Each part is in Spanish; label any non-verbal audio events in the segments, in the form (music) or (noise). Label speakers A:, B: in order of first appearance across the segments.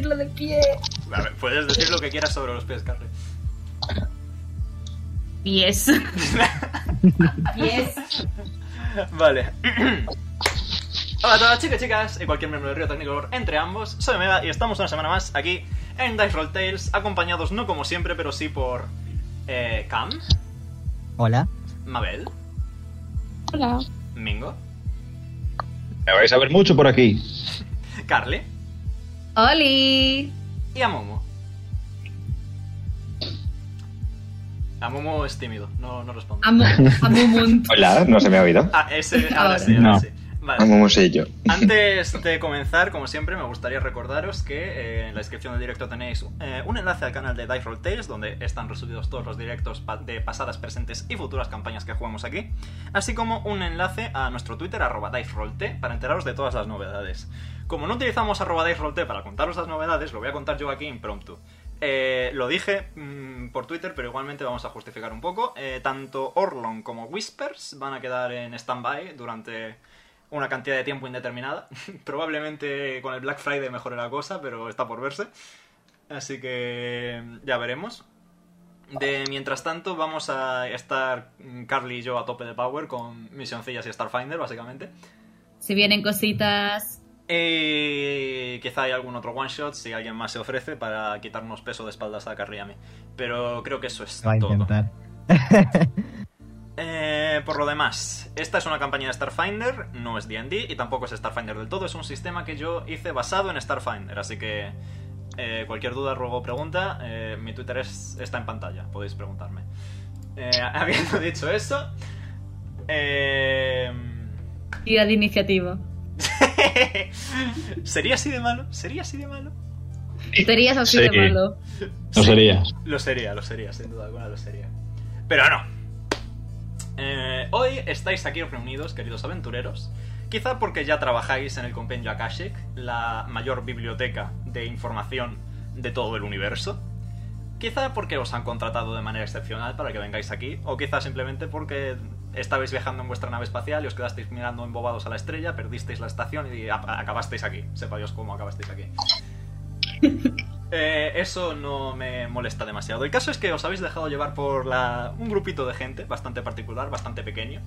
A: decirlo de pie.
B: A ver, puedes decir lo que quieras sobre los pies, Carly.
C: (laughs) Pies.
A: Yes.
B: (laughs) Vale. (clears throat) Hola a todas, chicos y chicas, y cualquier miembro del Río Técnico entre ambos. Soy Mega y estamos una semana más aquí en Dice Roll Tales, acompañados no como siempre, pero sí por. eh, Cam,
D: Hola.
B: Mabel,
E: Hola.
B: Mingo,
F: Me vais a ver mucho por aquí.
B: Carly
C: ¡Oli!
B: y a Momo. A Momo es tímido, no, no responde.
C: Amo, amo un montón.
F: Hola, ¿no se me ha oído?
B: Ah, ese, ahora sí, ahora
F: No.
B: sí. Vale.
F: ¿Cómo sé yo?
B: Antes de comenzar, como siempre, me gustaría recordaros que eh, en la descripción del directo tenéis eh, un enlace al canal de Dice Roll Tales, donde están resubidos todos los directos pa- de pasadas, presentes y futuras campañas que jugamos aquí, así como un enlace a nuestro Twitter, arroba DiceRollT, para enteraros de todas las novedades. Como no utilizamos arroba DiceRollT para contaros las novedades, lo voy a contar yo aquí impromptu. Eh, lo dije mm, por Twitter, pero igualmente vamos a justificar un poco. Eh, tanto Orlon como Whispers van a quedar en stand-by durante una cantidad de tiempo indeterminada. (laughs) Probablemente con el Black Friday mejore la cosa, pero está por verse. Así que ya veremos. De mientras tanto, vamos a estar mm, Carly y yo a tope de power con misioncillas y Starfinder, básicamente.
C: Se vienen
B: Y
C: cositas.
B: Eh, quizá hay algún otro one shot si alguien más se ofrece para quitarnos peso de espaldas a Carly y a mí. Pero creo que eso es
D: Se va a
B: todo.
D: intentar.
B: Eh, por lo demás, esta es una campaña de Starfinder, no es DD y tampoco es Starfinder del todo, es un sistema que yo hice basado en Starfinder, así que eh, cualquier duda, ruego pregunta, eh, mi Twitter es- está en pantalla, podéis preguntarme. Eh, (laughs) habiendo dicho eso, eh, (laughs)
C: Tira de iniciativa.
B: ¿sería así de malo? ¿Sería así de malo?
C: Serías así
F: Sí.
C: de malo.
F: No sería.
B: Lo sería, lo sería, sin duda alguna lo sería. Pero no. Eh, hoy estáis aquí reunidos, queridos aventureros. Quizá porque ya trabajáis en el Compendio Akashic, la mayor biblioteca de información de todo el universo. Quizá porque os han contratado de manera excepcional para que vengáis aquí, o quizá simplemente porque estabais viajando en vuestra nave espacial y os quedasteis mirando embobados a la estrella, perdisteis la estación y a- acabasteis aquí. Sepa Dios cómo acabasteis aquí. Eh, eso no me molesta demasiado. El caso es que os habéis dejado llevar por la- un grupito de gente bastante particular, bastante pequeño,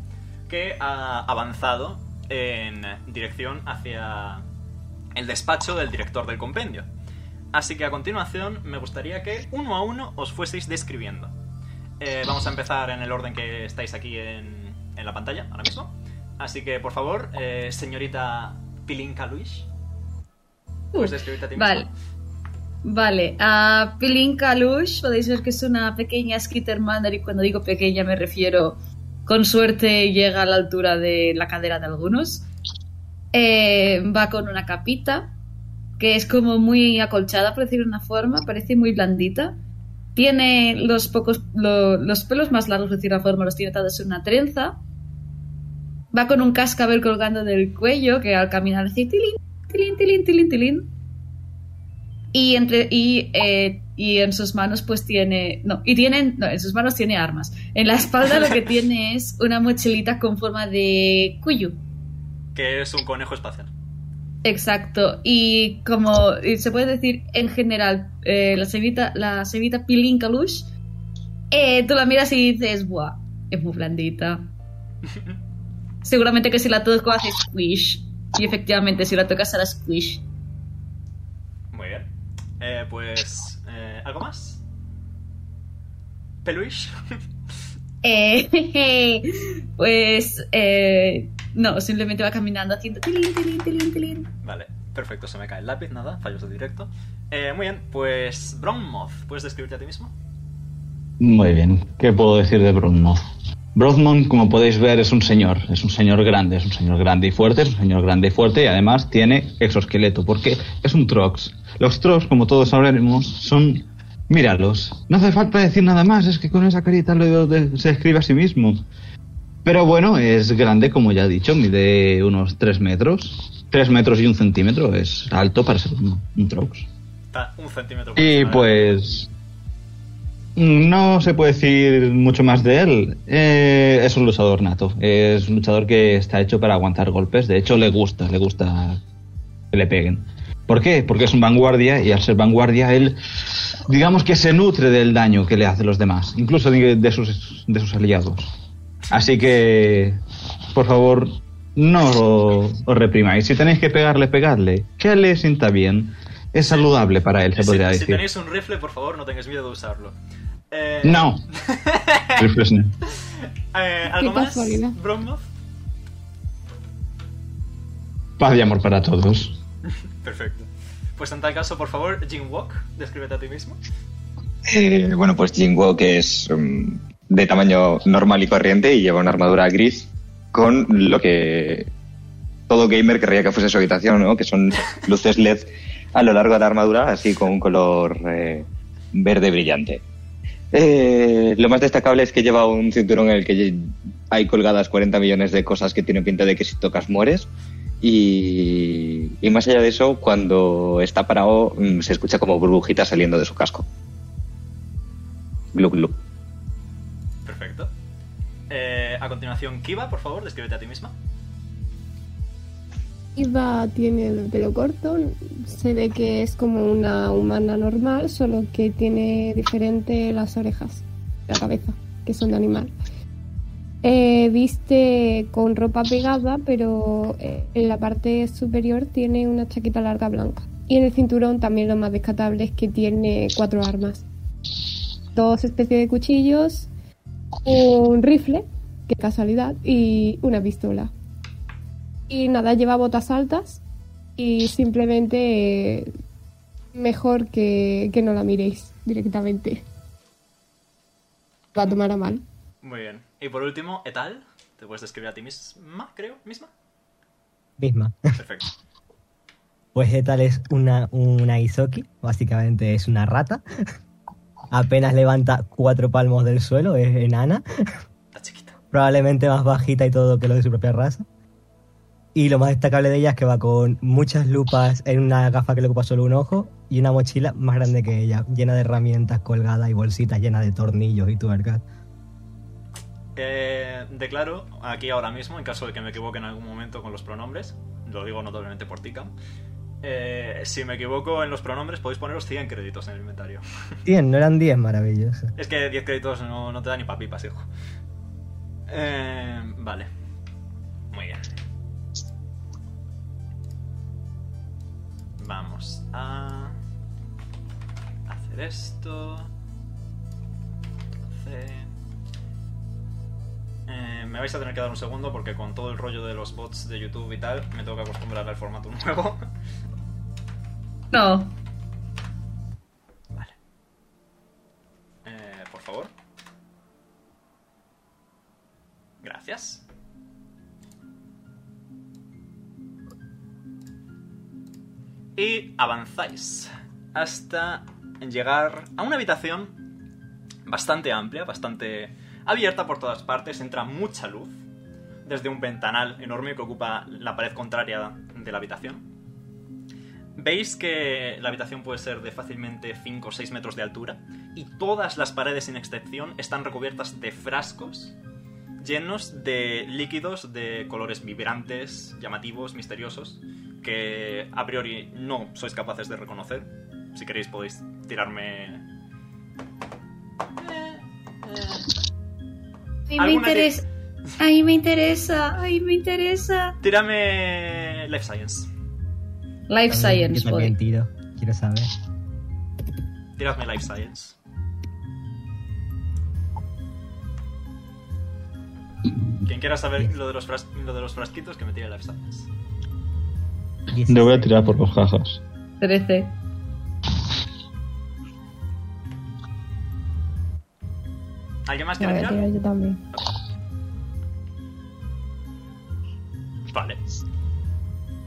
B: que ha avanzado en dirección hacia el despacho del director del compendio. Así que a continuación me gustaría que uno a uno os fueseis describiendo. Eh, vamos a empezar en el orden que estáis aquí en, en la pantalla ahora mismo. Así que por favor, eh, señorita Pilinka Luis, puedes describirte a ti
C: Vale.
B: misma?
C: Vale, a Pelin Kalush, podéis ver que es una pequeña Skittermander y cuando digo pequeña me refiero, con suerte llega a la altura de la cadera de algunos. Eh, va con una capita, que es como muy acolchada, por decirlo de una forma, parece muy blandita. Tiene los, pocos, lo- los pelos más largos, por decirlo de una forma, los tiene atados en una trenza. Va con un cascabel colgando del cuello, que al caminar dice tilín, tilín, tilín, tilín, tilín. Y entre y, eh, y en sus manos pues tiene no y tienen no, en sus manos tiene armas. En la espalda lo que tiene es una mochilita con forma de cuyo.
B: que es un conejo espacial.
C: Exacto. Y como y se puede decir en general, eh, la sevita la sevita Pilín Kalush, eh, tú la miras y dices, buah, es muy blandita. Seguramente que si la tocas hace squish. Y efectivamente si la tocas hará squish.
B: Muy bien. Eh, pues. eh, ¿Algo más? ¿Peluish?
C: Eh, (laughs) pues eh, no, simplemente va caminando haciendo tilín, tilín, tilín, tilín.
B: (laughs) Vale, perfecto, se me cae el lápiz, nada, fallos de directo. Eh, muy bien, pues. Bronmoth, ¿puedes describirte a ti mismo?
F: Muy bien. ¿Qué puedo decir de Brodmond? Brodmond, como podéis ver, es un señor. Es un señor grande, es un señor grande y fuerte, es un señor grande y fuerte y además tiene exoesqueleto porque es un Trox. Los Trox, como todos sabremos, son... Míralos. No hace falta decir nada más, es que con esa carita lo- de- se escribe a sí mismo. Pero bueno, es grande, como ya he dicho, mide unos 3 metros. 3 metros y un centímetro, es alto para ser un, un Trox.
B: Está un centímetro por
F: Y
B: encima de-
F: pues. No se puede decir mucho más de él. Eh, es un luchador nato. Es un luchador que está hecho para aguantar golpes. De hecho, le gusta, le gusta que le peguen. ¿Por qué? Porque es un vanguardia y al ser vanguardia él, digamos que se nutre del daño que le hacen los demás, incluso de, de sus, de sus aliados. Así que, por favor, no os, os reprimáis. Si tenéis que pegarle, pegadle. Que le sienta bien. Es saludable para él, se
B: Si-
F: podría
B: si,
F: decir.
B: tenéis un rifle, por favor, no tengáis miedo de usarlo. Eh,
F: No. Rifles no.
B: eh, ¿Algo
E: Qué
B: más,
E: casualidad.
B: Bronmoth?
F: Paz y amor para todos.
B: Perfecto. Pues en tal caso, por favor, Jim Walk, descríbete a ti mismo.
D: Eh, bueno, pues Jinguo, que es mm, de tamaño normal y corriente y lleva una armadura gris con lo que todo gamer querría que fuese su habitación, ¿no? Que son luces LED a lo largo de la armadura, así con un color eh, verde brillante. Eh, lo más destacable es que lleva un cinturón en el que lle- hay colgadas 40 millones de cosas que tienen pinta de que si tocas mueres. Y, y más allá de eso, cuando está parado mm, se escucha como burbujitas saliendo de su casco. Glu, glu.
B: Perfecto. Eh, a continuación, Kiva, por favor, descríbete a ti misma.
E: Iva tiene el pelo corto, se ve que es como una humana normal, solo que tiene diferente las orejas, la cabeza, que son de animal. Eh, viste con ropa pegada, pero eh, en la parte superior tiene una chaqueta larga blanca. Y en el cinturón también lo más descatable es que tiene cuatro armas. Dos especies de cuchillos, un rifle, qué casualidad, y una pistola y nada, lleva botas altas y simplemente eh, mejor que, que no la miréis directamente. Va a tomar a mal.
B: Muy bien. Y por último, Etal, te puedes describir a ti misma, creo, misma.
G: Misma. (laughs)
B: Perfecto.
G: Pues ¿qué tal es una, una Izoki, básicamente es una rata. (laughs) Apenas levanta cuatro palmos del suelo, es enana,
B: Está chiquita.
G: probablemente más bajita y todo que lo de su propia raza. Y lo más destacable de ella es que va con muchas lupas en una gafa que le ocupa solo un ojo y una mochila más grande que ella, llena de herramientas colgadas y bolsitas llenas de tornillos y tuercas.
B: Eh, declaro aquí ahora mismo, en caso de que me equivoque en algún momento con los pronombres, lo digo notablemente por Tikam. eh, si me equivoco en los pronombres, podéis poneros 100 créditos en el inventario.
G: 100, no eran 10 maravillosos.
B: Es que 10 créditos no, no te da ni papipas, hijo. Eh, vale. Muy bien. Vamos a hacer esto. Hacer... Eh, me vais a tener que dar un segundo porque con todo el rollo de los bots de YouTube y tal, me tengo que acostumbrar al formato (laughs) nuevo.
C: No.
B: Vale. Eh, por favor. Gracias. Y avanzáis hasta llegar a una habitación bastante amplia, bastante abierta por todas partes, entra mucha luz desde un ventanal enorme que ocupa la pared contraria de la habitación. Veis que la habitación puede ser de fácilmente 5 o 6 metros de altura y todas las paredes sin excepción están recubiertas de frascos llenos de líquidos de colores vibrantes, llamativos, misteriosos, que a priori no sois capaces de reconocer. Si queréis podéis tirarme...
C: A mí me
B: ¿Alguna que-
C: interesa. A mí me interesa. A mí me interesa.
B: Tírame Life Science.
C: Life
G: También-
C: Science,
G: yo también
C: voy.
G: tiro, quiero saber.
B: Tiradme Life Science. Quien quiera saber lo de los, fras- lo de los frasquitos, que me tire Life Science.
F: Le voy a
G: 16.
F: tirar por los jajas.
C: 13.
B: ¿Alguien más
E: La
B: quiere
E: voy a
B: tirar?
E: tirar yo también.
B: Vale.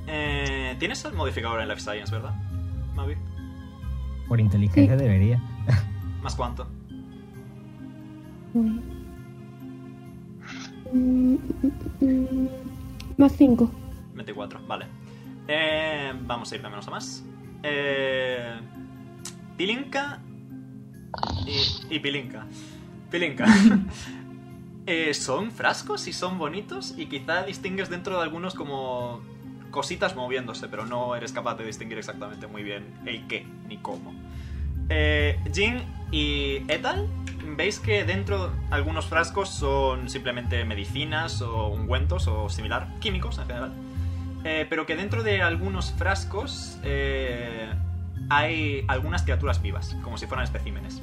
B: Eh, Tienes el modificador en Life Science, ¿verdad? Mavi.
G: Por inteligencia debería.
B: ¿Más cuánto?
E: Uy. Mm, mm, mm, Más 5.
B: 24, vale. Eh, vamos a ir de menos a más. Eh, Pilinka y, y Pilinka. Pilinka. (laughs) Eh, son frascos y son bonitos y quizá distingues dentro de algunos como cositas moviéndose, pero no eres capaz de distinguir exactamente muy bien el qué ni cómo. Eh, Jin y Etal, veis que dentro algunos frascos son simplemente medicinas o ungüentos o similar, químicos en general. Eh, pero que dentro de algunos frascos eh, hay algunas criaturas vivas, como si fueran especímenes.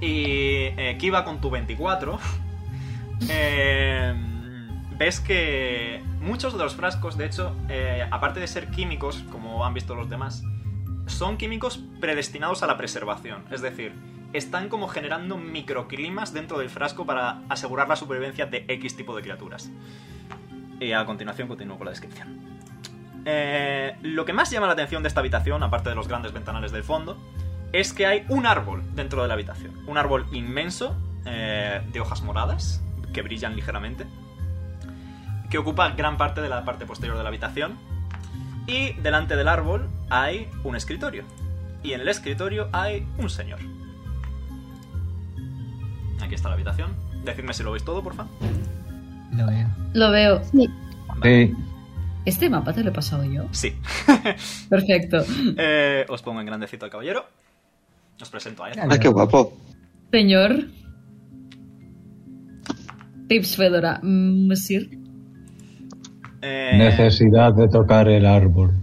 B: Y eh, Kiva con tu 24, (laughs) eh, ves que muchos de los frascos, de hecho, eh, aparte de ser químicos, como han visto los demás, son químicos predestinados a la preservación. Es decir, están como generando microclimas dentro del frasco para asegurar la supervivencia de X tipo de criaturas. Y a continuación continúo con la descripción. Eh, lo que más llama la atención de esta habitación, aparte de los grandes ventanales del fondo, es que hay un árbol dentro de la habitación. Un árbol inmenso, eh, de hojas moradas, que brillan ligeramente, que ocupa gran parte de la parte posterior de la habitación. Y delante del árbol hay un escritorio. Y en el escritorio hay un señor. Aquí está la habitación. Decidme si lo veis todo, porfa.
G: Lo veo.
C: Lo veo.
B: Vale.
F: Sí.
C: Este mapa te lo he pasado yo.
B: Sí.
C: Perfecto.
B: Eh, os pongo en grandecito al caballero. Os presento a él.
D: ¡Ah, qué guapo!
C: Señor. Tips Fedora. mm, Monsieur.
B: Eh,
F: Necesidad de tocar el árbol.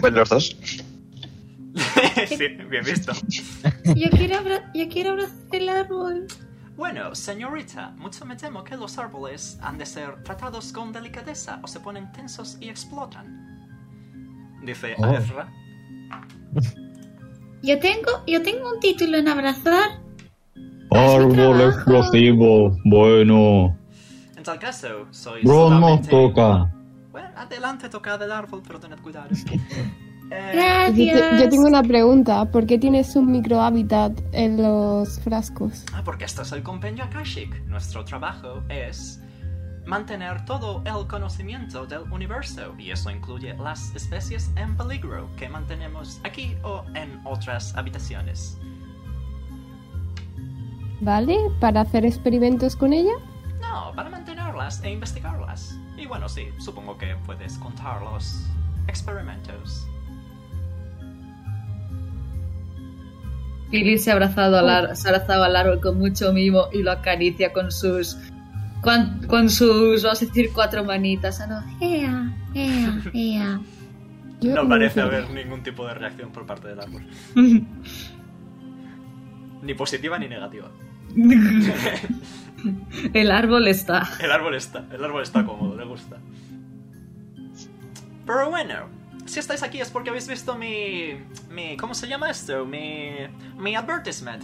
D: Pues los dos.
B: (laughs) sí, bien visto.
C: Yo quiero, yo quiero abrazar el árbol.
B: Bueno, señorita, mucho me temo que los árboles han de ser tratados con delicadeza o se ponen tensos y explotan. Dice
F: Oh.
B: a Ezra.
A: Yo tengo, yo tengo un título en abrazar.
F: Árbol
A: trabajo.
F: explosivo. Bueno.
B: En tal caso, soy
F: Bronmo
B: solamente...
F: toca.
B: Bueno, adelante, tocad el árbol, pero tened cuidado.
F: (laughs)
B: Eh,
E: Dice,
A: Gracias.
E: yo tengo una pregunta. ¿Por qué tienes un microhábitat en los frascos?
B: ah, porque esto es el compendio Akashic. Nuestro trabajo es mantener todo el conocimiento del universo, y eso incluye las especies en peligro que mantenemos aquí o en otras habitaciones.
E: ¿Vale? ¿Para hacer experimentos con ella?
B: No, para mantenerlas e investigarlas. Y bueno, sí, supongo que puedes contar los experimentos.
C: Lily se ha abrazado al, ar- se ha abrazado al árbol con mucho mimo y lo acaricia con sus. Con, con sus, vamos a decir, cuatro manitas. Ah, no.
A: Ea, ea, ea.
E: Yo
B: No parece haber
E: sé.
B: ningún tipo de reacción por parte del árbol. Ni positiva ni negativa.
C: El árbol está.
B: El árbol está, el árbol está cómodo, le gusta. Pero bueno, si estáis aquí es porque habéis visto mi... mi ¿Cómo se llama esto? Mi... mi advertisement.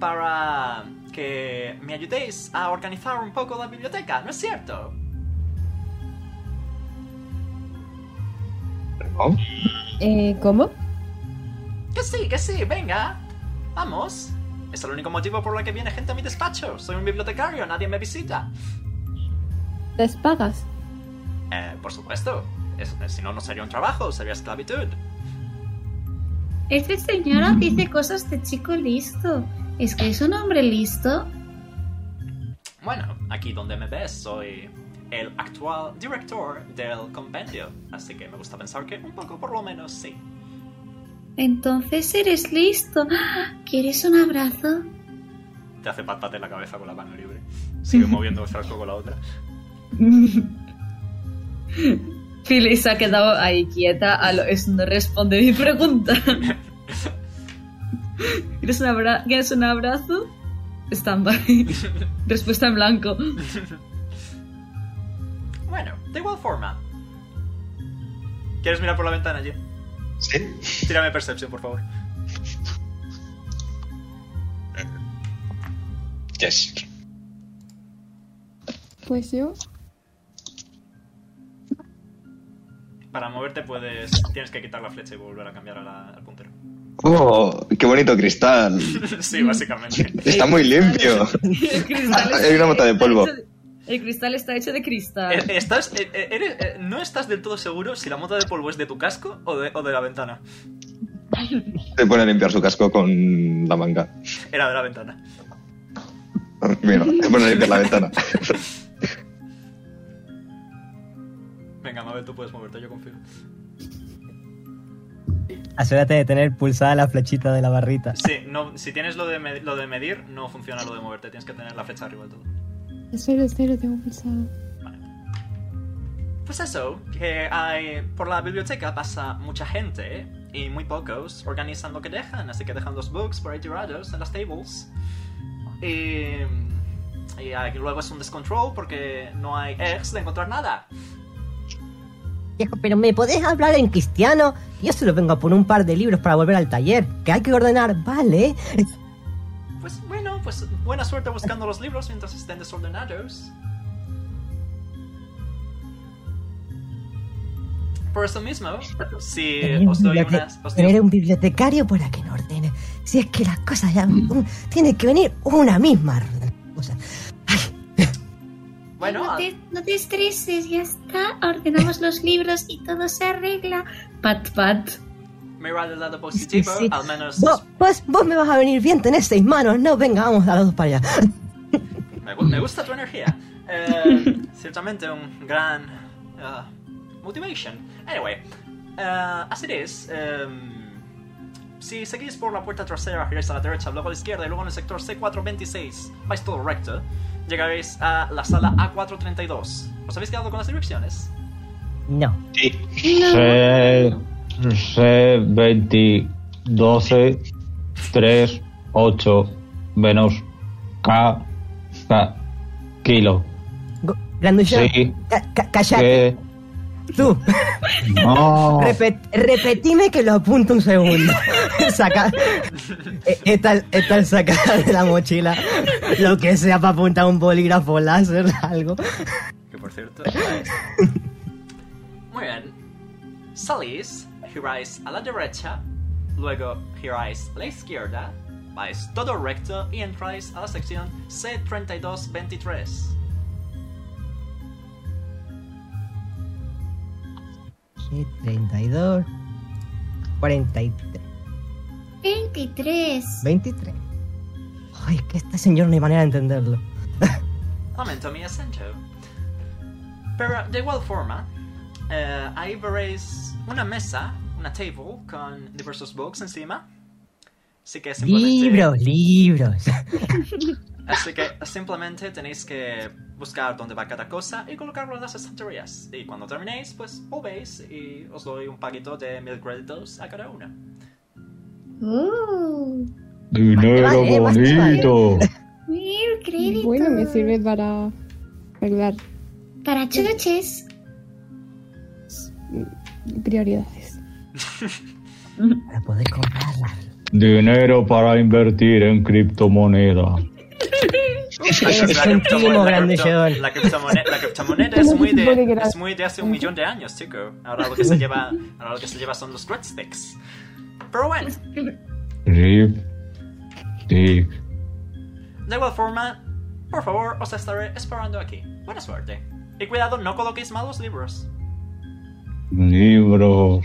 B: Para que me ayudéis a organizar un poco la biblioteca, ¿no es cierto?
D: ¿No?
E: Eh, ¿Cómo?
B: Que sí, que sí, venga. Vamos. Es el único motivo por el que viene gente a mi despacho. Soy un bibliotecario, nadie me visita.
E: ¿Les pagas?
B: Eh, por supuesto. Es- eh, si no, no sería un trabajo, sería esclavitud.
A: Este señor dice cosas de chico listo. Es que es un hombre listo.
B: Bueno, aquí donde me ves soy el actual director del compendio. Así que me gusta pensar que un poco por lo menos sí.
A: Entonces eres listo. ¡Ah! ¿Quieres un abrazo?
B: Te hace pat pat en la cabeza con la mano libre. Sigue moviendo el frasco con la otra.
C: Phyllis se ha quedado ahí quieta. a lo- es- no responde mi pregunta. ¿Quieres un, abra- ¿Quieres un abrazo? Standby. Respuesta en blanco.
B: Bueno, de igual forma. ¿Quieres mirar por la ventana, Jim?
D: Sí.
B: Tírame Perception, por favor.
D: Yes.
E: Pues yo.
B: Para moverte puedes. Tienes que quitar la flecha y volver a cambiar a la- al puntero. (laughs)
D: ¡Oh, qué bonito cristal!
B: sí, básicamente.
D: (laughs) Está muy limpio.
C: El cristal
D: Ah, Hay
C: está-
D: una mota de
C: está
D: polvo.
C: hecho de- el cristal está hecho de cristal.
B: Eh, Estás, eh, eh, eres- eh, no estás del todo seguro si la mota de polvo es de tu casco o de, o de la ventana.
D: Se pone a limpiar su casco con la manga.
B: Era de la ventana.
D: Mira, se pone a limpiar la ventana.
B: Venga, Mabel, tú puedes moverte, yo confío.
H: Asegúrate de tener pulsada la flechita de la barrita.
B: Sí, no, si tienes lo de, med- lo de medir, no funciona lo de moverte, tienes que tener la flecha arriba de todo.
E: Espero, espero, tengo pulsado.
B: Pues eso, que hay, por la biblioteca pasa mucha gente y muy pocos organizan lo que dejan, así que dejan los books por ahí tirados en las tables. Y, y hay- luego es un descontrol porque no hay eggs de encontrar nada.
G: Viejo, pero ¿me podés hablar en cristiano? Yo solo vengo a poner un par de libros para volver al taller. Que hay que ordenar, vale.
B: Pues bueno, pues buena suerte buscando los libros mientras estén desordenados. Por eso mismo, si os doy
G: bibliote-
B: unas... os doy-
G: tener un bibliotecario para que no ordene. Si es que las cosas ya... mm, Tiene que venir una misma. a ordenar las cosas.
B: bueno,
A: no,
B: a-
A: te, no te estreses, ya está. Ordenamos los libros y todo se arregla.
C: Pat, pat.
B: mira del lado positivo,
G: Sí, sí.
B: al menos...
G: Vos, vos, vos me vas a venir bien, tenés seis manos. No, venga, vamos a los dos para allá.
B: Me, gu- me gusta tu energía. Eh, ciertamente un gran ah, motivation. Anyway, ah, así es. em, si seguís por la puerta trasera, giráis a la derecha, luego a la izquierda y luego en el sector C426, vais todo recto, llegaréis a la sala A432. ¿Os habéis quedado con las direcciones?
G: No.
D: Sí.
F: C, C, 20, 12, 3, 8, menos K, K, kilo.
G: Go- Grandullón,
F: Sí.
G: ca- ca- callate.
F: Que,
G: Tú,
F: no.
G: repet- repetime que lo apunto un (laughs) segundo. Saca. Eh, Está el- está el sacar de la mochila lo que sea para apuntar un bolígrafo láser, algo.
B: Que por cierto. Muy bien. Salís, giráis a la derecha, luego giráis a la izquierda, vais todo recto y entráis a la sección C3223.
G: Sí, 32, 43,
A: 23.
G: 23. Ay, que este señor no hay manera de entenderlo.
B: Lamento mi acento. Pero de igual forma, eh, ahí veréis una mesa, una table con diversos books encima. Así que simplemente-
G: Libros, libros.
B: Así que simplemente tenéis que buscar dónde va cada cosa y colocarlo en las estanterías. Y cuando terminéis, pues volvéis y os doy un paquito de mil créditos a cada una.
A: ¡Oh!
G: Más
F: Dinero
G: te vale, más te vale.
F: bonito.
A: Mil créditos.
E: Bueno, me sirve para arreglar
A: Para chuches.
E: prioridades.
G: Para poder comprarlas.
F: Dinero para invertir en criptomoneda.
G: Pero es un
B: criptomo- la
G: primo grande,
B: cripto-
G: John.
B: la criptomone- la
G: (laughs)
B: criptomoneda es muy,
E: Muy
B: de,
E: grande.
B: es muy de hace un millón de años, chico. Ahora lo que se lleva, ahora lo que se lleva son los Great Sticks. Pero bueno,
F: Rip. Tic.
B: de igual forma, por favor, os estaré esperando aquí. Buena suerte. Y cuidado, no coloquéis malos libros.
F: Libros.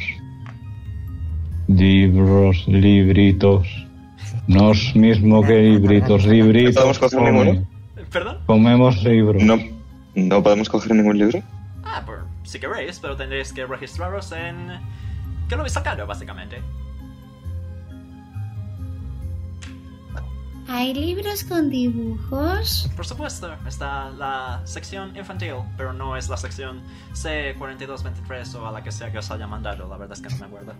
F: Libros, libritos. No es mismo que libritos, libritos.
D: Podemos coger ninguno.
F: come-
B: ¿Perdón?
F: Comemos libros.
D: No, no podemos coger ningún libro.
B: Ah, por si queréis, pero tendréis que registraros en. que lo habéis sacado, básicamente.
A: Hay libros con dibujos.
B: Por supuesto, está la sección infantil, pero no es la sección C4223 o a la que sea que os haya mandado, la verdad es que no me acuerdo.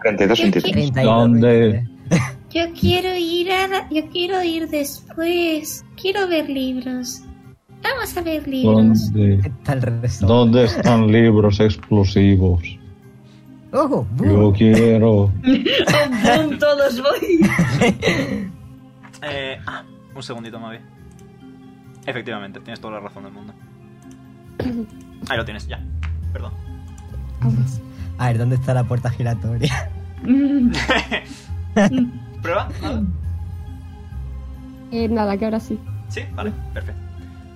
D: 42 centímetros.
G: 32,
F: ¿Dónde?
G: 23.
A: Yo quiero ir a la- yo quiero ir después. Quiero ver libros. Vamos a ver libros.
F: ¿Dónde?
G: Está el resto.
F: ¿Dónde están libros explosivos?
G: Ojo,
F: Yo
G: bu-
F: quiero.
C: ¡Bum! Todos voy. (laughs)
B: Eh, ah, un segundito, Mavi. Efectivamente, tienes toda la razón del mundo. Ahí lo tienes, ya. Perdón.
E: Ahora sí.
G: A ver, ¿dónde está la puerta giratoria?
B: ¿Prueba? Nada.
E: Eh, nada, que ahora sí.
B: Sí, vale, perfecto.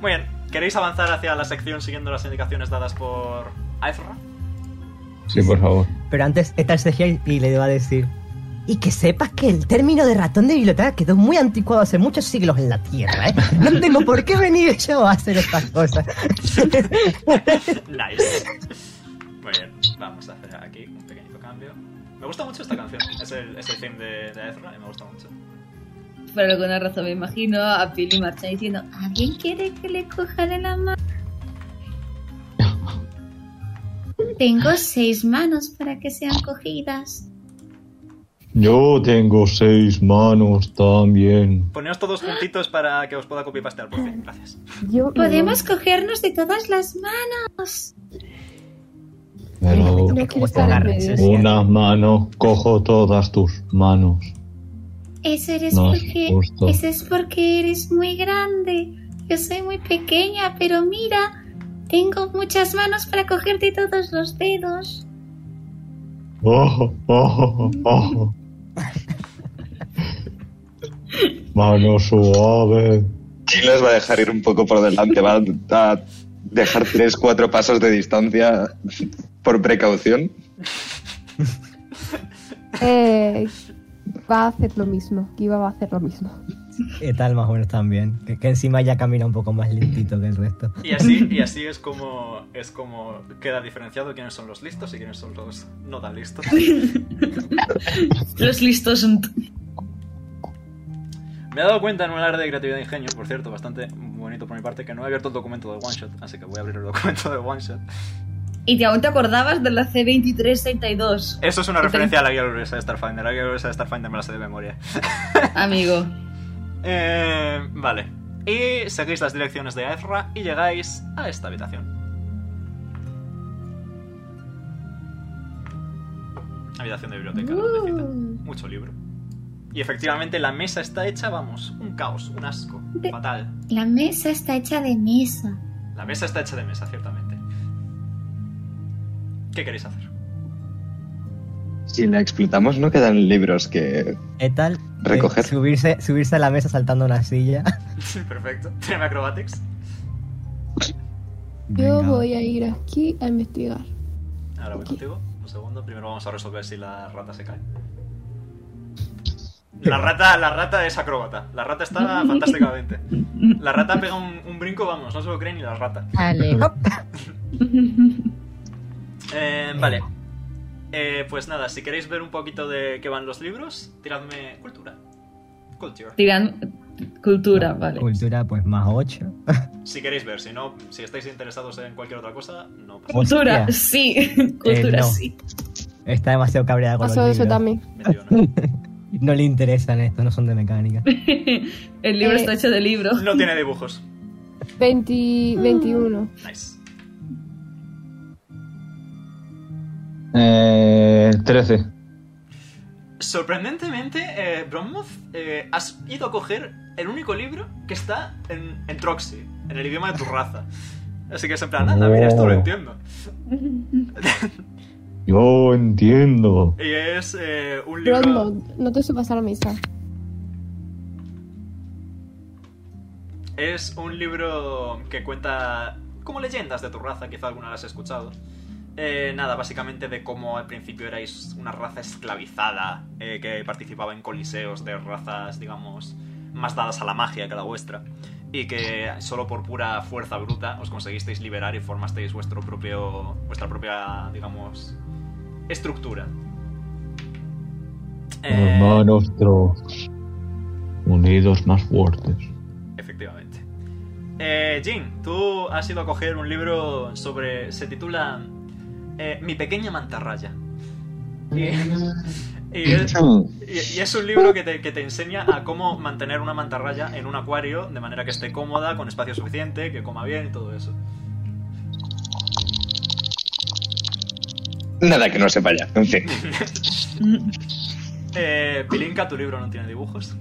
B: Muy bien, ¿queréis avanzar hacia la sección siguiendo las indicaciones dadas por Aethra?
F: Sí, por favor.
G: Pero antes está el CGI y le iba a decir:
I: Y que sepas que el término de ratón de biblioteca quedó muy anticuado hace muchos siglos en la Tierra, ¿eh? No tengo por qué venir yo a hacer estas cosas.
B: Nice. (laughs) Muy bien, vamos a hacer aquí un pequeñito cambio. Me gusta mucho esta canción, es el, es el theme de, de Ezra y me gusta mucho.
C: Por alguna razón me imagino a Pili marcha diciendo
A: ¿Alguien quiere que le coja de la mano? Tengo seis manos para que sean cogidas.
F: Yo tengo seis manos también.
B: Poneos todos juntitos para que os pueda copipastear por fin, gracias.
E: Yo me
A: Podemos cogernos de todas las manos.
F: Pero
E: voy. No quiero estar en medio.
F: una mano, cojo todas tus manos.
A: Eso eres
F: No, es
A: porque
F: justo.
A: eso es porque eres muy grande. Yo soy muy pequeña, pero mira, tengo muchas manos para cogerte todos los dedos.
F: Ojo, ojo, ojo. Mano suave.
D: Jin los va a dejar ir un poco por delante, va a dejar tres, cuatro pasos de distancia por precaución.
E: Eh, va a hacer lo mismo. Kiva va a hacer lo mismo.
G: ¿Qué tal más o menos también? Que, que encima ya camina un poco más lentito que el resto.
B: Y así, y así es como es como queda diferenciado quiénes son los listos y quiénes son los no tan listos.
C: los listos n-
B: Me he dado cuenta en un área de creatividad e ingenio, por cierto, bastante bonito por mi parte, que no he abierto el documento de One Shot, así que voy a abrir el documento de One Shot.
C: y te aún te acordabas de la C2332
B: Eso es una
C: Ok.
B: referencia a la guía gloriosa de Starfinder. La guía gloriosa de Starfinder me la sé de memoria.
C: amigo
B: Eh, vale. Y seguís las direcciones de Ezra y llegáis a esta habitación. Habitación de biblioteca. grandecita. Mucho libro. Y efectivamente la mesa está hecha, vamos, un caos, un asco,
A: De-
B: fatal.
A: La mesa está hecha de mesa.
B: La mesa está hecha de mesa, ciertamente. ¿Qué queréis hacer? (laughs)
D: Si la explotamos, no quedan libros que.
G: ¿Qué tal?
D: Recoger.
G: Eh, subirse, subirse a la mesa saltando una silla.
B: Perfecto. Tírame acrobatics.
E: Yo
G: Venga.
E: voy a ir aquí a investigar.
B: Ahora voy
E: Ok.
B: contigo. Un segundo. Primero vamos a resolver si la rata se cae. La rata, la rata es acróbata. La rata está fantásticamente. La rata pega un, un brinco, vamos, no se lo cree ni la rata.
J: Vale.
B: (laughs) Eh, vale. Eh, pues nada, si queréis ver un poquito de qué van los libros, tiradme cultura. Culture.
C: tiran cultura vale
G: Cultura, pues más 8.
B: Si queréis ver, si no, si estáis interesados en cualquier otra cosa, no pasa nada.
C: cultura
G: Hostia.
C: sí (laughs) cultura
G: Eh, no.
C: sí
G: Está demasiado cabreada con
E: Pasó
G: los
E: eso
G: libros.
E: también.
B: 21.
G: No le interesan estos, no son de mecánica.
C: el libro
E: Eh,
C: está hecho de libro
B: No tiene dibujos.
E: 20, 21.
B: Nice.
F: Eh, 13.
B: Sorprendentemente, eh, Bromoth, eh, has ido a coger el único libro que está en, en Troxy, en el idioma de tu raza. Así que es en plan, anda, mira, esto lo
F: Oh.
B: entiendo.
F: Yo entiendo.
B: Y es eh, un libro...
E: Rodmond, no te subas a la mesa.
B: Es un libro que cuenta como leyendas de tu raza, quizá alguna las has escuchado. Eh, nada, básicamente de cómo al principio erais una raza esclavizada eh, que participaba en coliseos de razas, digamos, más dadas a la magia que la vuestra. Y que solo por pura fuerza bruta os conseguisteis liberar y formasteis vuestro propio, vuestra propia, digamos, estructura. Eh,
F: Hermanos tros. Unidos más fuertes.
B: Efectivamente. Eh, Jin, tú has ido a coger un libro sobre. se titula. eh, Mi pequeña mantarraya. Y, y es, y- y es un libro que te, que te enseña a cómo mantener una mantarraya en un acuario de manera que esté cómoda, con espacio suficiente, que coma bien y todo eso.
D: Nada que no sepa ya. En fin.
B: Eh, Pilinka, tu libro no tiene dibujos.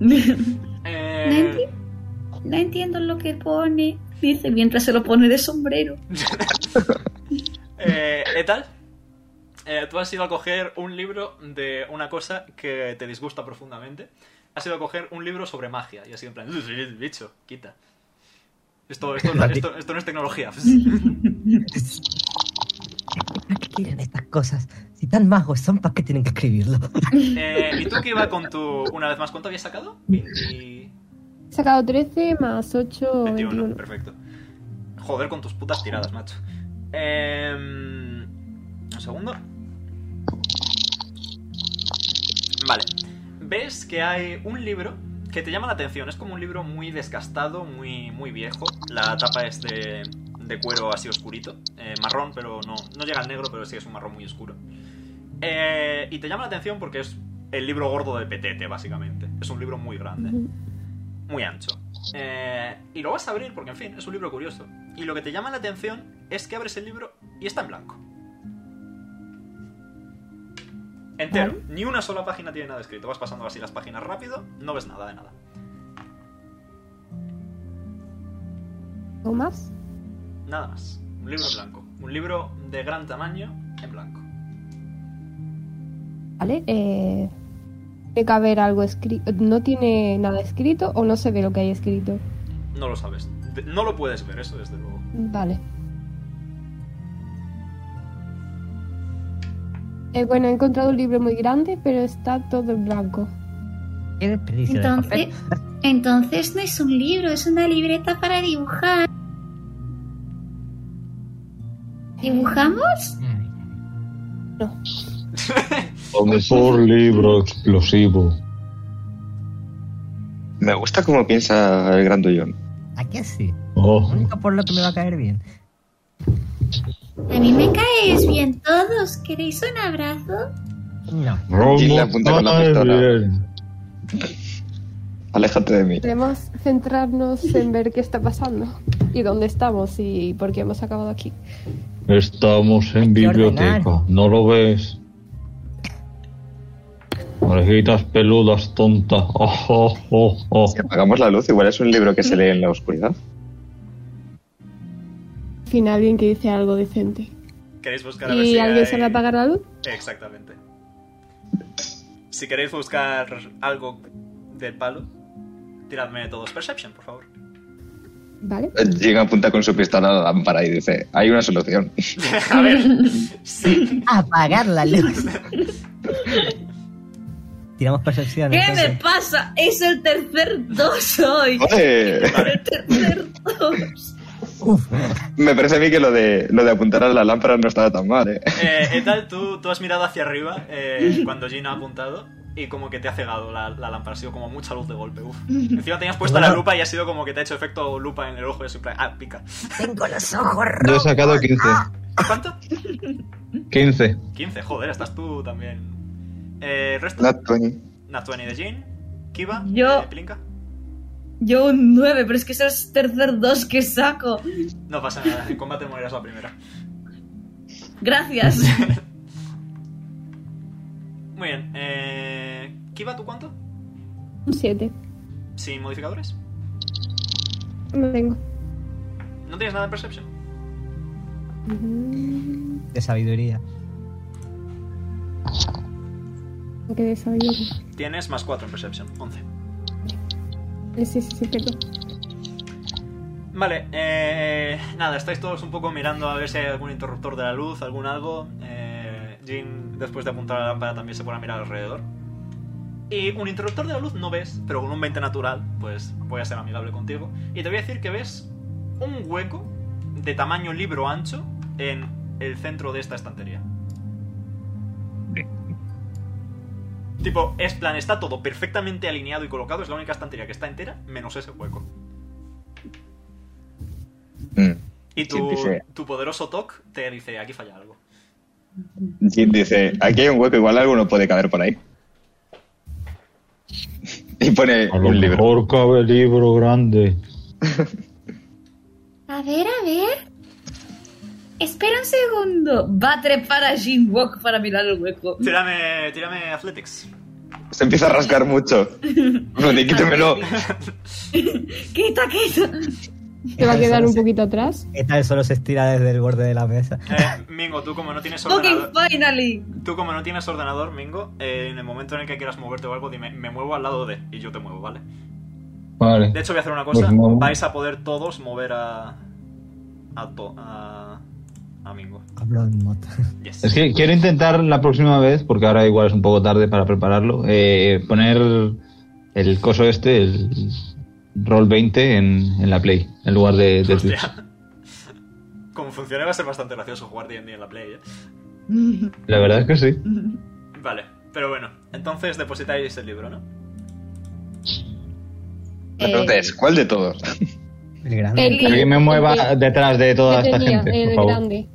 A: Nancy.
B: Eh,
A: No entiendo lo que pone.
C: dice mientras se lo pone de sombrero
B: eh, Etal, eh, tú has ido a coger un libro de una cosa que te disgusta profundamente. Has ido a coger un libro sobre magia y así en plan, "Ugh, bicho, quita. Esto, esto no, esto- esto no es tecnología.
I: quieren estas cosas? Si tan magos son, ¿para qué tienen que escribirlo?
B: (laughs) Eh, ¿Y tú qué iba con tu. Una vez más, ¿cuánto habías sacado? 20...
E: He sacado 13 más 8,
B: 21,
E: 21.
B: perfecto. Joder con tus putas tiradas, macho. Em, un segundo. Vale. Ves que hay un libro que te llama la atención. Es como un libro muy desgastado, muy, muy viejo. La tapa es de, de cuero así oscurito. eh, marrón, pero no, no llega al negro, pero sí es un marrón muy oscuro. Eh, y te llama la atención porque es el libro gordo del petete, básicamente. Es un libro muy grande
E: Ujú.
B: muy ancho. Eh, y lo vas a abrir porque, en fin, es un libro curioso. Y lo que te llama la atención es que abres el libro y está en blanco. Entero. Ni una sola página tiene nada escrito. Vas pasando así las páginas rápido, no ves nada de nada.
E: ¿O más?
B: Nada más. Un libro en blanco. Un libro de gran tamaño en blanco.
E: Vale. Eh, tiene que haber algo escrito. No tiene nada escrito o no se ve lo que hay escrito.
B: No lo sabes. De- No lo puedes ver, eso desde luego.
E: Vale. Eh, bueno, he encontrado un libro muy grande, pero está todo en blanco.
I: (laughs) Qué desperdicio de papel. (laughs)
A: Entonces, entonces no es un libro, es una libreta para dibujar. ¿Dibujamos?
I: Mm.
F: O mejor libro explosivo.
D: Me gusta cómo piensa el grandullón.
I: ¿A qué sí?
F: Oh,
I: Único por lo que me va a caer bien.
A: A mí me caes bien todos. ¿Queréis un abrazo?
I: No.
D: Y le
F: Romo,
D: apunta con la
F: ay,
D: pistola.
F: bien.
D: Aléjate de mí.
E: Podemos centrarnos
F: (laughs)
E: en ver qué está pasando y dónde estamos y por qué hemos acabado aquí.
F: Estamos en
I: Hay que
F: biblioteca,
I: ordenar.
F: ¿no lo ves? Orejitas peludas, tonta. Oh, oh, oh, oh.
D: Si apagamos la luz, igual es un libro que se lee en la oscuridad.
E: Al final, alguien que dice algo decente.
B: ¿Queréis buscar a ver
E: ¿Y
B: si
E: alguien se
B: hay-
E: le apagar la luz?
B: Exactamente. Si queréis buscar algo del palo, tiradme todos Perception, por favor.
E: Vale.
D: Eh, Llega, apunta con su pistola a la lámpara y dice, hay una (laughs) solución.
B: (laughs) A ver, sí.
I: Apagar la (laughs) luz.
G: Tiramos percepción.
C: ¿Qué
G: entonces.
C: me pasa? Es el tercer dos hoy.
D: ¡Ole!
C: El tercer dos.
I: Uf.
D: Me parece a mí que lo de, lo de apuntar a la lámpara no estaba tan mal, ¿eh?
B: Eh, Etal, tú, tú has mirado hacia arriba eh, cuando Gina ha apuntado y como que te ha cegado la, la lámpara. Ha sido como mucha luz de golpe, uf. Encima tenías puesta la lupa y ha sido como que te ha hecho efecto lupa en el ojo y siempre... Ah, pica.
I: (laughs) Tengo los ojos
F: Yo he
I: rojos.
F: sacado 15.
B: ¿Cuánto?
F: 15.
B: 15, joder, estás tú también. Eh, ¿el resto?
D: Not 20.
B: Natuani de Jin, Kiva,
C: Yo-
B: eh, Plinka.
C: Yo un 9, pero es que es el tercer dos que saco.
B: No pasa nada, en combate morirás la primera.
C: Gracias.
B: Muy bien. Eh, ¿Kiva, tú cuánto?
E: Un 7.
B: ¿Sin modificadores?
E: No tengo.
B: ¿No tienes nada en Perception?
E: Mm,
G: De sabiduría.
E: Me quedé sabiendo.
B: Tienes más 4 en Perception, 11.
E: Eh, Sí, sí, sí,
F: (laughs)
E: perdón.
B: Vale, eh, nada, estáis todos un poco mirando a ver si hay algún interruptor de la luz, algún algo. Eh, Jin, después de apuntar a la lámpara, también se pone a mirar alrededor. Y un interruptor de la luz no ves, pero con un 20 natural, pues voy a ser amigable contigo. Y te voy a decir que ves un hueco de tamaño libro ancho en el centro de esta estantería. Tipo, es plan, está todo perfectamente alineado y colocado, es la única estantería que está entera, menos ese hueco.
D: Mm.
B: Y
D: Sí,
B: tu,
D: dice-
B: tu poderoso TOC te dice, aquí falla algo.
D: Jim dice, aquí hay un hueco, igual alguno puede caber por ahí. (laughs) Y pone
F: A lo
D: un libro.
F: mejor cabe libro grande.
A: A ver, a ver. Espera un segundo.
C: Segundo, va a trepar a Jim Walk para mirar el hueco.
B: Tírame, tírame Athletics.
D: Se empieza a rascar mucho. Dice, quítemelo.
C: Quita, quita. (laughs)
E: Te va a quedar un poquito atrás.
G: ¿Qué tal solo se estira desde el borde de la mesa?
B: Eh, Mingo, tú como no tienes ordenador...
C: Fucking finally.
B: Tú como no tienes ordenador, Mingo, eh, en el momento en el que quieras moverte o algo, dime, me muevo al lado de... Y yo te muevo, ¿vale?
F: Vale.
B: De hecho, voy a hacer una cosa.
F: Pues no.
B: Vais a poder todos mover a... A... to- a... a amigo.
G: Cabrón, mota.
B: Yes.
F: Es que quiero intentar la próxima vez, porque ahora igual es un poco tarde para prepararlo, eh, poner el coso este, el Roll 20 en, en la Play, en lugar de, de
B: (laughs)
F: Twitch.
B: Hostia. Como funciona va a ser bastante gracioso jugar D&D en la Play, ¿eh?
F: La verdad es que sí.
B: Vale, pero bueno, entonces depositáis el libro, ¿no?
A: Eh,
D: Entonces, ¿cuál de todos?
G: El grande.
E: El-
F: Que alguien me mueva
E: el-
F: detrás de toda
E: Yo
F: esta
E: tenía
F: gente, por
E: el
F: favor.
E: grande.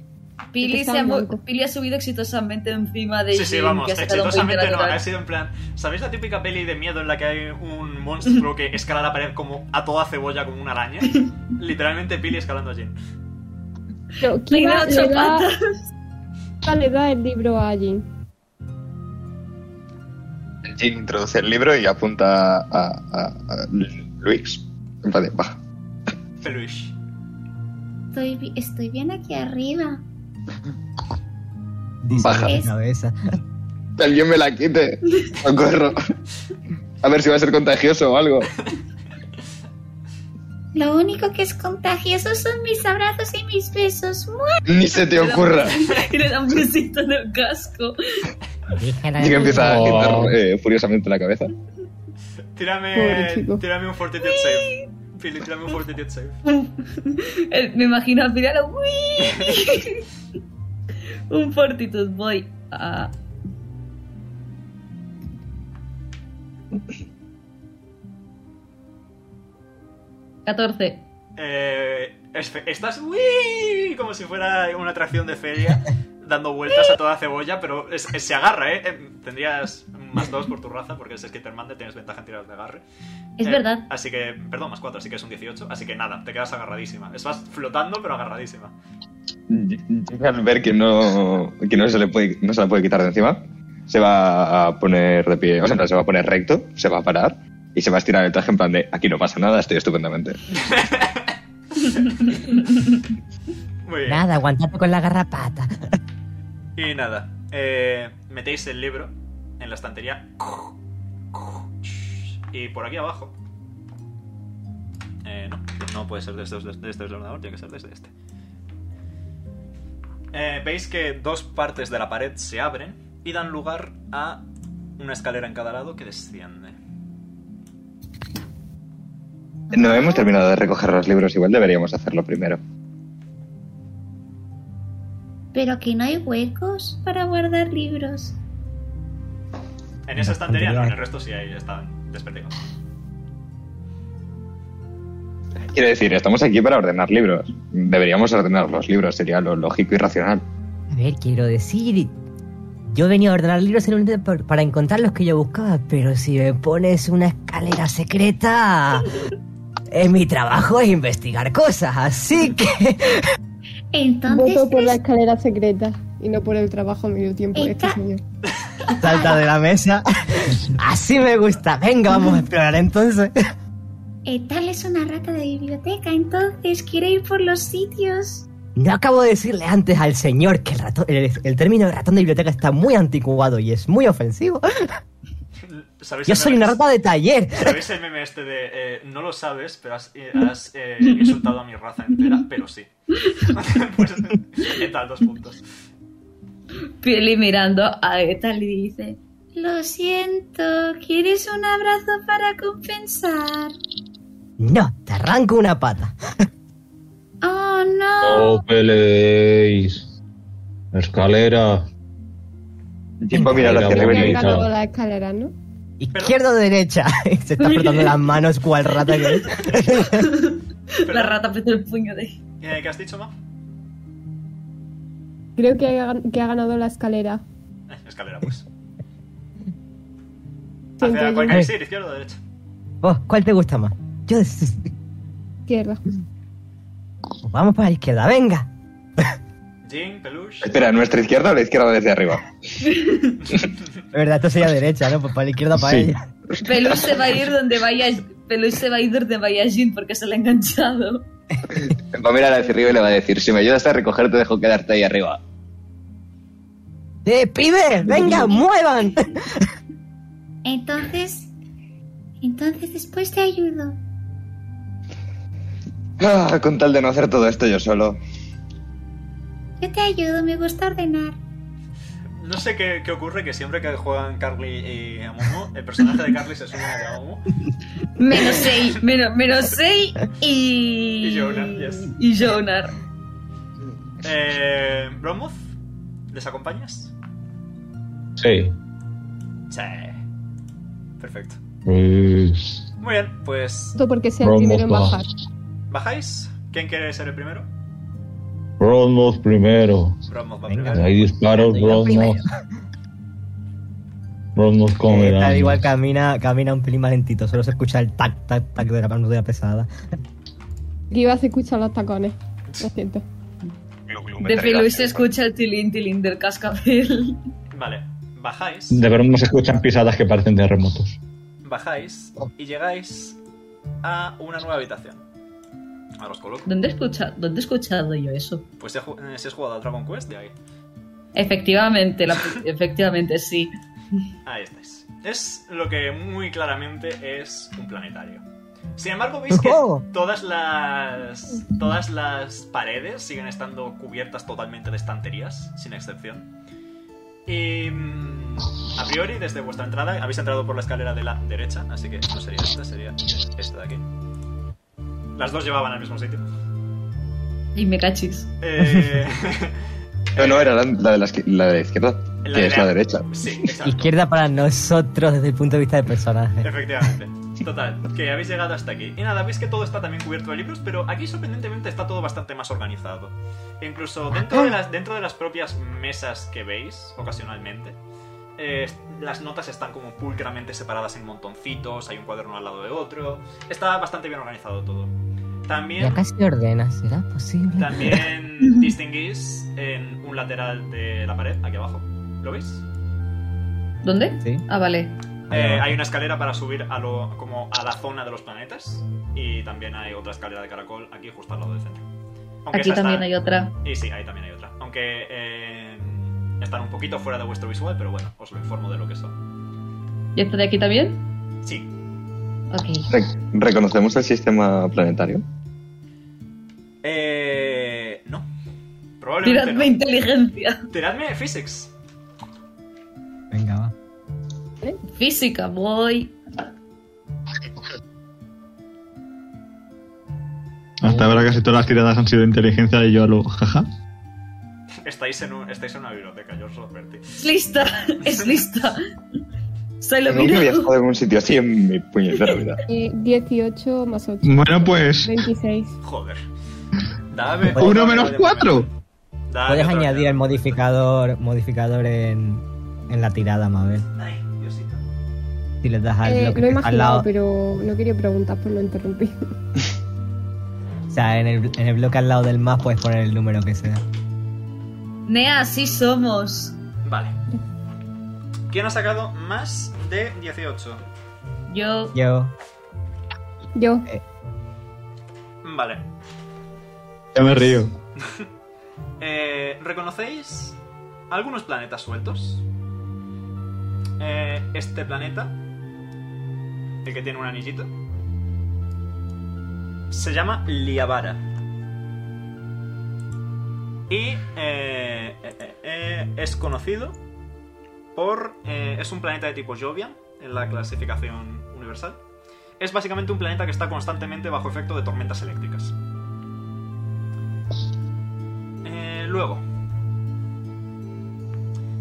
C: Pili,
E: Está
C: se ha, mu-
E: blanco.
C: Pili ha subido exitosamente encima de
B: Sí, sí,
C: Jim,
B: vamos,
C: que ha sacado un 20
B: exitosamente no,
C: natural.
B: ha sido en plan... ¿Sabéis la típica peli de miedo en la que hay
C: (laughs)
B: un monstruo que escala la pared como a toda cebolla como una araña? Literalmente Pili escalando a Jin.
E: Pero
C: Tiene
E: Kira
C: ocho
E: le da,
C: patas.
E: Kira le da el libro a Jin.
D: Jin introduce el libro y apunta a, a, a Luis. En plan de, baja.
B: Peluish.
A: Estoy, bi- estoy bien aquí arriba.
G: Dice
D: Baja.
G: de cabeza.
D: Que Alguien me la quite. No corro. A ver si va a ser contagioso o algo.
A: Lo único que es contagioso son mis abrazos y mis besos. ¡Mua!
D: Ni se te ocurra.
B: ¿eh?
C: (laughs) Y le da un besito en el casco.
D: Y que empieza a
F: Oh.
D: agitar eh, furiosamente la cabeza.
B: Tírame,
E: Pobre chico.
B: tírame un fortitude save. Pili,
C: (laughs)
B: tírame un fortitude save.
C: El- Eh, me imagino al final ¡uy!
B: (laughs)
C: un fortitud voy a catorce
B: Eh, es- estás uy, como si fuera una atracción de
C: (laughs)
B: feria, dando vueltas a toda cebolla, pero es- es- se agarra, ¿eh? Eh, Tendrías más dos por tu raza, porque es Skitterman, te tienes ventaja en tiras de agarre.
C: es
B: Eh,
C: verdad
B: Así que, perdón, más cuatro, así que es un 18. Así que nada, te quedas agarradísima. Estás flotando, pero agarradísima.
D: Jin, al ver que no, que no se le puede, no se la puede quitar de encima, se va a poner de pie, o sea, no, se va a poner recto, se va a parar y se va a estirar el traje en plan de aquí no pasa nada, estoy estupendamente.
B: Muy bien.
I: Nada, aguantate con la garrapata.
B: Y nada, eh, metéis el libro en la estantería. Y por aquí abajo. Eh, no, no puede ser de este, de este ordenador, tiene que ser desde este. Eh, Veis que dos partes de la pared se abren y dan lugar a una escalera en cada lado que desciende.
D: No hemos terminado de recoger los libros, igual deberíamos hacerlo primero.
A: Pero aquí no hay huecos para guardar libros.
B: En esa estantería no, en el resto sí ahí están desperdigados.
D: Quiero decir, estamos aquí para ordenar libros. Deberíamos ordenar los libros, sería lo lógico y racional.
J: A ver, quiero decir, yo venía a ordenar libros en un intento por- para encontrar los que yo buscaba, pero si me pones una escalera secreta, eh, mi trabajo es investigar cosas, así que
A: Entonces,
E: Voto por
A: ¿crees-
E: la escalera secreta y no por el trabajo a medio tiempo de este
A: Esta-
E: señor.
I: (laughs) Salta de la mesa.
J: así me gusta. Venga,
I: Vamos a
J: vamos.
I: explorar entonces.
A: eh, tal es una rata de biblioteca, entonces quiere ir por los sitios.
J: No acabo de decirle antes al señor que el, ratón- el, el término de ratón de biblioteca está muy anticuado y es muy ofensivo.
B: ¿Sabéis
J: Yo
B: el
J: soy
B: meme-
J: una rata de taller.
B: ¿Sabéis el meme este de eh, no lo sabes, pero has, eh, has, eh, insultado a mi raza entera? Pero sí. (laughs) pues, ¿Qué tal? Dos puntos.
C: Pili mirando a Etal y dice
A: Lo siento, ¿quieres un abrazo para compensar?
J: No, te arranco una pata.
A: Oh, no.
F: No peleéis. Escalera.
D: Jin va a mirar hacia arriba y
E: Me
D: le
E: han
F: Venga.
D: dice,
E: ganado la escalera, ¿no?
J: Izquierda o derecha. (laughs) Y se está frotando las manos cual rata que es.
B: Pero,
C: la rata apretó el puño de
B: eh, ¿Qué has dicho, Ma?
E: Creo que ha, que ha ganado la escalera.
B: Eh, escalera, pues.
E: Siento
B: Hacia
E: yo
B: cuál
E: la
B: queréis ir, izquierda o derecha.
J: Vos, ¿cuál te gusta más? Yo
E: izquierda.
J: (laughs) vamos para la izquierda, venga.
B: Jin, Peluche.
D: Espera, ¿nuestra izquierda o la izquierda desde arriba?
I: De verdad, esto sería derecha, ¿no? Pues para la izquierda, para
F: Sí.
I: ella.
C: Peluche se va a ir donde vaya Peluche se va a ir donde vaya Jin porque se le ha enganchado
D: Va a mirar hacia arriba y le va a decir, si me ayudas a recoger te dejo quedarte ahí arriba.
J: ¡Eh, pibe! ¡Venga, muevan!
A: Entonces, entonces después te ayudo.
D: Ah, con tal de no hacer todo esto yo solo.
A: Yo te ayudo, me gusta ordenar.
B: No sé qué, qué ocurre, que siempre que juegan Carly y Amumu, el personaje de Carly se suma al de Amumu.
C: Menos 6, menos, menos 6 y.
B: Y Jonar, yes.
C: Y Jonar.
B: Eh, Bromuth, ¿les acompañas?
F: Sí.
B: Sí. Perfecto.
F: Eh,
B: Muy bien, pues
E: Todo porque sea el
F: Bromuth
E: primero en
F: va.
E: bajar.
B: bajáis. ¿Quién quiere ser el primero?
F: Broadmoor primero.
B: Bromuth va
G: Venga.
B: primero.
F: Hay disparos,
G: Yo
F: (laughs) Broadmoor. Broadmoor come
G: Eh, tal
F: daño.
G: igual camina, camina un pelín más lentito, solo se escucha el tac, tac, tac de la mano de la pesada.
E: Que ibas a escuchar los tacones. Lo siento.
C: De Peluche se escucha el tilín tilín del cascabel.
B: Vale, bajáis.
F: De verdad no se escuchan pisadas que parecen terremotos.
B: Bajáis y llegáis a una nueva habitación. Ahora os coloco.
C: ¿Dónde he escucha- dónde he escuchado yo eso?
B: Pues si, ha ju- eh, si has jugado a Dragon Quest, de ahí.
C: Efectivamente, la- efectivamente sí.
B: Ahí estáis. Es lo que muy claramente es un planetario. Sin embargo, veis que
G: ¡Ojo!
B: todas las. Todas las paredes siguen estando cubiertas totalmente de estanterías, sin excepción. Y. mm, A priori, desde vuestra entrada, habéis entrado por la escalera de la derecha, así que no sería esta, sería esta de aquí. Las dos llevaban al mismo sitio.
C: Y me cachis.
B: Eh, (laughs)
D: No, no, era la, la de la, izquier- la de la izquierda,
B: La
D: que
B: de
D: es
B: la-
D: la derecha.
B: sí, exacto.
G: Izquierda para nosotros desde el punto de vista del personaje.
B: Efectivamente. Total, que habéis llegado hasta aquí. Y nada, veis que todo está también cubierto de libros, pero aquí sorprendentemente está todo bastante más organizado. E incluso dentro de las, dentro de las propias mesas que veis ocasionalmente, eh, las notas están como pulcramente separadas en montoncitos, hay un cuaderno al lado de otro. Está bastante bien organizado todo. También,
J: Ya casi ordenas, ¿será posible?
B: también distinguís en un lateral de la pared, aquí abajo. ¿Lo veis?
C: ¿Dónde?
G: Sí.
C: Ah, vale.
B: Eh, hay una escalera para subir a lo, como a la zona de los planetas y también hay otra escalera de caracol aquí justo al lado del centro. Aunque
C: Aquí
B: esa
C: también
B: está-
C: hay otra.
B: Y sí, ahí también hay otra. Aunque eh, están un poquito fuera de vuestro visual, pero bueno, os lo informo de lo que son.
C: ¿Y esta de aquí también?
B: Sí,
C: Ok.
D: Re- ¿Reconocemos el sistema planetario?
B: eh, no. Probablemente
C: Tiradme
B: no.
C: inteligencia.
B: Tiradme physics.
G: Venga, va.
C: Física, voy.
F: Hasta ahora casi todas las tiradas han sido de inteligencia y yo a lo jaja.
B: Estáis en, un- estáis en una biblioteca, yo os lo advertí.
C: Es lista, (laughs) es lista. Soy lo
D: Nunca había
C: mismo.
D: estado en un sitio así en mi
B: (laughs)
D: puñetera vida.
E: Eh, 18 más 8.
F: Bueno,
G: Mm.
F: pues.
E: 26.
B: Joder. Dame
G: Uno
B: otro
F: menos
B: de
F: cuatro.
B: momento. Dame
G: Puedes
B: otro
G: añadir
B: de
G: el
B: momento.
G: modificador, modificador en, en la tirada, Mabel.
B: Ay, Diosito.
G: Si le das al,
E: Eh,
G: Ah, lo que
E: lo he
G: te- al lado,
E: imaginado, pero no quería preguntar por no interrumpir.
G: o sea, en el, en el bloque al lado del más puedes poner el número que sea.
C: Nea, así somos.
B: Vale. ¿Quién ha sacado más de 18?
C: Yo.
G: Yo,
E: (laughs) Yo,
B: Vale.
F: Ya me río.
B: Eh, ¿Reconocéis algunos planetas sueltos? Eh, este planeta, el que tiene un anillito, se llama Liavara. Y eh, eh, eh, eh, es conocido por... eh, es un planeta de tipo Jovian en la clasificación universal. Es básicamente un planeta que está constantemente bajo efecto de tormentas eléctricas. Eh, luego,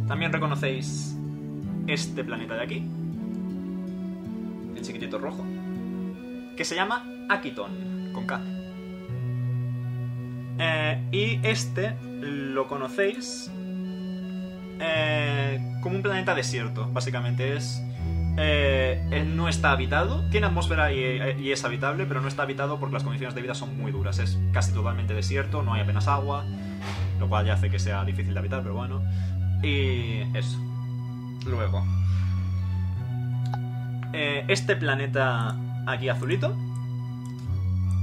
B: también reconocéis este planeta de aquí, el chiquitito rojo, que se llama Akiton, con K. Eh, y este lo conocéis eh, como un planeta desierto, básicamente es... eh, eh, no está habitado, tiene atmósfera y, y es habitable, pero no está habitado porque las condiciones de vida son muy duras. Es casi totalmente desierto, no hay apenas agua, lo cual ya hace que sea difícil de habitar, pero bueno. Y eso. Luego. Eh, este planeta aquí azulito.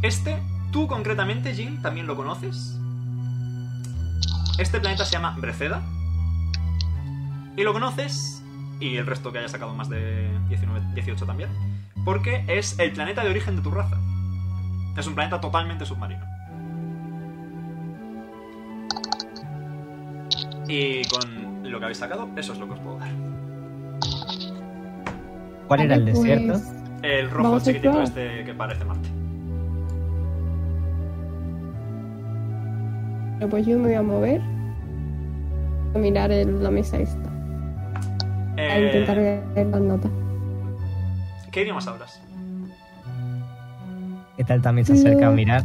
B: Este, tú concretamente, Jin, también lo conoces. Este planeta se llama Breceda. Y lo conoces, y el resto que haya sacado más de 19, 18 también, porque es el planeta de origen de tu raza. Es un planeta totalmente submarino. Y con lo que habéis sacado, eso es lo que os puedo dar.
G: ¿Cuál era el
E: Vale, pues,
G: desierto?
B: El rojo
E: Vamos a
B: chiquitito
E: probar.
B: este que parece Marte.
E: Bueno, pues yo me voy a mover. A mirar el- la mesa esta. A intentar
B: Eh,
E: ver las notas.
B: ¿Qué idiomas hablas?
G: ¿Qué tal también se acerca a
E: No.
G: mirar?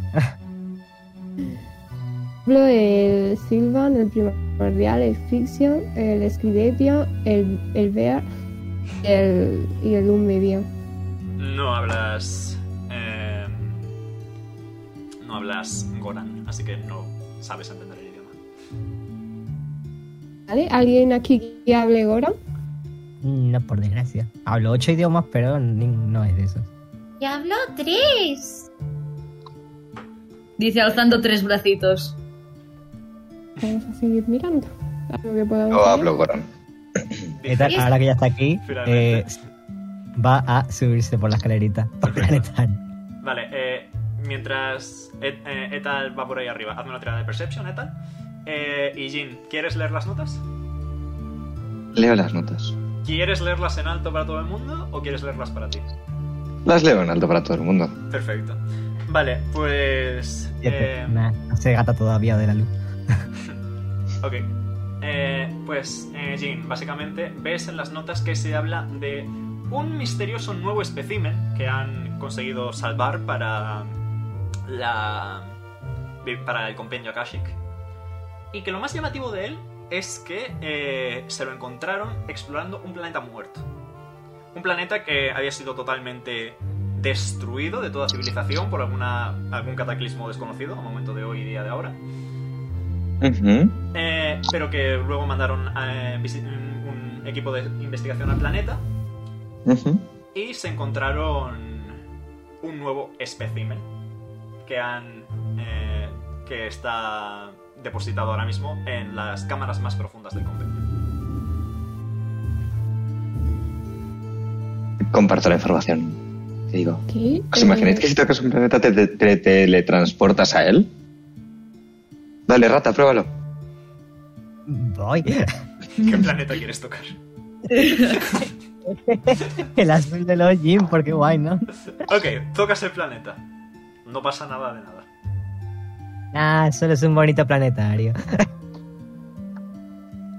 E: Hablo del Silvan, el primordial, el Fiction, el Scribepia, el, el Bear y el, y el Unmedia.
B: No hablas. eh, no hablas Goran, así que no sabes entender el idioma.
E: ¿Vale? ¿Alguien aquí que hable ahora?
G: No, por desgracia. Hablo ocho idiomas, pero ni- no es de esos.
A: Y habló tres.
C: Dice alzando tres bracitos.
E: Vamos a seguir mirando. A lo que podamos
D: No
E: ver.
D: hablo, Goran.
G: ¿Qué tal?
A: Dice-
G: Ahora que ya está aquí,
B: Finalmente.
G: eh, va a subirse por la escalerita. (laughs) Por planetario.
B: Vale, eh, mientras Et- eh, Etal va por ahí arriba, hazme una tirada de Perception, Etal. Eh, y Jin, ¿quieres leer las notas?
D: Leo las notas.
B: ¿Quieres leerlas en alto para todo el mundo o quieres leerlas para ti?
D: Las leo en alto para todo el mundo.
B: Perfecto. Vale, pues... eh,
G: Nah, no se gata todavía de la luz.
B: Ok. Eh, pues, eh, Jin, básicamente ves en las notas que se habla de un misterioso nuevo espécimen que han conseguido salvar para la para el compendio akashic y que lo más llamativo de él es que eh, se lo encontraron explorando un planeta muerto un planeta que había sido totalmente destruido de toda civilización por alguna algún cataclismo desconocido a momento de hoy y día de ahora
D: Ujú.
B: eh, pero que luego mandaron eh, visi- un un equipo de investigación al planeta
D: Ujú.
B: y se encontraron un nuevo espécimen que han eh, que está depositado ahora mismo en las cámaras más profundas del convento.
D: Comparto la información. Te digo.
E: ¿Qué?
D: ¿Os imagináis Pues que si tocas un planeta te, te- te teletransportas a él? Dale, rata, pruébalo.
G: Voy. (laughs)
B: ¿Qué planeta quieres tocar?
G: El azul de los Jim, porque guay, ¿no?
B: Ok, tocas el planeta. No pasa nada de nada.
G: Ah, solo es un bonito planetario.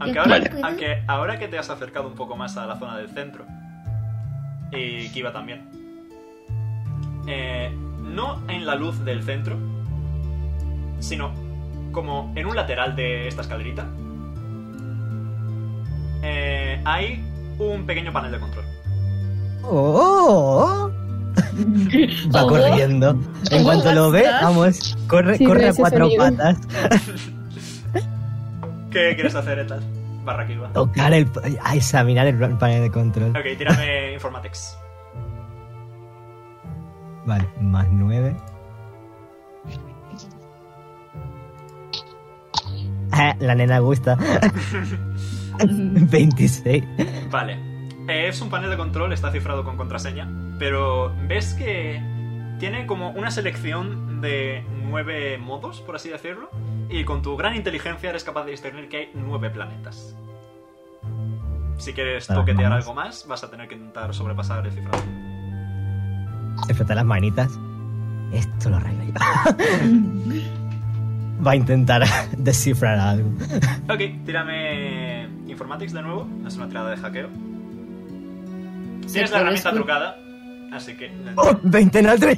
B: Aunque
A: Yo
B: ahora,
A: creo que-
B: aunque ahora que te has acercado un poco más a la zona del centro, y Kiva también, eh, no en la luz del centro, sino como en un lateral de esta escalerita, eh, hay un pequeño panel de control.
G: ¡Oh! (laughs) Va
C: Oh.
G: corriendo. En
C: Oh,
G: cuanto lo ve,
C: ostras.
G: vamos, corre,
E: Sí,
G: corre a
E: ese
G: cuatro
E: sonido.
G: patas.
B: ¿Qué quieres hacer, Etal? Barra Kiva.
G: Tocar el. A examinar el plan- panel de control.
B: Ok, tírame Informatex.
G: Vale, más nueve. Ah, La nena gusta. (laughs) 26.
B: Vale. Eh, Es un panel de control, está cifrado con contraseña, pero ves que tiene como una selección de nueve modos, por así decirlo, y con tu gran inteligencia eres capaz de discernir que hay nueve planetas. Si quieres
G: Las
B: toquetear
G: manos.
B: algo más, vas a tener que intentar sobrepasar el cifrado.
G: Se frota las manitas. Esto lo arreglo yo. (laughs) Va a intentar (laughs) descifrar algo.
B: Ok, tírame Informatics de nuevo, es una tirada de hackeo. Tienes la
C: puede
B: herramienta
C: escu-
B: trucada, así que...
G: ¡Oh! 20 natural.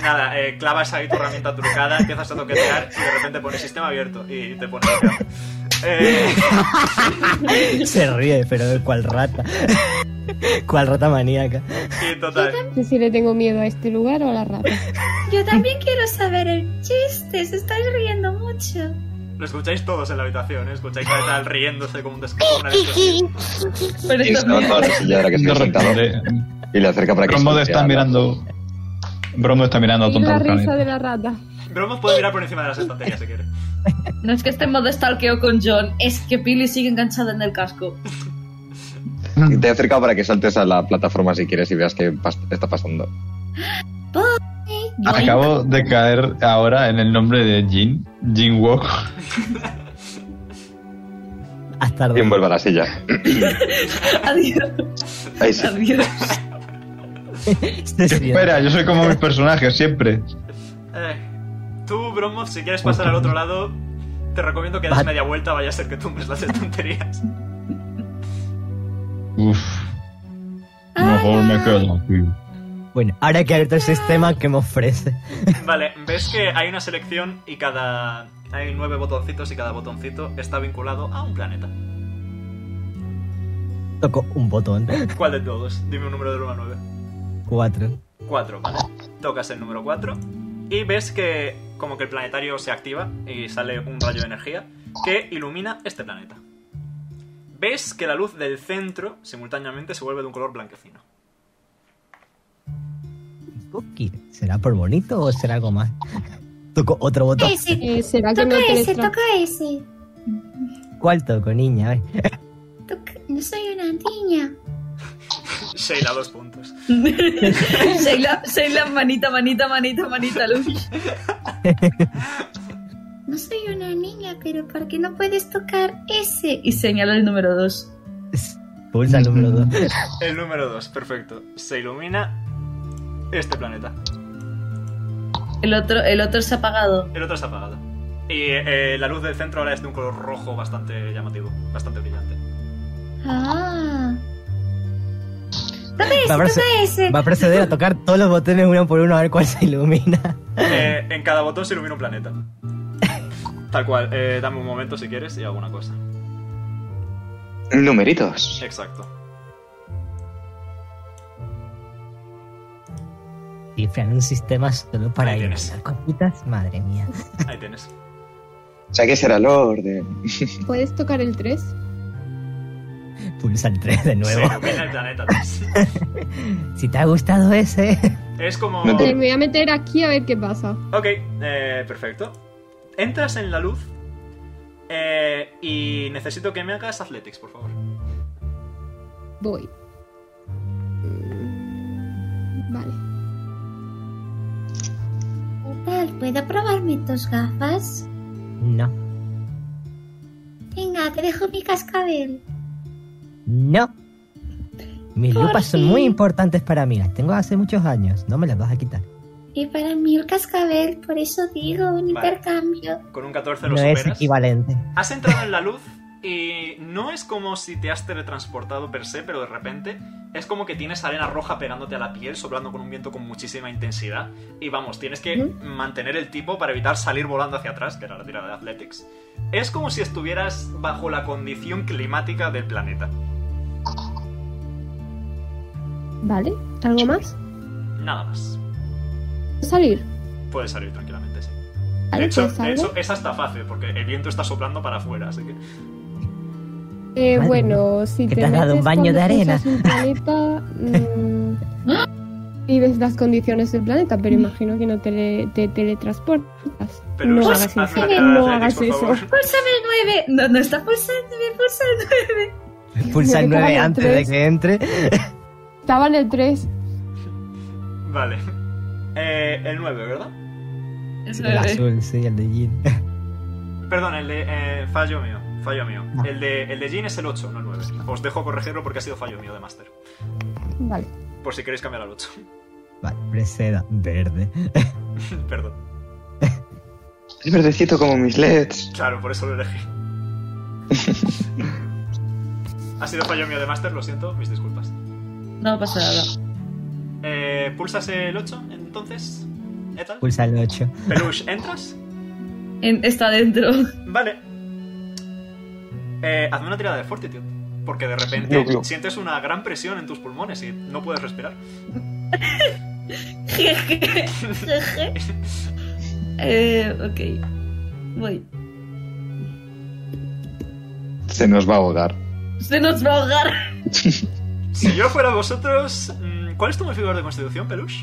B: Nada, eh, clavas ahí tu herramienta trucada, empiezas a toquetear y de repente pones sistema abierto y te pones bloqueado. Eh,
G: (laughs) Se ríe, pero cual rata. (laughs) Cual rata maníaca.
B: y total.
E: No sé si le tengo miedo a este lugar o a la rata.
K: (laughs)
A: Yo también quiero saber el chiste. Se está riendo mucho.
B: Lo escucháis todos en la habitación, ¿eh? escucháis a tal riéndose como un descojonado.
C: Pero
D: Y
C: esto
D: se nota la silla ahora que estoy
F: No
D: sentado
F: responde.
D: y le acerca para que
F: Bromo está
D: escuche.
F: mirando. Bromo está mirando
E: Y
F: tonto
E: la
F: al
E: risa de
F: planeta.
E: la rata.
B: Bromo puede mirar por encima de las estanterías si quiere.
C: No es que esté en modo stalkeo con John, es que Pili sigue enganchada en el casco. (laughs)
D: Y Te he acercado para que saltes a la plataforma si quieres y veas qué pas- está pasando.
K: Ah,
F: Acabo de caer ahora en el nombre de Jin. Jin Wok.
G: Hasta tarde.
D: Bien, vuelva a la silla.
C: Adiós.
D: Ahí sí.
C: Adiós.
G: Se sienta.
K: Espera, yo soy como mis personajes siempre.
B: Eh, tú, Bromoth, si quieres pasar al otro lado, te recomiendo que des
G: Va-
B: media vuelta, vaya a ser que tumbes las de tonterías.
K: Uf. Mejor
A: Ah.
K: me quedo aquí.
G: Bueno, ahora que abierto el sistema que me ofrece.
B: Vale, ves que hay una selección y cada. Hay nueve botoncitos y cada botoncito está vinculado a un planeta.
G: Toco un botón.
B: ¿Cuál de todos? Dime un número del 1 al 9.
G: Cuatro.
B: 4, vale. Tocas el número 4 y ves que como que el planetario se activa y sale un rayo de energía que ilumina este planeta. Ves que la luz del centro simultáneamente se vuelve de un color blanquecino.
G: Cookie. ¿Será por bonito o será algo más? Toco otro botón.
A: Ese,
E: Eh, ¿Será que
A: toca
E: me
A: ese,
E: teletransporto?
A: toca ese.
G: ¿Cuál toco, niña? A ver.
A: Toca... No soy una niña.
B: Sheila, dos puntos.
C: Sheila, Sheila, manita, manita, manita, manita, Luis.
A: No soy una niña, pero ¿por qué no puedes tocar ese?
C: Y señala el número 2.
G: Pulsa el número dos.
B: El número 2, perfecto. Se ilumina este planeta.
C: El otro, el otro se ha apagado.
B: El otro está apagado. Y eh, la luz del centro ahora es de un color rojo bastante llamativo, bastante brillante.
A: Ah. Toca ese,
G: Ahora se-
A: toca ese.
G: Va a proceder a tocar todos los botones uno por uno a ver cuál se ilumina.
B: Eh, en cada botón se ilumina un planeta. Tal cual, eh, dame un momento si quieres y hago una cosa.
D: Numeritos.
B: Exacto.
G: Y Fran, un sistema solo para
B: Ahí
G: ir
B: tienes.
G: cositas. Madre mía.
B: Ahí tienes.
D: O sea, que será el orden.
E: ¿Puedes tocar el 3?
G: Pulsa el 3 de
B: Se
G: (laughs) nuevo.
B: ilumina el planeta.
G: (laughs) Si te ha gustado ese.
B: Es como...
D: No
E: Eh, Me
D: te-
E: voy a meter aquí a ver qué pasa.
B: Ok, eh, perfecto. Entras en la luz eh, y necesito que me hagas athletics, por favor.
E: Voy. Mm, Vale.
A: ¿Qué tal? ¿Puedo probarme tus gafas?
G: No.
A: Venga, te dejo mi cascabel.
G: No. Mis
A: Por
G: lupas son
A: fin.
G: muy importantes para mí. Las tengo hace muchos años. No me las vas a quitar.
A: Y para mí el cascabel, por eso digo, un
B: Vale.
A: intercambio.
B: Con un 14 lo
G: No es
B: superas.
G: equivalente.
B: Has entrado en la luz y no es como si te has teletransportado per se, pero de repente es como que tienes arena roja pegándote a la piel, soplando con un viento con muchísima intensidad. Y vamos, tienes que mantener el tipo para evitar salir volando hacia atrás, que era la tirada de Athletics. Es como si estuvieras bajo la condición climática del planeta.
E: Vale. ¿Algo más?
B: Nada más.
E: Salir.
B: Puedes salir tranquilamente, sí. De
E: Vale,
B: hecho,
E: pues
B: de
E: salgo.
B: hecho, es hasta fácil, porque el viento está soplando para afuera, así que...
E: Eh,
G: Madre
E: bueno, si
G: que
E: te,
G: te has dado un
E: metes
G: baño de
E: cuando
G: arena.
E: cruzas un
G: (laughs)
E: planeta, mm, y ves las condiciones del planeta, pero imagino que no te, te teletransportas.
B: Pero
E: no
B: haz-
E: hagas
B: haz
E: eso.
B: una tirada de
E: No hagas
B: Athletics, por
E: eso.
B: favor. (laughs)
C: ¡Púlsame el 9! No, no está pulsando, me pulsa el 9.
G: Pulsa el
E: Me toca
G: 9
E: el
G: antes
E: tres.
G: de que entre.
E: Estaba en el 3.
B: Vale. Eh, el 9, ¿verdad?
C: Es
G: El
C: 9.
G: azul, sí, el de Jean.
B: Perdón, el de. eh, fallo mío. Fallo mío.
D: Ah.
B: El de, el de Jean es el 8, no el 9. Os dejo corregirlo porque ha sido fallo mío de Master.
E: Vale.
B: Por si queréis cambiar al 8.
G: Vale, preceda. Verde.
B: (laughs) Perdón.
D: Es verdecito como mis E LEDs.
B: Claro, por eso lo
D: (laughs)
B: elegí. ha sido fallo mío de Master, lo siento, mis disculpas.
C: No pasa nada.
B: Eh, ¿Pulsas el 8 entonces? ¿Etal?
G: Pulsa el 8.
B: Peluche, ¿entras?
C: En- está dentro. (laughs)
B: Vale. Eh, hazme una tirada de Fortitude. Porque de repente
D: Glu, glu.
B: sientes una gran presión en tus pulmones y no puedes respirar.
C: Jeje. Jeje. Eh, ok. Voy.
D: Se nos va a ahogar.
C: Se nos va a ahogar.
B: Si yo fuera vosotros, mm, ¿cuál es tu modificador de constitución, Peluche?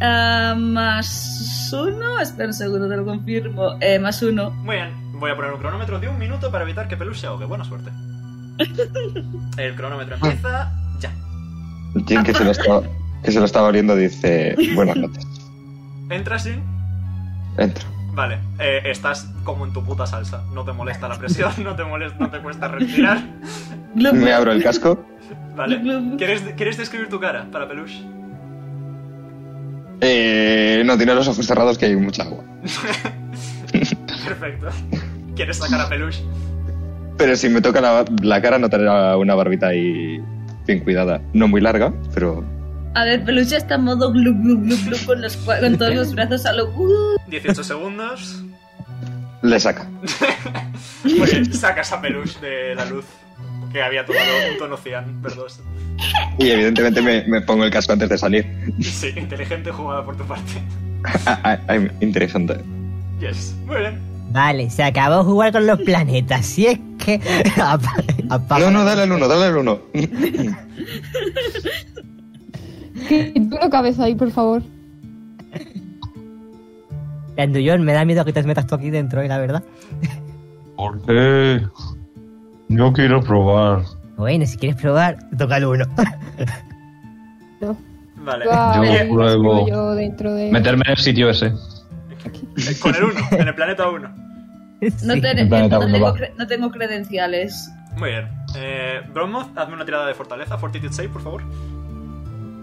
C: Ah, más uno. Espera un segundo, te lo confirmo. Eh, más uno.
B: Muy bien, voy a poner un cronómetro de un minuto para evitar que Peluche se ahogue. Buena suerte. El cronómetro empieza ya.
D: Jim, que se lo estaba, que se lo estaba oliendo, dice: Buenas noches.
B: Entras, Jin.
D: Entro.
B: Vale, eh, estás como en tu puta salsa. No te molesta la presión, no te molesta, no te cuesta respirar.
D: Me abro el casco.
B: Vale. ¿Quieres, ¿Quieres describir tu cara para Peluche?
D: Eh, no, tiene los ojos cerrados que hay mucha agua.
B: Perfecto. ¿Quieres sacar a Peluche?
D: Pero si me toca la, la cara notaré una barbita ahí bien cuidada. No muy larga, pero
C: A ver, Peluche está en modo glu glu glu glu con, los, cua- con todos los brazos a lo... Uh,
B: 18 segundos.
D: le saca.
B: Muy bien, sacas a Peluche de la luz que había tomado un tono cian, perdón.
D: Y evidentemente me, me pongo el casco antes de salir. (laughs)
B: Sí, inteligente jugada por tu parte. (laughs)
D: Ah, ah, ah, interesante.
B: Yes. Muy bien.
J: Vale, se acabó jugar con los planetas. Si es que. (laughs) apa- apa-
D: No, no, dale al uno, dale al uno.
E: Que tú no cabes ahí, por favor.
J: Grandullón, me da miedo que te metas tú aquí dentro, eh, la verdad.
K: ¿Por qué? Yo quiero probar.
J: Bueno, si quieres probar.
I: Toca el uno.
E: No.
B: Vale.
E: Yo
K: Yo pruebo.
E: Yo dentro de...
F: Meterme en el sitio ese.
B: Eh, Con el 1, en el planeta 1.
C: no,
J: Sí.
C: ten-
K: el planeta
C: no
K: uno,
C: tengo,
K: va.
C: cre- no tengo credenciales.
B: Muy bien. Eh, Bromoth, hazme una tirada de fortaleza, Fortitude 6, por favor.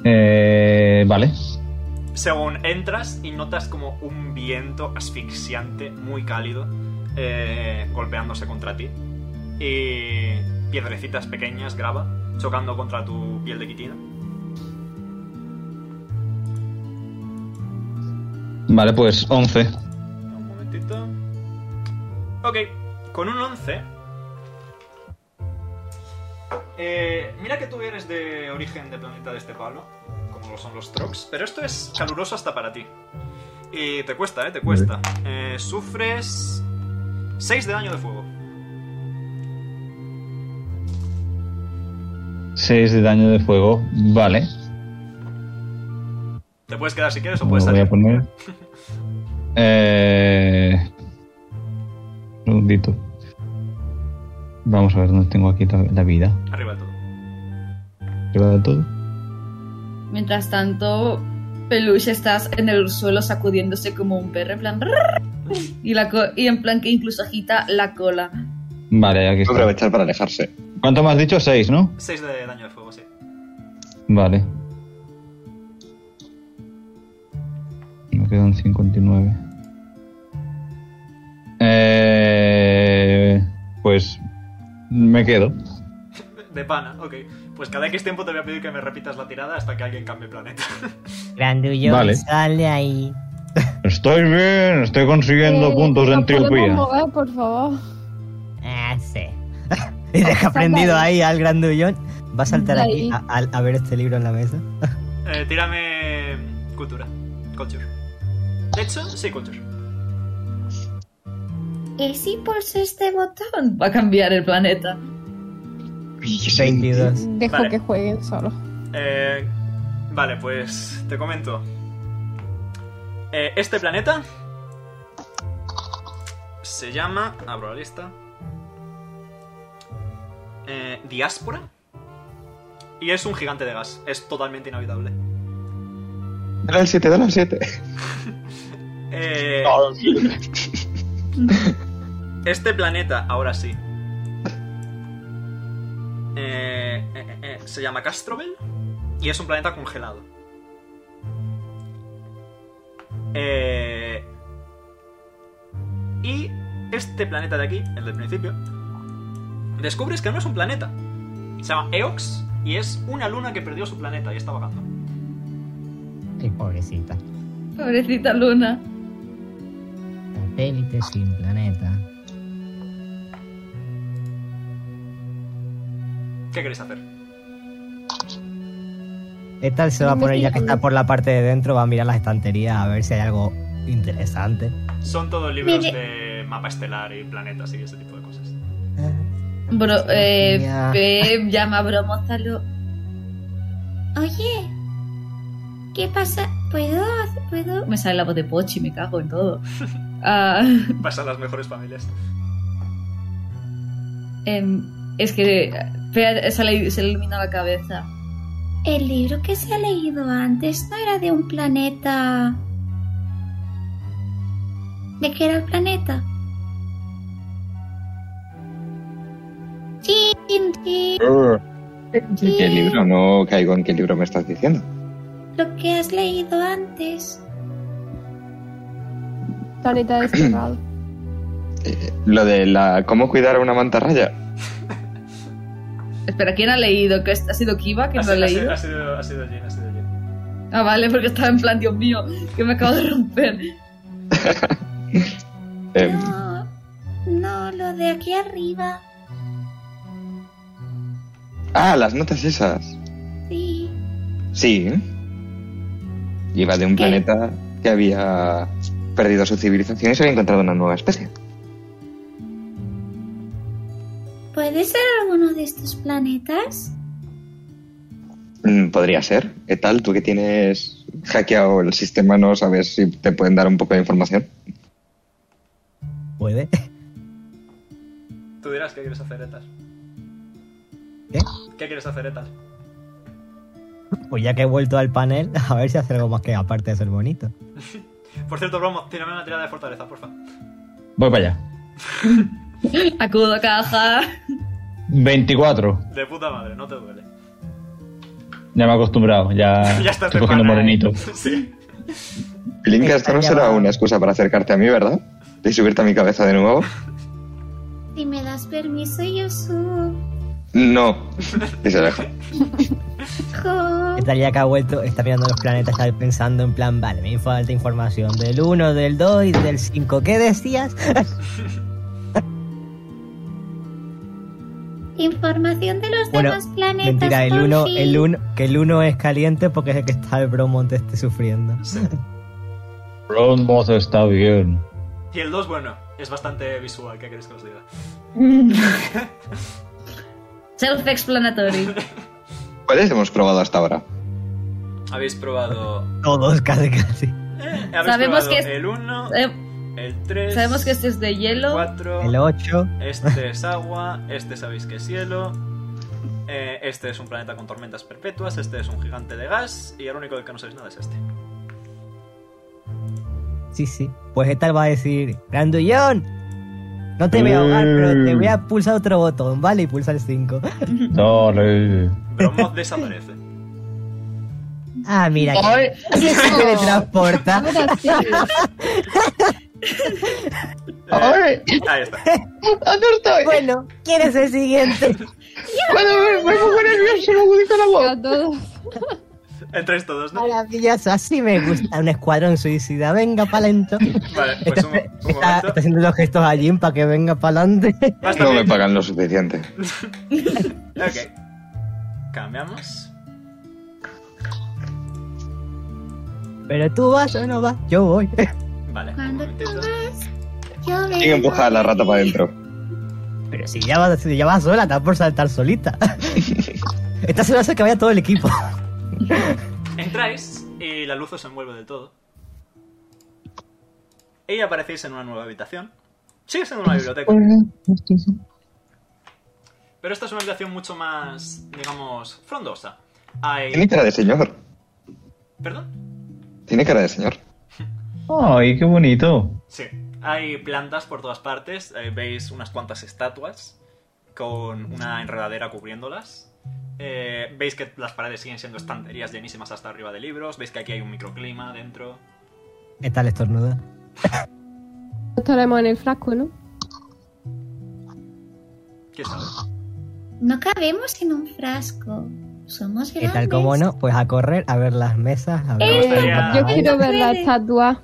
F: Eh, vale.
B: Según entras y notas como un viento asfixiante, muy cálido, eh, golpeándose contra ti. Y piedrecitas pequeñas, grava, chocando contra tu piel de quitina.
F: Vale, pues 11.
B: Un momentito. Ok, con un 11. Eh, mira que tú eres de origen de planeta de este palo, como lo son los Trox, pero esto es caluroso hasta para ti. Y te cuesta, eh, te cuesta. Eh, sufres 6 de daño de fuego.
F: 6 de daño de fuego. Vale.
B: Te puedes quedar si quieres o
F: Lo
B: puedes
F: voy
B: salir.
F: a poner. Eh, un segundito. Vamos a ver dónde tengo aquí la la vida.
B: Arriba del todo.
F: Arriba del todo.
C: Mientras tanto, Peluche estás en el suelo sacudiéndose como un perro, en plan... "Rrrr", Y, la co- y en plan que incluso agita la cola.
F: Vale, aquí
D: Voy a
F: está.
D: aprovechar para alejarse.
F: ¿Cuánto me has dicho? 6, ¿no?
B: 6 de daño de fuego, sí.
F: Vale. Me quedan 59. Eh, pues me quedo.
B: De pana, ok. Pues cada X tiempo te voy a pedir que me repitas la tirada hasta que alguien cambie planeta.
J: Grandullón,
F: Vale.
J: sal de ahí.
F: Estoy bien, estoy consiguiendo
E: Eh,
F: puntos de
E: ¿nos podemos
F: entropía.
E: mover, por favor.
J: Ah, sí.
G: Y deja prendido ahí al grandullón. Va a saltar
E: Ahí.
G: aquí a, a- a ver este libro en la mesa.
B: Eh, tírame cultura. Culture. De hecho, sí, culture.
A: ¿Y si pulso este botón?
C: Va a cambiar el planeta.
G: 22.
E: Dejo
B: Vale.
E: que jueguen solo.
B: Eh, vale, pues te comento. Eh, este planeta se llama. Abro la lista. Eh, Diáspora. Y es un gigante de gas. Es totalmente inhabitable.
D: Dale al 7, dale al 7.
B: Eh, (laughs) Este planeta, ahora sí. Eh, eh, eh, eh, se llama Castrobel y es un planeta congelado. Eh, y este planeta de aquí, el del principio, descubres que no es un planeta. Se llama Eox y es una luna que perdió su planeta y está vagando.
J: Qué pobrecita.
C: Pobrecita Luna.
J: Satélite sin planeta.
B: ¿Qué queréis hacer?
G: Esta se va a
E: No me
G: poner ya que
E: fijo.
G: está por la parte de dentro, va a mirar las estanterías a ver si hay algo interesante.
B: Son todos libros
A: Mire.
B: de mapa estelar y planetas y ese tipo de (laughs) cosas.
C: Bro, eh,
J: Ya.
C: Pep llama a Bromozalo.
A: Oye, ¿qué pasa? ¿Puedo? ¿Puedo?
C: Me sale la voz de Pochi, me cago
B: (laughs)
C: en todo. Ah,
B: Pasan las mejores familias.
C: em, es que Pep se le, se le ilumina la cabeza.
A: El libro que se ha leído antes no era de un planeta ¿De qué era el planeta? Chin, chin.
D: ¿Qué libro? No caigo en qué libro me estás diciendo.
A: Lo que has leído antes.
E: Planeta
G: (laughs)
E: desterrado.
D: Lo de la cómo cuidar a una mantarraya.
C: Espera, ¿quién ha leído? ¿Que es- ¿Ha sido Kiva quien
B: Ha
C: lo ha
B: sido- ha sido-
C: leído?
B: ha sido- ha sido Jin, ha sido Jin.
C: Ah, vale, porque estaba en plan, Dios mío, que me acabo de romper.
D: Em,
A: No, no, lo de aquí arriba.
D: ah, las notas esas.
A: Sí.
D: Sí. Iba de un
A: ¿Qué?
D: planeta que había perdido su civilización y se había encontrado una nueva especie.
A: ¿Puede ser alguno de estos planetas?
D: Mm, Podría ser. ¿Qué tal? Tú que tienes hackeado el sistema, no sabes si te pueden dar un poco de información.
G: Puede. (laughs)
B: Tú dirás que quieres hacer etas.
G: ¿Qué?
B: ¿Qué quieres hacer etas?
G: Pues ya que he vuelto al panel, (laughs) a ver si hace algo más que aparte de ser bonito.
B: Por cierto, Bromo, tírame una tirada de fortaleza, porfa.
F: Voy para allá.
C: Acudo a caja.
F: 24.
B: De puta madre, no te duele.
F: Ya me he acostumbrado.
B: (laughs)
F: Ya,
B: ya estás
F: estoy
B: de pana,
F: cogiendo
B: ¿eh?
F: morenito.
B: (laughs) Sí.
D: Linka, esto no
G: Estaría
D: será
G: mal.
D: una excusa para acercarte a mí, ¿verdad? Y subirte a mi cabeza de nuevo.
A: Si me das permiso,
D: (laughs)
A: yo subo.
D: No. Y se aleja.
G: Estaría que ha vuelto, está mirando los planetas, está pensando en plan, vale, me falta información del 1, del 2 y del 5. ¿Qué decías?
A: Información de los
G: Bueno,
A: demás planetas.
G: Mentira, el
A: por
G: 1,
A: fin.
G: el 1, que el 1 es caliente porque es el que está el bromonte este sufriendo. (laughs)
F: Broadmoth está bien.
B: Y el 2, bueno, es bastante visual, ¿qué queréis que os diga? (laughs)
C: Self-explanatory.
D: ¿Cuáles hemos probado hasta ahora?
B: Habéis probado.
G: Todos casi casi.
B: eh, habéis
C: Sabemos
B: probado
C: que es-
B: el 1,
C: Eh,
B: el 3,
C: Sabemos que este es de
B: el
C: hielo.
B: 4,
G: El 8, (laughs)
B: este es agua, este sabéis que es hielo. eh, este es un planeta con tormentas perpetuas, este es un gigante de gas y el único del que no sabéis nada es este.
G: sí, sí. Pues esta va a decir, Grandullón, no te voy a ahogar, pero te voy a pulsar otro botón, ¿vale? Y pulsa el 5.
F: Sorry.
G: (laughs)
B: Bromoth desaparece.
G: Ah, mira,
C: Ay,
G: se
E: (laughs)
G: teletransporta.
E: Ahora sí.
B: Eh, ahí está.
L: ¿Dónde estoy?
G: Bueno, ¿quién es el siguiente?
L: Cuando me me pongo nervioso, no me gusta la voz.
E: A todos.
B: Entráis todos, ¿no?
G: Maravilloso, así me gusta. Un escuadrón suicida, venga pa'lento.
B: Vale, pues un,
G: está,
B: un
G: está-
B: momento.
G: está haciendo los gestos a Jim para que venga pa'lante. (laughs)
B: Basta
D: No me
B: bien.
D: pagan lo suficiente.
B: Ok. Cambiamos.
G: Pero tú vas o no vas, yo voy. (laughs)
B: Vale, un
A: Cuando
B: momentito.
A: tomas, yo
D: ¿Quién
A: vengo.
D: empuja a la rata para adentro?
G: Pero si ya vas, si ya vas sola, te vas por saltar solita. (laughs) Estás segura de que vaya todo el equipo. (laughs)
B: Entráis y la luz os envuelve del todo. Y aparecéis en una nueva habitación. Sigue siendo una biblioteca. Pero esta es una habitación mucho más, digamos, frondosa.
D: Tiene
B: Hay...
D: cara de señor.
B: ¿Perdón?
D: Tiene cara de señor.
F: Ay, qué bonito.
B: Sí. Hay plantas por todas partes. eh, veis unas cuantas estatuas con una enredadera cubriéndolas. Eh, veis que las paredes siguen siendo estanterías llenísimas hasta arriba de libros. Veis que aquí hay un microclima dentro.
G: ¿Qué tal estornuda?
E: Estaremos en el frasco, ¿no?
B: ¿Qué sabe?
A: No cabemos en un frasco. Somos
G: ¿Qué
A: grandes.
G: tal como no? Pues a correr, a ver las mesas, a ver...
B: Eh,
E: Yo quiero
A: no
E: ver la
A: puede.
E: estatua.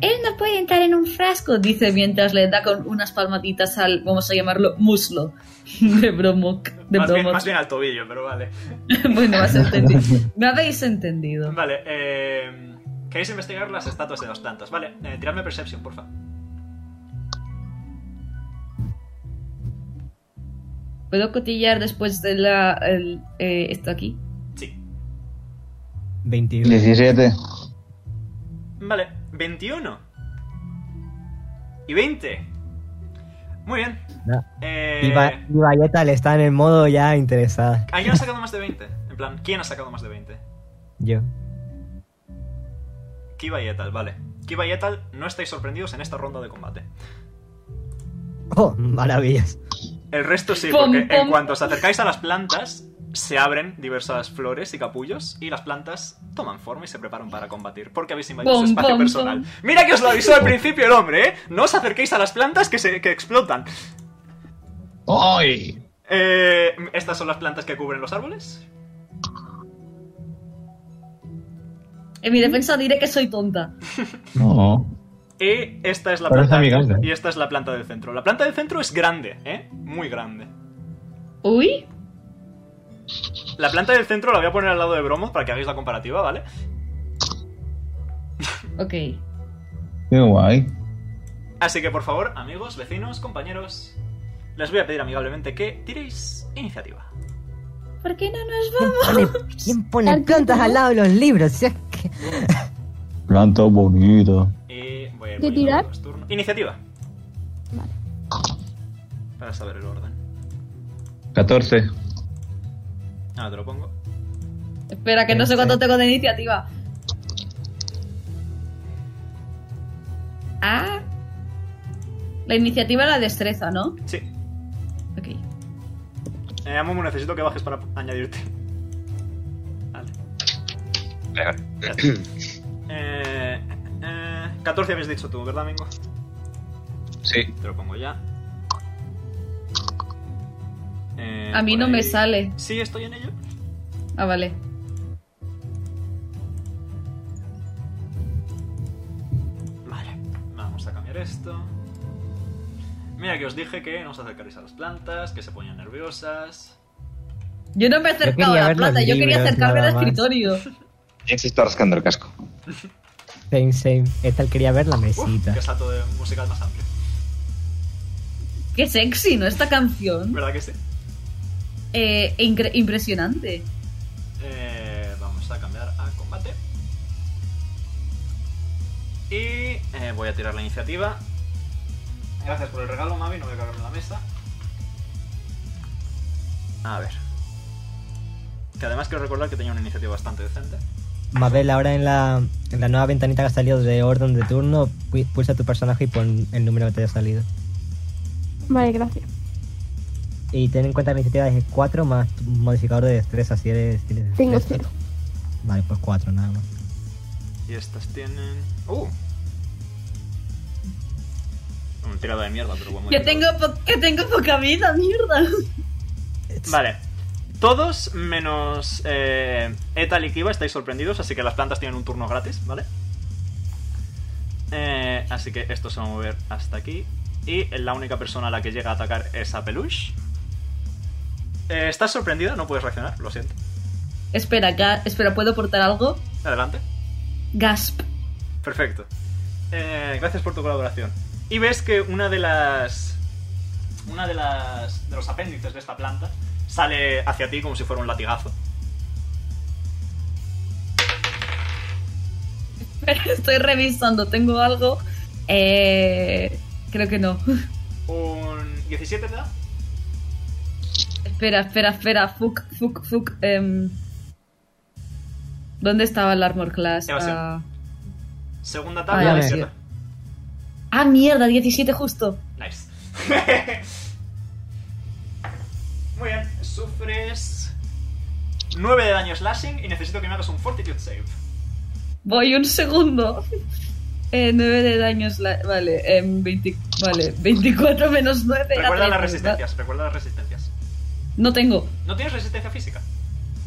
A: Él no puede entrar en un frasco.
C: Asco, dice mientras le da con unas palmaditas al, vamos a llamarlo, muslo (laughs) de Bromoc. De
B: Más bien,
C: Bromoc.
B: más bien al tobillo, pero vale.
C: (laughs) bueno, has entendido.
G: (laughs)
C: Me habéis entendido.
B: Vale, eh, queréis investigar las estatuas de las plantas. Vale, eh, tiradme Perception, porfa.
C: ¿Puedo cotillar después de la, el, eh, esto aquí?
B: Sí.
G: 21.
F: 17.
B: Vale, 21. Y 20. Muy bien.
G: No.
B: Eh,
G: Y, Va- y Bayeta le está en el modo ya interesada.
B: ¿Alguien ha sacado más de 20? En plan, ¿quién ha sacado más de 20?
G: Yo.
B: Kiva y Etal, vale. Kiba y Etal no estáis sorprendidos en esta ronda de combate.
G: Oh, maravillas.
B: El resto sí,
C: Pom,
B: porque en
C: pom.
B: cuanto os acercáis a las plantas, se abren diversas flores y capullos y las plantas toman forma y se preparan para combatir, porque habéis invadido su
C: Pom,
B: espacio
C: pom,
B: personal.
C: pom.
B: Mira que os lo avisó al principio el hombre, ¿eh? No os acerquéis a las plantas que, se, que explotan.
K: ¡Ay!
B: Eh, Estas son las plantas que cubren los árboles.
C: En mi defensa diré que soy tonta.
F: No.
B: Y esta es la
F: Parece
B: planta.
F: amigable.
B: Y esta es la planta del centro. La planta del centro es grande, ¿eh? Muy grande.
C: Uy,
B: La planta del centro la voy a poner al lado de Bromo para que hagáis la comparativa, ¿vale?
C: ok.
F: Qué guay.
B: Así que por favor, amigos, vecinos, compañeros, les voy a pedir amigablemente que tiréis iniciativa.
A: ¿Por qué no nos
J: ¿Quién
A: vamos?
J: pone, quién pone
E: Al
J: plantas
E: tubo.
J: al lado de los libros? Si es que-
F: Planta bonita.
B: Y voy a ir
E: ¿De
B: poniendo
E: tirar?
B: los turnos. Iniciativa.
E: Vale.
B: Para saber el orden.
F: 14.
B: Ahora te lo pongo.
C: Espera, que no sé cuánto tengo de iniciativa. Ah. La iniciativa era la destreza, ¿no?
B: Sí.
C: Ok.
B: Eh, Amumu, necesito que bajes para añadirte. Vale. Ya está. Eh, eh, 14 habéis dicho tú, ¿verdad, Mingo?
K: Sí.
B: Te lo pongo ya. Eh,
C: A mí
B: por
C: no
B: ahí-
C: me sale.
B: Sí, estoy en ello.
C: Ah, vale.
B: Vale, vamos a cambiar esto. Mira que os dije que no os acercaréis a las plantas, que se ponían nerviosas.
C: Yo no me he acercado a
G: quería
C: la
G: ver los
C: planta, yo quería
G: libros,
C: acercarme al
G: nada más.
C: escritorio.
D: James está rascando el casco.
G: Same, same. Esta quería ver la
B: Uf,
G: mesita.
B: que está todo de musical más amplio.
C: Qué sexy, ¿no? Esta canción.
B: ¿Verdad que sí?
C: Eh, incre- impresionante.
B: Eh, vamos a cambiar a combate. Y eh, voy a tirar la iniciativa. Gracias por el regalo, Mavi. No voy a cargarme la mesa. A ver. Que además quiero recordar que tenía una iniciativa bastante decente.
G: Mabel, ahora en la, en la nueva ventanita que ha salido de orden de turno, pu- pulsa tu personaje y pon el número que te haya salido.
E: Vale, gracias.
G: Y ten en cuenta que la iniciativa es 4 más tu modificador de destreza, si eres... si eres
E: Tengo
G: destreza.
E: cero.
G: Vale, pues 4 nada más.
B: Y estas tienen. ¡Uh! Un tirado de mierda, pero bueno.
C: Que tengo, po- que tengo poca vida, mierda.
B: Vale. Todos menos eh, Etal y Kiva estáis sorprendidos, así que las plantas tienen un turno gratis, ¿vale? Eh, así que esto se va a mover hasta aquí. Y la única persona a la que llega a atacar es a Peluche. Eh, estás sorprendida, no puedes reaccionar, lo siento.
C: Espera, ga- espera, ¿puedo aportar algo?
B: Adelante.
C: Gasp. (laughs)
B: Perfecto. Eh, gracias por tu colaboración. Y ves que una de las. Una de las. de los apéndices de esta planta sale hacia ti como si fuera un latigazo.
C: Estoy revisando, tengo algo. Eh, creo que no. (laughs)
B: Un. 17 te da.
C: Espera, espera, espera. Fuck, fuck, fuck. em. ¿Dónde estaba el Armor Class?
B: Evasión.
C: Ah,
B: Segunda tabla,
C: Ah,
G: ya
B: 17.
C: Ah, mierda, 17 justo.
B: Nice. (laughs) Muy bien, sufres. 9 de daño slashing y necesito que me hagas un fortitude save.
C: Voy un segundo. (laughs) Eh, 9 de daños. Vale, em, 20 vale, 24 menos 9. era
B: Recuerda las
C: 13,
B: resistencias, recuerda las resistencias.
C: ¿verdad? No tengo.
B: ¿No tienes resistencia física?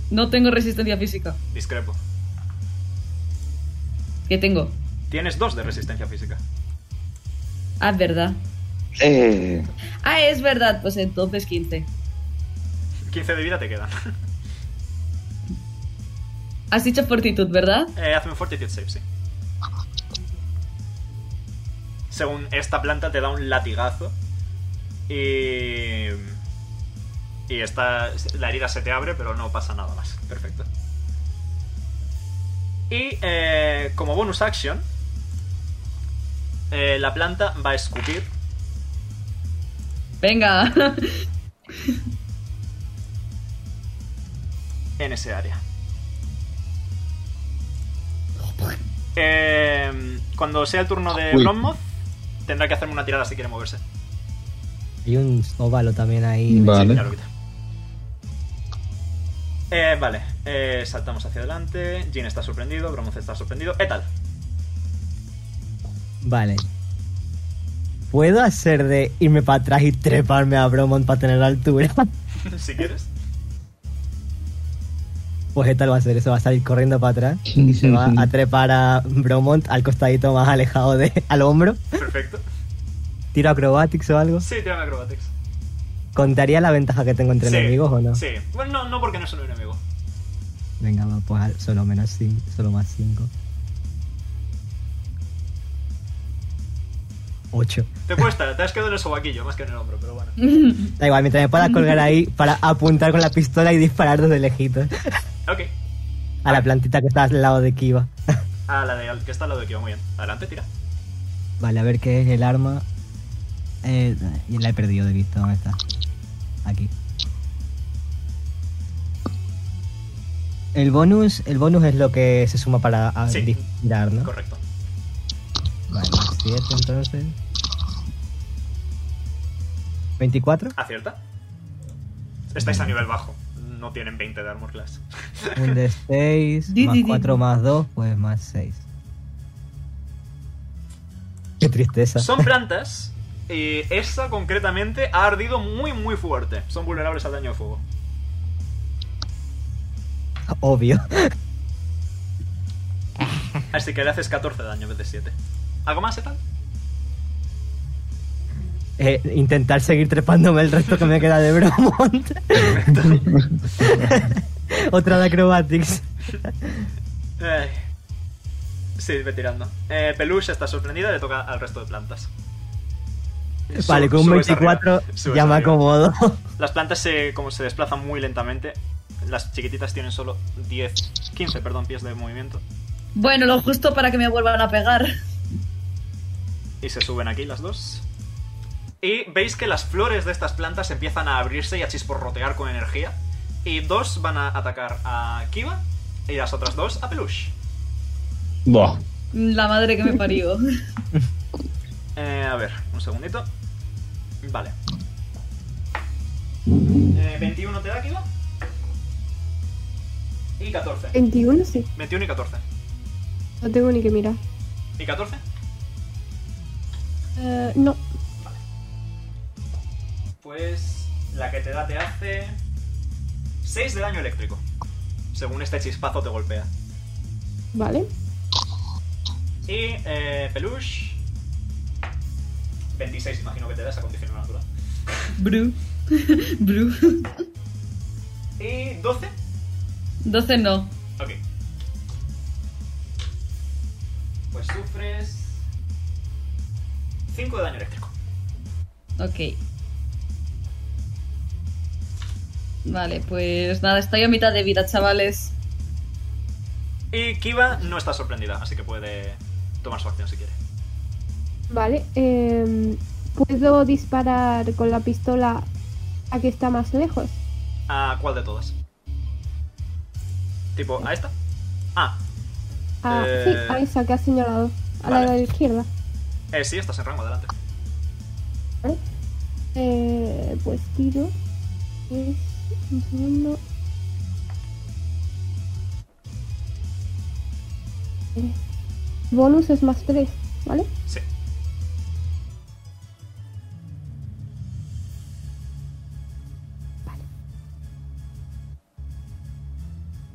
C: No tengo resistencia física.
B: Discrepo.
C: ¿Qué tengo?
B: Tienes 2 de resistencia física.
C: Ah, es verdad.
D: Eh,
C: Ah, es verdad. Pues entonces 15.
B: 15 de vida te quedan.
C: Has dicho fortitud, ¿verdad?
B: Eh, hazme un fortitude save, sí. Según esta planta te da un latigazo y y esta la herida se te abre, pero no pasa nada más. Perfecto. Y eh, como bonus action, eh, la planta va a escupir
C: Venga. (laughs)
B: en ese área. Eh, Cuando sea el turno de
G: Uy.
B: Bronmoth, tendrá que hacerme una tirada si quiere moverse.
G: Hay un óvalo también ahí.
B: Vale. ya lo quita. Eh, vale, eh, saltamos hacia adelante. Jin está sorprendido, Bromoth está sorprendido. Etal. (laughs)
G: Vale. ¿Puedo hacer de irme para atrás y treparme a Bromont para tener altura? (laughs)
B: si quieres.
G: Pues Etal va a hacer eso, va a salir corriendo para atrás y se va a trepar a Bromont al costadito más alejado de (laughs) al hombro.
B: Perfecto.
G: ¿Tiro acrobatics o algo?
B: Sí, tírame acrobatics.
G: ¿Contaría la ventaja que tengo entre
B: Sí,
G: enemigos o no?
B: Sí. Bueno, no, no porque no es un enemigo.
G: Venga, va, pues al- solo menos 5, solo más 5. 8.
B: Te cuesta, te has quedado en el sobaquillo más que en el hombro, pero bueno.
G: Da igual, mientras me pueda colgar ahí para apuntar con la pistola y disparar desde lejitos.
B: Ok.
G: A la plantita que está al lado de Kiva.
B: Ah, la de al que está al lado de Kiva, muy bien. Adelante, tira.
G: Vale, a ver qué es el arma. Eh, y la he perdido de vista. ¿Dónde está? Aquí. El bonus, el bonus es lo que se suma para a-
B: Sí.
G: disparar, ¿no?
B: Correcto.
G: Vale, 7 entonces.
B: (laughs)
G: 24.
B: Acierta. Estáis a nivel bajo. No tienen 20 de armor class.
G: Un de 6,
B: Di,
G: más
B: di, di.
G: 4 más 2, pues más 6. Qué tristeza.
B: Son plantas y esta concretamente ha ardido muy muy fuerte. Son vulnerables al daño de fuego.
G: Obvio.
B: Así que le haces 14 daño en vez de 7. ¿Algo más, Etal?
G: Eh, intentar seguir trepándome el resto que me queda
B: (laughs)
G: de Bromont. Otra de acrobatics.
B: Eh, sí, ve tirando. Eh, Peluche está sorprendida, le toca al resto de plantas. Su-
G: Vale, con un
B: subes
G: 24
B: arriba, subes
G: ya me
B: arriba.
G: acomodo.
B: Las plantas se, como se desplazan muy lentamente. Las chiquititas tienen solo 10, 15, perdón, pies de movimiento.
C: Bueno, lo justo para que me vuelvan a pegar. (laughs)
B: Y se suben aquí las dos. Y veis que las flores de estas plantas empiezan a abrirse y a chisporrotear con energía. Y dos van a atacar a Kiva y las otras dos a Peluche.
F: Buah.
C: La madre que me parió.
B: Eh, a ver, un segundito. Vale. Eh, 21 te da, Kiva. Y 14.
E: 21, sí.
B: 21 y 14.
E: No tengo ni que mirar.
B: ¿Y 14?
E: Eh, no.
B: Pues la que te da te hace 6 de daño eléctrico. Según este chispazo te golpea.
E: Vale.
B: Y eh, Peluche. 26, imagino que te da esa condición natural.
C: Bru. (laughs) Bru.
B: ¿Y 12?
C: 12 no.
B: Ok. Pues sufres. 5 de daño eléctrico.
C: Ok. Vale, pues nada, estoy a mitad de vida, chavales.
B: Y Kiva no está sorprendida, así que puede tomar su acción si quiere.
E: Vale. em, ¿Puedo disparar con la pistola a que está más lejos?
B: ¿A cuál de todas? ¿Tipo a esta? Ah,
E: A,
B: Eh,
E: Ah, Sí, a esa que has señalado. A
B: vale.
E: la de la izquierda.
B: eh, sí, estás en rango, adelante.
E: Vale. Eh, pues tiro. Es- un segundo. Eh, Bonus es más 3, ¿vale?
B: Sí.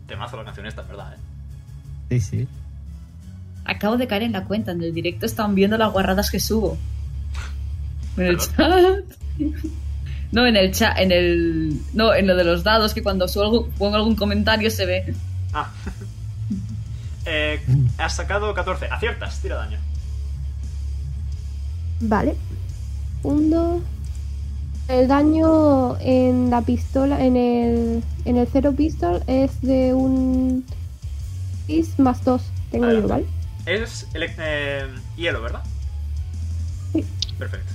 B: Te mazo la canción esta, en ¿verdad? eh?
G: Sí, sí.
C: Acabo de caer en la cuenta, en el directo están viendo las guarradas que subo. En el chat. (laughs) No, en el chat, en el. No, en lo de los dados, que cuando subo algo- pongo algún comentario se ve.
B: Ah. Eh, has sacado 14. Aciertas, tira daño.
E: Vale. Segundo. El daño en la pistola, en el, en el cero pistol es de un 6 más 2. Tengo yo,
B: Adelante.
E: ¿vale?
B: Es elec- eh, hielo, ¿verdad?
E: Sí.
B: Perfecto.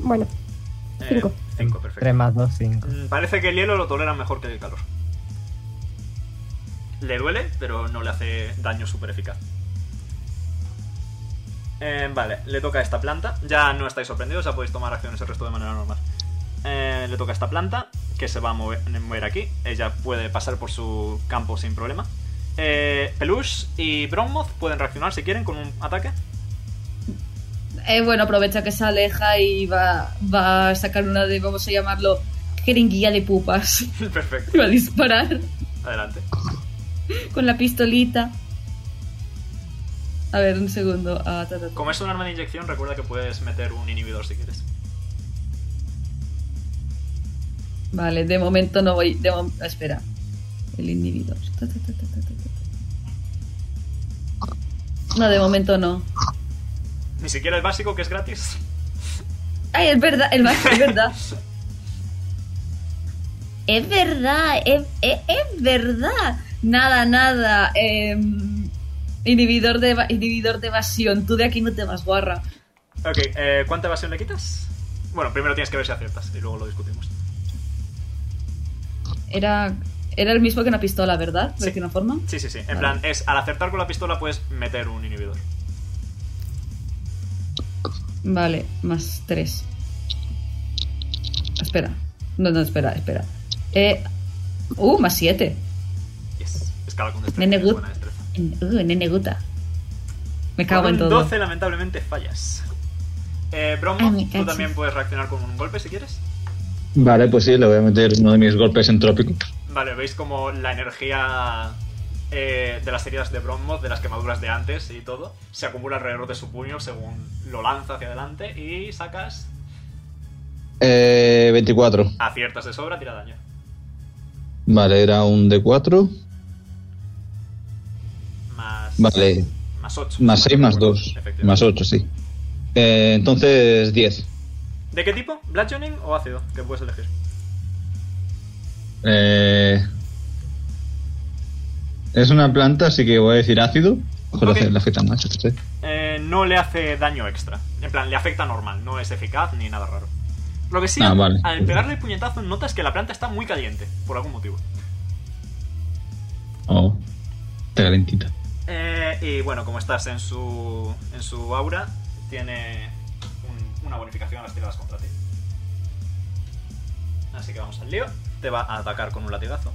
E: Bueno,
B: Eh,
E: 5.
B: cinco, perfecto.
G: 3 más 2, 5.
B: Mm, Parece que el hielo lo tolera mejor que el calor. Le duele, pero no le hace daño súper eficaz. Eh, vale, le toca a esta planta. Ya no estáis sorprendidos, ya podéis tomar acciones el resto de manera normal. Eh, le toca a esta planta, que se va a mover, mover aquí. Ella puede pasar por su campo sin problema. Eh, Peluche y Bronmoth pueden reaccionar si quieren con un ataque. (laughs)
C: Eh, bueno, aprovecha que se aleja y va, va a sacar una de, vamos a llamarlo, jeringuilla de pupas. (laughs)
B: Perfecto.
C: Y va a disparar
B: Adelante.
C: con la pistolita. A ver, un segundo. Ah, ta, ta, ta.
B: Como es un arma de inyección, recuerda que puedes meter un inhibidor si quieres.
C: Vale, de momento no voy. De mom- Espera. El inhibidor. Ta, ta, ta, ta, ta, ta, ta. No, de momento no.
B: Ni siquiera el básico, que es gratis.
C: Ay, es verdad, el más es verdad. Es verdad, es, es- es verdad. Nada, nada. em, inhibidor, de, eva- inhibidor de evasión. Tú de aquí no te vas, guarra.
B: Ok, eh, ¿cuánta evasión le quitas? Bueno, primero tienes que ver si aciertas y luego lo discutimos.
C: Era, era el mismo que una pistola, ¿verdad?
B: Sí.
C: De alguna forma.
B: Sí, sí, sí. En
C: Vale.
B: plan, es al acertar con la pistola puedes meter un inhibidor.
C: Vale, más tres. Espera. No, no, espera, espera. Eh, uh, más siete.
B: Yes. Escala con destreza.
C: Nene
B: es
C: good.
B: buena destreza.
C: Uh, nene guta. Me cago
B: Con
C: en
B: un
C: todo.
B: 12 lamentablemente fallas. Eh,
A: Ay,
B: Bromo,
A: me
B: tú
A: cachis.
B: también puedes reaccionar con un golpe si quieres.
F: Vale, pues sí, le voy a meter uno de mis golpes entrópicos.
B: Vale, veis como la energía eh, de las heridas de Bronmoth, de las quemaduras de antes y todo, se acumula alrededor de su puño según lo lanza hacia adelante y sacas,
F: Eh, 24.
B: aciertas de sobra, tira daño.
F: Vale, era un D4.
B: Más,
F: Vale,
B: más 8.
F: más 6, más 2. Más 8, sí. Eh, entonces, 10.
B: ¿De qué tipo? ¿Bludgeoning o ácido? Que puedes elegir.
F: Eh, es una planta, así que voy a decir ácido. Joder,
B: Ok.
F: hace- le afecta más, este. yo qué sé.
B: Eh, no le hace daño extra. En plan, le afecta normal, no es eficaz ni nada raro. Lo que sí,
F: Ah, vale.
B: al pegarle el puñetazo notas que la planta está muy caliente, por algún motivo.
F: Oh, está calentita.
B: Eh, y bueno, como estás en su, en su aura, tiene un- una bonificación a las tiradas contra ti. Así que vamos al lío. Te va a atacar con un latigazo.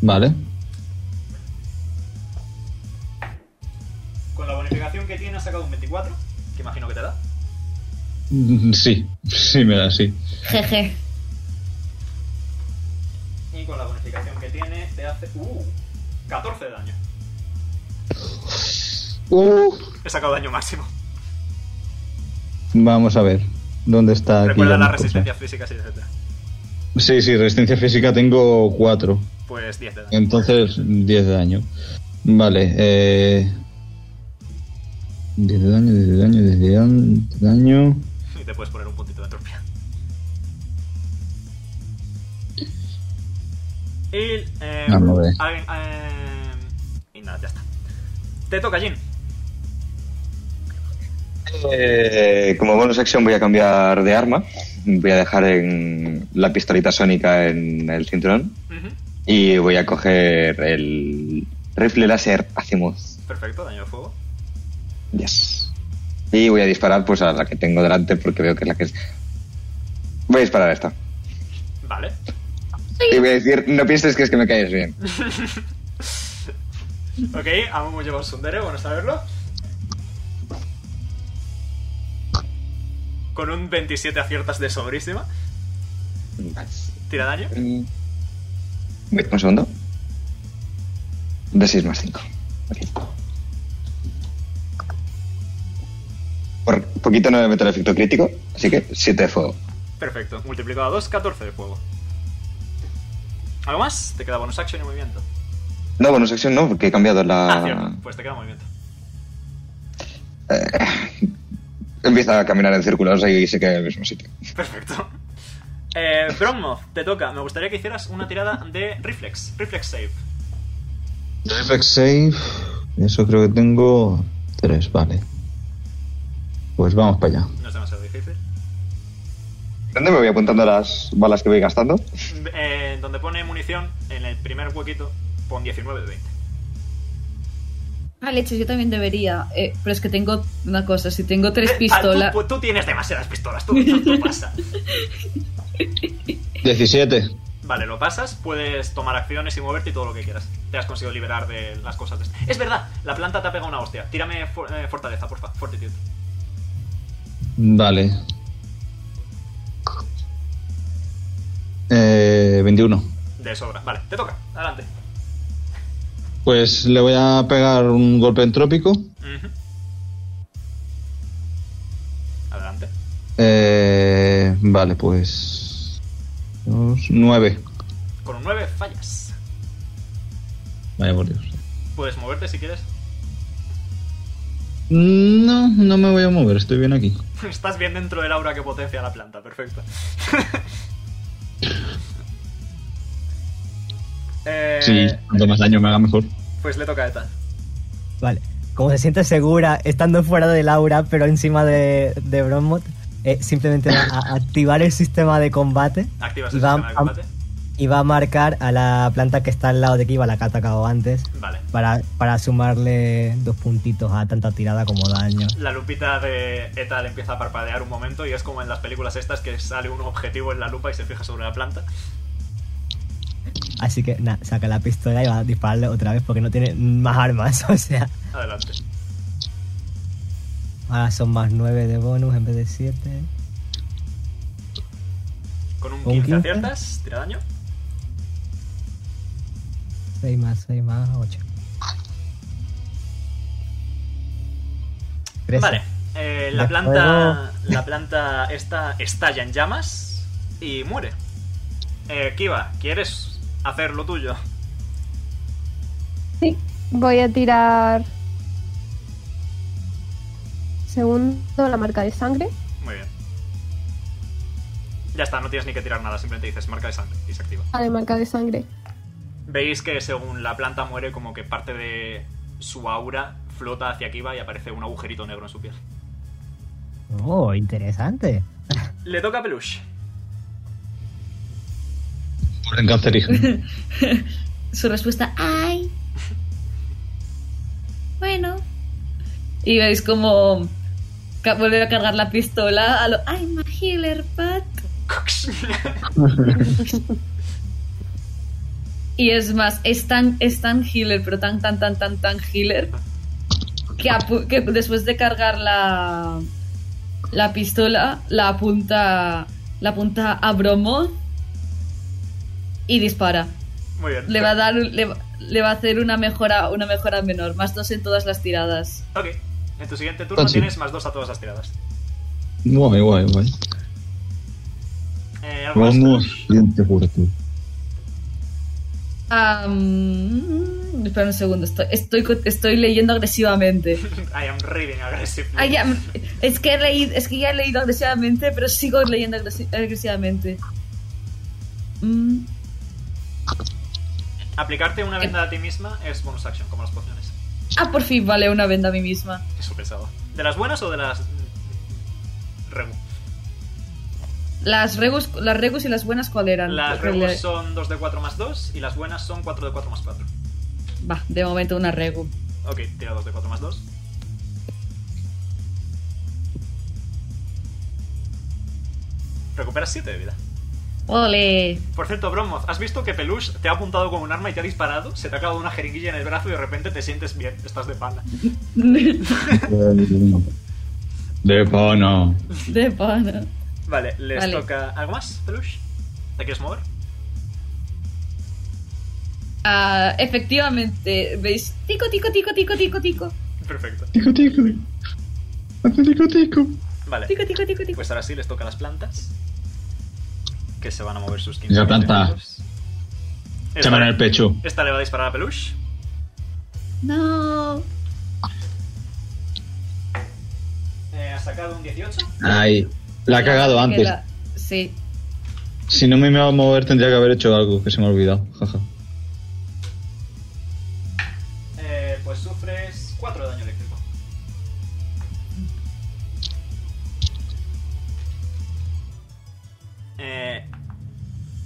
F: Vale.
B: Con la bonificación que tiene ha sacado un 24, que imagino que te da.
F: Mm, Sí, (laughs) sí, me da, sí.
C: Jeje.
B: Y con la bonificación que tiene te hace... ¡Uh! 14 de daño.
F: Uh,
B: He sacado daño máximo.
F: vamos a ver. ¿Dónde está aquí
B: Recuerda
F: la
B: las
F: cosa?
B: resistencias físicas y etcétera.
F: Sí, sí, resistencia física tengo 4.
B: Pues 10 de daño.
F: Entonces, 10 de daño. Vale, eh. 10 de daño, 10 de daño, 10 de daño, 10 de daño.
B: Y te puedes poner un puntito de entropía. Y. Eh,
F: Vamos a ver.
B: alguien- eh, y nada, ya está. Te toca, Jin.
D: Eh, como bonus acción voy a cambiar de arma. Voy a dejar en la pistolita sónica en el cinturón.
B: Ujú.
D: Y voy a coger el rifle láser Azimuth.
B: Perfecto, daño de fuego.
D: Yes. Y voy a disparar pues a la que tengo delante porque veo que es la que es. Voy a disparar a esta.
B: Vale.
D: Y voy a decir, no pienses que es que me caes bien.
B: Ok, Amumu lleva un sundere, bueno saberlo. Con un 27 aciertas de sobrísima. Tira daño.
D: Mm. Wait, Mm. un segundo. De 6 más 5. Por poquito no me meto el efecto crítico, así que 7 de fuego.
B: Perfecto. Multiplicado a 2, 14 de fuego. ¿Algo más? Te queda bonus action y movimiento.
D: No, bonus acción no, porque he cambiado
B: Ah,
D: la.
B: cierto. Pues te queda movimiento. (laughs)
D: Empieza a caminar en círculos y se queda en el mismo sitio.
B: Perfecto. Eh, Bronmoth, te toca. Me gustaría que hicieras una tirada de reflex. Reflex save.
F: Reflex save. Eso creo que tengo 3, vale. Pues vamos para allá.
B: No es demasiado difícil.
D: ¿Dónde me voy apuntando las balas que voy gastando?
B: Eh, donde pone munición, en el primer huequito, pon 19 de 20.
C: Ah, leches, yo también debería. eh, pero es que tengo una cosa, si tengo tres
B: Ah,
C: pistolas...
B: tú, tú tienes demasiadas pistolas, tú, tú- tú pasa.
F: 17.
B: Vale, lo pasas, puedes tomar acciones y moverte y todo lo que quieras. Te has conseguido liberar de las cosas de este. Es verdad, la planta te ha pegado una hostia. Tírame for- eh, fortaleza, porfa, fortitude.
F: Vale. Eh, 21.
B: De sobra. Vale, te toca, adelante.
F: Pues le voy a pegar un golpe entrópico.
B: Ujú. Adelante.
F: Eh, vale, pues. 9.
B: Con un 9 fallas.
F: Vaya por Dios.
B: Puedes moverte si quieres. (laughs)
F: No, no me voy a mover, estoy bien aquí.
B: Estás bien dentro del aura que potencia la planta, perfecto. (laughs) Eh,
F: Sí, cuanto más daño me haga mejor.
B: Pues le toca a Eta.
G: Vale. Como se siente segura estando fuera del aura, pero encima de, de Bronmot, eh, simplemente va (laughs) a activar el sistema de combate.
B: Activas
G: y
B: el
G: va
B: sistema de
G: a-
B: combate.
G: y va a marcar a la planta que está al lado de aquí, a la que ha atacado antes,
B: Vale.
G: para, para sumarle dos puntitos a tanta tirada como daño.
B: La lupita de Eta le empieza a parpadear un momento y es como en las películas estas que sale un objetivo en la lupa y se fija sobre la planta.
G: Así que nada, saca la pistola y va a dispararle otra vez porque no tiene más armas, (laughs) o sea,
B: Adelante.
G: ahora son más 9 de bonus en vez de 7.
B: Con un
G: ¿Con
B: 15,
G: 15?
B: aciertas, tira daño.
G: 6 más 6 más 8.
B: Vale. Eh, la
G: De
B: planta. La planta esta estalla en llamas y muere. Eh, Kiva, ¿quieres hacer lo tuyo?
E: Voy a tirar. Segundo, la marca de sangre.
B: Muy bien. Ya está, no tienes ni que tirar nada, simplemente dices marca de sangre y se activa.
E: Vale, marca Ah, de sangre.
B: Veis que según la planta muere, como que parte de su aura flota hacia Kiva y aparece un agujerito negro en su piel.
G: Oh, interesante.
B: Le toca a Peluche.
F: Por cancerígeno.
C: Su respuesta, "Ah,
A: Ay. Bueno,
C: Y veis como ca- volver a cargar la pistola a lo...
A: I'm a healer, but
C: Y es más, es tan, es tan healer, pero tan, tan, tan, tan, tan healer, que, apu- que después de cargar la, la pistola, la apunta, la apunta a Bromo y dispara.
B: (laughs) Muy bien.
C: Le va a dar, un- le, va- le va a hacer una mejora, una mejora menor, más dos en todas las tiradas.
B: Ok. En tu siguiente turno
F: Ah, sí.
B: tienes más dos a todas las tiradas.
F: (laughs) Guay, guay, guay.
B: Eh, ¿algo más? (laughs)
K: Vamos, siente fuerte.
C: Ah, mm, espera un segundo, estoy, estoy, co- estoy leyendo agresivamente.
B: I am reading aggressively.
C: Ah, ya, es, que he leído, es que ya he leído agresivamente, pero sigo leyendo agresi- agresivamente. Mm,
B: Aplicarte una
C: Eh.
B: venda a ti misma es bonus action, como las pociones.
C: Ah, por fin vale una venda a mí misma.
B: Eso pensaba. ¿De las buenas o de las. mm, Regu?
C: Las regus, las regus y las buenas, ¿cuál eran?
B: Las
C: Porque
B: regus
C: le-
B: son 2 de 4 más 2 y las buenas son 4 de 4 más 4.
C: Va, de momento una regu.
B: Ok, tira 2 de 4 más 2. Recuperas 7 de vida.
C: Ole. (laughs)
B: Por cierto, Bromoth, ¿has visto que Peluche te ha apuntado con un arma y te ha disparado? Se te ha acabado una jeringuilla en el brazo y de repente te sientes bien, estás de pana.
F: De pono.
C: de pana.
B: Vale, les
C: Vale.
B: toca. ¿Algo más, Peluche? ¿Te quieres mover?
C: Ah, efectivamente, veis. Tico, tico, tico, tico, tico, tico.
B: Perfecto.
K: Tico, tico. Hace tico, tico.
B: Vale.
C: Tico, tico, tico, tico.
B: Pues ahora sí les toca a las plantas. Que se van a mover sus 15
F: Esa planta.
B: metros. Esta,
F: Échame en el pecho.
B: esta le va a disparar a Peluche.
A: no.
B: Eh, ha sacado un 18.
F: Ay, la ha cagado
C: Que
F: antes.
C: la- Sí.
F: Si no me iba a mover, tendría que haber hecho algo que se me ha olvidado. Jaja.
B: Eh, pues sufres 4 de daño eléctrico. Eh,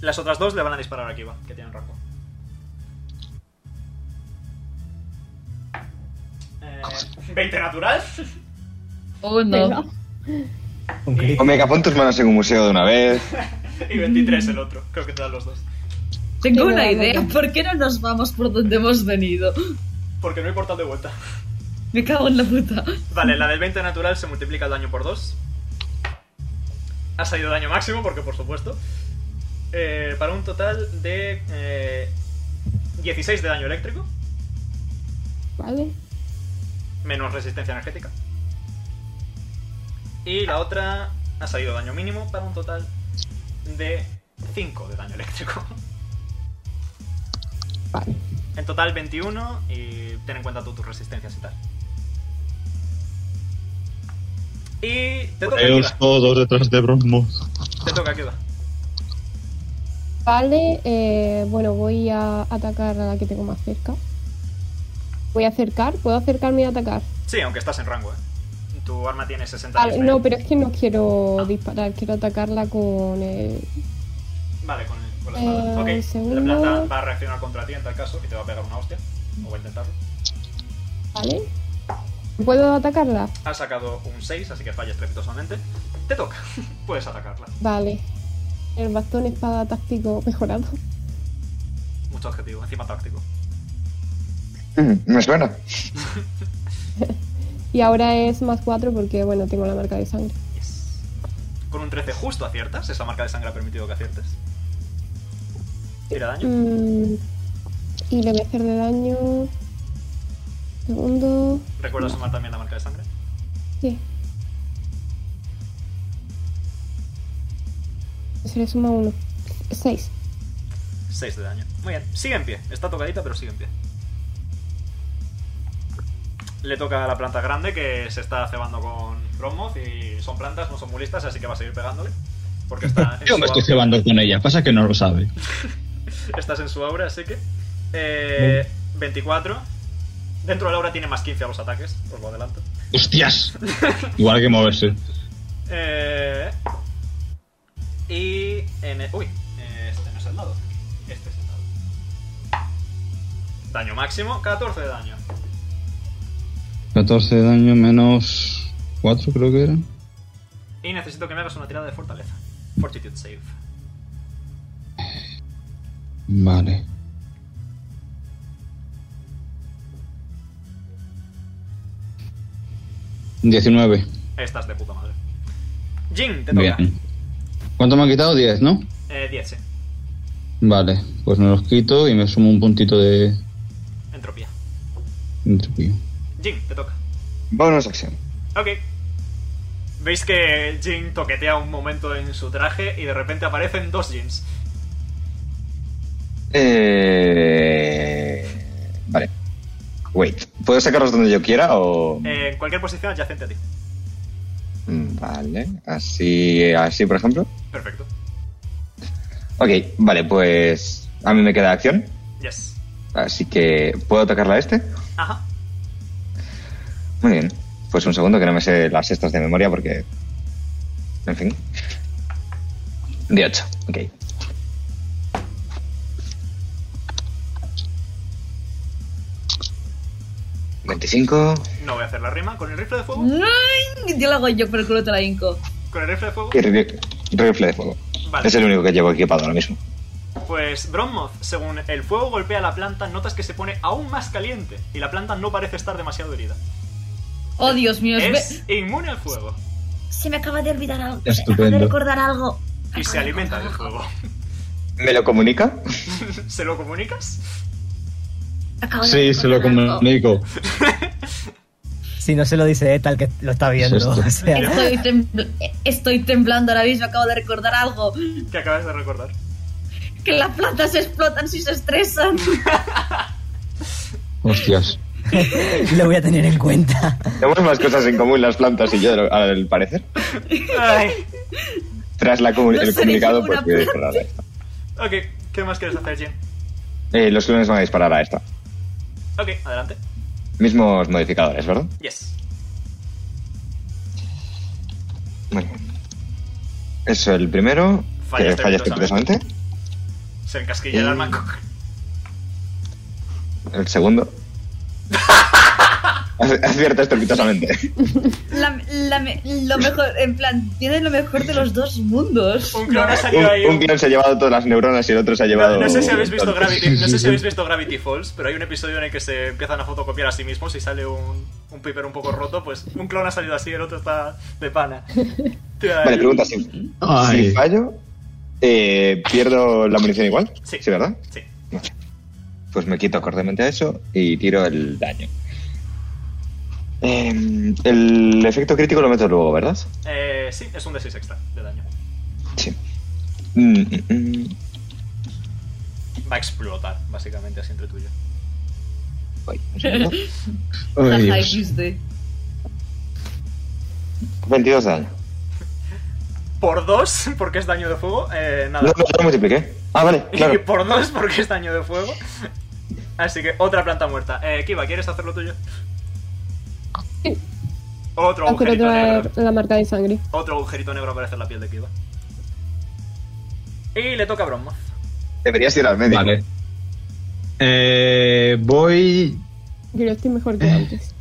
B: las otras dos le van a disparar a Kiva, que tienen rango. ¿20 Eh, natural? (laughs)
C: Oh, Uno.
D: Omega, pon tus manos en un museo de una vez.
B: Y 23 el otro. Creo que te dan los dos.
C: Tengo una idea. ¿Por qué no nos vamos por donde hemos venido?
B: Porque no hay portal de vuelta.
C: Me cago en la puta.
B: Vale, la del 20 natural se multiplica el daño por 2. Ha salido daño máximo, porque por supuesto. Eh, para un total de eh, 16 de daño eléctrico,
E: Vale.
B: menos resistencia energética. Y la otra ha salido daño mínimo para un total de 5 de daño eléctrico.
E: Vale.
B: En total 21 y ten en cuenta tú tus resistencias y tal. Y te
F: Pues,
B: toca
K: Ellos
B: Kiba.
K: todos detrás de Brosmo.
B: Te toca Kiba.
E: Vale, eh, bueno, voy a atacar a la que tengo más cerca. Voy a acercar, ¿puedo acercarme y atacar?
B: Sí, aunque estás en rango, ¿eh? Tu arma tiene 60
E: Ah,
B: pies de-
E: no, pero es que no quiero disparar, quiero atacarla con el...
B: Vale, con, el- con la
E: Eh,
B: espada. ok,
E: segundo.
B: la planta va a reaccionar contra ti en tal caso y te va a pegar una hostia. O va a intentarlo.
E: ¿Vale? ¿Puedo atacarla?
B: Ha sacado un 6, así que falla estrepitosamente. Te toca. (laughs) Puedes atacarla.
E: Vale. El bastón espada táctico mejorado.
B: Mucho objetivo, encima táctico.
D: Mm, Me suena.
E: Y ahora es más 4 porque, bueno, tengo la marca de sangre.
B: Yes. Con un 13 justo aciertas. Esa marca de sangre ha permitido que aciertes. Tira daño.
E: Mm, y le voy a hacer de daño... Segundo...
K: Mm.
B: Recuerda sumar también la marca de sangre.
E: Sí. Se le suma uno. Seis.
B: 6 de daño. Muy bien. Sigue en pie. Está tocadita, pero sigue en pie. Le toca a la planta grande que se está cebando con Bromoth y son plantas, no son muy listas, así que va a seguir pegándole. Porque está
K: (laughs)
B: en
K: Yo me
B: su
K: estoy
B: aura,
K: cebando con ella, pasa que no lo sabe.
B: estás en su aura, así que... Eh, 24. Dentro de la aura tiene más 15 a los ataques, os lo adelanto.
K: ¡Hostias! Igual que moverse.
B: Eh, y en el- Uy, eh, este no es el dado. Este es el dado. Daño máximo, 14 de daño.
K: 14 de daño menos 4 creo que era.
B: Y necesito que me hagas una tirada de fortaleza. Fortitude save.
K: Vale. Diecinueve.
B: Estás de puta madre. Jin, te toca.
K: Bien. ¿Cuánto me han quitado? 10, ¿no?
B: Eh, 10, sí.
K: Vale, pues me los quito y me sumo un puntito de
B: Entropía.
K: entropía.
B: Jin, te toca.
D: Bonus acción.
B: Ok. Veis que Jin toquetea un momento en su traje y de repente aparecen dos Jins.
D: Eh... Vale. Wait. ¿Puedo sacarlos donde yo quiera o...?
B: Eh, en cualquier posición adyacente a ti.
D: Mm, Vale. Así, así, por ejemplo.
B: Perfecto.
D: Ok, vale, pues... A mí me queda acción.
B: Yes.
D: Así que... ¿Puedo atacarla a este?
B: Ajá.
D: Muy bien. Pues un segundo que no me sé las estas de memoria porque... En fin. De 8. Ok. ¿25?
B: No voy a hacer la rima. ¿Con el rifle de fuego?
C: ¡Ay! Yo lo hago yo, pero el culo te la hinco.
B: ¿Con el rifle de fuego?
D: Y rifle rifle de fuego.
B: Vale.
D: Es el único que llevo equipado ahora mismo.
B: Pues Bronmoth, según el fuego golpea la planta, notas que se pone aún más caliente y la planta no parece estar demasiado herida.
C: Oh, Dios mío. es ve-
B: Es inmune al fuego
A: Se me acaba de olvidar algo. Se me acaba de
K: Estupendo.
A: recordar algo.
B: y se alimenta del fuego. (laughs)
D: ¿Me lo comunica?
B: ¿Se lo comunicas?
A: Acabo de
K: Sí, se lo
A: recordar algo.
K: comunico.
G: Si no se lo dice tal que lo está viendo.
K: Eso
G: (laughs) o
K: es-
G: sea,
C: Estoy, tembl- estoy temblando ahora mismo, acabo de recordar algo.
B: Que acabas de
D: (laughs)
B: recordar.
C: Que las plantas se explotan si se estresan.
K: Hostias.
G: (laughs) lo voy a tener en cuenta.
D: (laughs) Tenemos más cosas en común las plantas y yo, al parecer.
B: Ay.
D: Tras la comu-
C: No seré
D: el comunicado,
C: ninguna
D: pues voy a
C: planta.
D: disparar a esta.
B: Ok, ¿qué más quieres hacer, Jim?
D: Eh, los clones van a disparar a esta.
B: Ok, adelante.
D: Mismos modificadores, ¿verdad?
B: Yes.
D: Muy bien. Eso, el primero.
B: Falla
D: que falla
B: estrepitosamente.
D: estrepitosamente.
B: Se encasquilla el arma. (laughs)
D: El segundo. Acierta estrepitosamente.
C: La- la me- lo mejor, en plan, tienes lo mejor de los dos mundos.
B: Un clon ha salido ahí.
D: Un, un
B: un-
D: clon se ha llevado todas las neuronas y el otro se ha llevado.
B: No, no sé si habéis visto Gravity, no sé si habéis
D: (laughs) visto.
B: visto Gravity Falls, pero hay un episodio en el que se empiezan a fotocopiar a sí mismos y sale un, un piper un poco roto, pues un clon ha salido así, el otro está de
D: (laughs)
B: pana. Tira
D: Vale,
B: el-
D: pregunta si,
K: Ay.
D: si fallo, eh, pierdo la munición igual.
B: Sí.
D: ¿verdad?
B: Sí.
D: Vale. Pues me quito acordemente a eso y tiro el daño. Eh, el efecto crítico lo meto luego, ¿verdad?
B: Eh, sí, es un D6 extra de daño.
D: Sí. Mm, mm,
B: (laughs)
D: mm.
B: Va a explotar, básicamente, así entre tuyo.
D: Ay, un segundo.
C: Jaja,
K: Ay, Dios.
C: XD.
D: 22 de daño.
B: Por dos, (laughs) porque es daño de fuego, eh,
D: No,
B: nada.
D: no, yo lo multipliqué. Ah, vale,
B: (laughs) Y
D: claro.
B: por dos, porque es daño de fuego. Así que otra planta muerta. Eh, Kiva, ¿quieres hacer lo tuyo?
E: Sí. Ah, quiero
B: Otro agujerito negro.
E: traer la marca de sangre.
B: Otro agujerito negro aparece en la piel de Kiva. Y le toca a Bronmoth.
D: Deberías ir al médico.
F: Vale. Eh, voy.
E: Yo estoy mejor que antes.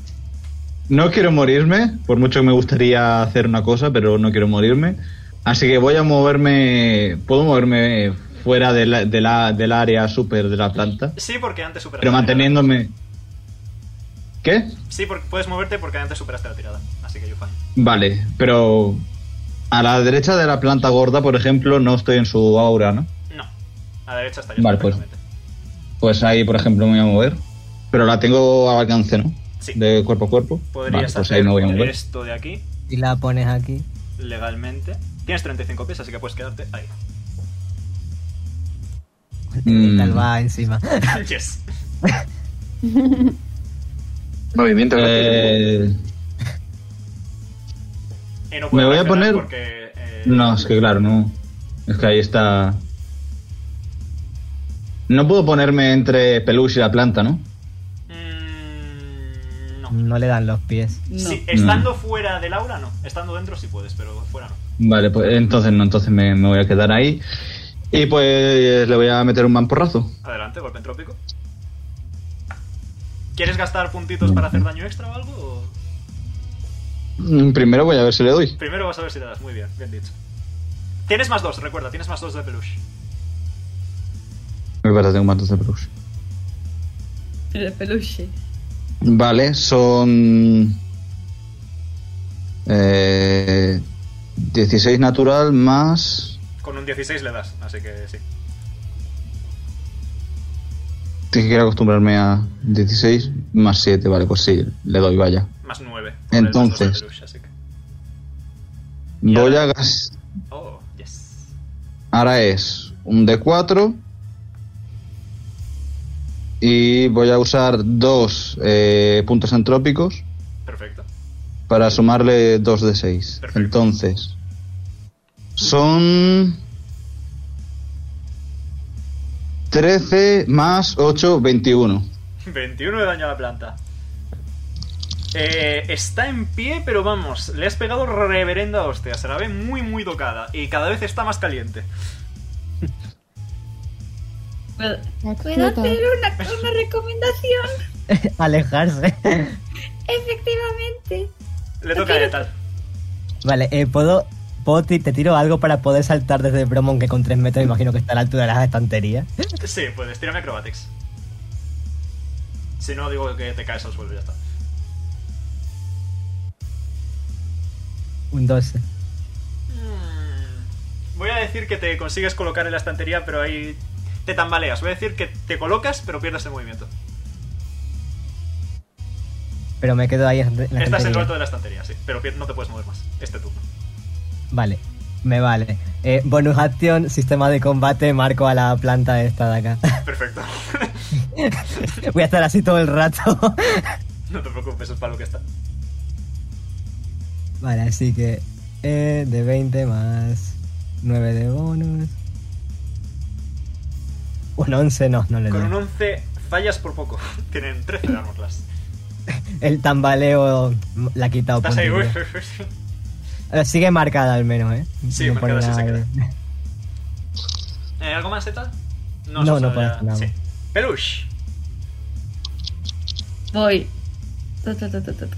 F: No quiero morirme, por mucho que me gustaría hacer una cosa, pero no quiero morirme. Así que voy a moverme. Puedo moverme fuera de la- de la- del área súper de la planta,
B: Sí, porque antes superaste.
F: pero
B: la tirada.
F: manteniéndome. ¿Qué?
B: Sí, porque puedes moverte porque antes superaste la tirada. Así que yo fine.
F: Vale, pero. A la derecha de la planta gorda, por ejemplo, no estoy en su aura, ¿no?
B: No. A la derecha está yo.
F: Vale, pues.
B: perfectamente.
F: Pues ahí, por ejemplo, me voy a mover. Pero la tengo al alcance, ¿no?
B: Sí.
F: De cuerpo a cuerpo. Vale,
B: Podrías
F: pues ahí
B: hacer
F: me voy a mover.
B: esto de aquí
J: Y la pones aquí.
B: legalmente. Tienes 35 pies, así que puedes quedarte
F: (laughs)
B: ahí.
F: Mm.
J: Tal va encima.
B: yes.
D: Movimiento.
F: Eh,
B: Y Eh, no puedes
F: Me voy a
B: reaccionar
F: poner-
B: Porque, eh,
F: no, es que claro, no. Es que ahí está. No puedo ponerme entre peluche y la planta, ¿no?
B: mm, no.
G: No le dan los pies.
C: No.
B: Sí, estando fuera del aura, no. Estando dentro sí puedes, pero fuera no.
F: Vale, pues entonces no, entonces me, me voy a quedar ahí. Y pues le voy a meter un mamporrazo.
B: Adelante, golpe entrópico. ¿Quieres gastar puntitos para hacer daño extra o algo? o-
F: Mm, Primero voy a ver si le doy.
B: Primero vas a ver si le das. Muy bien, bien dicho. Tienes más dos, recuerda, tienes más dos de peluche.
F: Me parece que tengo matos de peluche.
C: El peluche.
F: Vale, son. Eh, 16 natural más.
B: Con un 16 le das, así que sí.
F: Tengo que acostumbrarme a 16 más 7, vale, pues sí, le doy, vaya.
B: Más 9.
F: Entonces.
B: Y
F: Voy
B: ahora-
F: a gas-
B: Oh, yes.
F: Ahora es un D4. Y voy a usar dos eh, puntos entrópicos
B: Perfecto.
F: para sumarle dos de 6.
B: Perfecto.
F: Entonces, son 13 más 8, 21.
B: 21 de daño a la planta. Eh, está en pie, pero vamos, le has pegado reverenda hostia. Se la ve muy, muy tocada. Y cada vez está más caliente.
C: ¿Puedo, ¿puedo
E: Explota.
C: hacer una, una recomendación?
G: (laughs) Alejarse.
C: Efectivamente.
B: Le toca a Letal.
G: Vale, eh, ¿puedo, puedo ti- te tiro algo para poder saltar desde Bromon, que con 3 metros imagino que está a la altura de las estanterías?
B: Sí, puedes, tírame acrobatics. Si no, digo que te caes al suelo y ya está.
G: Un 12.
B: Mm, Voy a decir que te consigues colocar en la estantería, pero ahí te tambaleas. Voy a decir que te colocas, pero pierdes el movimiento.
G: Pero me quedo ahí en la estantería.
B: Estás en lo alto de la estantería, sí, pero pier- no te puedes mover más. Este
G: (laughs)
B: turno.
G: Vale, me vale. Eh, bonus action, sistema de combate, marco a la planta esta de acá. (laughs)
B: Perfecto.
G: Voy a estar así todo el rato. (laughs)
B: no te preocupes, es para lo que está.
G: Vale, así que eh, de 20 más 9 de bonus. Un 11 no, no le
B: Con un
G: doy.
B: 11 fallas por poco. (laughs) Tienen 13 de armor class.
G: El tambaleo la ha quitado.
B: Estás ahí, uy,
G: puntillo. Eh, Sigue marcada al menos, ¿eh?
B: Sí, marcada
G: pone
B: sí se
G: nada
B: queda.
G: (laughs) de-
B: ¿Eh, ¿Algo más, Z?
G: No,
B: se
G: no
B: sabe
G: parece
B: ya.
G: nada.
B: Sí. Peluche.
C: Voy. Ta, ta, ta, ta, ta, ta.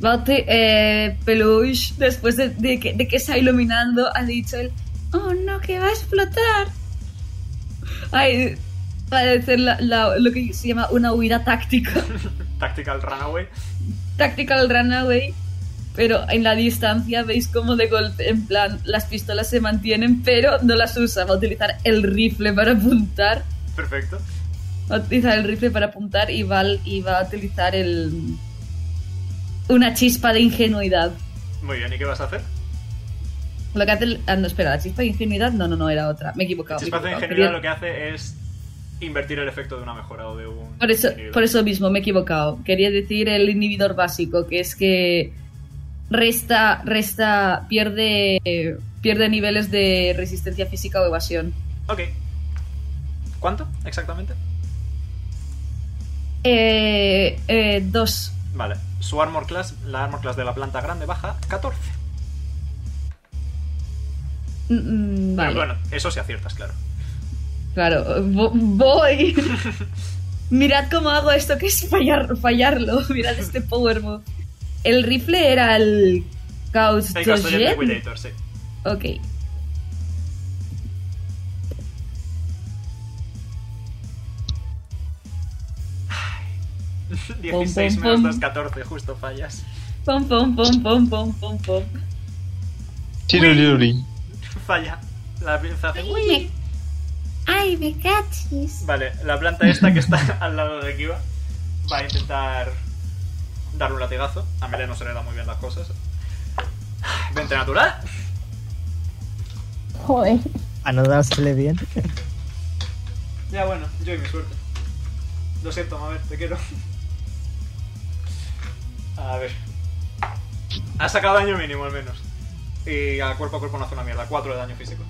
C: Bate, eh, Peluche, después de, de que, de que se ha iluminando, ha dicho él, oh no, que va a explotar. Ay, parece la- la- lo que se llama una huida táctica.
B: Tactical Runaway.
C: Tactical Runaway, pero en la distancia veis como de golpe, en plan, las pistolas se mantienen, pero no las usa. Va a utilizar el rifle para apuntar.
B: Perfecto.
C: Va a utilizar el rifle para apuntar y va, al- y va a utilizar el. Una chispa de ingenuidad.
B: Muy bien, ¿y qué vas a hacer?
C: Lo que hace. el- ah, no, espera, la chispa de ingenuidad. No, no, no, era otra. Me he equivocado. me he
B: Chispazo de
C: equivocado.
B: ingenuidad lo que hace es invertir el efecto de una mejora o de un.
C: Por eso,
B: inhibidor.
C: por eso mismo me he equivocado. Quería decir el inhibidor básico, que es que resta, resta, pierde, eh, pierde niveles de resistencia física o evasión.
B: Ok. ¿Cuánto exactamente?
C: Eh, eh, dos.
B: Vale. Su armor class, la armor class de la planta grande baja 14.
C: Mm,
B: Pero
C: mm, vale.
B: bueno, eso si aciertas, claro.
C: Claro, vo- voy. (laughs) Mirad cómo hago esto, que es fallar, fallarlo. (laughs) Mirad este power move. El rifle era el Couch
B: El
C: to
B: castellano de
C: Jet.
B: Predator, sí.
C: Ok. Pom,
B: 16
C: pom,
B: menos 2,
C: pom.
B: 14, justo fallas.
C: Pom, pom, pom, pom, pom, pom, pom.
K: Chirururi.
B: Falla. La pieza hace.
A: Ay, me- Ay, me cachis.
B: Vale, la planta esta que (laughs) está al lado de Kiva va a intentar dar un latigazo. A Mele no se le da muy bien las cosas. 20 natural.
E: Joder.
G: A no dársele bien.
B: Ya bueno, yo y mi suerte. Lo siento, a ver, te quiero. A ver. Ha sacado daño mínimo al menos. Y a cuerpo a cuerpo no hace una mierda. 4 de daño físico.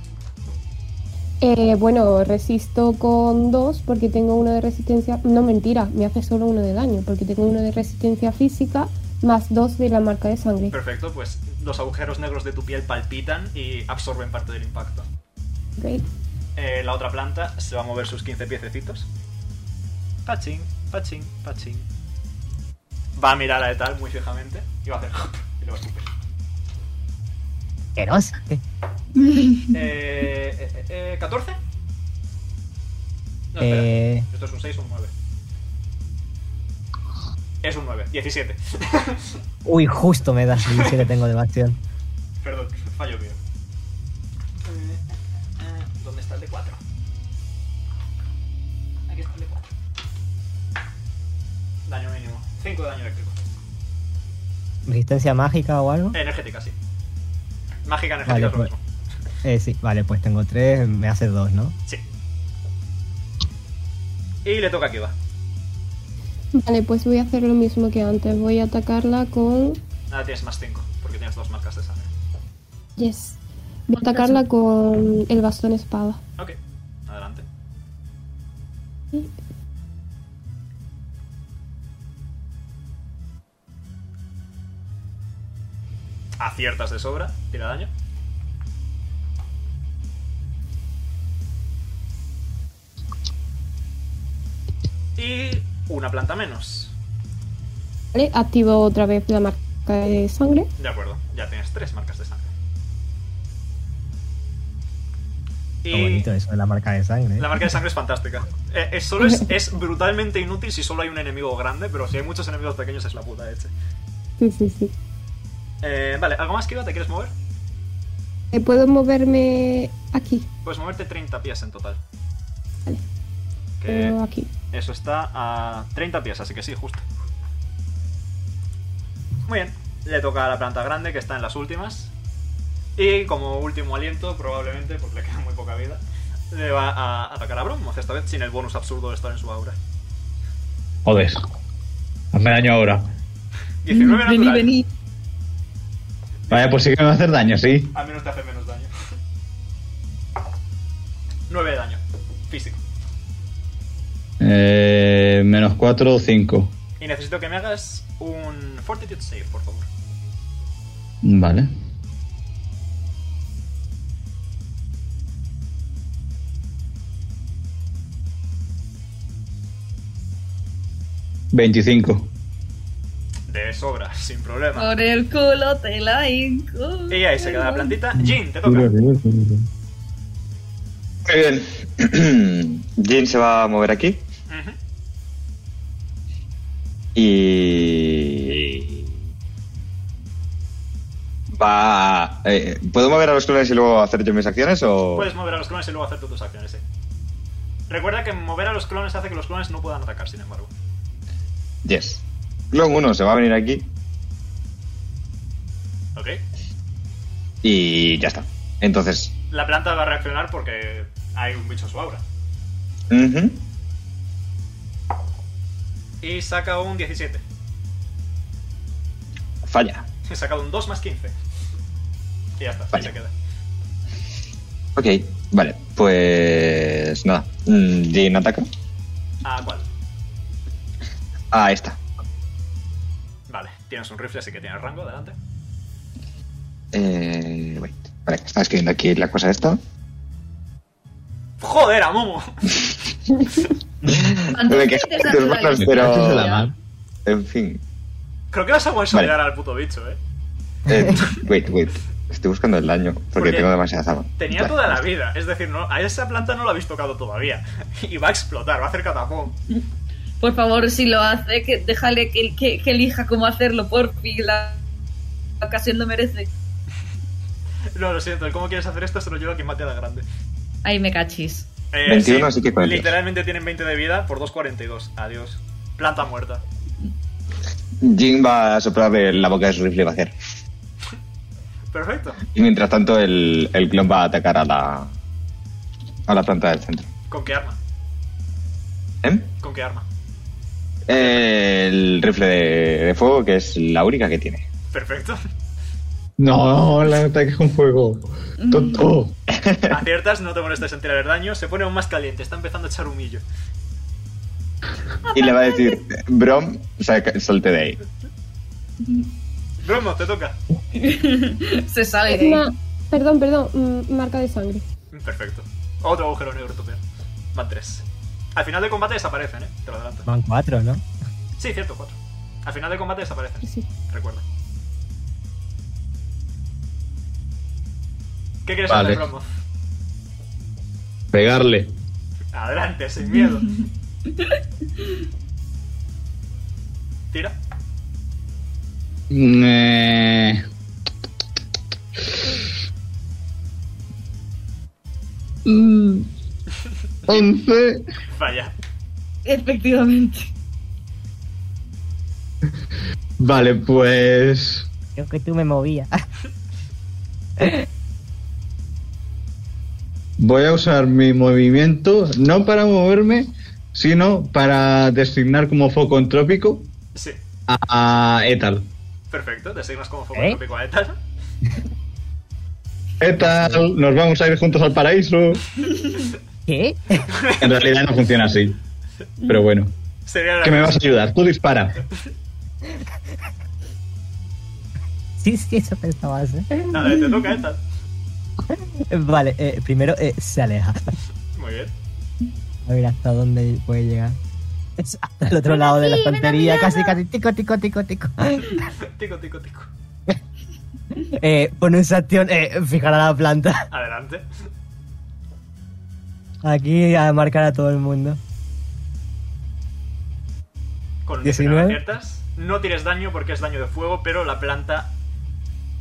E: Eh, bueno, resisto con dos porque tengo uno de resistencia. No, mentira, me hace solo uno de daño porque tengo uno de resistencia física más dos de la marca de sangre.
B: Perfecto, pues los agujeros negros de tu piel palpitan y absorben parte del impacto.
E: Ok.
B: Eh, la otra planta se va a mover sus 15 piececitos. Pachín, pachín, pachín. Va a mirar a Etal muy fijamente y va a hacer. Y lo va a escupir.
J: Asqueroso.
B: Eh, eh, eh, eh, ¿14? No, espera.
G: Eh,
B: Esto es un 6 o un 9. Es un 9, 17.
G: uy, justo me das el que le tengo de bastión.
B: Perdón, fallo mío. Eh, eh, ¿Dónde está el de 4? Aquí está el de 4. Daño mínimo. 5 de daño eléctrico.
G: ¿Resistencia mágica o algo?
B: Energética, sí. Mágica
G: Vale,
B: energética es lo
G: pues-
B: mismo.
G: Eh, sí, vale, pues tengo tres, me hace dos, ¿no?
B: Sí. Y le toca a Kiva.
E: Vale, pues voy a hacer lo mismo que antes. Voy a atacarla con.
B: Nada, tienes más 5, porque tienes dos marcas de sangre.
E: Yes. Voy a atacarla con el bastón espada.
B: Ok, adelante. Aciertas de sobra, tira daño. Y una planta menos.
E: Vale, activo otra vez la marca de sangre.
B: De acuerdo, ya tienes tres marcas de sangre.
G: Qué bonito eso de la marca de sangre. ¿eh?
B: La marca de sangre es fantástica. Eh, es, solo es, es brutalmente inútil si solo hay un enemigo grande, pero si hay muchos enemigos pequeños es la puta leche.
E: Sí, sí, sí.
B: Eh, vale, ¿algo más, Kiva? ¿Te quieres mover?
E: Eh, Puedo moverme aquí.
B: Puedes moverte 30 pies en total.
E: Vale.
B: Que
C: Eh.
E: Pero aquí.
B: eso está a 30 pies, así que sí, justo. Muy bien. Le toca a la planta grande, que está en las últimas. Y como último aliento, probablemente, porque le queda muy poca vida, le va a atacar a Brommoth, esta vez sin el bonus absurdo de estar en su aura.
C: Mm,
F: Joder. Hazme daño ahora.
B: 19
C: vení,
B: natural.
C: vení.
F: Vaya, pues sí que me va a hacer daño, sí.
B: Al menos te hace menos daño. 9 de daño. Físico.
F: Eh, menos 4 o 5.
B: Y necesito que me hagas un Fortitude Save, por favor.
F: Vale. 25.
B: De sobra, sin problema.
C: Por el culo te la hinco.
B: Y ahí se queda la plantita. Jin, te toca.
D: Muy bien. (clears throat) Jin se va a mover aquí.
B: Ujú.
D: Y. Va. a- eh, ¿Puedo mover a los clones y luego hacer yo mis acciones? O...
B: Puedes mover a los clones y luego hacer tú tus acciones, sí. Recuerda que mover a los clones hace que los clones no puedan atacar, sin embargo.
D: Yes. Clone 1 se va a venir aquí
B: ¿Ok?
D: y ya está. Entonces.
B: La planta va a reaccionar porque hay un bicho en su aura.
D: ujú.
B: Y saca un 17.
D: Falla.
B: He sacado un 2 más 15. Y ya está, ahí
D: Vale.
B: se queda.
D: Ok, vale. Pues. Nada. Mm, Jin ataca.
B: ¿A cuál?
D: Ah, esta.
B: Vale, tienes un rifle, así que tienes rango, adelante.
D: Eh, wait. Vale, estaba escribiendo aquí la cosa esta.
B: ¡Joder, a Momo!
D: Me
C: Antes
D: quejo
C: de
D: de tus
C: hacer la
D: manos,
C: historia,
F: Gracias a la
D: pero.
F: mar.
D: En fin.
B: (laughs) Creo que vas a one
D: Vale.
B: al puto bicho, eh.
G: (laughs)
D: Eh, wait, wait. Estoy buscando el daño porque
B: Porque
D: tengo demasiadas armas.
B: Tenía
D: Vale.
B: toda la vida, es decir, no, a esa planta no la habéis tocado todavía. (laughs) Y va a explotar, va a hacer catapum.
C: Por favor, si lo hace, que déjale que, que, que elija cómo hacerlo, por fin la la ocasión lo merece.
B: No, lo siento, el cómo quieres hacer esto se lo lleva quien mate a la grande.
C: Ahí me cachis.
B: Eh,
D: 21, así que 42.
B: Literalmente tienen 20 de vida por 2.42. Adiós. Planta muerta.
D: Jin va a soplar de la boca de su rifle y va a hacer.
B: Perfecto.
D: Y mientras tanto, el, el clon va a atacar a la. a la planta del centro.
B: ¿Con qué arma?
D: ¿Eh?
B: ¿Con qué arma?
D: Eh, El rifle de, de fuego, que es la única que tiene. (laughs)
B: Perfecto.
F: No, la ataque con fuego. Tonto.
B: Aciertas, no te molestes en tirar el daño. Se pone aún más caliente, está empezando a echar humillo. Ah,
D: Y le va a decir, Brom, saca- salte de ahí.
B: Bromo, te toca.
C: Se sale de ahí.
E: Una- Perdón, perdón, mm, marca de sangre.
B: Perfecto. Otro agujero negro tope. Van tres. Al final del combate desaparecen, eh. Te lo adelanto.
G: Van cuatro, ¿no?
B: Sí, cierto, cuatro. Al final del combate desaparecen.
E: Sí.
B: Recuerda. ¿Qué quieres
F: Vale.
B: hacer, Bromo?
F: Pegarle.
B: Adelante, sin miedo. Tira.
F: Mm, Eh. Mm. Once.
B: Falla.
C: Efectivamente.
F: Vale, pues.
J: Creo que tú me movías.
F: Voy a usar mi movimiento no para moverme, sino para designar como foco entrópico
B: Sí.
F: a, a Etal.
B: Perfecto, designas como fuego
J: ¿Eh?
B: tópico a Etal.
F: Etal, nos vamos a ir juntos al paraíso.
G: (laughs)
J: ¿Qué?
F: En realidad no funciona así. Pero bueno.
B: Sería la
F: Que me vas a ayudar. Tú dispara.
J: Sí, sí, eso pensabas, ¿eh?
B: Nada, te toca Etal.
G: Vale, eh, primero eh, se aleja.
B: Muy bien.
G: A ver hasta dónde puede llegar. Es hasta el otro lado de la
A: aquí, ven a mi
G: estantería, casi,
A: lado.
G: casi, tico, tico, tico, tico. (laughs)
B: Tico, tico, tico.
G: Eh, pone esa acción, eh, fijar a la planta.
B: Adelante.
G: Aquí a marcar a todo
B: (laughs)
G: el mundo.
B: Con
G: 19.
B: 19 aciertas. No tires daño porque es daño de fuego, pero la planta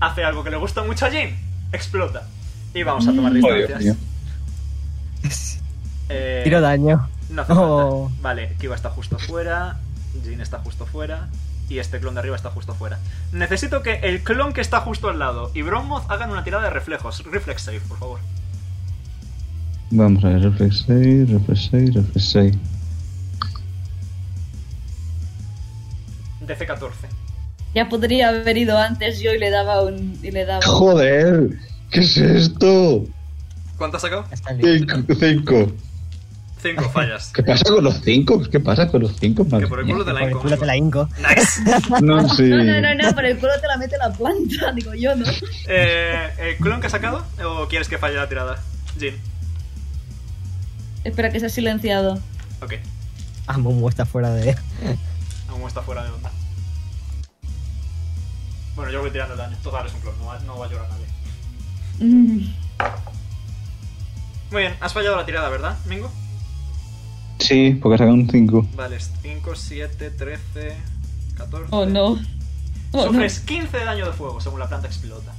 B: hace algo que le gusta mucho a Jim. Explota. Y vamos a
D: Mm.
B: tomar
F: Joder,
B: distancias.
F: tío.
B: Eh,
G: Tiro daño.
B: No hace
G: Oh.
B: falta. Vale, Kiva está justo fuera. Jin está justo fuera. Y este clon de arriba está justo fuera. Necesito que el clon que está justo al lado y Bromoth hagan una tirada de reflejos. Reflex save, por favor.
F: Vamos a ver, reflex 6, reflex 6, reflex 6.
B: DC 14.
C: Ya podría haber ido antes yo y le daba un. Y le daba un-
F: Joder, ¿qué es esto?
B: ¿Cuánto has sacado?
G: Está bien.
F: 5.
B: 5 fallas.
F: ¿Qué pasa con los 5? ¿Qué pasa con los 5?
B: que por el culo te
G: Por
B: la
G: el
B: inco,
G: culo te la inco.
B: Nice.
F: No, sí.
C: No, no, no, no, por el culo te la mete la planta, (laughs) digo yo, ¿no?
B: Eh, ¿El clon que has sacado o quieres que falle la tirada? Jin.
C: Espera que se ha silenciado.
B: Ok.
G: Ah, Momo está fuera de.
B: cómo está fuera de onda. Bueno, yo voy tirando el daño. Total, es un clon, no va, no va a llorar nadie.
C: Mm,
B: Muy bien, has fallado la tirada, ¿verdad, Mingo?
F: Sí, porque saca un 5.
B: Vale, 5, 7, 13, 14.
C: Oh no. Oh, no.
B: Sufres 15 de daño de fuego según la planta explota.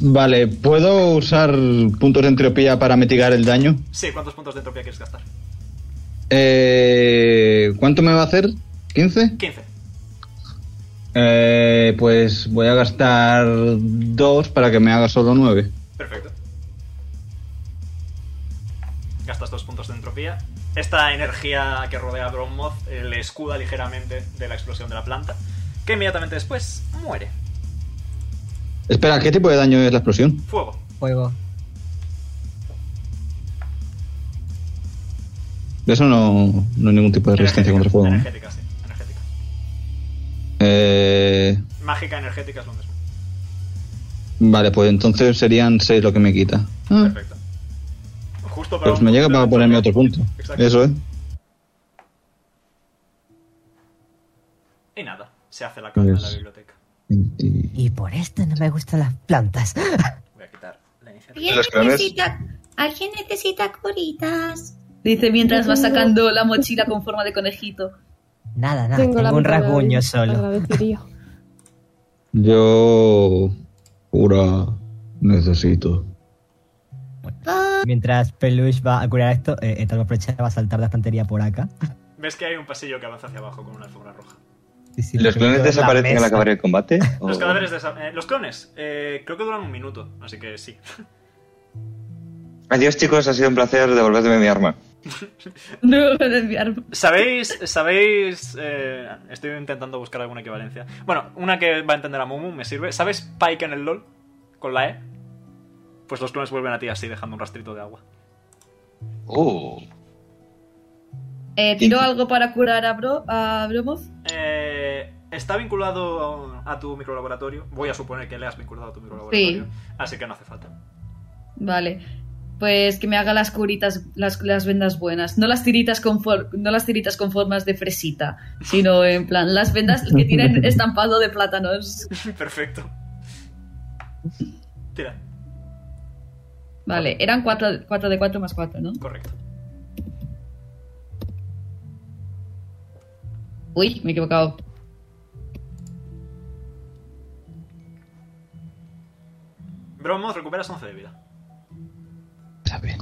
F: Vale, ¿puedo usar puntos de entropía para mitigar el daño?
B: Sí, ¿cuántos puntos de entropía quieres gastar?
F: Eh, ¿Cuánto me va a hacer? ¿15?
B: 15.
F: Eh, pues voy a gastar 2 para que me haga solo 9.
B: Perfecto. Gastas dos puntos de entropía. Esta energía que rodea a Bronmoth eh, le escuda ligeramente de la explosión de la planta, que inmediatamente después muere.
F: Espera, ¿qué tipo de daño es la explosión?
B: Fuego.
G: Fuego.
F: De eso no, no hay ningún tipo de resistencia contra el fuego. ¿no?
B: Energética, sí. Energética.
F: Eh,
B: Mágica energética es lo mismo.
F: vale, pues entonces serían 6 lo que me quita. Ah,
B: Perfecto. Justo para
F: pues
B: un
F: me llega
B: punto
F: para
B: de
F: ponerme otro
B: entropía.
F: punto.
B: Exacto.
F: Eso es.
B: Y nada, se hace la calma en la
F: Pues-
B: biblioteca.
J: Y por esto no me gustan las plantas.
B: Voy a quitar la iniciativa.
A: ¿Alguien
D: los clones?
A: necesita, alguien necesita curitas.
C: Dice mientras va sacando la mochila con forma de conejito.
J: Nada, nada.
E: Tengo,
J: Ah, Tengo,
E: la
J: un
E: mitad de la vida,
J: rasguño solo.
E: Agradecería.
F: Yo. Cura. Necesito.
G: Mientras Peluche va a curar esto, eh, eh, Talma Procha va a saltar la estantería por acá.
B: Ves que hay un pasillo que avanza hacia abajo con una alfombra roja.
G: Y si
D: ¿Los
G: primero
D: clones
G: la
D: desaparecen al
G: mesa-
D: acabar el combate?
F: Oh.
B: (laughs)
D: o-
B: Los cadáveres de esa- eh, Los clones, eh, creo que duran un minuto, así que sí.
D: Adiós, chicos, ha sido un placer devolverme mi arma.
C: No, de enviar.
B: ¿Sabéis? ¿Sabéis? eh, estoy intentando buscar alguna equivalencia. Bueno, una que va a entender a Mumu me sirve. ¿Sabes Pike en el LOL? Con la E. Pues los clones vuelven a ti así, dejando un rastrito de agua.
D: Uh,
C: Eh, ¿Tiró algo para curar a, Bro, a Bromov?
B: Eh, está vinculado a tu microlaboratorio. Voy a suponer que le has vinculado a tu microlaboratorio.
C: Sí.
B: Así que no hace falta.
C: Vale. Pues que me haga las curitas, las, las vendas buenas. No las tiritas con for- no las tiritas con formas de fresita, sino en plan las vendas que tienen estampado de plátanos.
B: Perfecto. Tira,
C: Vale, eran 4 de 4 más 4, ¿no?
B: correcto.
C: Uy, me he equivocado.
B: Bromoth, recuperas 11 de vida.
F: Está bien.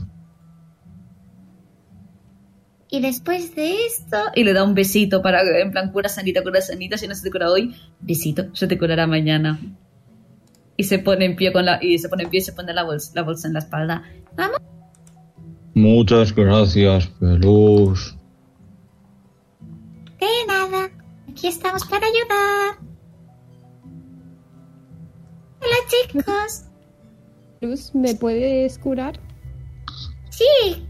A: Y después de esto,
C: Y le da un besito para, en plan, cura sanita, cura sanita. Si no se te cura hoy, besito, se te curará mañana. Y se pone en pie con la, y se pone en pie y se pone la, bols- la bolsa en la espalda.
F: Muchas gracias, Pelús.
A: de nada. Aquí estamos para ayudar. Hola chicos.
E: Luz, ¿me puedes curar?
A: Sí.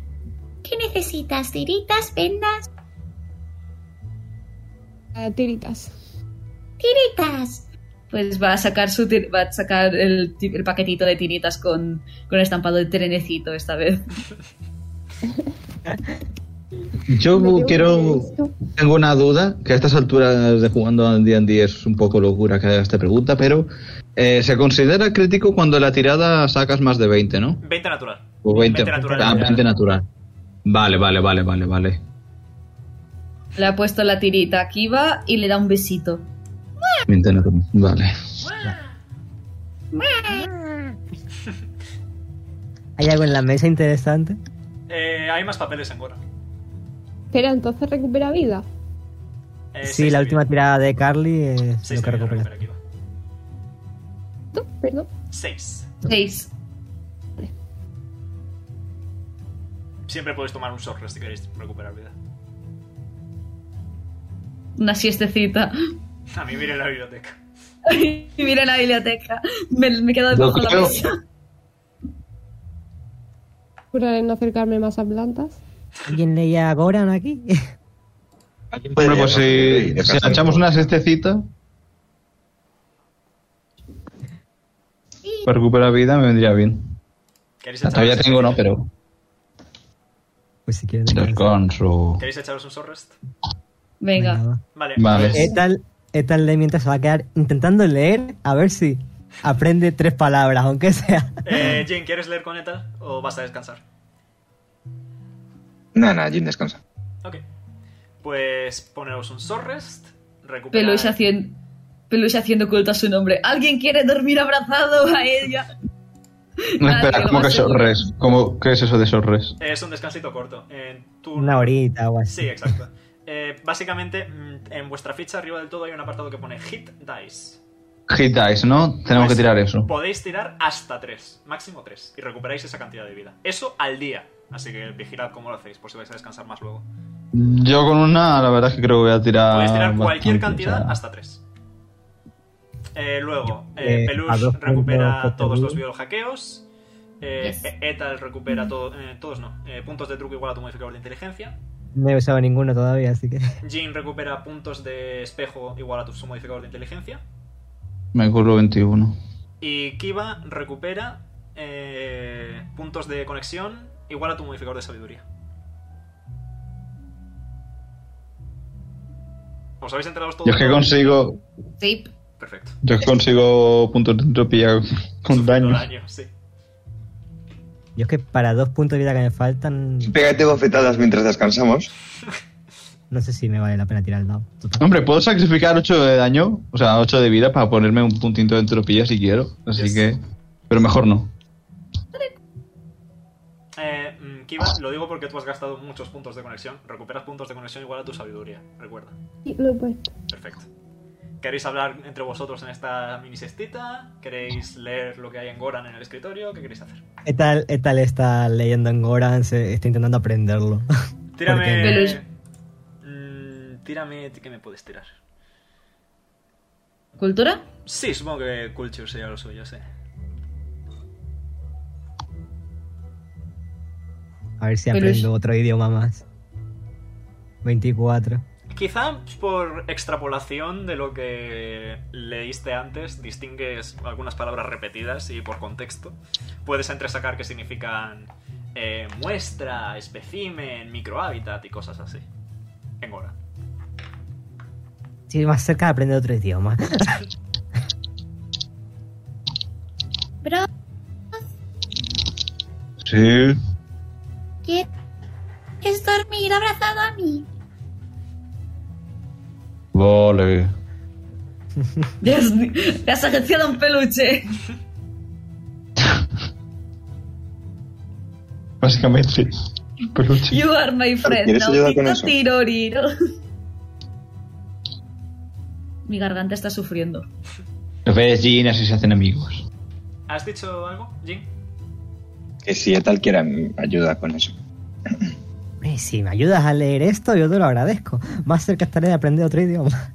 A: ¿Qué necesitas? ¿Tiritas? ¿Vendas?
E: Ah, tiritas.
A: ¿Tiritas?
C: Pues va a sacar su tir- va a sacar el, ti- el paquetito de tiritas con, con estampado de trenecito esta vez. (laughs)
F: Yo
E: Me tengo
F: quiero.
E: que ver esto.
F: Tengo una duda, que a estas alturas de jugando al D&D es un poco locura que haga esta pregunta, pero eh, se considera crítico cuando la tirada sacas más de 20, ¿no?
B: 20 natural.
F: O 20,
B: 20 natural.
F: Ah, 20 natural. Vale, vale, vale, vale, vale.
C: Le ha puesto la tirita a Kiva y le da un besito.
F: 20 natural. Vale.
G: ¿Hay algo en la mesa interesante?
B: Eh, hay más papeles en Gora.
E: Espera, entonces recupera vida.
B: Eh,
G: sí,
B: seis
G: la
B: de
G: última
B: vida.
G: tirada de Carly es
B: Seis
G: lo que
B: de vida,
G: recupera.
B: recupera, aquí va.
E: ¿Tú? Perdón.
B: Seis.
C: Seis.
B: Siempre podéis tomar un short rest si queréis recuperar vida. (laughs)
C: Una siestecita. (laughs)
B: A mí mire la biblioteca.
C: y mira la biblioteca. Me, me he quedado
F: Lo
C: debajo de la
F: creo.
C: mesa.
E: Curar en no acercarme más a plantas.
J: ¿Alguien leía a Goran aquí?
F: Bueno, pues si, si echamos una cestecita para recuperar vida me vendría bien.
B: ¿Queréis echaros,
F: Ah, Todavía tengo, ¿no? Pero...
G: (laughs) Pues si quieres.
F: Descanso.
B: ¿Queréis echaros un short rest?
C: Venga.
G: va.
B: Vale.
K: Vale.
B: pues-
G: Etal, Etal de mientras se va a quedar intentando leer a ver si aprende tres palabras, aunque (laughs) sea.
B: Eh, Jin, ¿quieres leer con Etal o vas a descansar?
D: No, no, Jin descansa.
B: Ok. Pues poneros un short rest, recuperar...
C: Peluche haciendo, Peluche haciendo culto a su nombre. ¿Alguien quiere dormir abrazado a ella?
F: No,
C: Nada,
F: espera,
C: lo
F: ¿cómo que
C: más seguro.
F: sorres? ¿Cómo, ¿Qué es eso de sorres?
B: Es un descansito corto. Eh, tú-
G: Una horita o así.
B: Sí, exacto. Eh, básicamente, mm, en vuestra ficha arriba del todo hay un apartado que pone Hit Dice.
F: Hit dice, ¿no? Tenemos que
B: Pues,
F: tirar eso.
B: Podéis tirar hasta 3, máximo 3, y recuperáis esa cantidad de vida. Eso al día. Así que vigilad cómo lo hacéis, por si vais a descansar más luego.
F: Yo con una, la verdad es que creo que voy a tirar.
B: Podéis
G: Ah,
B: tirar cualquier
F: bastante, o
B: cantidad
F: sea,
B: hasta 3. luego, eh,
G: Eh, a
B: Peluche
G: dos
B: recupera
G: puntos
B: todos los
G: obtenidos.
B: biohackeos. Eh,
A: Yes.
B: E- Etal recupera todo- eh, todos, no, eh, puntos de truco igual a tu modificador de inteligencia.
G: No he usado ninguno todavía, así que. (laughs)
B: Jin recupera puntos de espejo igual a tu su modificador de inteligencia.
F: Me curro 21.
B: Y Kiva recupera eh, puntos de conexión igual a tu modificador de sabiduría. ¿Os habéis enterado todos?
F: Yo es que consigo.
C: Sí.
B: Perfecto.
F: Yo es que consigo puntos de entropía con
B: Sufriendo
F: daño.
B: daño, sí.
G: Yo es que para dos puntos de vida que me faltan,
D: Pégate bofetadas mientras descansamos.
G: no sé si me vale la pena tirar el dado. Total.
F: Hombre, puedo sacrificar 8 de daño, o sea, 8 de vida para ponerme un puntito de entropía si quiero. Así
B: Yes.
F: que. Pero mejor no.
B: Eh, mm, Kiva, lo digo porque tú has gastado muchos puntos de conexión. Recuperas puntos de conexión igual a tu sabiduría, recuerda.
E: Sí, lo he puesto.
B: Perfecto. ¿Queréis hablar entre vosotros en esta mini sestita? ¿Queréis leer lo que hay en Goran en el escritorio? ¿Qué queréis hacer?
G: Etal, Etal está leyendo en Goran, se está intentando aprenderlo.
B: Tírame.
C: Pero es-
B: Mm, tírame, ¿qué me puedes tirar?
C: (laughs) ¿Cultura?
B: Sí, supongo que Culture sería lo suyo, sí.
G: A ver si
C: Pero
G: aprendo
C: es-
G: otro idioma más. 24.
B: Quizá por extrapolación de lo que leíste antes, distingues algunas palabras repetidas y por contexto. Puedes entresacar qué significan eh, muestra, especimen, microhábitat y cosas así. En Goran.
G: Sí, más cerca de aprender otro idioma. (laughs)
A: Bro,
K: Sí.
A: ¿quieres dormir abrazado a mí?
K: Vale.
C: Te has, te has agenciado un peluche.
F: Básicamente. Peluche.
C: You are my friend.
D: ¿Quieres ayuda con
C: Nautito
D: eso?
C: tiroriro. Mi garganta está sufriendo.
F: Ves, Jean, así se hacen amigos.
B: ¿Has dicho algo, Jin?
D: Que si tal quiera mm, ayuda con eso.
G: Hombre, si me ayudas a leer esto, yo te lo agradezco. Más cerca estaré de aprender otro idioma.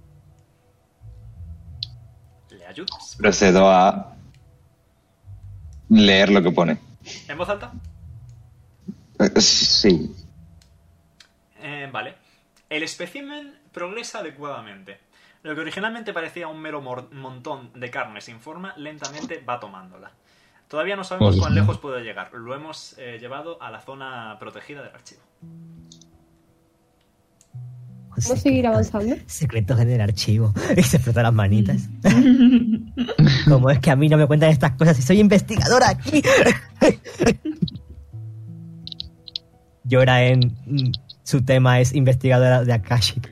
G: (laughs)
B: ¿Le ayudas?
D: Procedo a leer lo que pone.
B: ¿En voz alta?
D: Eh, Sí.
B: Eh, vale. El espécimen progresa adecuadamente. Lo que originalmente parecía un mero mor- montón de carne sin forma, lentamente va tomándola. Todavía no sabemos
F: Joder.
B: cuán lejos puede llegar. Lo hemos eh, llevado a la zona protegida del archivo. (laughs)
E: Vamos a seguir avanzando.
G: Secretos en el archivo. (laughs) Y se frota
E: (laughs)
G: las manitas. Como es que a mí no me cuentan estas cosas y soy investigadora aquí. (laughs) Llora en. mm, Su tema es investigadora de Akashic.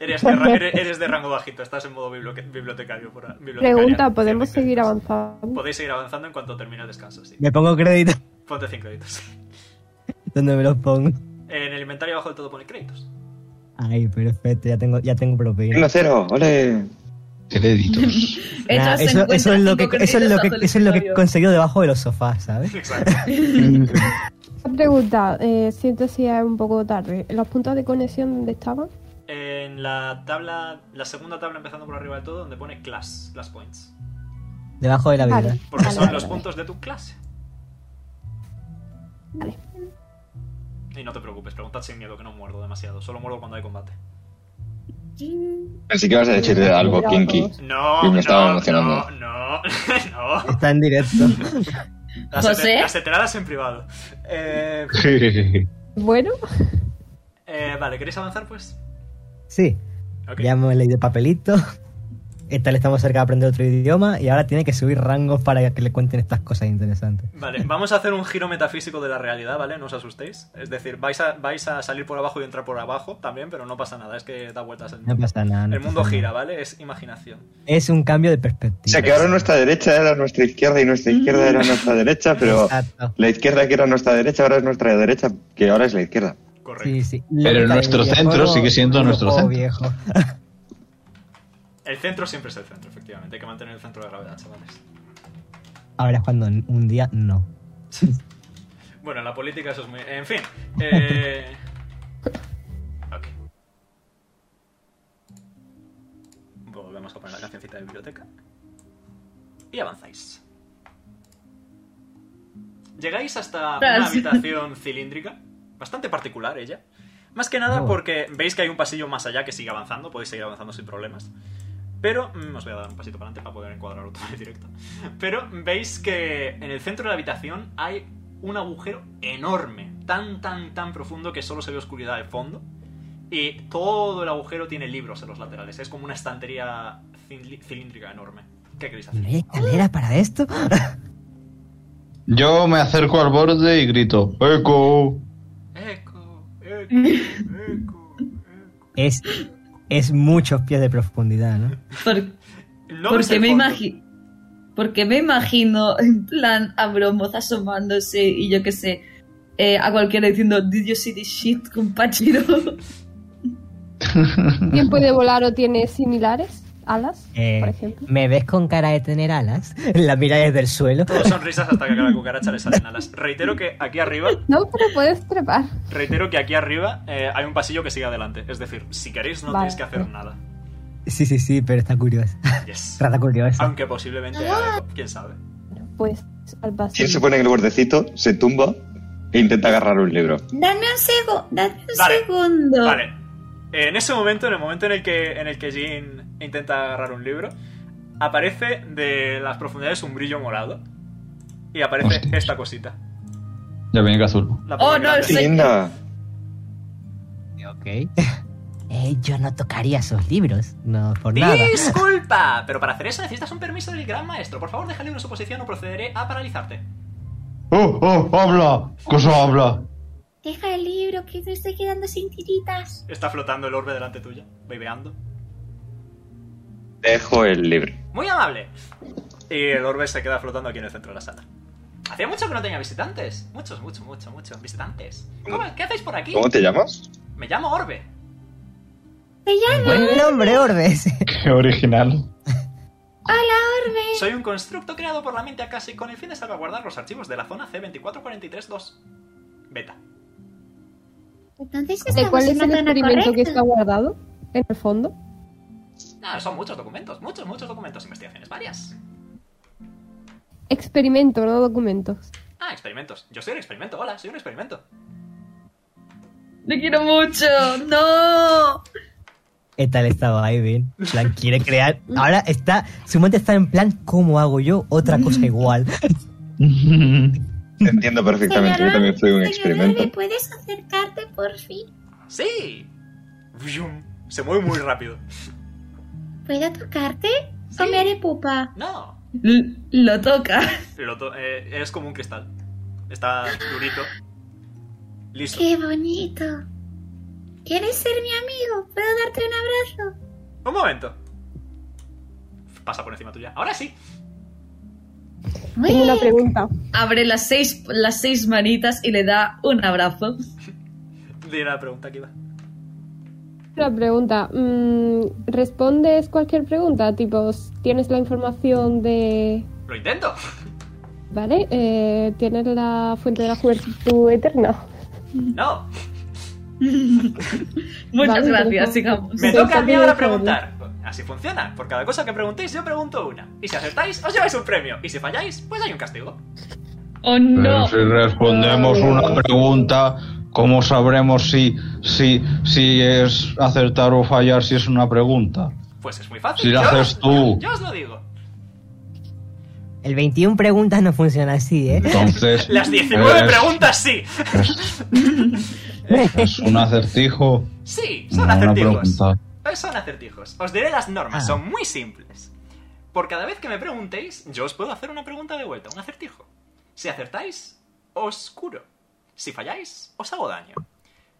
B: eres, de ra- eres- eres de rango bajito, estás en modo biblioque- bibliotecario. por a- bibliotecaria.
E: Pregunta, ¿podemos
B: Sí,
E: seguir
B: entonces,
E: avanzando?
B: Podéis seguir avanzando en cuanto termine el descanso, sí.
G: Me pongo créditos
B: Ponte 5 créditos.
G: (laughs) donde me los pongo.
B: En el inventario abajo del todo pone créditos. (laughs)
G: Ay, perfecto, ya tengo, ya tengo propina.
D: 1-0, ole.
F: Créditos.
G: Nah,
C: Echas
G: eso,
C: 50
G: eso es lo que,
C: cinco
G: eso es lo que,
C: créditos
G: eso es lo que he
C: bajo el
G: conseguido debajo de los sofás, ¿sabes?
B: Exacto.
E: Una pregunta, eh, siento si es un poco tarde. ¿Los puntos de conexión donde estaban?
B: En la tabla, la segunda tabla empezando por arriba del todo, donde pone class, class points.
G: Debajo de la vida.
E: Vale.
B: Porque son
E: vale,
B: los
E: vale.
B: puntos de tu clase.
E: Vale.
B: Y no te preocupes, preguntad sin miedo que no muerdo demasiado. Solo muerdo cuando hay combate.
D: Así que vas a decir algo kinky.
B: No,
D: Y me
B: no,
D: estaba
B: no,
D: emocionando.
B: no, (laughs) no.
G: Está en directo.
B: Las
C: José.
B: ete- las eteradas en privado. Eh,
E: Bueno,
B: Eh, vale, ¿queréis avanzar pues?
G: Sí.
B: Ok.
G: Ya hemos leído el papelito. Eh, Tal estamos cerca de aprender otro idioma y ahora tiene que subir rangos para que le cuenten estas cosas interesantes.
B: Vale, vamos a hacer un giro metafísico de la realidad, ¿vale? No os asustéis. Es decir, vais a, vais a salir por abajo y entrar por abajo también, pero no pasa nada, es que da vueltas el
G: No
B: mundo.
G: pasa nada. Ah, no
B: El mundo
G: pasa nada.
B: gira, ¿vale? Es imaginación.
G: Es un cambio de
D: O
G: perspectiva.
D: sea que ahora nuestra derecha era nuestra izquierda y nuestra izquierda era nuestra derecha,
G: (laughs)
D: pero
G: Exacto.
D: la izquierda que era nuestra derecha ahora es nuestra derecha, que ahora es la izquierda.
B: Correcto.
G: Sí, sí.
F: Pero
G: Lógica
F: nuestro
G: del
F: centro
G: videojuego,
F: sigue siendo nuestro
G: videojuego
F: centro.
G: viejo.
B: El centro siempre es el centro, efectivamente. Hay que mantener el centro de gravedad, chavales.
G: Ahora es cuando un día no.
B: Bueno, la política eso es muy... En fin. Eh... Ok. Volvemos a poner la cancioncita de biblioteca. Y avanzáis. Llegáis hasta una
C: Tras.
B: habitación cilíndrica, bastante particular ella. Más que nada porque veis que hay un pasillo más allá que sigue avanzando, podéis seguir avanzando sin problemas. Pero, mm, os voy a dar un pasito para adelante para poder encuadrarlo todo en directo. Pero veis que en el centro de la habitación hay un agujero enorme, tan, tan, tan profundo que solo se ve oscuridad al fondo. Y todo el agujero tiene libros en los laterales. Es como una estantería cil- cilíndrica enorme. ¿Qué queréis
J: ¿No
B: hacer?
J: hay escalera para esto?
F: Yo me acerco al borde y grito, ¡Eco!
B: Eco, eco,
C: (laughs)
B: eco, eco.
G: Es, es muchos pies de profundidad, ¿no?
C: Por-
B: No ves
C: porque
B: el
C: me
B: fondo.
C: imagino. Porque me imagino, en plan, a bromos asomándose y yo qué sé, eh, a cualquiera diciendo, Did you see this shit, compachiro?
E: ¿Quién puede volar o tiene similares? ¿Alas?
G: Eh,
E: por ejemplo.
J: ¿Me ves con cara de tener alas?
G: (laughs) La mira desde el suelo.
B: Todos sonrisas hasta que a la cucaracha le salen alas. Reitero que aquí arriba
E: No, pero puedes trepar.
B: Reitero que aquí arriba eh, hay un pasillo que sigue adelante. Es decir, si queréis no
E: Vale.
B: tenéis que hacer nada.
G: Sí, sí, sí, pero está curiosa.
B: Yes.
G: Rata curiosa.
B: Aunque posiblemente... haya eco, ¿Quién sabe?
E: Pues al
D: ¿Quién se
E: pasillo.
D: pone en el bordecito, se tumba e intenta agarrar un libro?
A: Dame un, sego- dame un
B: Vale.
A: segundo.
B: Vale. En ese momento, en el momento en el que, en el que Jean intenta agarrar un libro, aparece de las profundidades un brillo morado. Y aparece
F: Hostias.
B: esta cosita.
F: Ya venía azul.
B: La
C: Oh,
B: pone
C: no,
B: grande.
C: sí.
D: Linda.
G: Ok.
J: Eh, yo no tocaría esos libros. No, por nada.
B: Disculpa, pero para hacer eso necesitas un permiso del gran maestro. Por favor, deja el libro en su posición o procederé a paralizarte.
F: ¡Oh, oh, habla! ¡Cosa habla!
A: Deja el libro, que me estoy quedando sin tiritas.
B: Está flotando el orbe delante tuya, bebeando.
D: Dejo el libro.
B: Muy amable. Y el orbe se queda flotando aquí en el centro de la sala. Hacía mucho que no tenía visitantes. Muchos, muchos, muchos, muchos visitantes. ¿Cómo- ¿Qué hacéis por aquí?
D: ¿Cómo te llamas?
B: Me llamo Orbe.
A: Te llamo.
J: Buen nombre, Orbes.
F: ¡Qué (laughs) original!
A: Hola, Orbe.
B: Soy un constructo creado por la mente Akashi con el fin de salvaguardar los archivos de la zona C24432. Beta.
A: Entonces
E: ¿De
A: estamos
E: cuál
A: en
E: es
A: la
E: el
A: zona
E: experimento que
A: correcta.
E: está guardado en el fondo?
B: Ah, son muchos documentos, muchos, muchos documentos, investigaciones varias.
E: Experimento, no documentos.
B: Ah, experimentos. Yo soy un experimento, hola, soy un experimento.
C: ¡Le quiero mucho! ¡No!
G: Etal estaba ahí bien. En plan, quiere crear. Ahora está. Su mente está en plan, ¿cómo hago yo otra cosa igual?
D: Te entiendo perfectamente, yo también soy un
A: Señor
D: experimento.
A: Orbe, ¿puedes acercarte por fin?
B: ¡Sí! Vyum. Se mueve muy rápido.
A: ¿Puedo tocarte?
B: Sí.
A: ¿O me haré pupa?
B: No.
C: L- lo toca.
B: Lo to- eh, es como un cristal. Está durito. Listo.
A: ¡Qué bonito! ¿Quieres ser mi amigo? ¿Puedo darte un abrazo?
B: Un momento. Pasa por encima tuya. Ahora sí.
A: Muy
E: Tengo una
A: bien.
E: pregunta.
C: Abre las seis, las seis manitas y le da un abrazo.
B: Dile la pregunta que iba.
E: Una pregunta. mm, ¿Respondes cualquier pregunta? Tipo, ¿tienes la información de...
B: Lo intento.
E: ¿Vale? Eh, ¿Tienes la fuente de la juventud eterna?
B: No.
C: Muchas
E: Vale,
C: gracias,
E: perfecto.
C: sigamos.
B: Me
E: Sí,
B: toca a mí
E: también
B: ahora
E: es obvio.
B: preguntar. Así funciona. Por cada cosa que preguntéis, yo pregunto una. Y si acertáis, os lleváis un premio. Y si falláis, pues hay un castigo.
C: ¡Oh,
F: Pero
C: no!
F: si respondemos una pregunta, ¿cómo sabremos si, si, si es acertar o fallar si es una pregunta?
B: Pues es muy fácil.
F: Si lo
B: Yo
F: haces
B: os-
F: tú.
B: Yo os lo digo.
J: El 21
B: (laughs)
G: (laughs)
J: preguntas no funciona así, ¿eh?
F: Pues Entonces...
B: Las 19
F: es-
B: preguntas sí.
F: Es un acertijo.
B: Sí, son
F: No, una
B: acertijos.
F: pregunta.
B: Eh, Son acertijos. Os diré las normas, son muy simples. Por cada vez que me preguntéis, yo os puedo hacer una pregunta de vuelta, un acertijo. Si acertáis, os curo. Si falláis, os hago daño.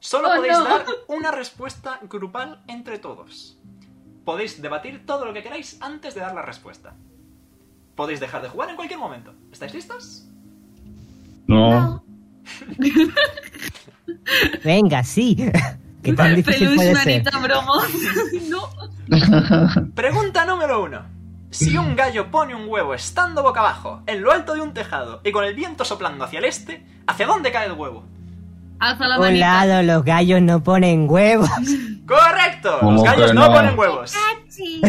B: Solo
C: Oh,
B: podéis
C: no.
B: dar
C: (laughs)
B: una respuesta grupal entre todos. Podéis debatir todo lo que queráis antes de dar la respuesta. Podéis dejar de jugar en cualquier momento. ¿Estáis listos?
F: No.
M: Venga,
G: (laughs)
M: sí. ¿Qué tan difícil
C: Peluche,
M: puede ser?
C: manita,
A: (laughs)
C: bromo. no.
B: Pregunta número uno. Si un gallo pone un huevo estando boca abajo, en lo alto de un tejado y con el viento soplando hacia el este, ¿hacia dónde cae el huevo?
C: Alza la
M: Un
C: manita.
M: lado, los gallos no ponen huevos.
B: ¡Correcto! Los
F: ¿Cómo
B: gallos
F: que
B: no
F: no?
B: ponen huevos.
A: Sí.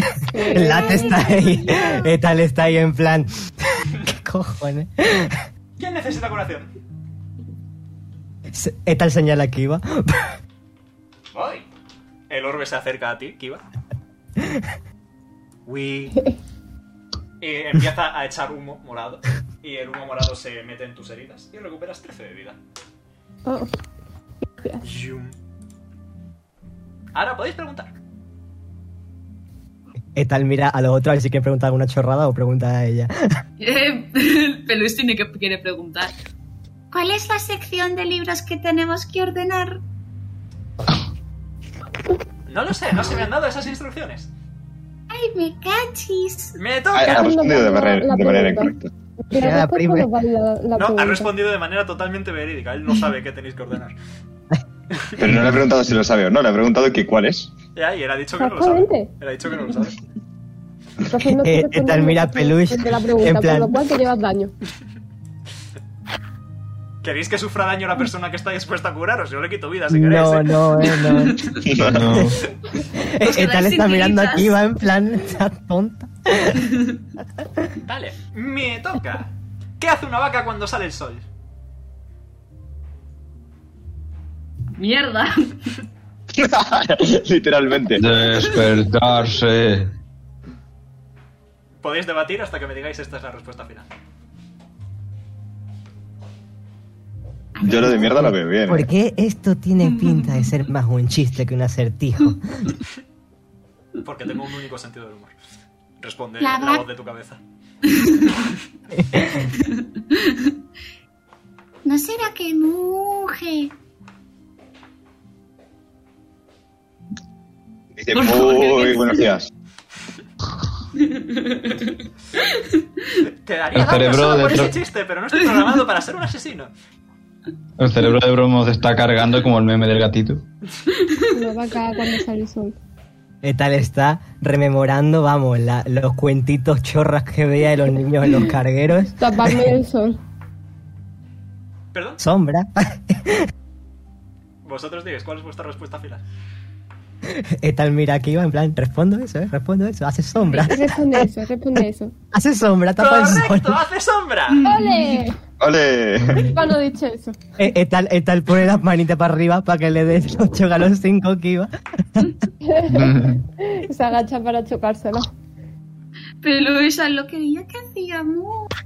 G: Lat está ahí. Etal está ahí en plan. (laughs) ¿Qué cojones?
B: ¿Quién necesita curación?
G: Se- Etal señala aquí, va.
B: Voy. El orbe se acerca a ti,
F: (laughs)
B: Kiva. Uy. Y empieza a echar humo morado. Y el humo morado se mete en tus heridas y recuperas 13 de vida.
E: Oh,
B: Yum. Ahora podéis preguntar.
G: Etal mira a los otros a ver si quieren preguntar alguna chorrada o pregunta a ella.
C: Eh, (laughs) Peluche tiene que quiere preguntar.
A: ¿Cuál es la sección de libros que tenemos que ordenar?
B: No lo sé, no se me han dado esas instrucciones.
A: ¡Ay, me cachis!
B: Me
D: Ha, ha
B: toca.
D: respondido de manera, de manera incorrecta.
G: Ya,
E: La respuesta
G: prima.
E: no vale la, la
B: No,
E: pregunta.
B: ha respondido de manera totalmente verídica. Él no sabe qué tenéis que ordenar.
D: Pero no le he preguntado si lo sabe o no, le he preguntado que cuál es.
B: Ya, y él ha dicho que no lo sabe.
E: Ah, Exactamente.
B: Él ha dicho que no lo sabe.
E: Entonces no
G: (laughs) Eh,
E: te respondo
G: tal, mira,
E: la-
G: Peluche,
E: de la pregunta,
G: en plan-
E: Por lo cual te llevas daño.
B: ¿Queréis que sufra daño la persona que está dispuesta a curaros? Yo le quito vida si queréis.
G: No,
B: ¿eh?
G: no, eh, no.
F: No.
G: Eh, Etal está
C: sin
G: mirando
C: tiritas.
G: aquí, va en plan. Está tonta.
B: Vale, me toca. ¿Qué hace una vaca cuando sale el sol?
C: Mierda.
D: (laughs) Literalmente.
F: Despertarse.
B: Podéis debatir hasta que me digáis esta es la respuesta final.
D: Yo lo de mierda lo veo bien.
M: ¿Por
D: ¿eh?
M: qué esto tiene pinta de ser más un chiste que un acertijo?
B: Porque tengo un único sentido del humor. Responde
A: La
B: la,
A: vaca-
B: voz de tu cabeza.
A: ¿No será que muge?
D: Dice,
C: Por favor,
D: muy
C: que-
D: buenos días.
B: Te daría
F: El
B: daño
F: cerebro
B: solo por
F: dentro-
B: ese chiste, pero no estoy programado para ser un asesino.
F: El cerebro de Bromo se está cargando como el meme del gatito.
E: No va a caer cuando sale el sol.
G: Etal está rememorando, vamos, la- los cuentitos chorras que veía de los niños en los cargueros.
E: Taparme el
G: (laughs)
E: sol.
B: ¿Perdón?
G: Sombra. (laughs)
B: Vosotros digáis, ¿cuál es vuestra respuesta final?
G: Etal mira aquí, va en plan. Respondo eso, eh. Respondo eso. Hace sombra.
E: Responde eso, responde eso.
G: Hace sombra, tapa el sol.
B: ¡Correcto! ¡Hace sombra!
E: ¡Ole!
D: ¡Ole! (laughs)
E: Bueno, no he dicho eso.
G: Eh, eh, tal, eh, tal pone las manitas para arriba para que le des los choca a los 5 que iba.
E: Se agacha para chocársela.
C: Peluche al
A: Lo que veía que hacía muge.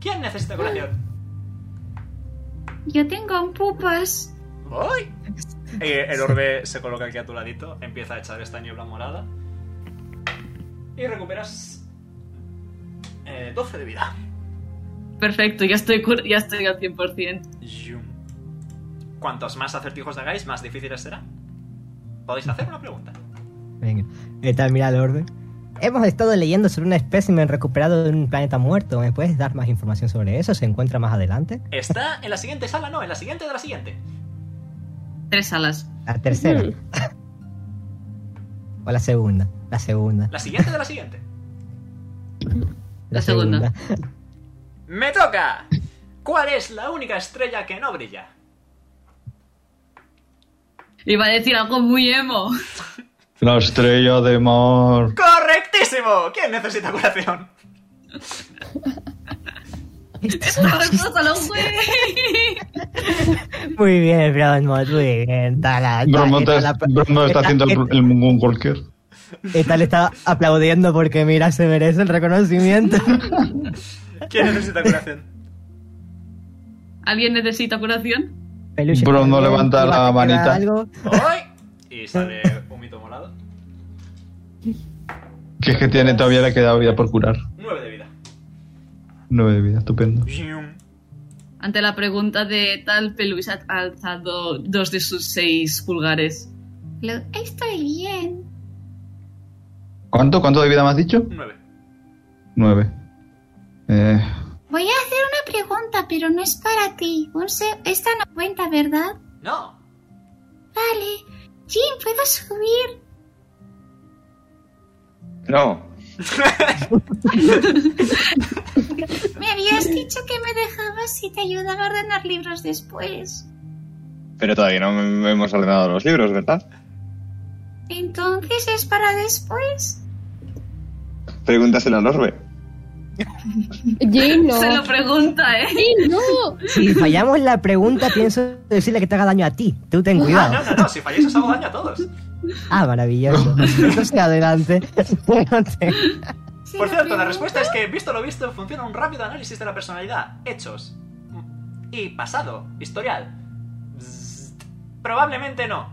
B: ¿Quién necesita curación?
A: Yo tengo un pupas.
B: ¡Voy! (laughs) Y el orbe se coloca aquí a tu ladito, empieza a echar esta niebla morada. Y recuperas. eh, 12 de vida.
C: Perfecto, ya estoy, cur- ya estoy al 100%.
B: Yum. Cuantos más acertijos hagáis, más difíciles será. Podéis hacer una pregunta.
G: Venga, eh, tal, mira el orden. Hemos estado leyendo sobre una espécimen recuperado de un planeta muerto. ¿Me puedes dar más información sobre eso? ¿Se encuentra más adelante?
B: ¿Está en la siguiente sala? No, en la siguiente de la siguiente.
C: Tres alas.
G: La tercera. o la segunda. La segunda.
B: La siguiente de la siguiente.
C: La segunda.
B: ¡Me toca! ¿Cuál es la única estrella que no brilla?
C: Iba a decir algo muy
M: (laughs)
C: emo.
F: La estrella de mar.
B: ¡Correctísimo! ¿Quién necesita curación?
C: Esta respuesta lo (laughs) fue.
G: Muy bien, Bromot, muy bien. Tal, tal,
F: Bromo,
G: eh,
F: te-
G: tal, la-
F: Bromo está
G: eh,
F: haciendo el, el mungún cualquier.
G: eh, tal está aplaudiendo porque mira, se merece el reconocimiento.
B: (laughs) ¿Quién necesita curación?
C: ¿Alguien necesita curación?
N: Peluche.
F: Bro, no
N: también,
F: levanta
N: ¿te vas
F: la
N: a quedar
F: manita.
N: algo?
B: ¡Ay! Y sale un mito morado.
F: Que es que tiene todavía le queda vida por curar.
B: 9 de vida.
F: Nueve de vida, estupendo.
C: Ante la pregunta de tal, Peluche ha alzado dos de sus seis pulgares.
A: Lo- estoy bien.
F: ¿Cuánto? ¿Cuánto de vida me has dicho?
B: 9.
F: Nueve. Eh,
A: Voy a hacer una pregunta, pero no es para ti. Un se- Esta no cuenta, ¿verdad?
B: No.
A: Vale. Jim, ¿puedo subir?
D: No.
A: Me habías dicho que me dejabas si te ayudaba a ordenar libros después.
D: Pero todavía no me- hemos ordenado los libros, ¿verdad?
A: Entonces es para después.
D: Pregúntaselo al orbe.
E: Jane, no.
C: Se lo pregunta, ¿eh? (laughs)
E: Jane, no.
G: Si fallamos la pregunta, pienso decirle que te haga daño a ti. Tú ten
B: Ah, no,
G: cuidado.
B: no, no. Si falláis os hago daño a todos.
G: Ah, maravilloso.
O: Entonces adelante.
A: Se
B: Por
A: lo
B: cierto, la
A: pregunto.
B: respuesta es que, visto lo visto, funciona un rápido análisis de la personalidad, hechos mm, y pasado, historial. Bzzzt. Probablemente no.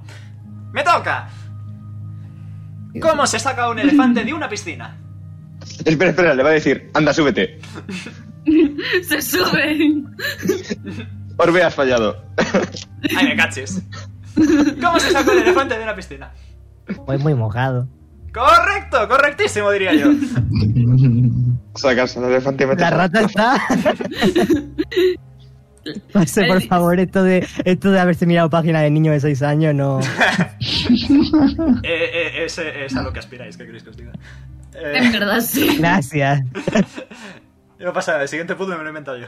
B: ¡Me toca! ¿Cómo se saca un elefante de una piscina?
D: Espera, espera, le va a decir, anda, súbete.
C: Se sube.
D: Orbe, has fallado.
B: Ay, me caches. ¿Cómo se saca un elefante de una piscina?
G: Voy muy mojado.
B: Correcto, correctísimo, diría yo.
D: Sacas al elefante y metes-
O: La rata está. Pase, por favor, esto de, esto de haberse mirado página de niño de 6 años, no.
B: Eh, eh, es, eh, es a lo que aspiráis, ¿qué queréis que os diga? Eh,
C: En verdad (laughs) sí.
O: Gracias.
B: no pasa nada, el siguiente punto me lo he inventado (laughs) yo.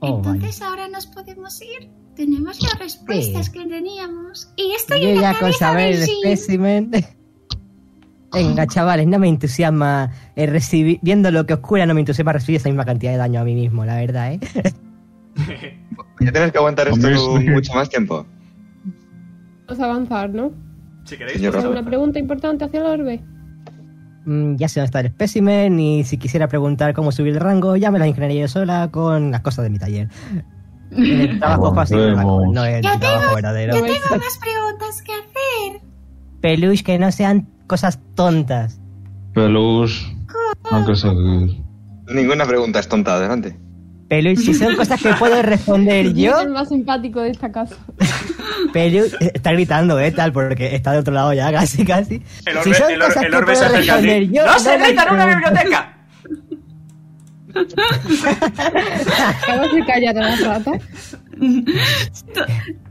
G: Oh, vaya.
A: Entonces ahora nos podemos ir. Tenemos las respuestas que teníamos. Y estoy
G: Yo
A: en la
G: ya con
A: cabeza
G: saber
A: de
G: el
A: Jim.
G: espécimen. (laughs)
A: Ah.
G: Venga, chavales, no me entusiasma eh, recibir. Viendo lo que oscura, no me entusiasma recibir esa misma cantidad de daño a mí mismo, la verdad, ¿eh?
D: Ya tienes que aguantar esto
F: Hombre, sí.
D: mucho más tiempo.
E: Vamos a avanzar, ¿no?
B: Si queréis,
D: Señor
B: pues,
E: Tengo
D: Rafa.
E: una pregunta importante hacia el orbe.
G: Mm, ya sé dónde está el espécimen y si quisiera preguntar cómo subir el rango, ya me la ingeniaría yo sola con las cosas de mi
A: (laughs)
G: taller. El trabajo
F: Vamos,
G: fácil, no,
F: vamos.
G: no es el
A: Yo tengo-
G: trabajo verdadero.
E: yo
A: Yo tengo más preguntas que hacer.
G: Peluche, que no sean cosas tontas.
F: Pelus. No creo que
D: Ninguna pregunta es tonta, adelante.
G: Peluche, si son cosas que puedo responder
A: (laughs)
E: Jane
G: yo,
E: es el más simpático de esta casa.
G: Peluche está gritando, ¿eh? Tal, porque está de otro lado ya, (laughs) casi, casi.
B: El
G: Si
B: orbe,
G: son
B: el orbe-
G: cosas
B: el
G: que
B: orbe
G: puedo
B: se acerca a ti.
G: responder yo,
B: ¡No se
G: las
B: grita en una
G: pregunto.
B: biblioteca!
E: Acabas de callar a la rata.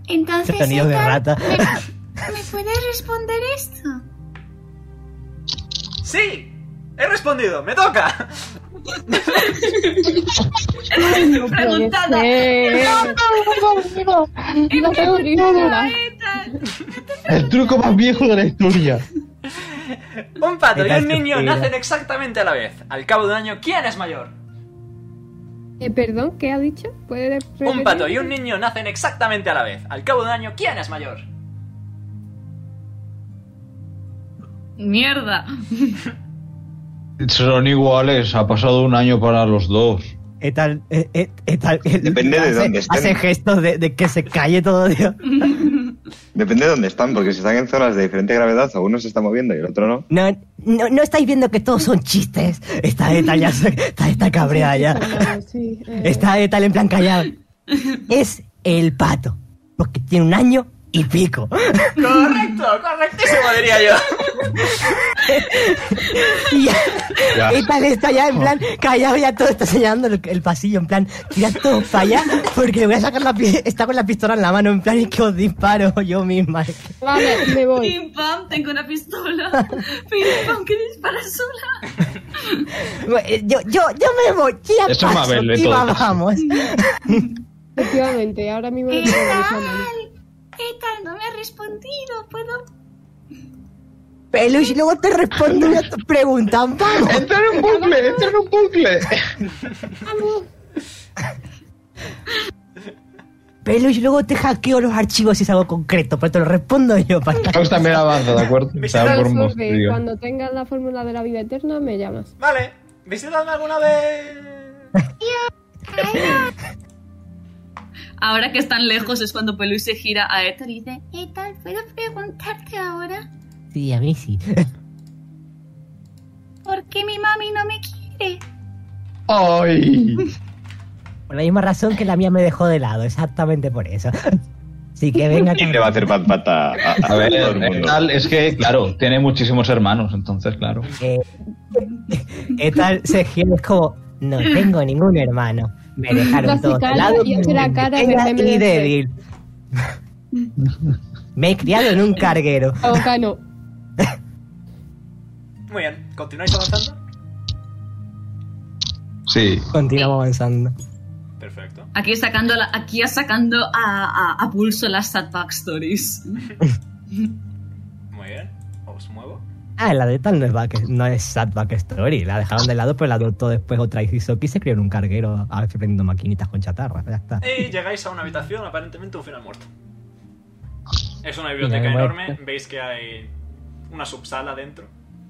A: Entonces,
G: Sonido de
A: Edgar,
G: rata.
A: ¿me, me puedes responder esto?
B: ¡Sí! ¡He respondido! ¡Me (laughs) toca!
E: No puede
C: Preguntada.
E: ser.
B: (laughs)
L: No,
E: No tengo ni idea.
F: El truco más viejo de la historia.
B: Un pato y
G: Mira,
B: un niño
G: estúpida.
B: nacen exactamente a la vez. Al cabo de un año, ¿quién es mayor?
E: Eh, perdón, ¿qué ha dicho? ¿Puede
B: Un pato y un niño nacen exactamente a la vez. Al cabo de un año, ¿quién es mayor?
C: Mierda.
F: Son iguales, ha pasado un año para los dos.
O: Eh, tal, eh, eh, eh, tal, eh,
D: Depende de
O: hace-
D: dónde estén.
O: Hace gestos de, de que se calle todo, tío.
D: Depende de dónde están, porque si están en zonas de diferente gravedad, o uno se está moviendo y el otro no.
G: No, no, no estáis viendo que todos son chistes. Está de tal ya, se- está, está cabreada ya.
E: Sí, eh,
G: Está de tal en plan callado. Es el pato. Porque tiene un año y pico.
B: (laughs) ¡Correcto! ¡Correctísimo, diría yo!
G: (laughs) Y ya,
F: Ya.
G: y tal está ya en
F: (laughs)
G: plan callado, ya todo está señalando el, el pasillo, en plan, tira todo para allá, porque le voy a sacar la pi- está con la pistola en la mano, en plan, y que os disparo yo misma.
E: Vale, me voy.
C: Pim pam, tengo
E: (laughs)
C: una pistola. Pim pam, que dispara sola.
G: Eh, Yo, yo, yo me voy, ya
F: Eso es
G: paso,
F: Mabel, de
G: y
F: todo
G: va-
F: caso.
G: vamos.
E: Efectivamente, ahora mismo me estoy organizando.
A: ¡Etal! ¡Etal, no me has respondido! ¿Puedo...?
G: Peluche, y luego te respondo una t- pregunta, vamos.
L: Entra en un bucle, entra en un bucle.
G: Peluche, luego te hackeo los archivos si es algo concreto, pero te lo respondo yo para
F: Fox también avanza, ¿de acuerdo? O sea, por
E: Resolve,
F: mostrigo.
E: Cuando tengas la fórmula de la vida eterna, me llamas.
B: Vale, visitadme alguna vez.
C: Ahora que están lejos es cuando Peluy se gira a Éter y dice:
A: ¿Qué tal? ¿Puedo preguntarte ahora
J: Sí, a mí sí.
A: por qué mi mami no me quiere?
L: ¡Ay!
J: Por la misma razón que la mía me dejó de lado, exactamente por eso. Así que venga.
D: ¿Quién le va a hacer pat pata a,
F: A ver,
D: todo el
F: el
D: mundo?
F: tal es que, claro, tiene muchísimos hermanos, entonces, claro.
G: (laughs)
J: Eh,
G: eh,
J: Etal se gira es como, no tengo ningún hermano. Me dejaron
E: Casi
J: todos de
E: calvo
J: lado.
E: y hace la cara de
J: pequeña
E: Remedy
J: y
E: Death.
G: (laughs)
J: débil. Me he criado en un carguero.
E: Aoka Ah, no.
B: Muy bien, ¿continuáis avanzando?
F: Sí.
G: Continuamos avanzando.
B: Perfecto.
C: Aquí sacando, la- aquí sacando a, a- a pulso las sad backstories.
B: Muy bien, os muevo.
G: Ah, la de tal no es, back- no es sad backstory. La dejaron de lado, pero la adoptó después otra Izisoki y se crió en un carguero a- aprendiendo maquinitas con chatarra. Ya está.
B: Y llegáis a una habitación, aparentemente un final muerto. Es una biblioteca
G: Final
B: enorme,
G: muerto.
B: veis que hay una subsala dentro,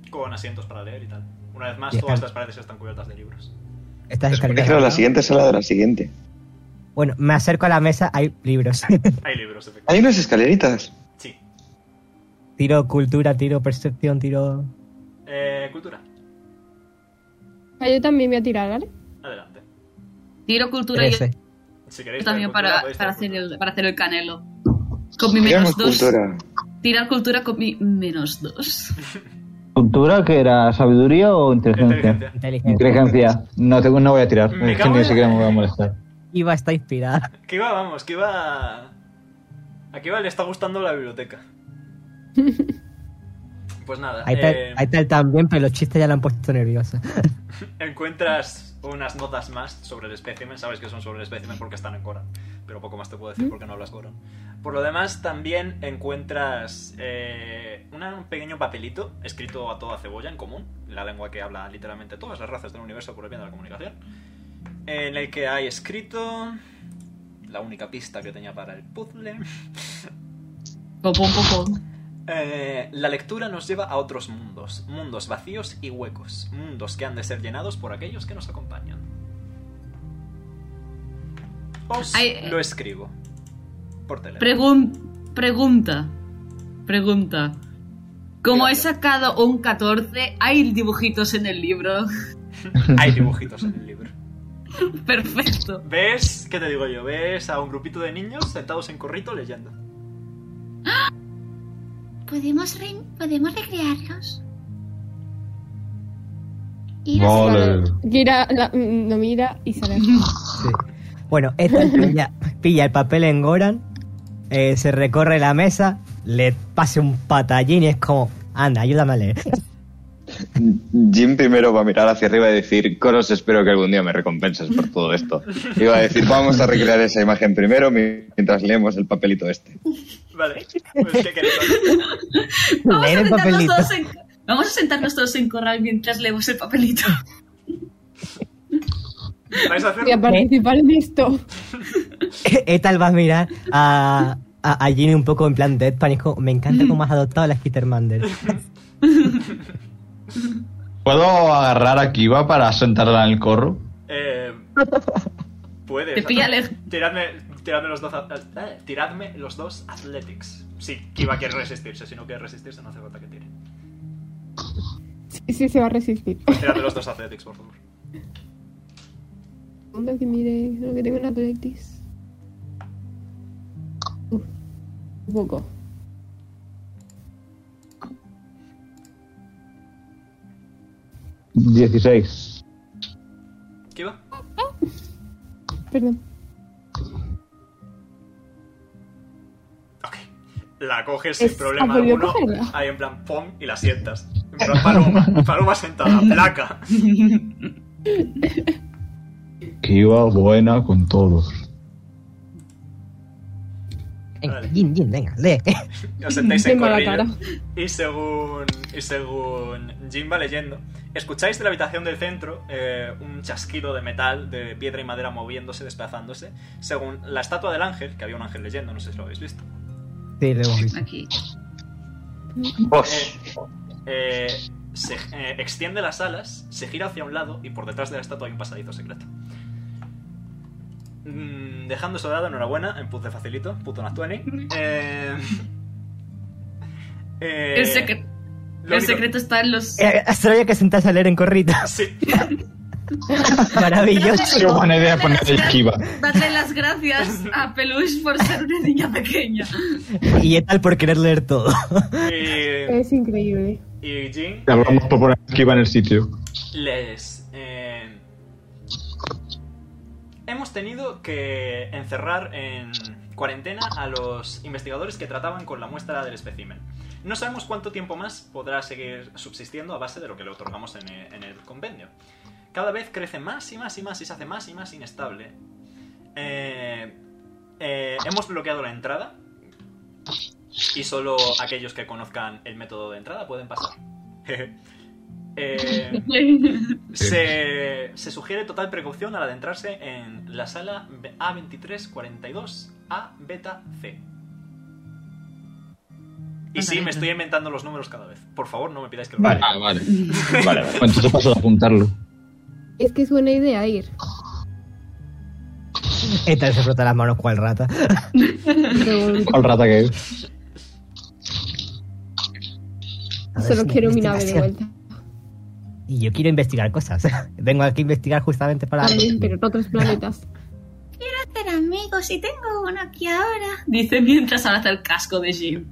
B: con asientos para leer y tal. Una vez más,
G: Y
B: todas
G: están-
B: las paredes están cubiertas de libros.
G: Estas
D: Se supone
G: escaleras-
D: que era la siguiente sala de la siguiente.
G: Bueno, me acerco a la mesa, hay libros. (laughs)
B: Hay libros, efectivamente.
D: Hay unas escaleritas.
B: Sí.
G: tiro cultura, tiro percepción, tiro.
B: Eh, cultura,
E: Ah, Yo también voy a tirar, ¿vale?
B: adelante.
C: Tiro cultura y yo
G: Trece.
B: Si queréis,
C: también
B: tirar cultura,
C: para,
B: podéis
C: para
B: tirar
C: hacer
B: cultura.
C: el, para hacer el canelo. Con mi menos
D: Digamos
C: dos.
D: cultura.
C: Tirar cultura con mi menos dos.
F: ¿Cultura que era sabiduría o inteligencia?
B: Inteligencia.
J: Inteligente.
F: Inteligencia. No, tengo, no voy a tirar.
B: Me
F: Es que
B: cago en-
F: ni siquiera me voy a molestar.
G: Iba está inspirada.
B: Que va, vamos, que va. A Kiva le está gustando la biblioteca.
G: (laughs)
B: Pues nada,
G: Ahí tal,
B: eh,
G: ahí tal también, pero los chistes ya la han puesto nerviosa.
B: encuentras unas notas más sobre el espécimen. Sabes que son sobre el espécimen porque están en Coran, pero poco más te puedo decir porque no hablas Coran. Por lo demás, también encuentras eh, una- un pequeño papelito escrito a toda cebolla en común, la lengua que habla literalmente todas las razas del universo por el bien de la comunicación, en el que hay escrito la única pista que tenía para el puzzle.
C: Pom, pom, pom, pom.
B: Eh, la lectura nos lleva a otros mundos, mundos vacíos y huecos, mundos que han de ser llenados por aquellos que nos acompañan. Os
C: Ay, eh.
B: lo escribo por teléfono.
C: Pregun- pregunta. Pregunta. Como he
B: Dígame.
C: sacado un 14, hay dibujitos en el libro. (laughs)
B: Hay dibujitos en el libro.
C: Perfecto.
B: ¿Ves? ¿Qué te digo yo? ¿Ves a un grupito de niños sentados en corrito leyendo?
A: ¿Podemos, re- ¿podemos recrearlos? Ir a-
K: Vale.
E: Gira, la- mm, no mira y sale.
G: Bueno, Etal pilla, pilla el papel en Goran, eh, se recorre la mesa, le pase un patallín y es como, anda, ayúdame a leer.
D: Jim primero va a mirar hacia arriba y decir, Coros, espero que algún día me recompenses por todo esto. Y va a decir, vamos a recrear esa imagen primero mientras leemos el papelito este.
B: Vale. Pues, ¿qué queréis hacer?
C: (laughs) Vamos
G: Leer
C: a,
G: el
C: sentarnos
G: papelito. (laughs)
C: todos en, vamos a sentarnos todos en corral mientras leemos el (laughs) papelito.
B: ¿Vais a
E: Voy a
B: hacer?
E: participar en esto.
G: Etal va a mirar a, a, a Ginny un poco en plan Dead Panico. Me encanta cómo has adoptado a la Skittermander.
B: (laughs)
F: ¿Puedo agarrar a Kiva para sentarla en el corro?
C: (laughs)
B: Eh, puedes.
C: Te pilla lejos.
B: Tiradme, tiradme los dos. eh, Tiradme los dos athletics. Sí, Kiva quiere resistirse. Si no quiere resistirse, no hace falta que tire.
E: Sí, sí, se va a resistir.
B: Tiradme los dos athletics, por favor.
E: Segundo que mire lo que tengo en Athletics. Uf, un poco.
F: Dieciséis.
B: Kiva.
E: Perdón.
B: Ok. La coges
E: Es-
B: sin problema
E: ah, volvió a
B: alguno.
E: cogerla.
B: Ahí en plan pom y la sientas. En plan paloma.
E: (laughs)
B: Paloma sentada, placa.
F: Kiva buena con todos.
J: Venga,
B: Vale.
J: Jin, Jin, venga,
B: (laughs)
J: lee.
B: Os sentáis en
E: Tengo la
B: corrillo.
E: cara.
B: Y según, y según Jim va leyendo, escucháis de la habitación del centro eh, un chasquido de metal, de piedra y madera moviéndose, desplazándose. Según la estatua del ángel, que había un ángel leyendo, no sé si lo habéis visto.
G: Sí, lo hemos visto.
C: Aquí.
D: Vos.
B: eh, se eh, extiende las alas, se gira hacia un lado y por detrás de la estatua hay un pasadizo secreto. Mm, dejando eso de lado, enhorabuena, en puz de facilito, puto Natuani. Eh, (laughs) eh,
C: el secre-
B: lo
C: el
B: único-
C: secreto está en los.
G: Eh, se había que sentarse a leer en
C: (laughs)
G: corritas.
B: Sí.
G: Maravilloso.
P: Qué buena idea ponerle esquiva.
C: Darle las (laughs) gracias a Peluche por ser una niña (laughs) pequeña.
G: Y es tal por querer leer todo. Eh.
B: Y,
E: Es increíble.
B: y Jin
P: Te hablamos por poner esquiva en el sitio.
B: les... eh, hemos tenido que encerrar en cuarentena a los investigadores que trataban con la muestra del espécimen. No sabemos cuánto tiempo más podrá seguir subsistiendo a base de lo que le otorgamos en e- en el convenio. Cada vez crece más y más y más y se hace más y más inestable. Eh, eh, hemos bloqueado la entrada y solo aquellos que conozcan el método de entrada pueden pasar. (laughs) Jeje. Eh, se, se sugiere total precaución al adentrarse en la sala A2342A beta C. Y sí, me estoy inventando los números cada vez. Por favor, no me pidáis que lo
P: Vale.
B: haga.
P: Ah, vale.
D: Vale, vale.
F: Bueno, entonces paso de apuntarlo.
E: Es que es buena idea
G: (laughs)
E: ir.
G: Y tal se frota las manos cual rata.
E: Pero
F: Al rata que es.
G: A ver
E: solo
G: si
E: quiero mi nave de
G: investigación.
E: vuelta.
G: Y yo quiero investigar cosas. (laughs) Vengo aquí a investigar justamente para...
E: También, pero en otros planetas.
A: Hacer amigos y tengo uno aquí ahora.
C: Dice mientras abraza el casco de Jim.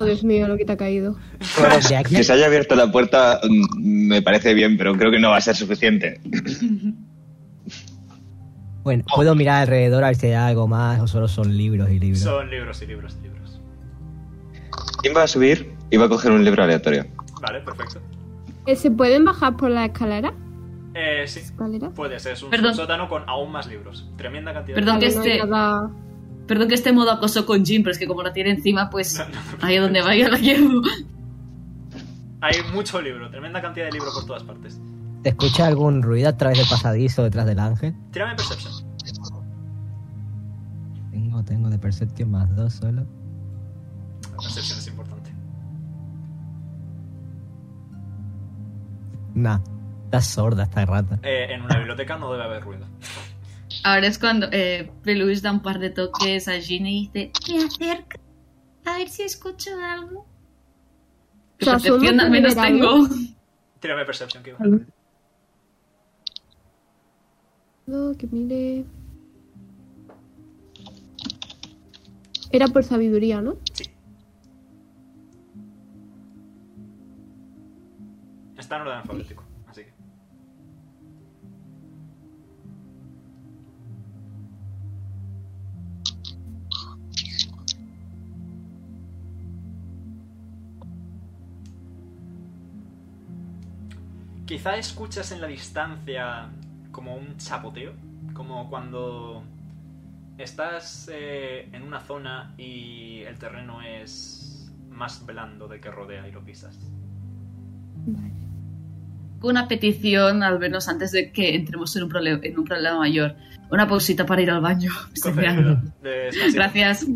E: Oh, Dios mío, lo que te ha caído.
G: (laughs) De aquí
D: Que se haya abierto la puerta mm, me parece bien, pero creo que no va a ser suficiente.
G: Bueno, puedo mirar alrededor a ver si hay algo más o solo son libros y libros.
B: Son libros y libros y libros.
D: ¿Quién va a subir y va a coger un libro aleatorio?
B: Vale, perfecto.
E: Eh, ¿Se pueden bajar por la escalera?
B: Eh, sí,
E: ¿Escalera?
B: puede ser. Es un
C: Perdón.
B: sótano con aún más libros. Tremenda cantidad
C: Perdón,
B: de
C: que
E: Vale, no hay
C: este-
E: nada-
C: Perdón que esté en modo acoso con Jim, pero es que como la tiene encima, pues ahí a donde vaya la llevo.
B: Hay mucho libro, tremenda cantidad de libro por todas partes.
G: ¿Te escucha algún ruido a través del pasadizo detrás del ángel?
B: Tírame Perception.
G: Tengo, tengo de Perception más dos solo.
B: Perception es importante.
G: Nah, está sorda esta rata.
B: Eh, en una biblioteca no debe haber ruido.
C: Ahora es cuando eh, Peluche da un par de toques a Jim y dice:
A: Me acerco. A ver si escucho algo.
E: O sea,
C: "Percepción
E: solo
C: al menos
E: puede ver
C: tengo.
B: Tírame Perception, que iba.
E: No, que mire. Era por sabiduría, ¿no?
B: Está en orden alfabético, así que. Quizá escuchas en la distancia como un chapoteo, como cuando estás eh, en una zona y el terreno es más blando del que rodea y lo pisas.
C: una petición, al menos antes de que entremos en un, prole- en un problema mayor. Una pausita para ir al baño. (laughs)
B: Concedido. Descansito.
C: Gracias.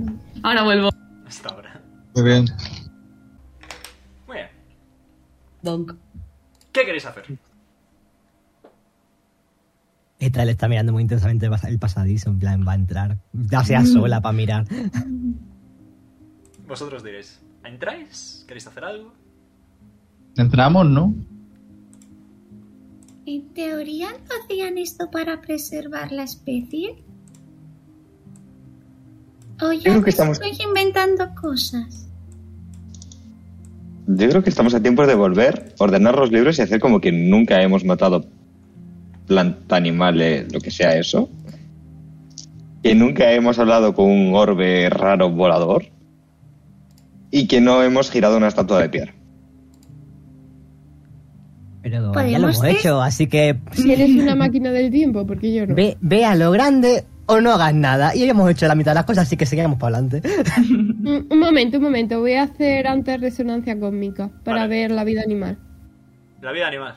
C: Ahora vuelvo.
B: Hasta ahora.
F: Muy bien.
B: Muy bien.
C: Donk.
B: ¿Qué queréis hacer?
G: Y tal está mirando muy intensamente el pas- el pasadizo, en plan, va a entrar. Ya sea sola para mirar.
B: Vosotros diréis, ¿entráis? ¿Queréis hacer algo?
F: Entramos, ¿no?
A: En teoría no hacían esto para preservar la especie. O ya
D: creo
A: me
D: que estamos-
A: pues, estoy inventando cosas.
D: Yo creo que estamos a tiempo de volver, ordenar los libros y hacer como que nunca hemos matado planta, animales, lo que sea eso. Que nunca hemos hablado con un orbe raro volador. Y que no hemos girado una estatua de piedra.
G: Pero ya lo
A: ¿Podemos
G: hemos
A: ir?
G: hecho, así que
E: Si
B: (laughs)
E: eres una máquina del tiempo, porque yo no.
G: ve, ve a lo grande o no hagas nada. Y hemos hecho la mitad de las cosas, así que seguimos para adelante.
E: Mm, Un momento, un momento. Voy a hacer antes resonancia cósmica para
B: Vale.
E: ver la vida animal.
B: La vida animal.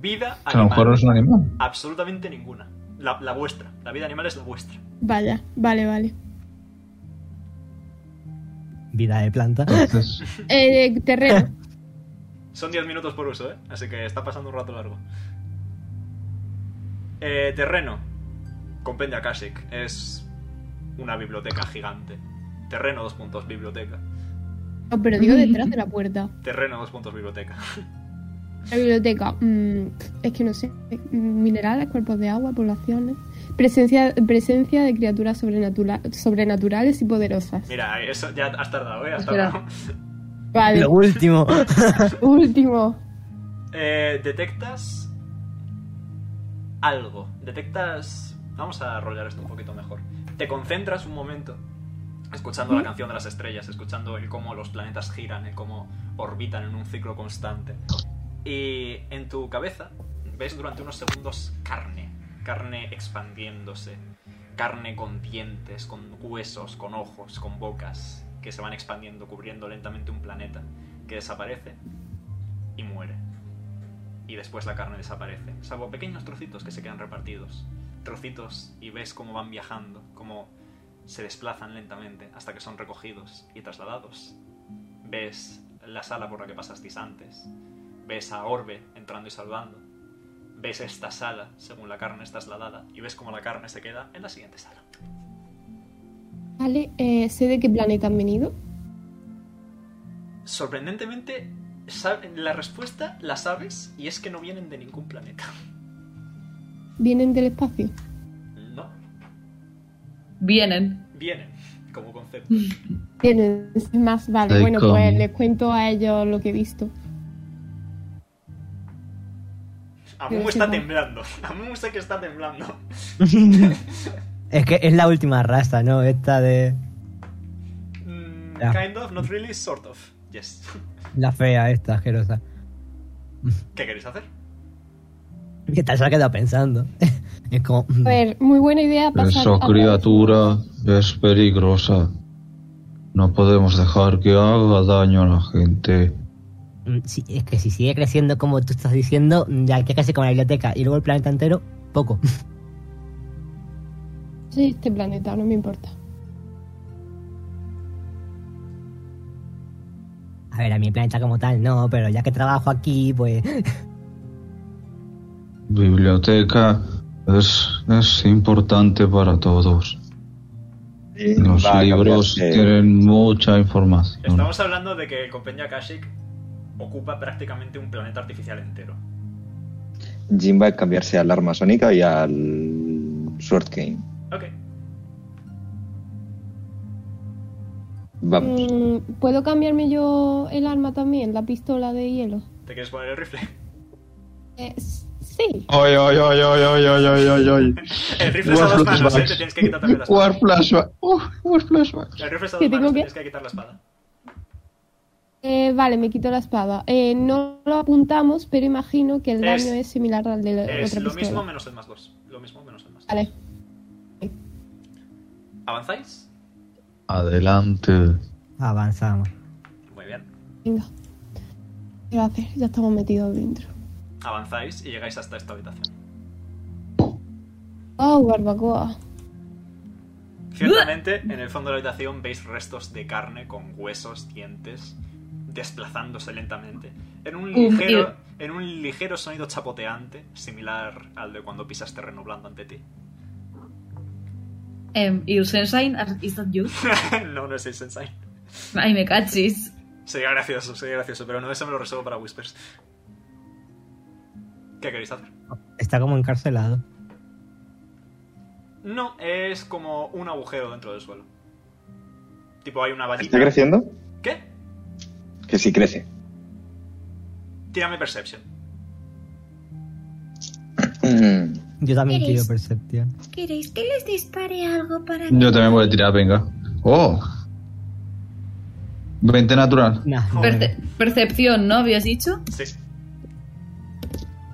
B: Vida
F: A lo mejor no es
B: animal.
F: un animal.
B: Absolutamente ninguna. La, la vuestra. La vida animal es la vuestra.
E: Vaya, vale, vale.
G: Vida de planta.
F: Entonces,
E: Eh, terreno.
B: (laughs) Son 10 minutos por uso, ¿eh? Así que está pasando un rato largo. Eh, terreno. Compendio Akashic. Es una biblioteca gigante. Terreno, dos puntos, biblioteca.
E: No, pero
B: (laughs)
E: digo detrás de la puerta.
B: Terreno, dos puntos, biblioteca.
E: La biblioteca. mm, es que no sé. mm, Minerales, cuerpos de agua, poblaciones. Presencia, presencia de criaturas sobrenatura- sobrenaturales y poderosas.
B: Mira, eso ya has tardado, ¿eh? Has tardado.
E: Vale.
Q: Lo último.
E: Último.
B: Eh, detectas algo. Detectas. Vamos a rollar esto un poquito mejor. Te concentras un momento escuchando la canción de las estrellas, escuchando el cómo los planetas giran, el cómo orbitan en un ciclo constante. Y en tu cabeza ves durante unos segundos carne, carne expandiéndose, carne con dientes, con huesos, con ojos, con bocas, que se van expandiendo, cubriendo lentamente un planeta, que desaparece y muere. Y después la carne desaparece, salvo pequeños trocitos que se quedan repartidos. Trocitos y ves cómo van viajando, cómo se desplazan lentamente hasta que son recogidos y trasladados. Ves la sala por la que pasasteis antes. Ves a Orbe entrando y saludando. Ves esta sala según la carne es trasladada y ves cómo la carne se queda en la siguiente sala.
E: Vale, eh, sé de qué planeta han venido.
B: Sorprendentemente, sa- la respuesta la sabes y es que no vienen de ningún planeta.
E: Vienen del espacio.
B: No,
C: Vienen.
B: vienen como concepto.
E: Vienen, es más, vale.
B: Ay,
E: bueno,
B: cómo.
E: pues les cuento a ellos lo que he visto.
B: Amumu está temblando. (laughs) Amumu sé que está temblando.
G: (laughs) es que es la última raza, ¿no? Esta de. Ya.
B: Mm, Kind of, not really, sort of. Yes. (laughs)
G: La fea, esta asquerosa.
B: ¿Qué queréis hacer?
G: ¿Qué tal se ha quedado pensando? (laughs) es como. mm,
E: A ver, muy buena idea pasar
F: Esa
E: a-
F: criatura es peligrosa. No podemos dejar que haga daño a la gente.
R: Mm, sí, es que si sigue creciendo como tú estás diciendo, mm, ya que casi con la biblioteca y luego el planeta entero,
G: (laughs)
R: poco.
E: Sí, este planeta, no me importa.
R: A ver, a mi planeta como tal no, pero ya que trabajo aquí, pues...
F: Biblioteca es, es importante para todos. Los
D: va a
F: libros
L: eh,
D: cambiarse.
F: tienen mucha información.
B: Estamos hablando de que el Compendio Akashic ocupa prácticamente un planeta artificial entero.
D: Jim va a cambiarse al arma sónica y al Sword Cane.
B: Ok.
F: Ah.
D: Vamos.
E: Mm, ¿Puedo cambiarme yo el arma también? La pistola de hielo.
B: ¿Te quieres poner el rifle?
E: Eh, sí.
L: Oy, oy, oy, oy, oy, oy, oy, oy, oy.
B: (laughs) El rifle es a dos manos, ¿eh? Te tienes que quitar también la espada.
L: War flashback. Uh, war flashback.
B: El rifle es a
E: ¿Qué
B: dos
E: tengo que-
B: manos, te tienes que quitar la espada.
E: Eh, vale, me quito la espada. Eh, no lo apuntamos, pero imagino que el
B: Es-
E: daño es similar al de la
B: Es
E: Eh, otra
B: lo
E: pistola.
B: mismo menos el más dos. Lo mismo menos el más dos.
E: Vale.
B: ¿Avanzáis?
F: Adelante.
G: (laughs) Avanzamos.
B: Muy bien.
E: Venga. ¿Qué va a hacer? Ya estamos metidos dentro.
B: Avanzáis y llegáis hasta esta habitación.
E: Oh, barbacoa.
B: Ciertamente, en el fondo de la habitación veis restos de carne con huesos, dientes, desplazándose lentamente. En un
C: Uf,
B: ligero, en un ligero sonido chapoteante, similar al de cuando pisas terreno blando ante ti. (laughs)
C: Em, Ilsenstein, ar- is that you?
B: no, no es el Sensei.
C: Ay, me cachis.
B: Sería gracioso, sería gracioso, pero no, eso me lo reservo para Whispers. ¿Qué queréis hacer?
G: Está como encarcelado.
B: No, es como un agujero dentro del suelo. Tipo, hay una vallita.
D: ¿Está creciendo?
B: ¿Qué?
D: Que sí crece.
B: Tírame Perception.
G: Yo también
A: ¿Queréis?
G: quiero Percepción.
A: ¿Queréis que les dispare algo para
F: Yo
A: que-
F: también voy a tirar, venga. Oh. 20 natural.
C: Perce- percepción, ¿no? ¿Habías dicho?
B: Sí.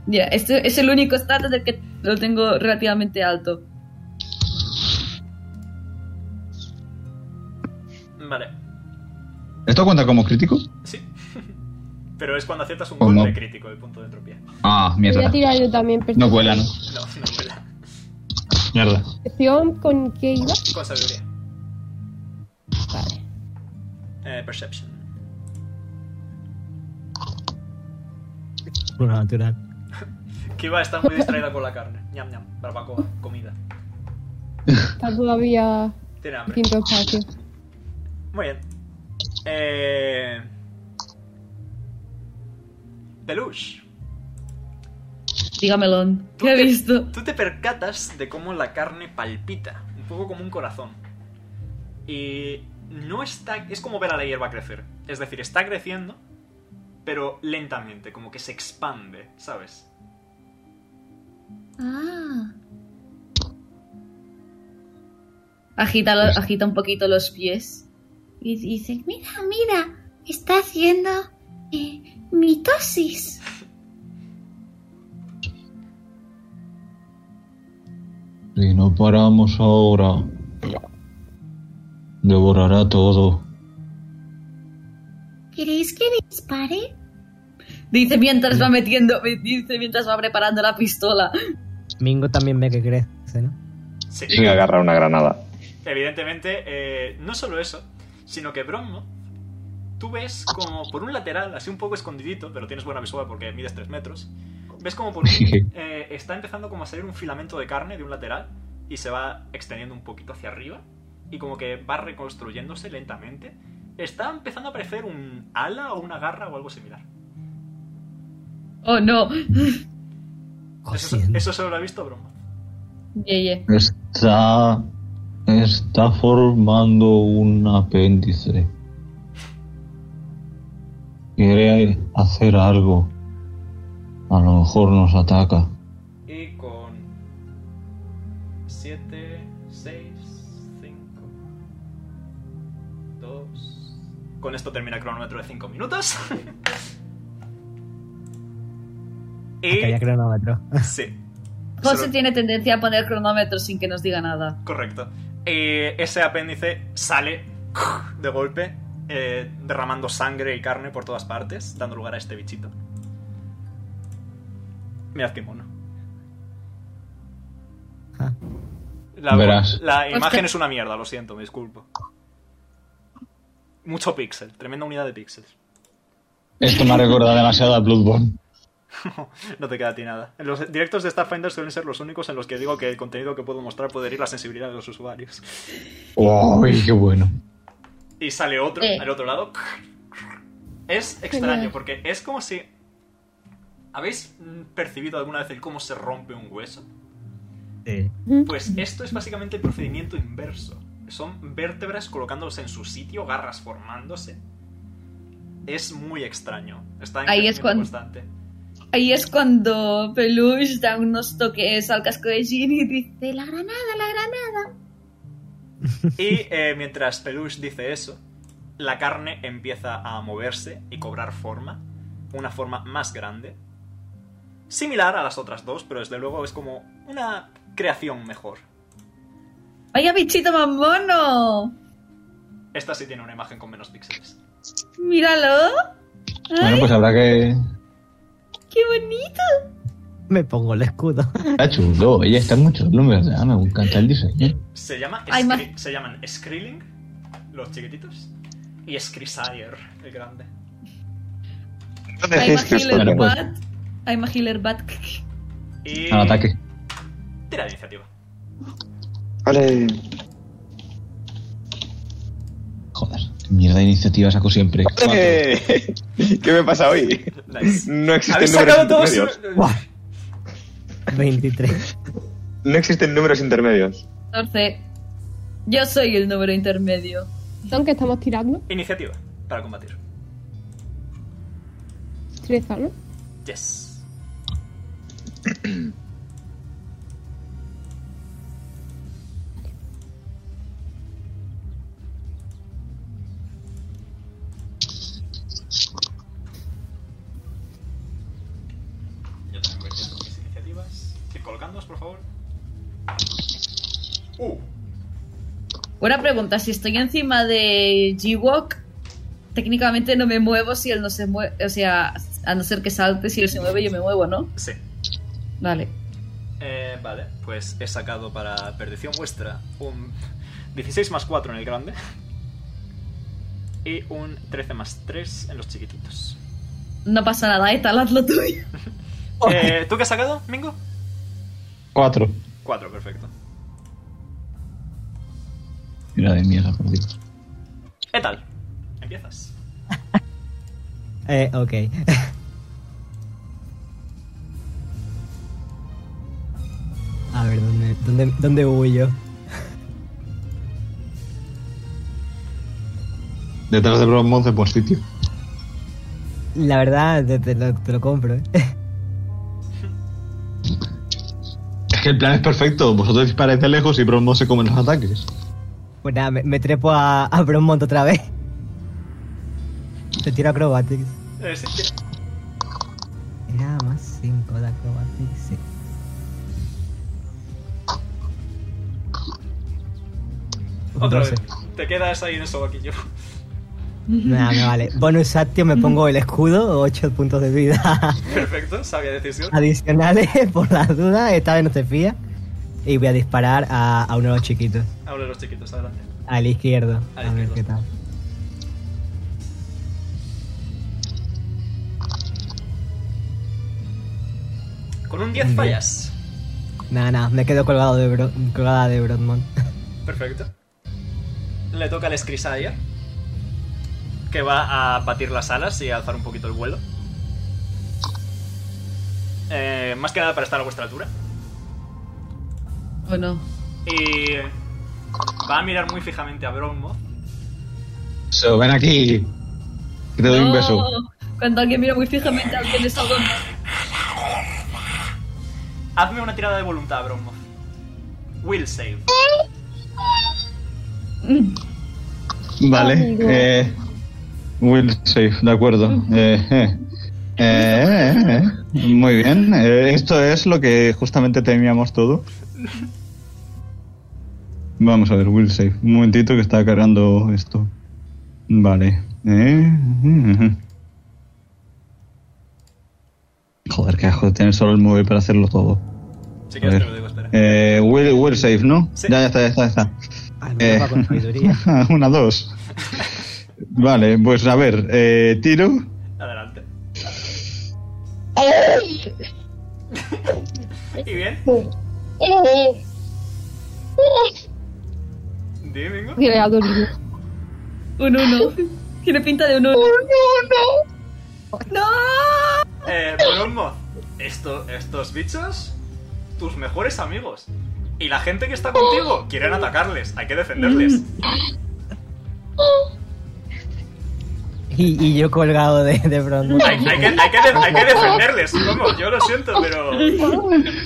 C: Mira, este es el único status del que lo tengo relativamente alto.
B: Vale,
F: ¿Esto cuenta como crítico?
B: sí. (laughs) pero es cuando aciertas un
F: ¿O no?
B: golpe crítico, el punto de entropía. (laughs)
F: Ah,
E: Voy a
F: mierda.
E: tirar yo también
F: No cuela, ¿no?
B: No, no vuela.
F: Mierda.
E: percepción. ¿Con qué iba?
B: Con sabiduría.
E: Vale.
B: Eh, perception.
G: Uno natural.
B: Kiva está muy distraída con la carne. Ñam, ñam, barbacoa, comida.
S: Está todavía
B: Tiene hambre.
S: quinto espacio.
B: Muy bien. Eh... Peluche.
C: Dígamelo. ¿Qué he visto?
B: Tú te percatas de cómo la carne palpita, un poco como un corazón. Y no está. Es como ver a la hierba crecer. Es decir, está creciendo, pero lentamente, como que se expande, ¿sabes?
A: Ah,
C: Agita, lo- agita un poquito los pies.
A: y dice, mira, mira, está haciendo eh, mitosis.
K: Si no paramos ahora, devorará todo.
A: ¿Queréis que dispare?
C: Dice mientras va metiendo, dice mientras va preparando la pistola.
G: Mingo también ve que crece, ¿no?
B: Sí.
D: Sin agarrar una granada.
B: Evidentemente, eh, no solo eso, sino que Bronmo, tú ves como por un lateral, así un poco escondidito, pero tienes buena visual porque mides 3 metros, ves como por un- eh, está empezando como a salir un filamento de carne de un lateral y se va extendiendo un poquito hacia arriba y como que va reconstruyéndose lentamente. Está empezando a aparecer un ala o una garra o algo similar.
C: Oh no.
B: Eso, eso solo lo ha visto Bronmo.
C: Ye, ye.
K: Está. Está formando un apéndice. Quiere hacer algo. A lo mejor nos ataca.
B: Y con 7, 6, 5, 2... Con esto termina el cronómetro de 5 minutos. (laughs) y...
G: Que había cronómetro.
B: Sí,
C: José
B: Solo-
C: tiene tendencia a poner cronómetros sin que nos diga nada.
B: correcto. Y ese apéndice sale de golpe, eh, derramando sangre y carne por todas partes, dando lugar a este bichito. Mirad qué mono. La,
K: Verás.
B: la imagen
C: Hostia.
B: es una mierda, lo siento, me disculpo. Mucho píxel, tremenda unidad de píxeles.
K: Esto me ha recordado demasiado a Bloodborne.
B: no te queda a ti nada. En los directos de Starfinder suelen ser los únicos en los que digo que el contenido que puedo mostrar puede herir la sensibilidad de los usuarios.
K: ¡Uy, qué bueno!
B: Y sale otro
C: Eh.
B: al otro lado. Es extraño, porque es como si. ¿Habéis mm, percibido alguna vez el cómo se rompe un hueso?
G: Sí.
B: Pues
C: Mm.
B: esto es básicamente el procedimiento inverso. Son vértebras colocándose en su sitio, garras formándose. Es muy extraño. Está en
C: Ahí es
B: crecimiento
C: cuando-
B: constante.
C: Ahí es cuando Peluche da unos toques al casco de Jean y dice...
A: De la granada, la granada.
B: Y eh, mientras Peluche dice eso, la carne empieza a moverse y cobrar forma, una forma más grande, similar a las otras dos, pero desde luego es como una creación mejor.
C: ¡Vaya bichito más mono!
B: Esta sí tiene una imagen con menos píxeles.
C: ¡Míralo!
K: Bueno, pues habrá que.
C: ¡Qué bonito!
G: Me pongo el escudo.
K: Está chulo, oye, está muy chulo, en verdad. Me encanta el diseño.
B: Se, llama
C: Hay
B: Skri- se llaman Skrilling, los chiquititos, y Scrisayer, el grande.
C: I'm a healer
K: Bueno, pues.
C: bat. I'm a healer bat.
B: Y...
K: Al ataque.
B: Tira de iniciativa.
D: Vale.
K: Joder, qué mierda de iniciativa saco siempre.
D: ¿Qué me pasa hoy?
K: (laughs)
B: Nice.
D: No existen
B: ¿Habéis
K: Este
D: números
B: sacado todos?
D: intermedios.
G: Buah. 23.
D: No existen números intermedios.
C: 14. Yo soy el número intermedio.
S: Aunque estamos tirando
B: Iniciativa para combatir.
S: treza, ¿no?
B: Yes. Yo también voy haciendo mis iniciativas. Sí, Colocándoos, por favor. Uh,
C: Buena pregunta, si estoy encima de G-Walk, técnicamente no me muevo si él no se mueve, o sea, a no ser que salte, si él se mueve yo me muevo, ¿no?
B: sí.
C: Vale.
B: Eh, vale, pues he sacado para perdición vuestra un 16 más 4 en el grande y un 13 más 3 en los chiquititos.
C: No pasa nada, Etal, haz lo ¿eh? tuyo.
B: Eh, ¿Tú qué has sacado, Mingo?
F: Cuatro.
B: Cuatro, perfecto.
F: Mira de mierda, por Dios.
B: ¿Qué tal? Empiezas.
G: Eh, ok. A ver, ¿dónde, dónde, dónde huyo?
F: Detrás de Bromont es buen sitio.
G: La verdad, te, te lo, te lo compro, ¿eh? (laughs)
F: Es que el plan es perfecto. Vosotros disparáis de lejos y Bromont se come los ataques.
G: Pues nada, me, me trepo a, a Bromont otra vez. Te tiro acrobatics.
B: Eh, sí, sí.
G: Era más 5 de acrobatics, sí.
B: Otra
G: Doce.
B: vez. Te quedas ahí en ese vaquillo.
G: Nah, me vale. Bonus actio me pongo el escudo, 8 puntos de vida
B: (laughs)
G: (laughs)
B: Perfecto, sabia decisión.
G: adicionales (laughs) por las dudas. Esta vez no te fía. Y voy a disparar a, a uno de los chiquitos,
B: Ahora los chiquitos, adelante.
G: al izquierdo.
B: Al
G: a ver
B: izquierdo.
G: qué tal.
B: Con un 10 fallas.
G: Nada, nada, me quedo colgado de bro- colgada de Brodmond. (laughs)
B: Perfecto. Le toca al Scrisaya. Que va a batir las alas y a alzar un poquito el vuelo. Eh, más que nada para estar a vuestra altura.
C: ¿O no?
B: Y va a mirar muy fijamente a Brownmoth.
F: So, ven aquí. Que te doy un
C: No,
F: beso.
C: Cuando alguien mira muy fijamente, alguien es algo más. (laughs)
B: Hazme una tirada de voluntad, Brownmoth. Will save.
F: Vale. Eh, will save, de acuerdo. Eh, eh. Eh, eh, eh. Muy bien. Eh, esto es lo que justamente temíamos todo. Vamos a ver, will save. Un momentito que está cargando esto. Vale. Eh, eh, eh. Joder, qué ajo de tener solo el móvil para hacerlo todo.
B: Si
F: A
B: quieres te
F: ver.
B: lo digo, espera.
F: Eh, will, will save, ¿no? Ya, ya está, ya está, ya está. Eh,
G: va con sabiduría.
F: (laughs) una, dos. Vale, pues a ver, eh, tiro. (laughs)
B: Adelante. (laughs) ¿Y bien?
L: Oh,
B: Dime, Mingo.
S: Que le ha dolido.
C: Un uno. Tiene pinta de un uno. ¡No!
B: Eh, Brownmoth, esto, estos bichos, tus mejores amigos. Y la gente que está contigo quieren atacarles, hay que defenderles.
G: Y, y yo colgado de, de Brodmond.
B: Hay, hay que, hay que de- hay que defenderles, vamos, yo lo siento, pero.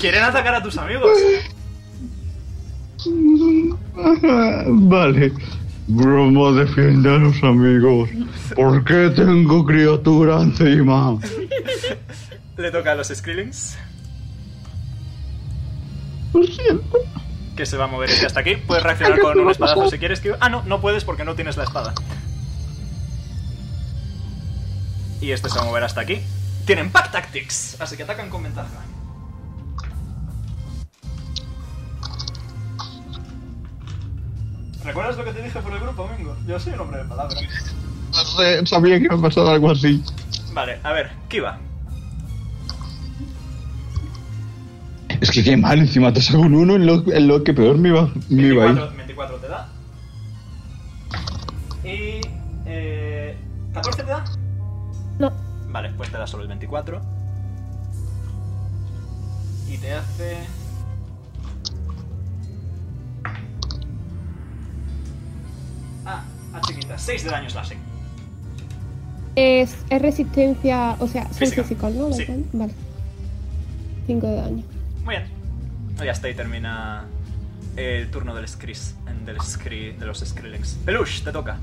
B: Quieren atacar a tus amigos.
K: Vale. Bromo, defiende a los amigos. ¿Por qué tengo criatura encima?
B: Le toca a los Skrillings. Que se va a mover este hasta aquí. Puedes reaccionar con un espadazo si quieres. Que... Ah, no, no puedes porque no tienes la espada. Y este se va a mover hasta aquí. Tienen Pack Tactics, así que atacan con ventaja. ¿Recuerdas lo que te dije por el grupo, Mingo? Yo soy un hombre de palabras.
K: No sé, sabía que iba a pasar algo así.
B: Vale, a ver, Kiva.
F: Es que qué mal, encima te saco un uno en lo, en lo que peor me iba, me iba a ir.
B: 24, 24 te da. Y. Eh, ¿14 te da?
S: No.
B: Vale, pues te da solo el 24. Y te hace. Ah, ah, chiquita, 6 de daño slashing.
S: Es, es resistencia, o sea, son
B: Física.
S: físicos, ¿no?
B: Sí.
S: Vale. 5 de daño.
B: Muy bien. Y hasta ahí termina el turno del Skris, del Skri, de los Skrillex. Peluche, te toca.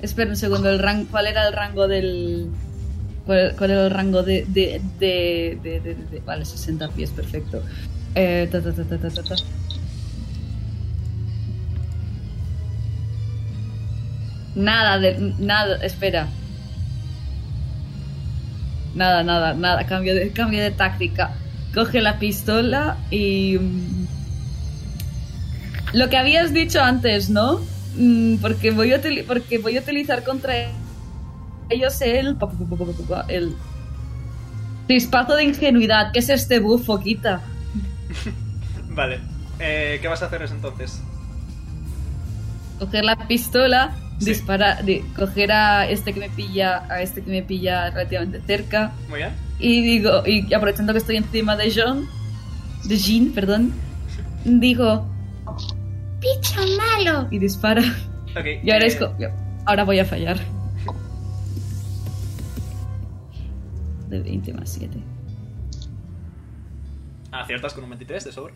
C: Espera un segundo, el rango, ¿cuál era el rango del. ¿Cuál, cuál era el rango de. de, de, de, de- de- de- vale, 60 pies, perfecto. Eh, ta, ta, ta, ta, ta, ta, ta. Nada, de, nada, espera. Nada, nada, nada, cambio de, cambio de táctica. Coge la pistola y. mm, Lo que habías dicho antes, ¿no? Mm, Porque voy a, utili- porque voy a utilizar contra ellos el, pa, pa, pa, pa, pa, pa, el chispazo de ingenuidad que es este buff, Foquita.
B: Vale. Eh, ¿Qué vas a hacer es, entonces?
C: Coger la pistola, disparar, di- coger a este que me pilla, a este que me pilla relativamente cerca.
B: Muy bien.
C: Y digo, y aprovechando que estoy encima de John, de Jean, perdón, digo,
A: ¡Bicho malo!
C: y dispara.
B: Ok.
C: Y ahora
B: eh,
C: es co- ahora voy a fallar. De 20 más 7.
B: Aciertas con un 23 de sobra.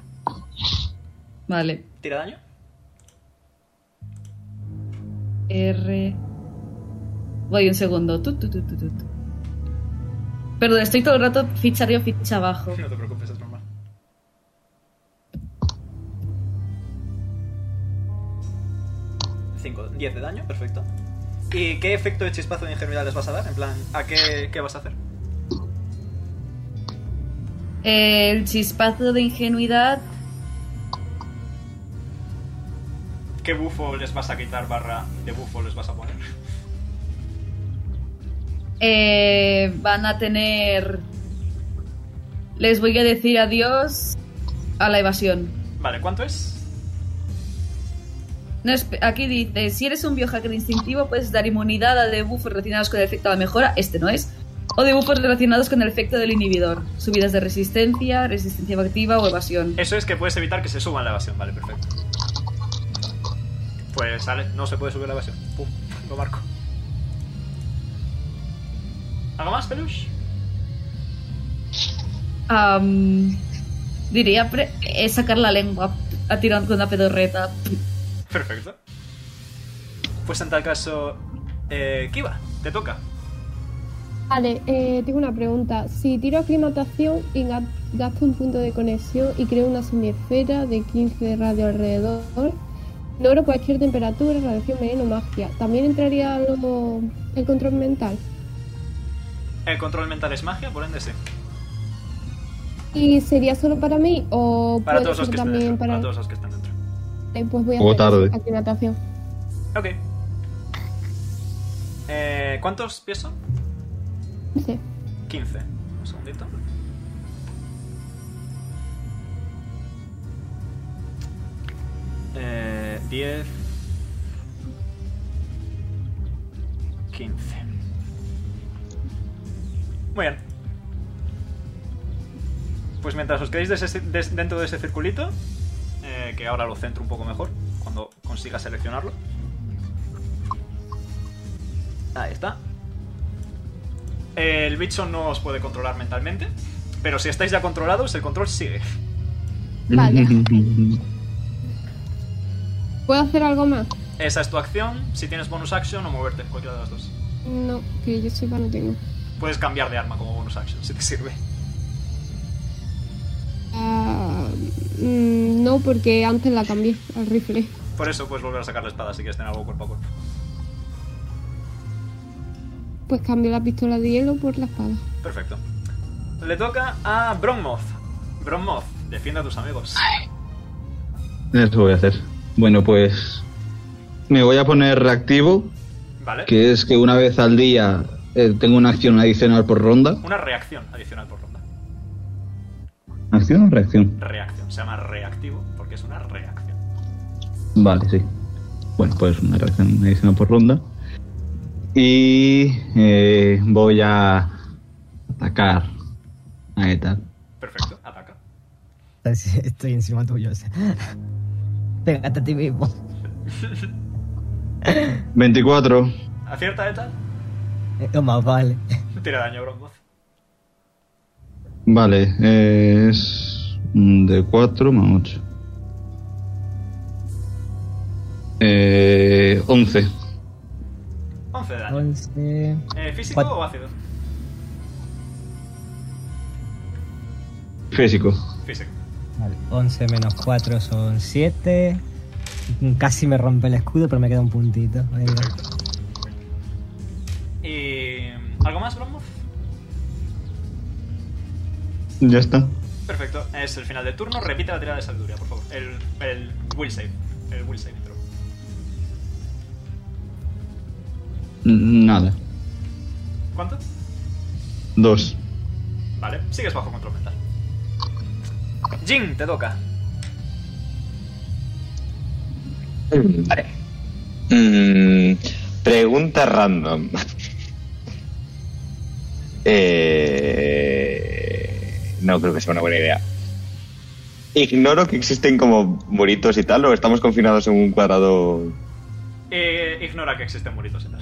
C: Vale.
B: Tira daño.
C: R. Voy un segundo. Tu, tu, tu, tu, tu, tu. Perdón, estoy todo el rato ficha arriba, ficha abajo.
B: No te preocupes, es normal. Cinco, 10 de daño, perfecto. ¿Y qué efecto de chispazo de ingenuidad les vas a dar? En plan, ¿a qué, qué vas a hacer?
C: El chispazo de ingenuidad.
B: ¿Qué bufo les vas a quitar barra de bufo les vas a poner?
C: eh, van a tener. Les voy a decir adiós a la evasión.
B: Vale, ¿cuánto es?
C: No, espe- aquí dice, si eres un biohacker instintivo, puedes dar inmunidad a debuffos relacionados con el efecto de la mejora, este no es, o debuffos relacionados con el efecto del inhibidor, subidas de resistencia, resistencia activa o evasión.
B: Eso es que puedes evitar que se suba la evasión, vale, perfecto. Pues sale, no se puede subir la evasión. Pum, lo marco. ¿Algo más, Peluche?
C: Am, diría pre- eh, sacar la lengua a tirar con una pedorreta.
B: Perfecto. Pues en tal caso, eh, Kiva, te toca.
E: Vale, eh, tengo una pregunta. Si tiro aclimatación y ga- gasto un punto de conexión y creo una semiesfera de 15 de radio alrededor, logro cualquier temperatura, radiación, veneno, magia. ¿También entraría algo el control mental?
B: El control mental es magia, por ende sí.
E: ¿Y sería solo para mí o
B: Para
E: puede
B: todos los
E: ser
B: que estén
E: también
B: dentro.
E: para...
B: Para todos los que estén dentro.
E: Eh, pues voy a
K: O
E: hacer
K: tarde.
E: aclimatación. (laughs)
B: Ok. Eh, ¿Cuántos pies son?
E: Sí.
B: 15. Un segundito. Eh, 10. 15. Muy bien. Pues mientras os quedéis de ese- de- dentro de ese circulito, eh, que ahora lo centro un poco mejor, cuando consiga seleccionarlo. Ahí está. El bicho no os puede controlar mentalmente, pero si estáis ya controlados, el control sigue.
E: Vale. ¿Puedo hacer algo más?
B: Esa es tu acción, si tienes bonus action o moverte, cualquiera de las dos.
E: No, que yo sepa no tengo.
B: Puedes cambiar de arma como bonus action, si te sirve.
E: Ah, mm, no, porque antes la cambié al rifle.
B: Por eso puedes volver a sacar la espada si quieres tener algo cuerpo a cuerpo.
E: Pues cambié la pistola de hielo por la espada.
B: Perfecto. Le toca a Bronmoth. Bronmoth, defiende a tus amigos.
F: (laughs) Eso voy a hacer. Bueno, pues me voy a poner reactivo,
B: Vale.
F: que es que una vez al día eh, tengo una acción adicional por ronda.
B: Una reacción adicional por ronda.
F: ¿Acción o reacción?
B: Reacción. Se llama reactivo porque es una reacción.
F: Vale, sí. Bueno, pues una reacción adicional por ronda. Y eh, voy a atacar a Eta.
B: Perfecto, ataca.
G: Estoy encima tuyo. o sea. (laughs) Pégate a ti mismo.
F: 24.
B: ¿Acierta, Eta?
G: Eh, Lo más vale.
B: (laughs) Tira daño, Bronmoth.
F: Vale, eh, es un de 4 más 8. Eh, 11.
B: 11 de daño.
G: Once.
B: Eh, ¿Físico
G: Cuat-
B: o ácido?
F: Físico.
B: Físico.
G: Vale, 11 menos 4 son 7. Casi me rompe el escudo, pero me queda un puntito. Ahí va.
B: ¿Y algo más, Bronmoth?
F: Ya está.
B: Perfecto, es el final del turno. Repite la tirada de sabiduría, por favor. El, el will save. El will save, pero.
F: N- Nada.
B: ¿Cuánto?
F: Dos.
B: Vale, sigues bajo control mental. Jin, te toca.
D: Vale. Mm, pregunta random. Eh, no creo que sea una buena idea. Ignoro que existen como muritos y tal, o estamos confinados en un cuadrado.
B: Eh, ignora que existen muritos y tal.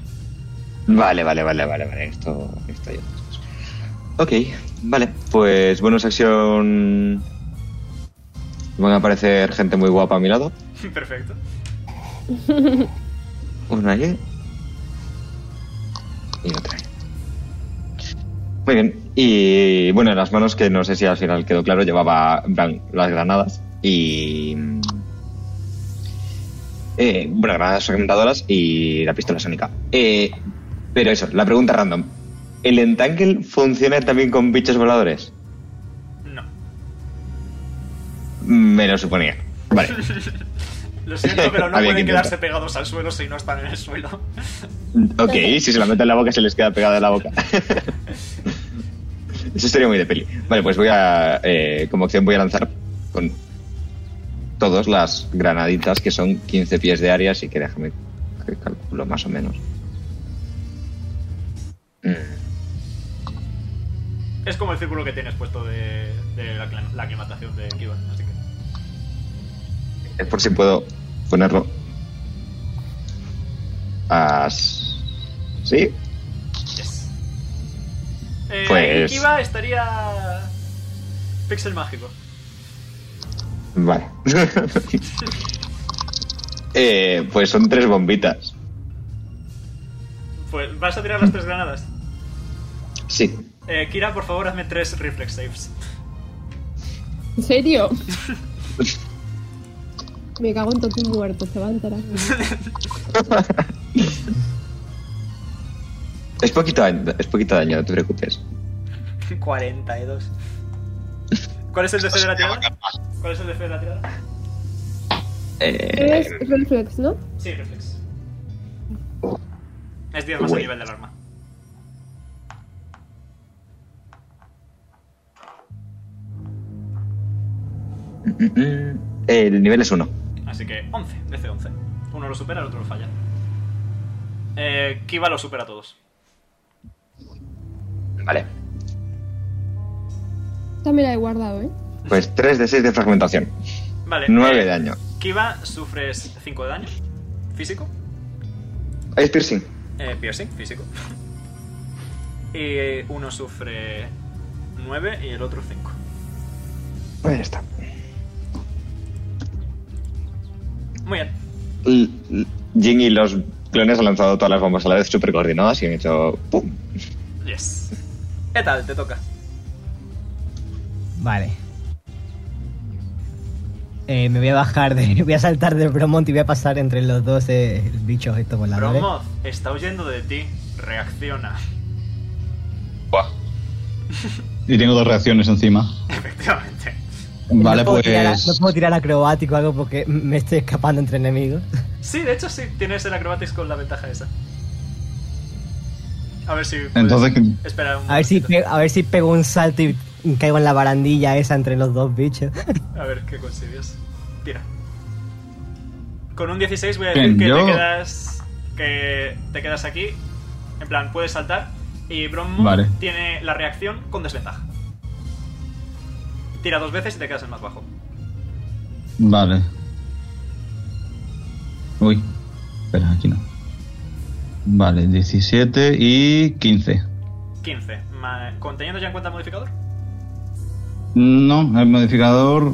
D: Vale, vale, vale, vale, vale. Esto, esto ya. Ok, vale. Pues bonus acción. Van a aparecer gente muy guapa a mi lado.
B: (laughs) Perfecto.
D: Una allí. Y otra ahí. Muy bien. Y bueno, en las manos, que no sé si al final quedó claro, llevaba en plan, las granadas y. Eh, bueno, granadas fragmentadoras y la pistola sónica. Eh, pero eso, la pregunta random. ¿El entangle funciona también con bichos voladores?
B: No.
D: Me lo suponía. Vale.
B: Lo siento, pero no
D: Había que
B: pueden quedarse
D: intentar.
B: pegados al suelo si no están en el suelo. (laughs)
D: Ok, si se la mete en la boca se les queda pegada en la boca. Eso sería muy de peli. Vale, pues voy a. eh, como opción voy a lanzar con todas las granaditas que son 15 pies de área, así que déjame que calculo más o menos. Mm,
B: Es como el círculo que tienes puesto de, de la, cla- la aclimatación de Kivan, así que.
D: Es por si puedo ponerlo. As- ¿Sí?
B: Yes. Eh,
D: Pues-
B: Kiva estaría. Pixel mágico.
D: Vale. (laughs) Eh, pues son tres bombitas.
B: Pues vas a tirar las tres granadas.
D: Sí.
B: Eh, Kira, por favor, hazme tres reflex saves.
S: ¿En
E: (laughs)
S: serio?
E: Me cago en todos muertos, se va a (laughs) enterar.
D: Es poquito daño, es poquito daño, no te preocupes.
B: 42. ¿Cuál es el DC de la tirada? ¿Cuál es el DC de la tirada?
D: Eh,
E: Es reflex, ¿no?
B: Sí, reflex. Es 10 más el
D: Güey.
B: nivel del arma.
D: mm, mm, el nivel es uno.
B: Así que 11, DC 11. Uno lo supera, el otro lo falla. Eh, Kiva lo supera a todos.
D: Vale.
S: También la he guardado, ¿eh?
D: Pues 3 de 6 de fragmentación.
B: Vale.
D: 9
B: eh,
D: daño.
B: Kiva, sufres 5 de daño físico.
D: Es piercing.
B: Eh, piercing, físico. (laughs) Y uno sufre 9 y el otro 5.
D: Ahí está.
B: Muy bien.
D: L- L- Jin y los clones han lanzado todas las bombas a la vez súper coordinadas y han hecho ¡pum!
B: Yes. ¿Qué tal? Te toca.
I: Vale.
G: Eh, me voy a bajar de. (laughs) Voy a saltar del Bromont y voy a pasar entre los dos eh, bichos estos voladores.
B: Bromoth está huyendo de ti. Reacciona. (laughs)
F: Y tengo dos reacciones encima.
B: Efectivamente.
F: Vale,
G: no puedo
F: pues.
G: tirar a- no puedo tirar acrobático o algo porque me estoy escapando entre enemigos.
B: Sí, de hecho sí, tienes el acrobatics con la ventaja esa. A ver si. puedes-
G: Entonces, ¿qué-
B: Espera un
G: A ver si, pe- a ver si pego un salto y caigo en la barandilla esa entre los dos bichos.
B: A ver qué consigues. Tira. Con un 16 voy a
G: Bien,
B: decir que
G: yo-
B: te quedas. Que te quedas aquí. En plan, puedes saltar. Y Bromo
F: Vale.
B: tiene la reacción con desventaja. Tira dos veces y te quedas en más bajo.
F: Vale. Uy. Espera, aquí no. Vale, 17 y 15.
B: 15. ma- ¿Conteniendo ya en cuenta el modificador?
F: No, el modificador.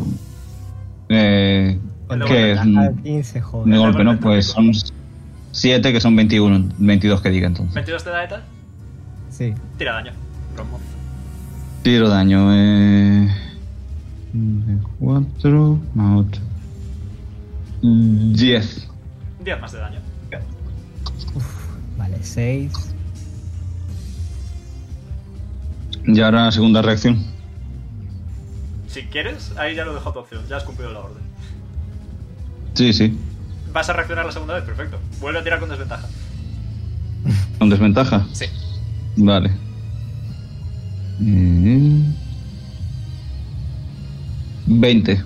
F: Eh, que es un-
G: 15, joder.
F: de golpe, ¿no? Pues son 7 que son 21, 22 que diga entonces.
B: 22 te da de tal.
G: Sí.
B: Tira daño. Bromo.
F: Tiro daño, eh. 4 más 8. 10.
B: 10 más de daño.
G: Vale, 6.
F: Y ahora la segunda reacción.
B: Si quieres, ahí ya lo dejo a tu opción. Ya has cumplido la orden.
F: Sí, sí.
B: ¿Vas a reaccionar la segunda vez? Perfecto. Vuelve a tirar con desventaja.
F: ¿Con desventaja?
B: Sí.
K: Vale.
F: Eh,
K: Mm. 20.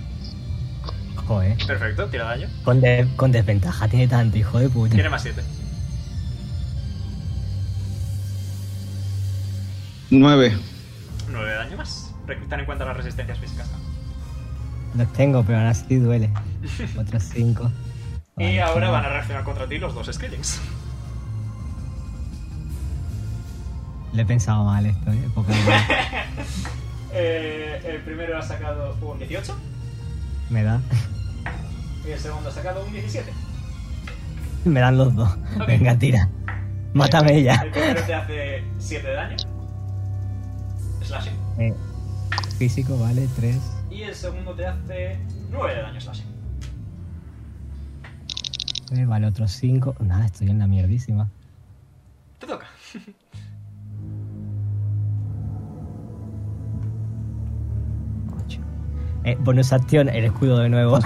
G: Joder.
B: Perfecto, tira daño.
G: Con, de- con desventaja tiene tanto, hijo de puta.
B: Tiene más 7.
K: 9.
B: 9 de daño más. Re- Ten en cuenta las resistencias físicas.
G: Los tengo, pero ahora
B: (laughs)
G: sí duele. Otros 5.
B: Y ahora van a reaccionar contra ti los dos Skellings.
G: Lo he pensado mal esto, ¿eh? Porque
B: (laughs) Eh, el primero ha sacado un 18
G: me da.
B: y el segundo ha sacado un 17.
G: Me dan los dos. Venga, tira. Mátame ya.
B: El primero te hace 7 de daño. Slashing.
G: Eh, físico, vale, 3.
B: Y el segundo te hace 9 de daño slashing.
G: Eh, vale, otros 5. Nada, estoy en la mierdísima.
B: Te toca. (laughs)
G: Eh, bonus acción, el escudo
B: (laughs)
G: de nuevo.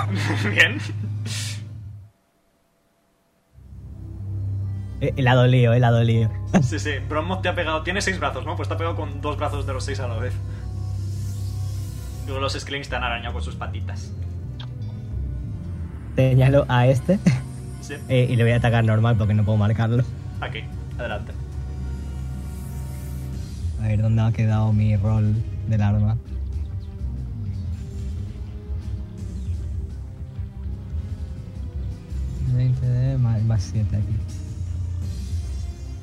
B: Bien.
G: Eh, el ha dolido, el ha dolido.
B: Sí, sí. Bronmoth te ha pegado. Tiene 6 brazos, ¿no? Pues te ha pegado con dos brazos de los 6 a la vez. Luego los Skellings te han arañado con sus patitas.
G: Señalo a este.
B: Sí.
G: Eh, y le voy a atacar normal porque no puedo marcarlo.
B: Aquí, adelante.
G: A ver dónde ha quedado mi rol del arma. de más, 7 aquí.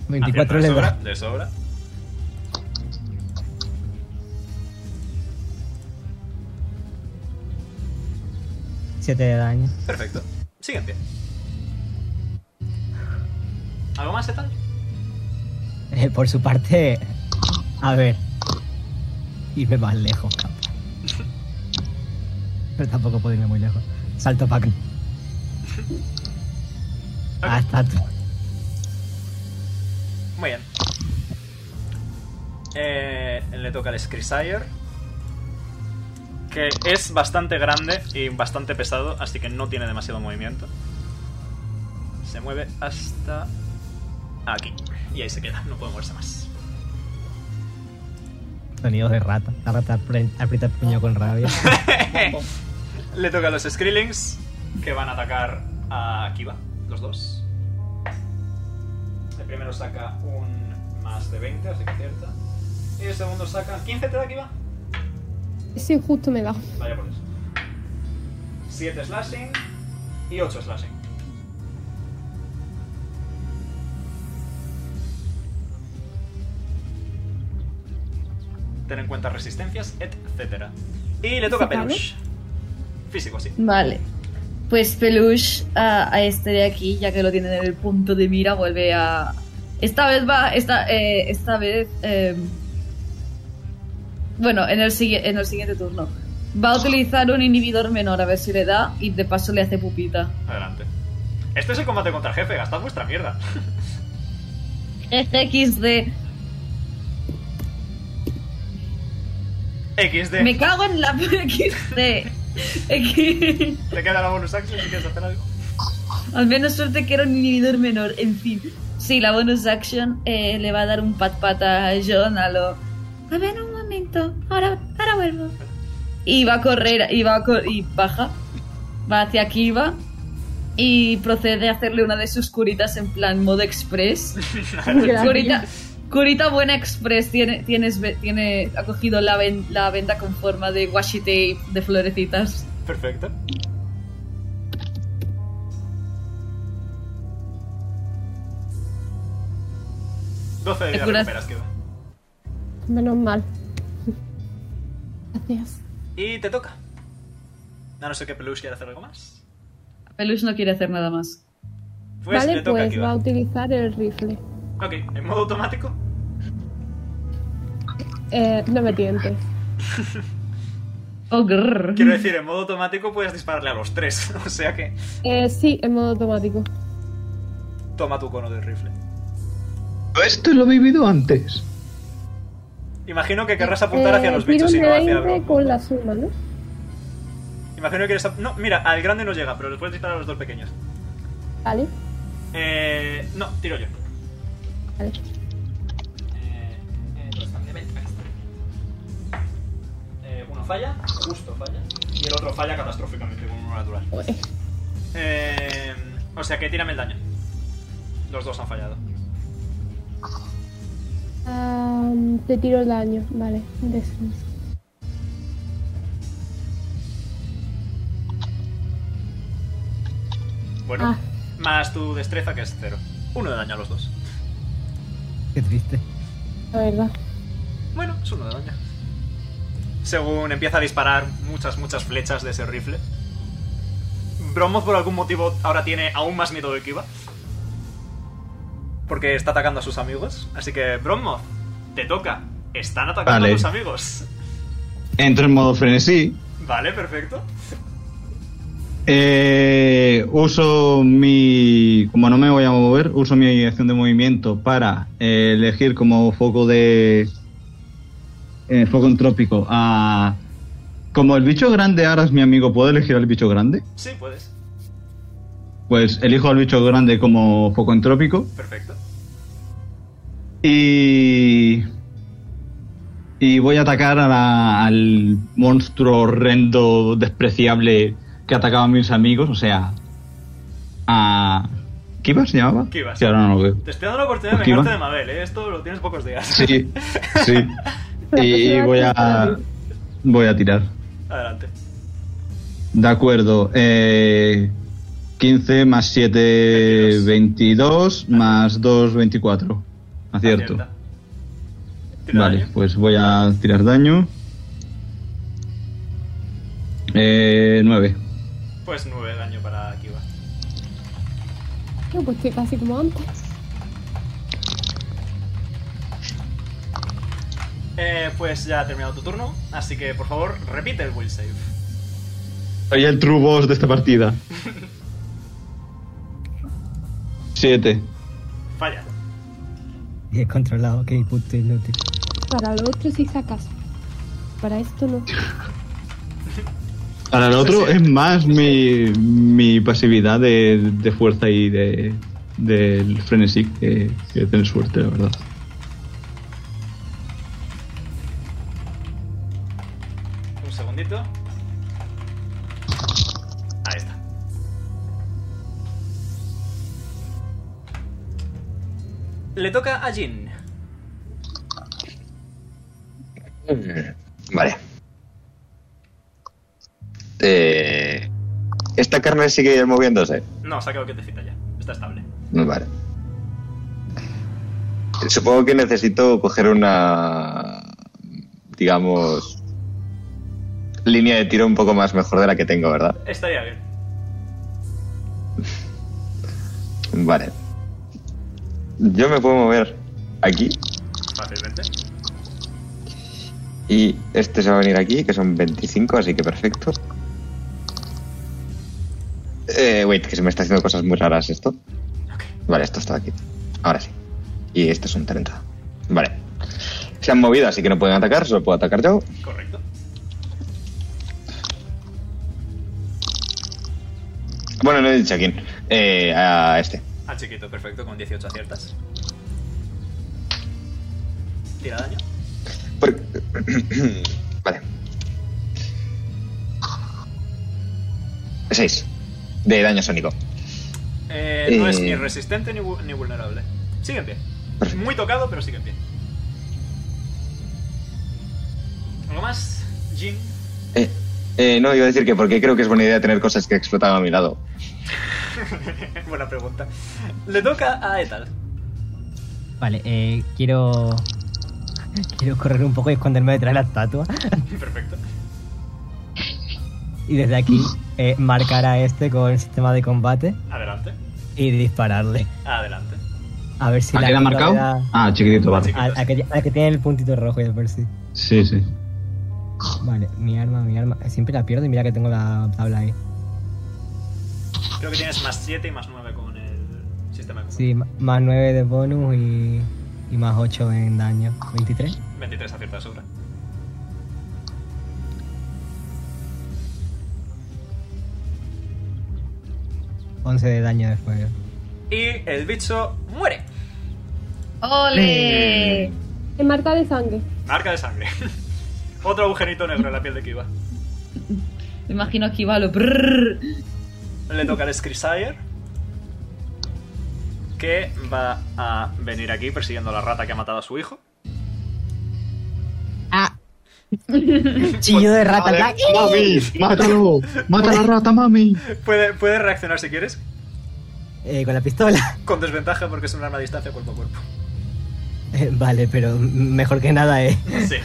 G: 24
B: le
G: le da.
B: sobra. Le sobra.
G: Siete de daño.
B: Perfecto. Siguiente. ¿Algo más, Ethan?
G: Eh, por su parte, a ver. Irme más lejos, campo. Pero tampoco puedo irme muy lejos. Salto para acá. Hasta atrás.
B: Muy bien. Eh, le toca al Scrisire. Que es bastante grande y bastante pesado, así que no tiene demasiado movimiento. Se mueve hasta aquí. Y ahí se queda, no puede moverse más.
G: Sonidos de rata. La rata apre- aprieta el puño con rabia.
B: Le toca a los Skrillings, que van a atacar a Kiva, los dos. El primero saca un más de 20, así que acierta. Y el segundo saca 15, ¿te da Kiva?
S: Ese justo me da.
B: Vaya por eso. 7 slashing y 8 slashing. Ten en cuenta resistencias, etc. Y le toca a
C: ¿Físico?
B: Peluche. Físico, sí.
C: Vale. Pues Peluche a, a este de aquí, ya que lo tiene en el punto de mira, vuelve a. Esta vez va. Esta, eh, esta vez. eh, bueno, en el, sigui- en el siguiente turno. Va a utilizar un inhibidor menor a ver si le da y de paso le hace pupita.
B: Adelante. Este es el combate contra el jefe, gastad vuestra mierda.
C: XD.
B: XD.
C: Me cago en la XD.
B: ¿Te queda la bonus action si quieres hacer algo?
C: (laughs) Al menos suerte que era un inhibidor menor, en fin. Sí, la bonus action eh, le va a dar un pat pat a John a lo-
A: A ver, un momento. Ahora, ahora vuelvo.
C: Y va a correr, y va a cor- y baja. Va hacia Kiva. Y procede a hacerle una de sus curitas en plan modo express. curita, curita buena express. Tiene, tienes, ve- tiene, ha cogido la, ven- la venda con forma de washi tape de florecitas.
B: (laughs) Perfecto. Doce de
C: Te
B: vida
C: curas.
B: recuperas, Kiva.
E: Menos mal.
S: Gracias.
B: Y te toca. A no ser que Peluche quiera hacer algo más.
C: Peluche no quiere hacer nada más.
B: Pues
E: vale,
B: le toca
E: pues
B: a Kiva.
E: va a utilizar el rifle.
B: Ok, en modo automático.
E: Eh, no me tientes.
C: Oh,
B: Quiero decir, en modo automático puedes dispararle a los tres. (laughs) O sea que
E: Eh, sí, en modo automático.
B: toma tu cono del rifle.
L: Esto lo he vivido antes.
B: Imagino que querrás apuntar
E: Eh,
B: hacia los
E: tiro
B: bichos y
E: un
B: no
E: de
B: hacia el
E: 20
B: grupo.
E: con la suma, ¿no?
B: Imagino que quieres. ap- No, mira, al grande no llega, pero les puedes disparar a los dos pequeños.
E: Vale.
B: Eh. No, tiro yo.
E: Vale.
B: Eh, Eh, falla, justo falla. Y el otro falla catastróficamente con uno natural.
E: pues
B: Eh, o sea que tírame el daño. Los dos han fallado.
E: Ah,
S: Am, te tiro el daño, vale. de seis.
B: Bueno, más tu destreza que es cero. Uno de daño a los dos.
G: Qué triste.
S: La verdad.
B: Bueno, es uno de daño. Según empieza a disparar muchas, muchas flechas de ese rifle. Bromoth por algún motivo ahora tiene aún más miedo de Kiva. Porque está atacando a sus amigos. Así que, Bromoth, te toca. Están atacando
F: Vale.
B: a tus amigos. (laughs)
F: Entro en modo frenesí.
B: Vale, perfecto.
F: Eh, uso mi. Como no me voy a mover, uso mi acción de movimiento para eh, elegir como foco de. eh, foco entrópico a. Como el bicho grande ahora es mi amigo, ¿puedo elegir al bicho grande?
B: Sí, puedes.
F: Pues elijo al bicho grande como foco entrópico.
B: Perfecto.
F: Y. Y voy a atacar a la- al monstruo horrendo, despreciable que atacaba a mis amigos, o sea. A. ¿Qué iba se llamaba?
B: Kivas.
F: Sí, ahora no lo veo.
B: Te estoy dando la oportunidad de
F: Kiva.
B: vengarte de Mabel, ¿eh? Esto lo tienes pocos días. (laughs)
F: Sí, sí.
E: (laughs)
F: y voy a. Voy a tirar.
B: Adelante.
F: De acuerdo. eh, 15 más 7, 22, más 2, 24. Acierto.
B: Acierta.
F: Vale, pues voy a tirar daño. Eh, 9.
B: Pues nueve daño para Kiva.
E: No, pues que casi como antes.
B: Eh, pues ya ha terminado tu turno, así que por favor repite el will save.
F: Soy el true boss de esta partida. 7.
B: Falla.
G: Y he controlado, qué puto inútil.
E: Para lo otro sí sacas. Para esto no.
F: Para el otro es más mi, mi pasividad de, de fuerza y de del frenesí que, que tener suerte, la verdad.
B: Un segundito. Ahí está. Le toca a Jin.
D: Vale. Eh, ¿Esta carne sigue moviéndose?
B: No, se ha quedado quietecita ya. Está estable.
D: Vale. Supongo que necesito coger una, digamos, línea de tiro un poco más mejor de la que tengo, ¿verdad?
B: Estaría bien.
D: Vale. Yo me puedo mover aquí
B: Fácilmente.
D: y este se va a venir aquí, que son 25, así que perfecto. Eh, wait, que se me está haciendo cosas muy raras esto. Vale, esto está aquí. Ahora sí. Y este es un 30. Vale. Se han movido, así que no pueden atacar, solo puedo atacar yo.
B: Correcto.
D: Bueno, no he dicho a quién. Eh, a este.
B: Al chiquito, perfecto, con 18 aciertas. Tira daño.
D: (clears throat) vale. 6 de daño sónico.
B: Eh, No es
D: Eh.
B: ni resistente ni, vu- ni vulnerable. Sigue en pie. Muy tocado, pero sigue en pie. ¿Algo más? Jin. (laughs)
D: Eh, eh, no, iba a decir que porque creo que es buena idea tener cosas que explotan a mi lado.
B: Buena pregunta. Le toca a Etal. (laughs)
G: Vale, eh, quiero. (laughs) Quiero correr un poco y esconderme detrás de la estatua.
B: Perfecto.
G: Y desde (laughs) aquí eh, marcar a este con el sistema de combate
B: Adelante.
G: y dispararle.
B: Adelante.
G: A ver si
F: ¿A qué le ha marcado? Ah, chiquitito, vale.
G: Al, al que, al que tiene el puntito rojo y el sí.
F: Sí, sí.
G: Vale, mi arma, mi arma. Siempre la pierdo y mira que tengo la tabla ahí.
B: Creo que tienes más 7 y más 9 con el sistema de combate.
G: Sí, ma- más 9 de bonus y, y más 8 en daño. 23.
B: 23 acierta de sobra.
G: Once de daño de fuego.
B: Y el bicho muere.
C: ¡Ole!
E: En marca de sangre.
B: Marca de sangre. (laughs) Otro agujerito negro en la piel de Kiva.
C: Me imagino que iba a lo brrrr.
B: Le toca al Scrisire. Que va a venir aquí persiguiendo a la rata que ha matado a su hijo.
G: (laughs)
I: Chillo de rata.
L: Vale,
I: black.
L: mami, mátalo. Mata a la rata, mami.
B: Puede, puede reaccionar si quieres.
G: Eh, con la pistola.
B: Con desventaja porque es un arma a distancia cuerpo a cuerpo.
G: Eh, vale, pero mejor que nada, eh.
B: Sí.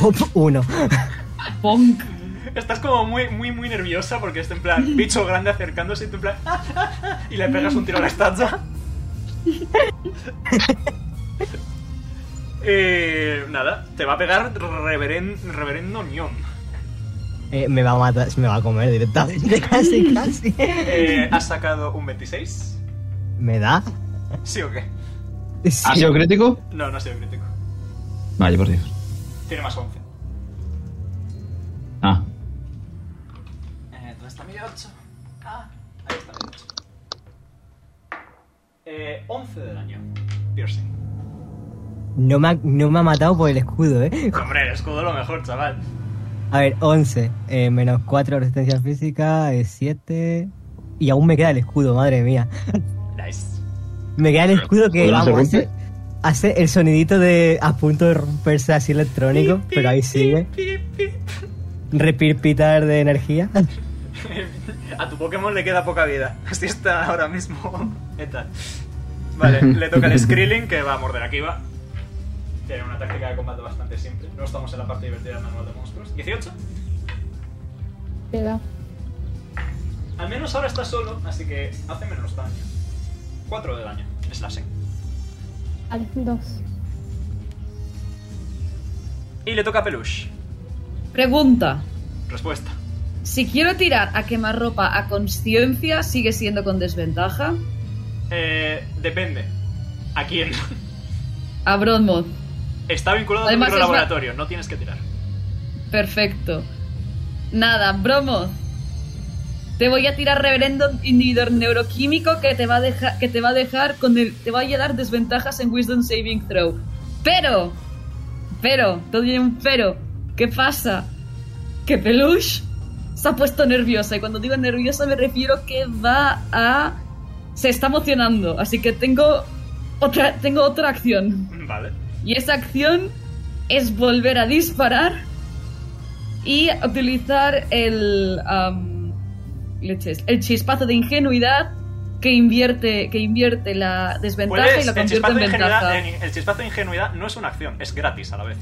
G: Hop 1.
C: Bonk.
B: Estás como muy, muy, muy nerviosa porque está en plan bicho grande acercándose y tú en plan "Ah, ah, ah", y le pegas un tiro a la estatua. (laughs) Eh, nada, te va a pegar reveren- reverendo ñón. (laughs)
G: Eh, me va a matar, me va a comer directamente. (laughs) Casi, casi.
B: Eh, has sacado un 26.
G: ¿Me da?
B: ¿Sí o qué?
F: ¿Ha sido crítico?
B: No, no ha sido crítico.
F: Vale, por Dios.
B: Tiene más 11.
F: Ah,
B: Eh, ¿Dónde está mi 8? Ah, ahí está mi 8. Eh, 11 de daño. Piercing.
G: No me, ha, no me ha matado por el escudo, eh.
B: Hombre, el escudo es lo mejor, chaval.
G: A ver, 11. eh, menos 4 resistencia física, es 7. Y aún me queda el escudo, madre mía.
B: Nice.
G: Me queda el escudo que
B: ¿Pero no se
G: vamos,
B: rompe?
G: hace, hace el sonidito de a punto de romperse así electrónico, pero ahí sigue. Repirpitar de energía.
B: A tu Pokémon le queda poca vida. (laughs) Así está ahora mismo. ¿Qué tal? Vale, le toca el Skrilling que va a morder aquí, va. Tiene una táctica de combate bastante simple. No estamos en la parte divertida del manual de monstruos. 18.
S: Te da.
B: Al menos ahora está solo, así que hace menos daño. 4 de daño. Slashing.
S: Al dos.
B: Y le toca a Peluche.
C: Pregunta.
B: Respuesta.
C: Si quiero tirar a quemarropa a conciencia, ¿sigue siendo con desventaja?
B: Eh, depende. ¿A (laughs) quién?
C: A Brodmod.
B: Está vinculado
C: Además,
B: a
C: es
B: tu laboratorio, no tienes que tirar.
C: Perfecto. Nada, Bromoth. Te voy a tirar reverendo inhibidor neuroquímico que te va a dejar, que te va a dejar con el, te va a dar desventajas en Wisdom Saving Throw. Pero, pero, todo tiene un pero. ¿Qué pasa? Que Peluche se ha puesto nerviosa y cuando digo nerviosa me refiero que va a, se está emocionando. Así que tengo otra, tengo otra acción.
B: Mm, Vale.
C: Y esa acción es volver a disparar y utilizar el, am, leches, el chispazo de ingenuidad que invierte, que invierte la desventaja
B: Puedes,
C: y lo
B: el
C: convierte
B: chispazo,
C: en
B: de ingenuidad,
C: ventaja.
B: en- el chispazo de ingenuidad no es una acción, es gratis a la vez.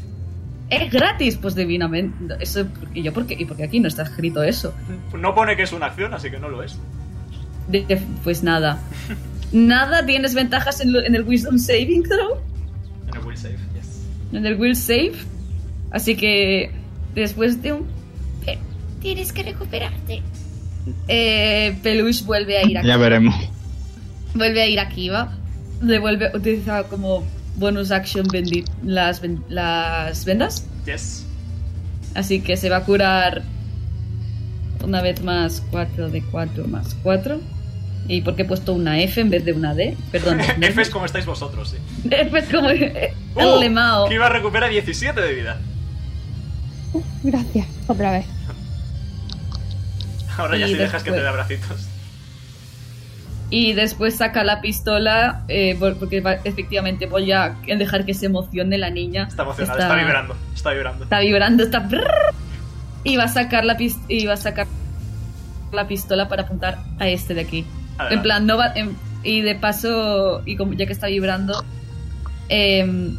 C: Es gratis, pues divinamente. Eso, ¿Y yo por qué? ¿Y por qué aquí no está escrito eso?
B: No pone que es una acción, así que no lo es.
C: De- de- pues nada. Nada, tienes ventajas en, lo- en el Wisdom Saving Throw,
B: En el will save, yes.
C: en el Will Save. Así que después de un
A: Tienes que recuperarte.
C: Eh, Peluche vuelve a ir aquí.
F: ya veremos.
C: Vuelve a ir aquí, va. Le vuelve utiliza como bonus action bendi- las, ven- las vendas.
B: Yes.
C: Así que se va a curar una vez más 4 de 4 más 4. ¿Y porque he puesto una F en vez de una D?
B: (laughs)
C: Perdón.
B: F es como estáis vosotros, sí.
C: (laughs) F es como (laughs) el
B: ¡Oh!
C: lemao.
B: Kiva recupera 17 de vida.
S: Gracias. Otra vez.
B: Ahora ya
C: Y
B: sí dejas que te
C: después-
B: dé abracitos.
C: Y después saca la pistola eh, por- porque va- efectivamente voy a dejar que se emocione la niña.
B: Está emocionada, está, vibrando, está vibrando.
C: Está vibrando, está. brrr. Y va a sacar la pis- y va a sacar la pistola para apuntar a este de aquí.
B: Adelante.
C: En plan, no va. en- y de paso, y como ya que está vibrando, em,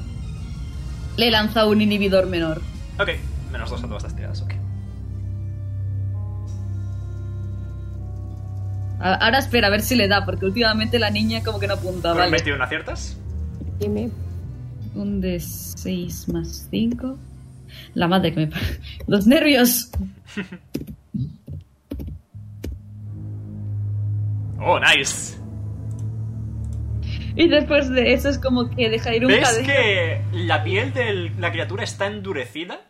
C: le lanza un inhibidor menor.
B: Ok, menos dos a todas las tiradas, ok.
C: A- Ahora espera a ver si le da, porque últimamente la niña como que no apunta,
B: Con
C: Ah, ¿vale?
B: 21 aciertas.
E: Dime.
C: Un de 6 más 5. La madre que me. pa- (laughs) ¡Los nervios!
B: Oh, nice.
C: Y después de eso es como que deja ir un
B: ¿Ves
C: cadejo.
B: que la piel de la criatura está endurecida?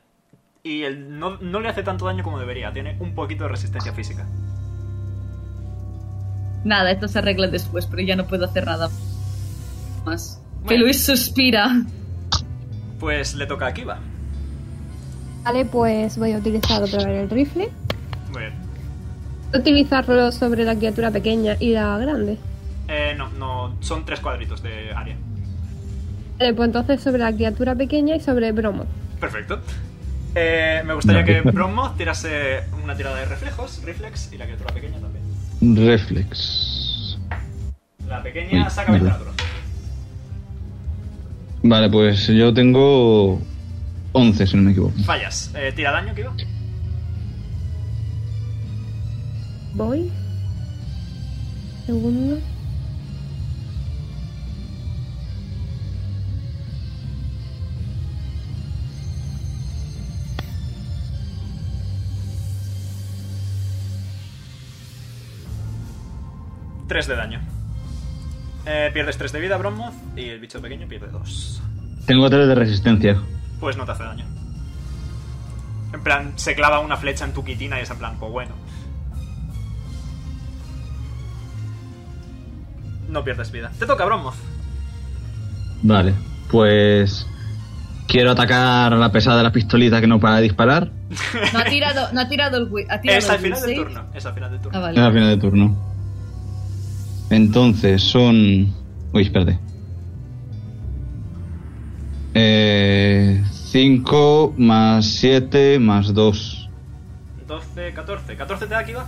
B: Y el- no, no le hace tanto daño como debería. Tiene un poquito de resistencia física.
C: Nada, esto se arregla después, pero ya no puedo hacer nada. más. Que Luis
B: (laughs)
C: suspira.
B: Pues le toca a Kiva.
E: Vale, pues voy a utilizar otra vez el rifle.
B: Muy bien.
E: Utilizarlo sobre la criatura pequeña y la grande.
B: Eh, no, no, son tres cuadritos de área.
E: Vale, pues entonces sobre la criatura pequeña y sobre Bromo.
B: Perfecto. Eh, me gustaría
F: No.
B: que Bromo tirase una tirada de reflejos, reflex, y la criatura pequeña también.
F: Reflex.
B: La pequeña saca ventaja.
F: Vale, pues yo tengo 11, si no me equivoco.
B: Fallas. Eh, tira daño, Kiva.
E: Voy. Segundo.
B: Tres de daño. Eh, pierdes tres de vida, Bromoth, y el bicho pequeño pierde dos.
F: Tengo 3 de resistencia.
B: Pues no te hace daño. En plan, se clava una flecha en tu quitina y es en plan, pues bueno. No pierdes vida. Te toca, Bromoth.
F: Vale, pues quiero atacar a la pesada de la pistolita que no para de disparar.
C: No ha tirado, no ha tirado el wi- ha tirado
B: Es al
C: el
B: final del
C: wisdom
B: turno. Es al final del
C: save.
B: turno.
C: Ah,
F: Es la
C: vale.
F: final de turno. Entonces son. Uy, espérate. Eh, 5 más 7 más 2.
B: 12, 14. 14 te da, Kiva.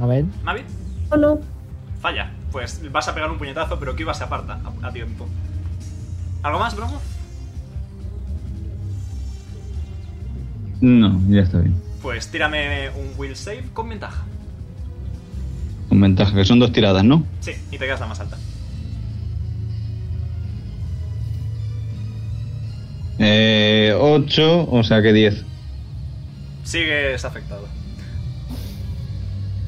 G: A ver.
B: Mavi.
E: No, no.
B: Falla. Pues vas a pegar un puñetazo, pero Kiva se aparta a, a tiempo. ¿Algo más, Bromoth?
F: No, ya está bien.
B: Pues tírame un will save con ventaja.
F: Con ventaja, que son dos tiradas, ¿no?
B: Sí, y te quedas la más alta.
F: Eh, 8, o sea que 10.
B: Sigues afectado.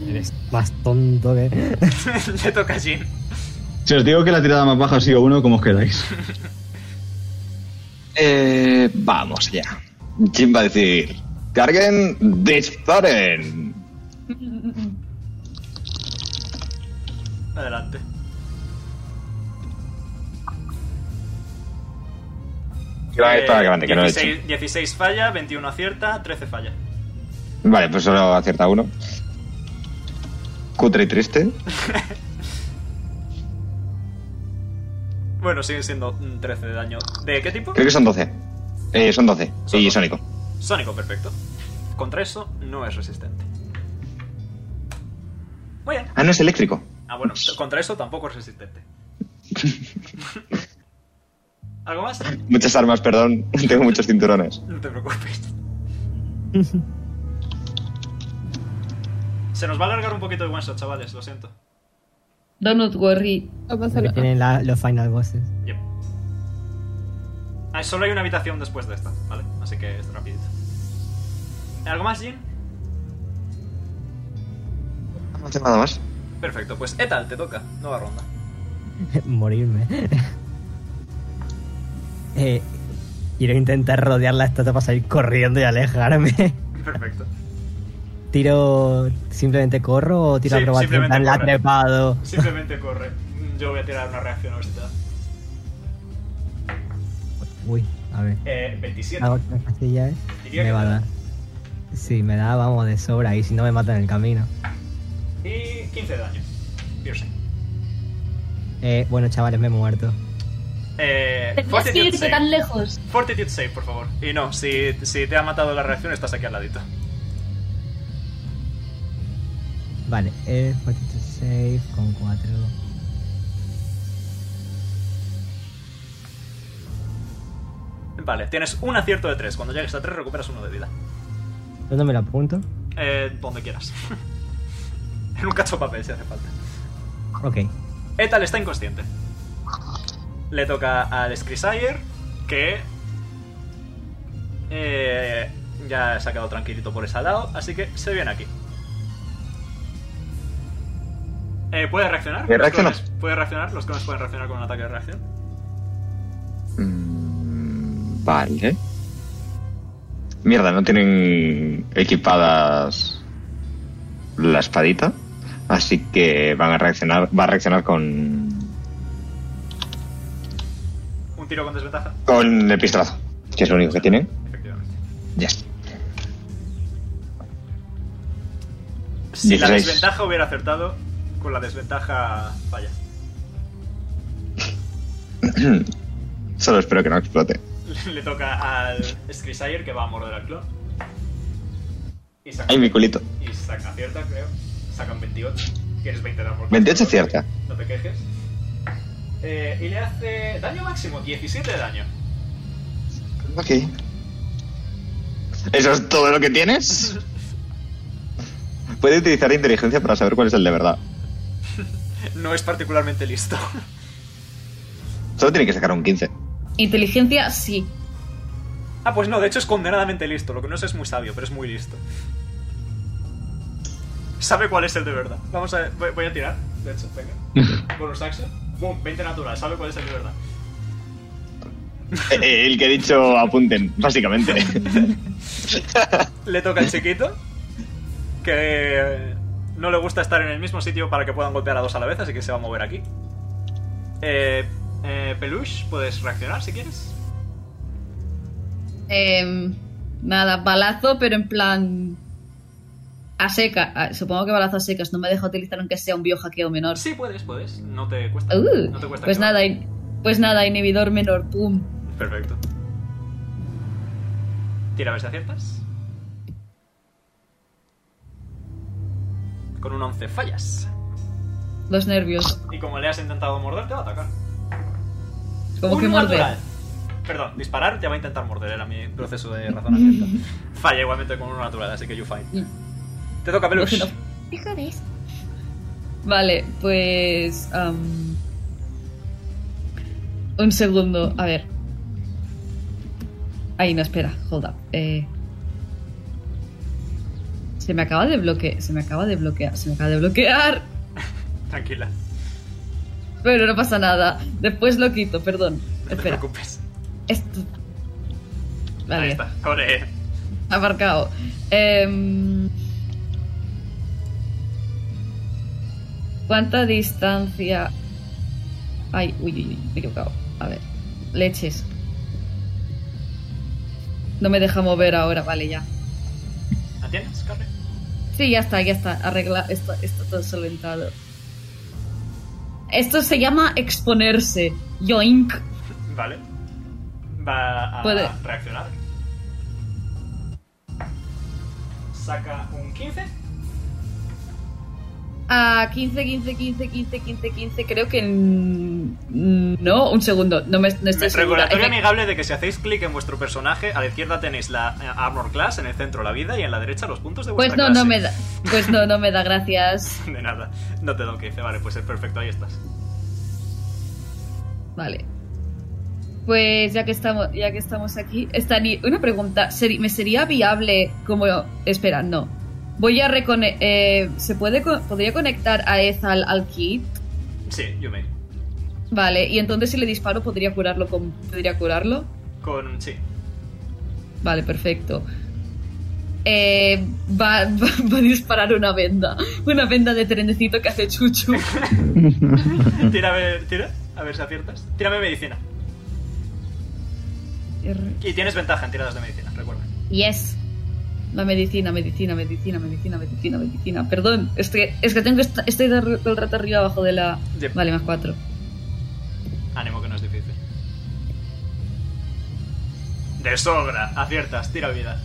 B: (laughs)
G: Eres más tonto que.
B: Te toca a Jin.
F: Si os digo que la tirada más baja ha sido 1, como os quedáis.
D: Eh, vamos ya. Jim va a decir: carguen, disparen.
B: Adelante.
D: Que va para adelante, que no lo he
B: 16, 16 Eh, falla, 21 acierta, 13 falla.
D: Vale, pues solo acierta uno. Cutre y triste.
B: Bueno, siguen siendo mm, 13 de daño. ¿De qué tipo?
D: Creo que son 12. Eh, son 12. y sónico.
B: Sónico, perfecto. Contra eso no es resistente. Muy bien.
D: Ah, no es eléctrico.
B: Ah,
D: (laughs)
B: bueno, contra eso tampoco es resistente. ¿Algo más?
D: Muchas armas, perdón. (laughs) Tengo muchos cinturones.
B: No te preocupes. Se nos va a alargar un poquito de one shot, chavales, lo siento.
C: Don't worry.
G: Porque Tienen la- los final bosses.
B: Yep. Ah, solo hay una habitación después de esta, ¿vale? Así que es rapidito. ¿Algo más, Jin?
D: No tengo nada más.
B: Perfecto, pues Etal, te toca. Nueva ronda.
G: Morirme. (laughs) Eh, quiero intentar rodear la estatua para salir corriendo y alejarme. (laughs)
B: Perfecto.
G: ¿Tiro. simplemente corro o tiro
B: Sí,
G: acrobacia? En
B: simplemente
G: plan, la
B: corre.
G: trepado.
B: Simplemente corre. Yo voy a tirar una reacción ahorita.
G: Uy, a ver.
B: Eh, 27.
G: Hago tres pastillas. ¿eh?
B: Diría
G: Me
B: que
G: va a
B: te da.
G: dar. Sí, me da, vamos, de sobra. Y si no, me matan en el camino.
B: Y 15 de daño. Piercing.
G: Eh, bueno, chavales, me he muerto.
B: Eh,
T: Tendrías que
B: fortitude
T: irte
B: save.
T: tan lejos.
B: Fortitude save, por favor. Y no, si, si te ha matado la reacción, estás aquí al ladito.
G: Vale, eh, fortitude save con 4.
B: Vale, tienes un acierto de 3. Cuando llegues a 3, recuperas uno de vida.
G: ¿Dónde me lo apunto?
B: Eh, donde quieras. (laughs) en un cacho de papel, si hace falta.
G: Ok.
B: Etal está inconsciente. Le toca al Scrisire, que. eh, ya se ha quedado tranquilito por ese lado, así que se viene aquí. Eh, ¿Puede reaccionar?
D: Eh, reacciona.
B: Los clones- ¿Puede reaccionar? Los clones pueden reaccionar con un ataque de reacción.
D: Mm, Vale. Mierda, no tienen equipadas la espadita. Así que van a reaccionar, va a reaccionar con,
B: Un tiro con desventaja.
D: con el pistolazo, que es lo único que tiene.
B: Efectivamente.
D: Ya está.
B: Si la
D: 16.
B: desventaja hubiera acertado, con la desventaja falla.
D: Solo espero que no explote.
B: (laughs) Le toca al Skrisire que va a morder al clon. Y saca,
D: Ay, mi culito.
B: Y saca cierta, creo. Saca un 28. Tienes 20 de amor.
D: 28 cierta.
B: No te quejes. Eh, y le hace daño máximo, 17 de daño.
D: Ok. ¿Eso es todo lo que tienes? Puede utilizar inteligencia para saber cuál es el de verdad.
B: No es particularmente listo.
D: Solo tiene que sacar un 15.
C: Inteligencia, sí.
B: Ah, pues no, de hecho es condenadamente listo. Lo que no sé es muy sabio, pero es muy listo. Sabe cuál es el de verdad. Vamos a ver, voy, voy a tirar, de hecho, venga. Bonus action. Boom, 20 natural, sabe cuál es el de verdad.
D: Eh, eh, (laughs) El que he dicho apunten, básicamente.
B: Le toca al chiquito, que no le gusta estar en el mismo sitio para que puedan golpear a dos a la vez, así que se va a mover aquí. Eh, eh, Peluche, puedes reaccionar si quieres.
C: Em, nada, balazo, pero en plan. A seca. Ah, Supongo que balazo a secas. No me deja utilizar aunque sea un biohackeo menor.
B: Sí, puedes, puedes. No te cuesta.
C: Uh,
B: no te cuesta
C: pues
B: que va.
C: nada, in- pues nada, inhibidor menor. Pum.
B: Perfecto. Tira a ver si aciertas. Con un 11 fallas.
C: Los nervios.
B: Y como le has intentado morder, te va a atacar.
C: Como
B: Un
C: que morder.
B: natural. Perdón, disparar te va a intentar morder, era mi proceso de
C: (laughs)
B: razonamiento. Falla igualmente con uno natural, así que you fine.
C: Mm.
B: Te toca peluche.
C: Lo
A: ¿Te jodes?
C: Vale, pues. am, un segundo, a ver. Ahí, no, espera, hold up. Eh, se me acaba de bloquear, se me acaba de bloquear, se me acaba de bloquear.
B: Tranquila,
C: Pero no pasa nada. Después lo quito, perdón.
B: no te
C: Espera.
B: preocupes.
C: Esto.
B: Ahí
C: Vale,
B: Ah, está. Ole.
C: aparcado. Em, ¿Cuánta distancia? Ay, uy, uy, uy, me he equivocado. A ver, leches. No me deja mover ahora, vale, ya.
B: ¿La tienes, Carmen?
C: Sí, ya está, ya está. Arregla, está, está todo solventado. Esto se llama exponerse. Yoink.
B: Vale. Va a
C: Puede.
B: reaccionar. Saca un 15.
C: A 15, 15, 15, 15, 15, 15. Creo que. n- No, un segundo. No me no estoy segura.
B: Recordatorio
C: Efe-
B: amigable de que si hacéis clic en vuestro personaje, a la izquierda tenéis la eh, Armor Class, en el centro la vida y en la derecha los puntos de vuestra
C: Pues no,
B: clase.
C: no me da. Pues no, no me da gracias.
B: (laughs) De nada, no te doy 15, vale, pues es perfecto, ahí estás.
C: Vale. Pues ya que estamos, ya que estamos aquí, Stani, una pregunta. ¿seri- ¿Me sería viable como. Espera, no. Voy a recone... eh, ¿Se puede co- podría conectar a Ethal al kit?
B: Sí, Yume.
C: Vale, y entonces si le disparo podría curarlo con. ¿Podría curarlo?
B: Con. Sí.
C: Vale, perfecto. Eh, va, (laughs) va, va a disparar una venda. Una venda de trenecito que hace chuchu.
B: Tira a ver, tira, a ver si aciertas. Tírame medicina. Y tienes ventaja en tiradas de medicina, recuerda.
C: Yes. La medicina, medicina, medicina, medicina, medicina, medicina. Perdón, es que, es que tengo esta- estoy todo el rato arriba abajo de la.
B: Yep.
C: Vale, más cuatro.
B: Ánimo que no es difícil. De sobra, aciertas, tira vida.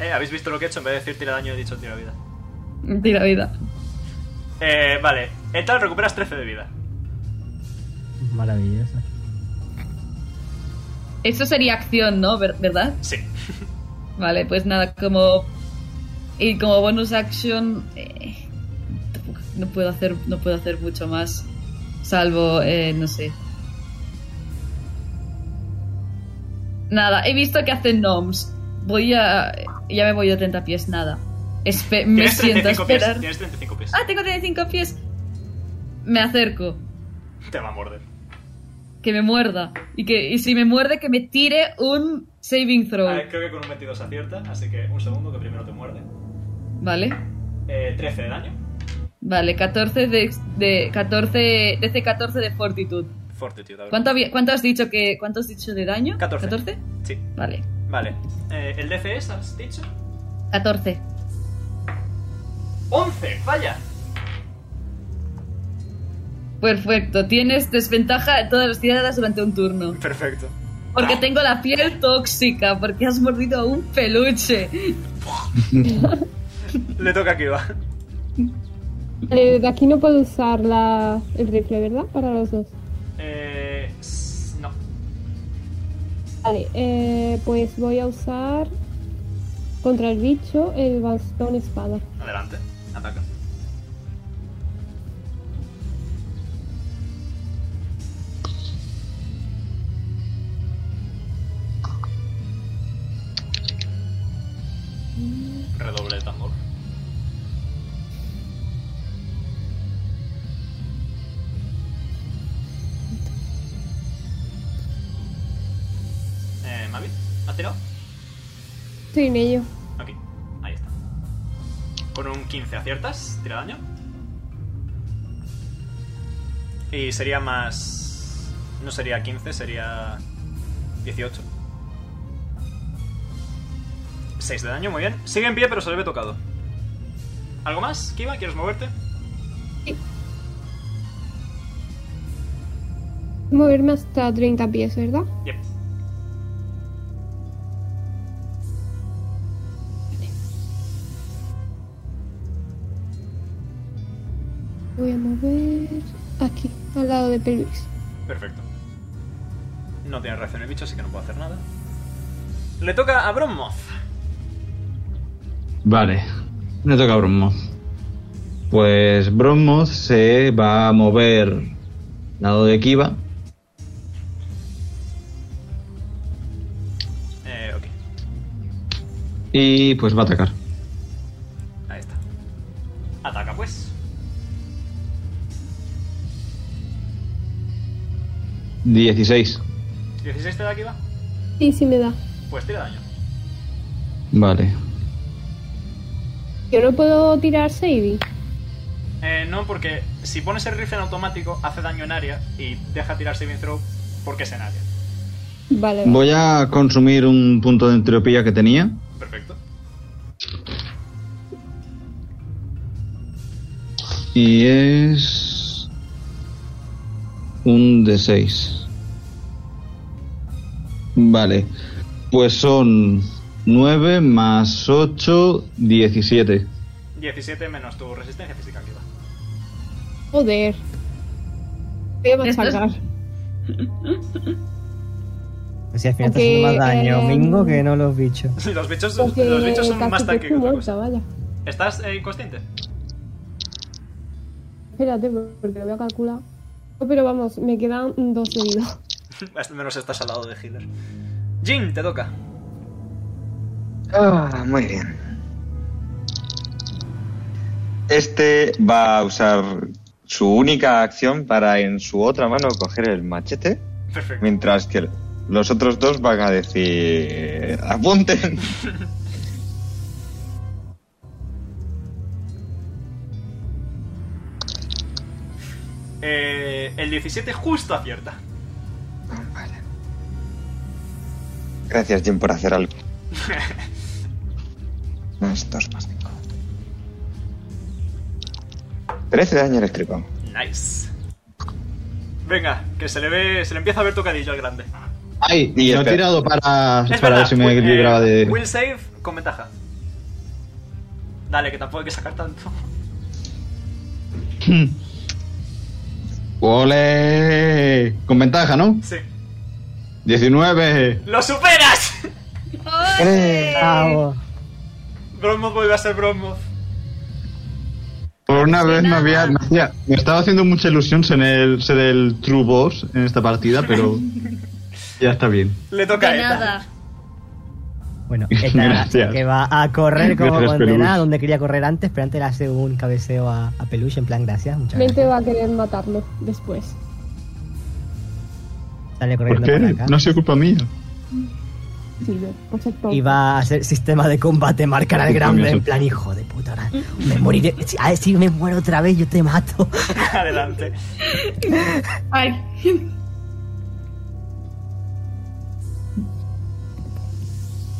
B: Eh, ¿habéis visto lo que he hecho? En vez de decir tira daño he dicho tira vida.
C: Mentira, vida.
B: Eh, vale. Etal, recuperas 13 de vida.
G: Maravilloso.
C: Eso sería acción, ¿no? Ver- ¿Verdad?
B: Sí.
C: Vale, pues nada, como. Y como bonus action. eh, tampoco- no puedo hacer. No puedo hacer mucho más. Salvo, eh, no sé. Nada, he visto que hacen gnomes. Voy a. Ya me voy de 30 pies, nada. Espe- me
B: tienes
C: siento a
B: 35 pies.
C: esperar.
B: Tienes 35 pies.
C: Ah, tengo 35 pies. Me acerco.
B: Te va a morder.
C: Que me muerda. Y que y si me muerde, que me tire un saving throw.
B: Ah, A ver, creo que con un 22 acierta, así que un segundo que primero te muerde.
C: Vale.
B: Eh, 13 de daño.
C: Vale, 14 de, de 14 DC 14 de fortitud.
B: Fortitude. ahora.
C: ¿Cuánto, había- cuánto has dicho que cuánto has dicho de daño?
B: 14.
C: ¿14?
B: Sí.
C: Vale.
B: Vale. Eh, ¿El DC es, has dicho?
C: 14.
B: 11, falla.
C: Perfecto. Tienes desventaja en todas las tiradas durante un turno.
B: Perfecto.
C: Porque tengo la piel tóxica, porque has mordido a un peluche.
B: Le toca a Kiva.
S: Eh, de aquí no puedo usar la, el rifle, ¿verdad? Para los dos.
B: Eh, s- no.
S: Vale, eh, pues voy a usar contra el bicho el bastón espada.
B: Adelante. Ataca. Redoble de tambor. Eh, Mavi, ¿has tirado?
S: Estoy en ello.
B: Ok, ahí está. Con un 15 aciertas, tira daño. Y sería más... No sería 15, sería 18. 6 de daño, muy bien. Sigue en pie, pero se le ve tocado. ¿Algo más, Kiva? ¿Quieres moverte?
S: Moverme hasta 30 pies, ¿verdad?
B: Yep.
S: Voy a mover aquí, al lado de Pelvis.
B: Perfecto. No tiene reacción el bicho, así que no puedo hacer nada. Le toca a Bronmoth.
F: Vale, le toca a Brommoth. Pues Brommoth se va a mover al lado de Kiva.
B: Eh, ok.
F: Y pues va a atacar.
B: Ahí está. Ataca pues.
F: 16.
B: 16 te da Kiva.
S: Sí, sí me da.
B: Pues tira daño.
F: Vale.
S: Yo no puedo tirar saving.
B: Eh, no, porque si pones el rifle en automático, hace daño en área y deja tirar saving throw porque es en área.
S: Vale, vale.
F: Voy a consumir un punto de entropía que tenía.
B: Perfecto.
F: Y es. Un de 6. Vale. Pues son 9 más 8, 17.
B: 17 menos tu resistencia física, Kiva.
S: Joder. Voy a
C: Esto es-
S: machacar.
G: Si al final está
S: Ok,
G: haciendo más daño,
S: em,
G: Mingo, que no los bichos.
B: (laughs) Los bichos,
S: Porque
B: los bichos son
S: casi
B: más tanque
S: que
B: que otra
S: muerta,
B: cosa.
S: vaya.
B: ¿Estás eh, inconsciente?
S: Espérate, porque lo voy a calcular. No, pero vamos, me quedan dos de vida.
B: (laughs) Al menos estás al lado de Healer. Jin, te toca.
D: Ah, muy bien. Este va a usar su única acción para en su otra mano coger el machete,
B: Perfecto.
D: mientras que los otros dos van a decir... ¡Apunten!
B: Eh, el 17 justo acierta.
D: Gracias, Jim, por hacer (laughs) algo. Más dos más cinco. Trece de daño eléctrico.
B: Nice. Venga, que se le ve, se le empieza a ver tocadillo al grande.
F: Ay,
D: Y
F: lo he
D: espera.
F: tirado para,
B: Es
F: para
B: verdad,
F: ver si me
B: will- eh,
F: libraba de.
B: Will save con ventaja. Dale, que tampoco hay que sacar tanto. (laughs)
F: ¡Ole! Con ventaja, ¿no?
B: Sí.
F: 19.
B: ¡Lo superas! (laughs)
G: Eh, Bravo.
B: Bromoth vuelve a ser Bromoth.
F: Por una vez me había. Me, hacía- me estaba haciendo mucha ilusión ser el, ser el True Boss en esta partida,
B: (laughs)
F: pero. ya está bien.
B: Le toca a
C: De
B: Eta.
C: nada.
F: (laughs)
G: Bueno, esta,
F: Gracias.
G: que va a correr como
F: Gracias,
G: condenada
F: Peluche.
G: donde quería correr antes, pero antes le hace un cabeceo a, a Peluche en plan gracias, muchas
S: Mente
G: gracias.
S: va a querer matarlo después.
G: Sale
F: ¿Por
G: corriendo por
F: qué?
G: acá.
F: No ha sido culpa mía.
S: Silver, por ser tonto.
G: Y va a ser sistema de combate, marcar al
J: Sí,
G: grande,
J: también
G: en
J: se-
G: plan, hijo de puta. ahora
J: Me moriré. Si, a ver, si me muero otra vez, yo te mato.
B: (laughs) Adelante.
C: Ay.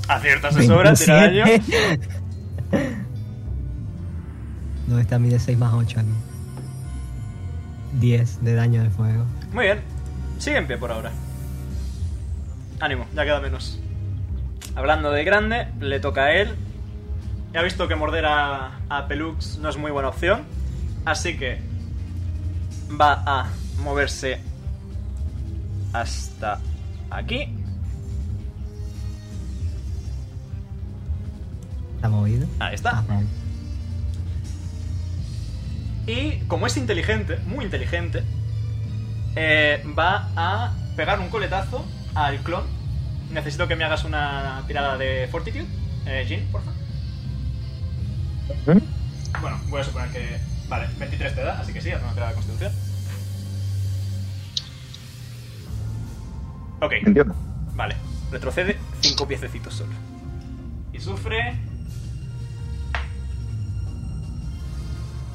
B: Aciertas de sobra, tira daño.
G: 27. (laughs) ¿Dónde está mi de 6 más 8 aquí? 10 de daño de fuego.
B: Muy bien. Sigue en pie por ahora. Ánimo, ya queda menos. Hablando de grande, le toca a él. Ya ha visto que morder a, a Pelux no es muy buena opción. Así que va a moverse hasta aquí.
G: ¿Está movido? Ah,
B: Ahí está. Y como es inteligente, muy inteligente, eh, va a pegar un coletazo al clon. Necesito que me hagas una tirada de Fortitude, eh, Jin, por favor. Bueno, voy a suponer que. Vale, 23 te da, así que sí, haz una tirada de constitución. Ok.
D: Entiendo.
B: Vale, retrocede 5 piececitos solo. Y sufre.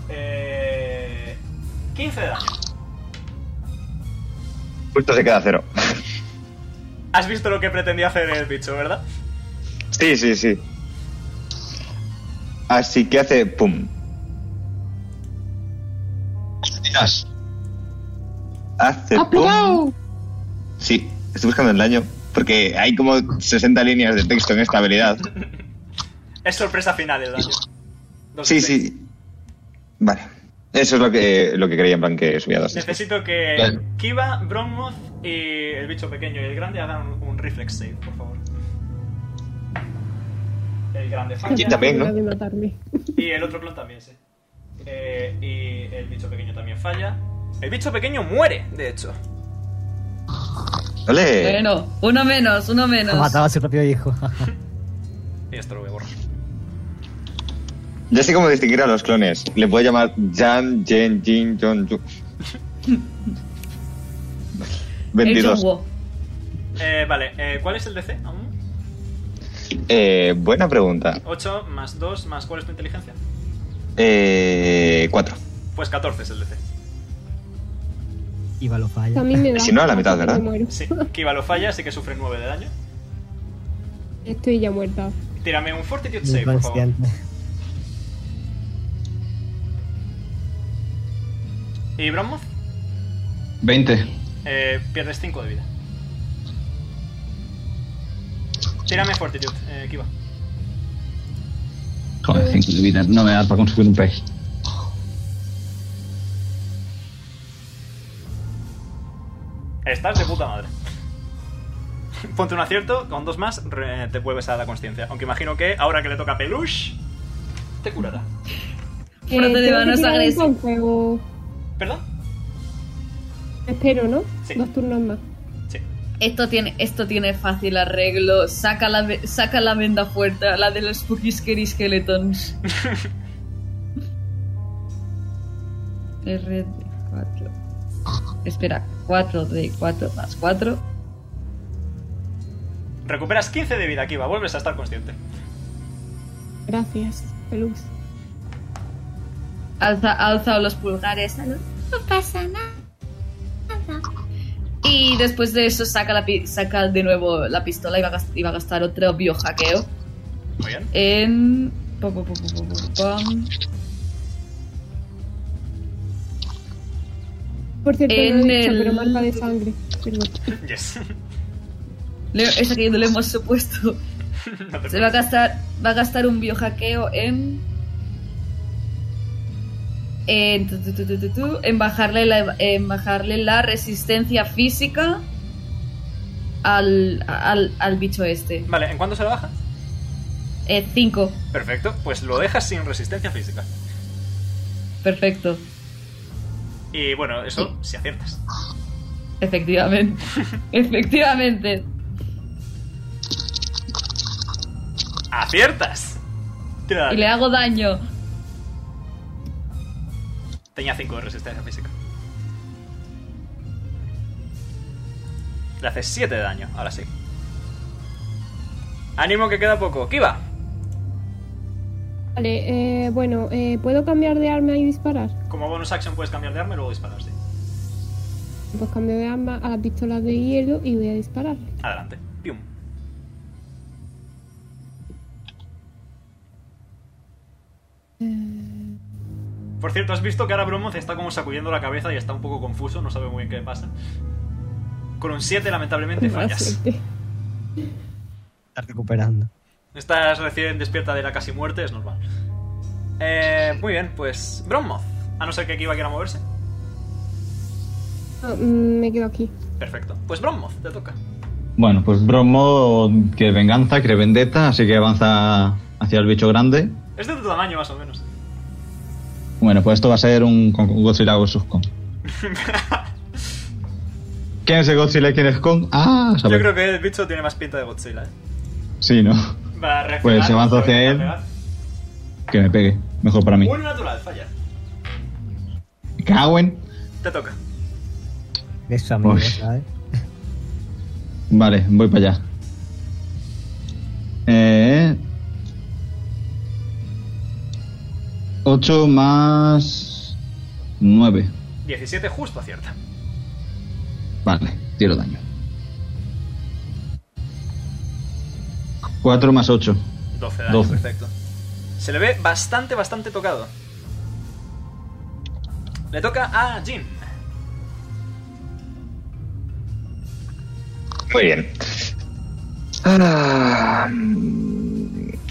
B: Eh, 15 de daño.
D: Justo se queda a cero.
B: Has visto lo que pretendía hacer el bicho, ¿verdad?
D: Sí, sí, sí. Así que hace pum. Tiras. Hace pum. Sí, estoy buscando el daño. Porque hay como 60 líneas de texto en esta habilidad.
B: Es sorpresa final el daño. Dos
D: Sí,
B: de seis.
D: sí. Vale. Eso es lo que, lo que creía, en plan que subía
B: (laughs)
D: dos.
B: Necesito que
D: Vale.
B: Kiva, Bronmoth y el bicho pequeño y el grande hagan un, un reflex save, por favor. El grande falla.
E: De matarme.
B: Y el otro clon también, sí. Eh, y el bicho pequeño también falla. El bicho pequeño muere, de hecho.
D: ¡Ole!
C: Bueno, uno menos, uno menos.
G: Ha matado a su propio hijo. (laughs)
B: Y esto lo voy a borrar.
D: Ya sé cómo distinguir a los clones. Le puedo llamar Jan, Jen, Jin, John, Ju.
C: El
D: 22.
C: chungo.
B: Eh, vale, eh, ¿cuál es el DC aún?
D: Eh, buena pregunta.
B: 8 más 2 más ¿cuál es tu inteligencia?
D: Eh, 4.
B: Pues 14 es el DC.
G: Iba lo falla.
E: Pues A mí me da.
D: Si no, a la mitad, ¿verdad?
E: Me muero.
B: Sí, Kiva lo falla, así que sufre 9 de daño.
E: Estoy ya muerta.
B: Tírame un Fortitude
G: Muy
B: save, por favor.
G: consciente.
B: ¿Y Bronmoth?
F: 20.
B: Eh, pierdes 5 de vida. Tírame Fortitude, eh, Kiva.
F: Joder, 5 de vida. No me da para conseguir un pez.
B: Estás de puta madre. Ponte un acierto, con dos más re- te vuelves a la consciencia. Aunque imagino que ahora que le toca a Peluche, te curará.
C: Frote de
E: tengo Eh, que
C: manos
E: tirar
C: agresivo.
E: Con fuego.
B: ¿Perdón?
E: Espero, ¿no?
B: Sí.
E: Dos turnos más.
C: Esto tiene, esto tiene fácil arreglo. Saca la, ve- saca la venda fuerte, la de los spooky scary skeletons. R 4. Espera, 4 de 4 más 4.
B: Recuperas 15 de vida, Kiva, vuelves a estar consciente.
E: Gracias, Pelus.
C: Alza, alza los pulgares. ¿no?
A: No pasa nada.
C: Y después de eso saca, la, pi- saca de nuevo la pistola y va a gastar, y va a gastar otro biohackeo.
B: Muy bien.
C: en. pa, pa, pa, pa, pa, pa, pam.
E: Por cierto,
C: En
E: no he dicho,
C: el-
E: pero marca de sangre. Perdón.
B: Yes. (laughs)
C: Le- Esa que no le hemos supuesto.
B: No te
C: Se va a
B: preocupes.
C: gastar, va a gastar un biohackeo en. En, tu, tu, tu, tu, tu, tu, en bajarle la, en bajarle la resistencia física al, al, al bicho este. Eh,
B: Vale, ¿en cuánto se la baja?
C: 5.
B: Perfecto, pues lo dejas sin resistencia física.
C: Perfecto.
B: Y bueno, eso si aciertas. (laughs)
C: Efectivamente. Efectivamente.
B: ¡Aciertas! Tira
C: Y
B: daño.
C: le hago daño.
B: Tenía 5 de resistencia física. Le haces 7 de daño, ahora sí. Ánimo que queda poco. Kiva.
E: Vale, eh, bueno, eh, ¿puedo cambiar de arma y disparar?
B: Como bonus action puedes cambiar de arma y luego disparar, sí.
E: Pues cambio de arma a la pistola de hielo y voy a disparar.
B: Adelante. Pium. Por cierto, has visto que ahora Bromoth está como sacudiendo la cabeza y está un poco confuso, no sabe muy bien qué le pasa. Con un 7, lamentablemente,
G: Mala
B: fallas.
G: suerte. Está recuperando.
B: Estás recién despierta de la casi muerte, es normal. Eh, muy bien, pues Bromoth. A no ser que Kiva quiera moverse.
E: Ah, mm, me quedo aquí.
B: Perfecto. Pues Bromoth, te toca.
F: Bueno, pues Bromo quiere venganza, quiere vendetta, así que avanza hacia el bicho grande.
B: Es de tu tamaño, más o menos.
F: Bueno, pues esto va a ser un, con- un Godzilla vs.
B: (laughs)
F: Kong. ¿Quién es el Godzilla y quién es Kong? Ah,
B: Yo
F: sabe.
B: creo que el bicho tiene más pinta de Godzilla, ¿eh?
F: Sí, ¿no?
B: Va a reaccionar,
F: Pues se avanza
B: va a
F: hacia él.
B: pegar.
F: Que me pegue. Mejor para mí.
B: Un natural, falla.
F: Cawen.
B: Te toca.
G: Es su amigo,
F: Uy.
G: ¿sabes?
F: Vale, voy para allá. Eh, 8 más 9.
B: 17 justo acierta.
F: Vale, tiro daño. 4 más 8.
B: 12 daño,
F: 12.
B: perfecto. Se le ve bastante, bastante tocado. Le toca a Jin.
D: Muy bien. Ah,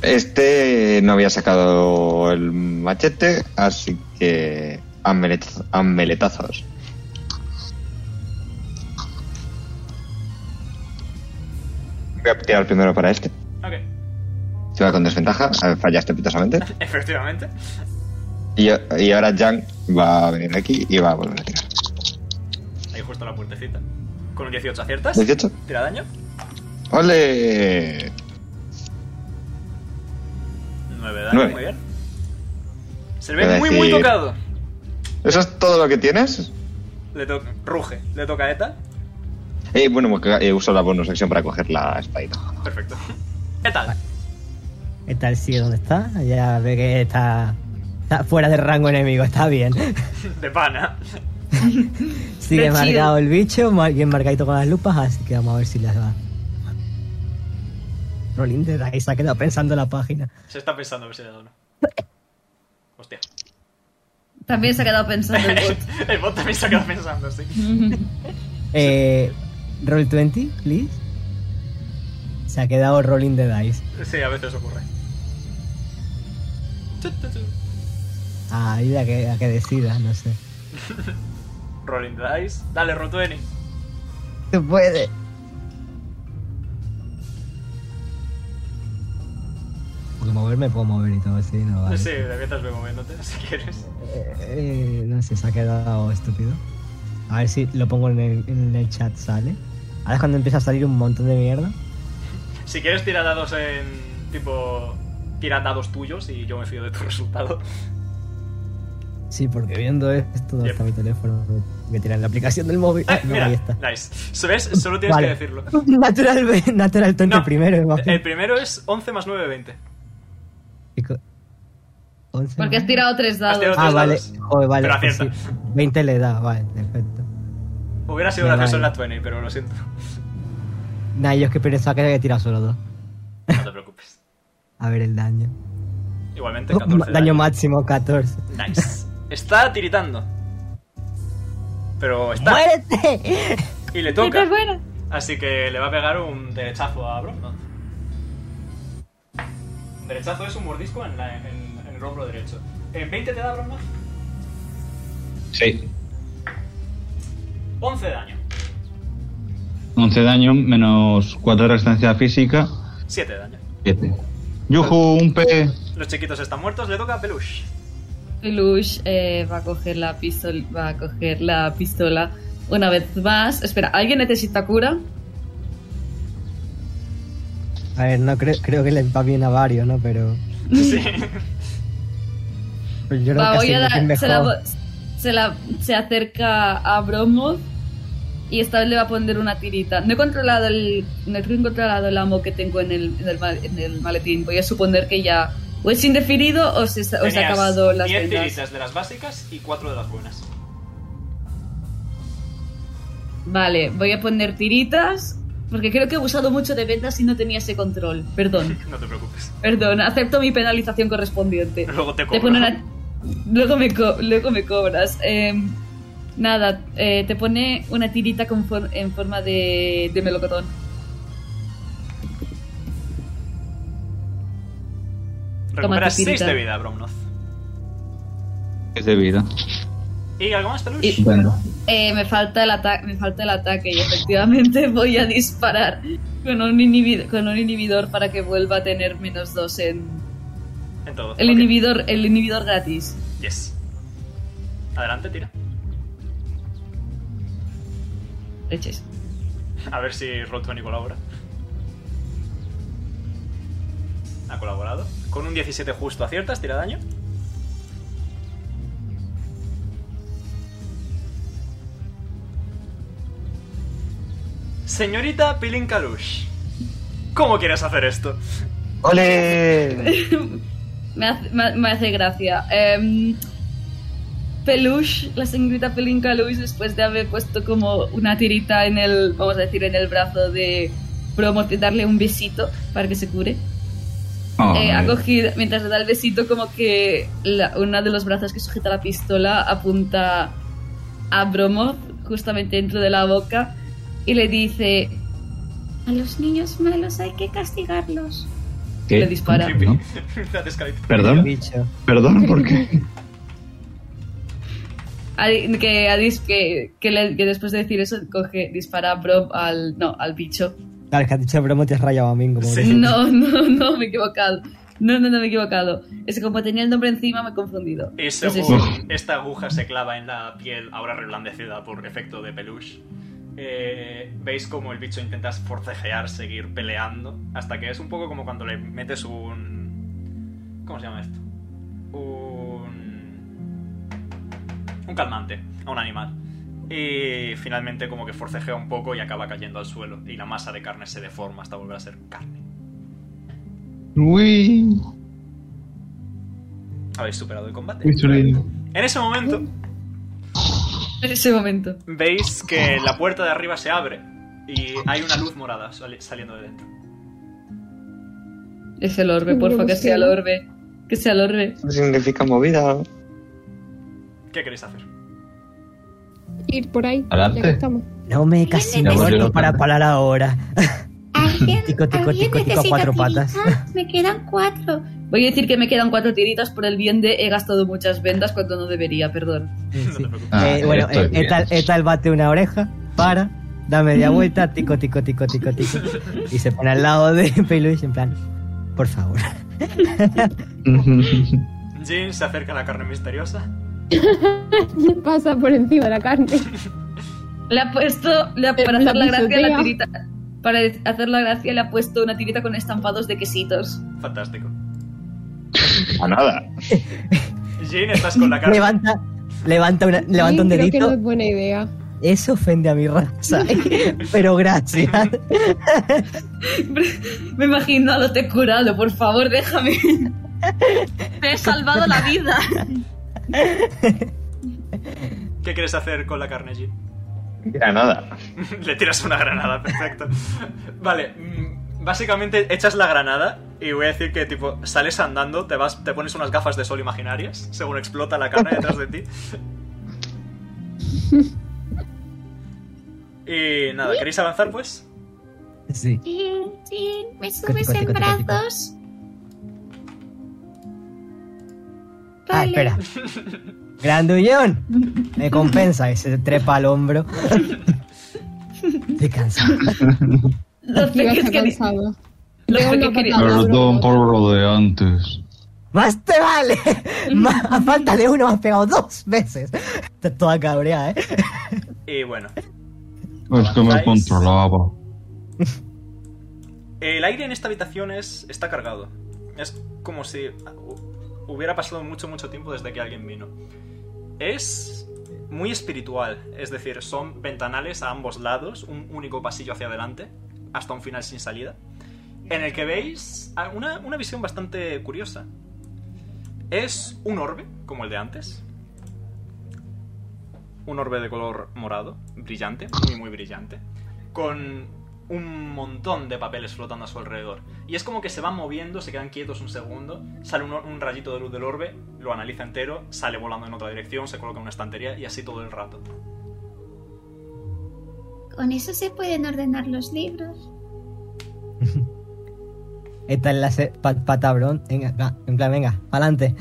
D: Este no había sacado el machete, así que a melet- a meletazos. Voy a tirar primero para este.
B: Ok, (laughs)
D: Se va con desventaja, eh, falla estrepitosamente.
B: efectivamente.
D: Y, y ahora Jan va a venir aquí y va a volver a tirar.
B: Ahí justo la puertecita. Con un 18 aciertas.
D: 18.
B: Tira daño.
D: ¡Ole!
B: 9 daño,
D: Nueve.
B: muy bien. Se
D: Te
B: le
D: voy
B: ve
D: a
B: muy, muy
D: decir-
B: tocado.
D: ¿Eso es todo lo que tienes?
B: Le toca. Ruge. Le toca a Eta.
D: Eh, bueno, eh, uso la bonus acción para coger la espada.
B: Perfecto. (laughs) Eta.
G: ¿Qué tal sigue donde está? Ya ve que está, está fuera de rango enemigo,
B: (laughs)
G: está bien.
B: De pana.
G: Sigue
B: Qué chido.
G: marcado el bicho, mar- bien marcadito con las lupas, así que vamos a ver si las va. Rolín de ahí se ha quedado pensando en la página.
B: Se está pensando a ver si le da o no. Hostia.
C: También se ha quedado pensando el
B: (laughs)
C: bot.
B: El bot también se ha quedado pensando, sí. (laughs)
G: Eh, roll 20, please. Se ha quedado rolling the dice.
B: Sí, a veces ocurre. Tu, tu, tu.
G: Ahí la que, la que decida, no sé.
B: Rolling the dice. Dale, Rotueni.
G: Se puede. Porque moverme puedo mover y todo así, no vale.
B: Sí, de mientras voy moviéndote, (laughs) si quieres.
G: Eh, no sé, se ha quedado estúpido. A ver si lo pongo en el, en el chat, sale. Ahora es cuando empieza a salir un montón de mierda.
B: Si quieres tirar dados en. tipo. Tira dados tuyos y yo me fío de tu (laughs) resultado.
G: Sí, porque viendo esto no
B: Yep.
G: está mi teléfono. Me tiran la aplicación del móvil. Ah, no,
B: Mira, (laughs)
G: ahí está.
B: nice. So, ¿Ves? Solo tienes
G: Vale.
B: que decirlo.
G: Natural, ve- natural 20 primero,
B: eh,
G: imagino.
B: El primero es 11 más 9, 20.
G: Chico,
C: (laughs)
G: 11,
C: Porque has tirado tres dados.
B: tirado
G: Ah,
B: tres
G: vale.
B: dados.
G: Joder, vale.
B: Pero
G: pues
B: acierta.
G: sí. 20 le da, vale, perfecto.
B: Hubiera sido
G: Me
B: gracioso en
G: vale.
B: la 20, pero lo
G: (laughs)
B: siento.
G: Nah, yo es que pensaba que había tirado solo dos.
B: No te preocupes.
G: A ver el daño.
B: Igualmente,
G: Oh,
B: 14
G: ma- (laughs) daño máximo, 14.
B: Nice. Está tiritando. Pero está.
G: ¡Muérete!
B: Y le toca. Así que le va a pegar un derechazo a Brom. ¿no? Un derechazo es un mordisco en, la- en- en el hombro derecho. ¿En 20 te da Brom?
F: Sí.
B: 11 de daño.
F: 11 daño menos 4 de resistencia física.
B: 7 de daño.
F: 7. Yuju,
K: Ah.
F: un P.
B: Los chiquitos están muertos, le toca a
C: (laughs)
B: Peluche.
C: Peluche eh, va a coger la pistola. Va a coger la pistola una vez más. Espera, ¿alguien necesita cura?
G: A ver, no creo, creo que le va bien a varios, ¿no? Pero.
B: Sí.
G: pero yo creo
C: Va,
G: que
C: voy
G: así
C: a
G: es
C: dar-
G: mejor.
C: se, la, vo- se la- se acerca a Bromoth y esta vez le va a poner una tirita. No he controlado el, no he controlado el amo que tengo en el, en el ma- en el maletín. Voy a suponer que ya o es indefinido o se, está- o se ha
B: Tenías
C: acabado las
B: 10
C: vendas.
B: tiritas de las básicas y 4 de las buenas.
C: Vale, voy a poner tiritas porque creo que he abusado mucho de vendas y no tenía ese control. Perdón.
B: No te preocupes.
C: Perdón, acepto mi penalización correspondiente.
B: Luego te
C: Te
B: cobro.
C: pone una- Luego me, co- luego me cobras. Eh, nada, eh, te pone una tirita con for- en forma de, de melocotón.
B: Recuperas
C: tirita.
B: 6 de vida, Bromnoth.
F: Es de vida.
B: ¿Y algo más, Peluche?
F: Bueno,
C: Eh, me, falta el ata- me falta el ataque y efectivamente (laughs) voy a disparar con un, inhibi- con un inhibidor para que vuelva a tener menos dos en...
B: En todo.
C: El,
B: ok.
C: inhibidor, el inhibidor gratis.
B: Yes. Adelante, tira.
C: Leches.
B: A ver si Roll20 colabora. Ha colaborado. Con un 17 justo aciertas, tira daño. Señorita Pilin Kalush, ¿cómo quieres hacer esto? (laughs)
D: ¡Ole!
C: Me hace, me- me hace gracia. Em, Peluche, la señorita Pelinka Luis, después de haber puesto como una tirita en el, vamos a decir, en el brazo de Bromo, de darle un besito para que se cure,
F: Ah,
C: eh, ha cogido, mientras le da el besito, como que la- una de los brazos que sujeta la pistola apunta a Bromo, justamente dentro de la boca, y le dice,
A: A los niños malos hay que castigarlos.
F: ¿qué?
C: le dispara.
F: ¿No? Perdón. Perdón,
C: (laughs)
F: ¿por qué?
C: Ha- que, ha dis- que, que le- que después de decir eso coge dispara a Brob al no al bicho
G: Claro, es que has dicho broma te has rayado a
C: (laughs)
G: Mingo. pobre.
C: no no no me he equivocado no no no me he equivocado es que como tenía el nombre encima me he confundido
B: Y
C: Pues
B: según
C: eso.
B: esta aguja se clava en la piel ahora reblandecida por efecto de peluche, eh, veis como el bicho intenta forcejear, seguir peleando, hasta que es un poco como cuando le metes un... ¿Cómo se llama esto? Un... Un calmante a un animal. Y finalmente como que forcejea un poco y acaba cayendo al suelo. Y la masa de carne se deforma hasta volver a ser carne.
L: Uy,
B: Habéis superado el combate.
L: uy, chulín.
B: En ese momento...
C: en ese momento
B: Veis que la puerta de arriba se abre y hay una luz morada sali- saliendo de dentro.
C: es el orbe porfa que sea el orbe que sea el orbe
D: Eso significa movida.
B: ¿Qué queréis hacer?
S: Ir por ahí.
F: Adelante.
S: ya que
E: (laughs)
S: estamos.
G: No me casi
F: Ya,
G: me
F: pues,
G: muerto
F: yo-
G: para parar ahora. (laughs) Tico, tico,
A: ¿Alguien
G: tico, tico a
A: necesita
G: cuatro patas.
A: tiritas? Me quedan cuatro.
C: voy a decir que me quedan cuatro tiritas por el bien de he gastado muchas vendas cuando no debería perdón
F: Ah,
G: Eh, bueno,
F: estoy
G: eh,
F: bien.
G: Etal, Etal bate una oreja, para,
S: (laughs)
G: da media vuelta, tico, tico, tico, tico, tico. Y se pone al lado de (laughs) Peluche en plan, por favor.
B: Jin se acerca a la carne misteriosa.
S: Y pasa por encima de la carne.
C: le ha puesto le ha- para
S: La
C: hacer la gracia la
S: pisotea.
C: tirita para hacer la gracia le ha puesto una tirita con estampados de quesitos
B: Fantástico.
D: A nada.
B: Jin, estás con la carne.
G: Levanta, levanta, una- levanta un
S: Sí, Creo que no
G: dedito.
S: es buena idea.
G: (laughs) Eso ofende a mi raza. Pero gracias.
C: Me imagino a lo te he curado, por favor, (laughs) déjame. Te he salvado la (laughs) vida.
B: ¿Qué quieres hacer con la carne, Jin?
D: A nada.
B: (laughs) Le tiras una granada, perfecto. Vale, mm, básicamente echas la granada y voy a decir que tipo sales andando, te vas, te pones unas gafas de sol imaginarias, según explota la carne detrás de ti. Y nada, ¿queréis avanzar pues?
G: Sí.
A: Chin, chin, me
G: Tico,
A: subes
G: tico,
A: en
G: tico, tico, tico.
A: brazos.
G: Ah,
A: Vale.
G: espera. Grandullón. Me compensa y se trepa al hombro. Estoy cansado.
C: Lo
S: Iba a
C: que-
S: estar
C: es que-
S: cansado.
C: lo
S: Veo
C: que
S: una
C: quería-
S: patada.
K: Perdón por lo de antes.
G: ¡Más te vale! Más- a falta de uno me has pegado dos veces. Está toda cabreada, ¿eh?
B: Y bueno,
K: Es que me
B: Avanzáis.
K: controlaba.
B: el aire en esta habitación es, está cargado. Es como si hubiera pasado mucho, mucho tiempo desde que alguien vino. Es muy espiritual, es decir, son ventanales a ambos lados, un único pasillo hacia adelante, hasta un final sin salida, en el que veis a- una, una visión bastante curiosa. Es un orbe, como el de antes, un orbe de color morado, brillante, muy muy brillante, con un montón de papeles flotando a su alrededor. Y es como que se van moviendo, se quedan quietos un segundo, sale un, or- un rayito de luz del orbe, lo analiza entero, sale volando en otra dirección, se coloca en una estantería y así todo el rato.
A: Con eso se pueden ordenar los libros.
G: Esta es la se- pa- patabrón. Venga, va, en plan, venga, pa'lante.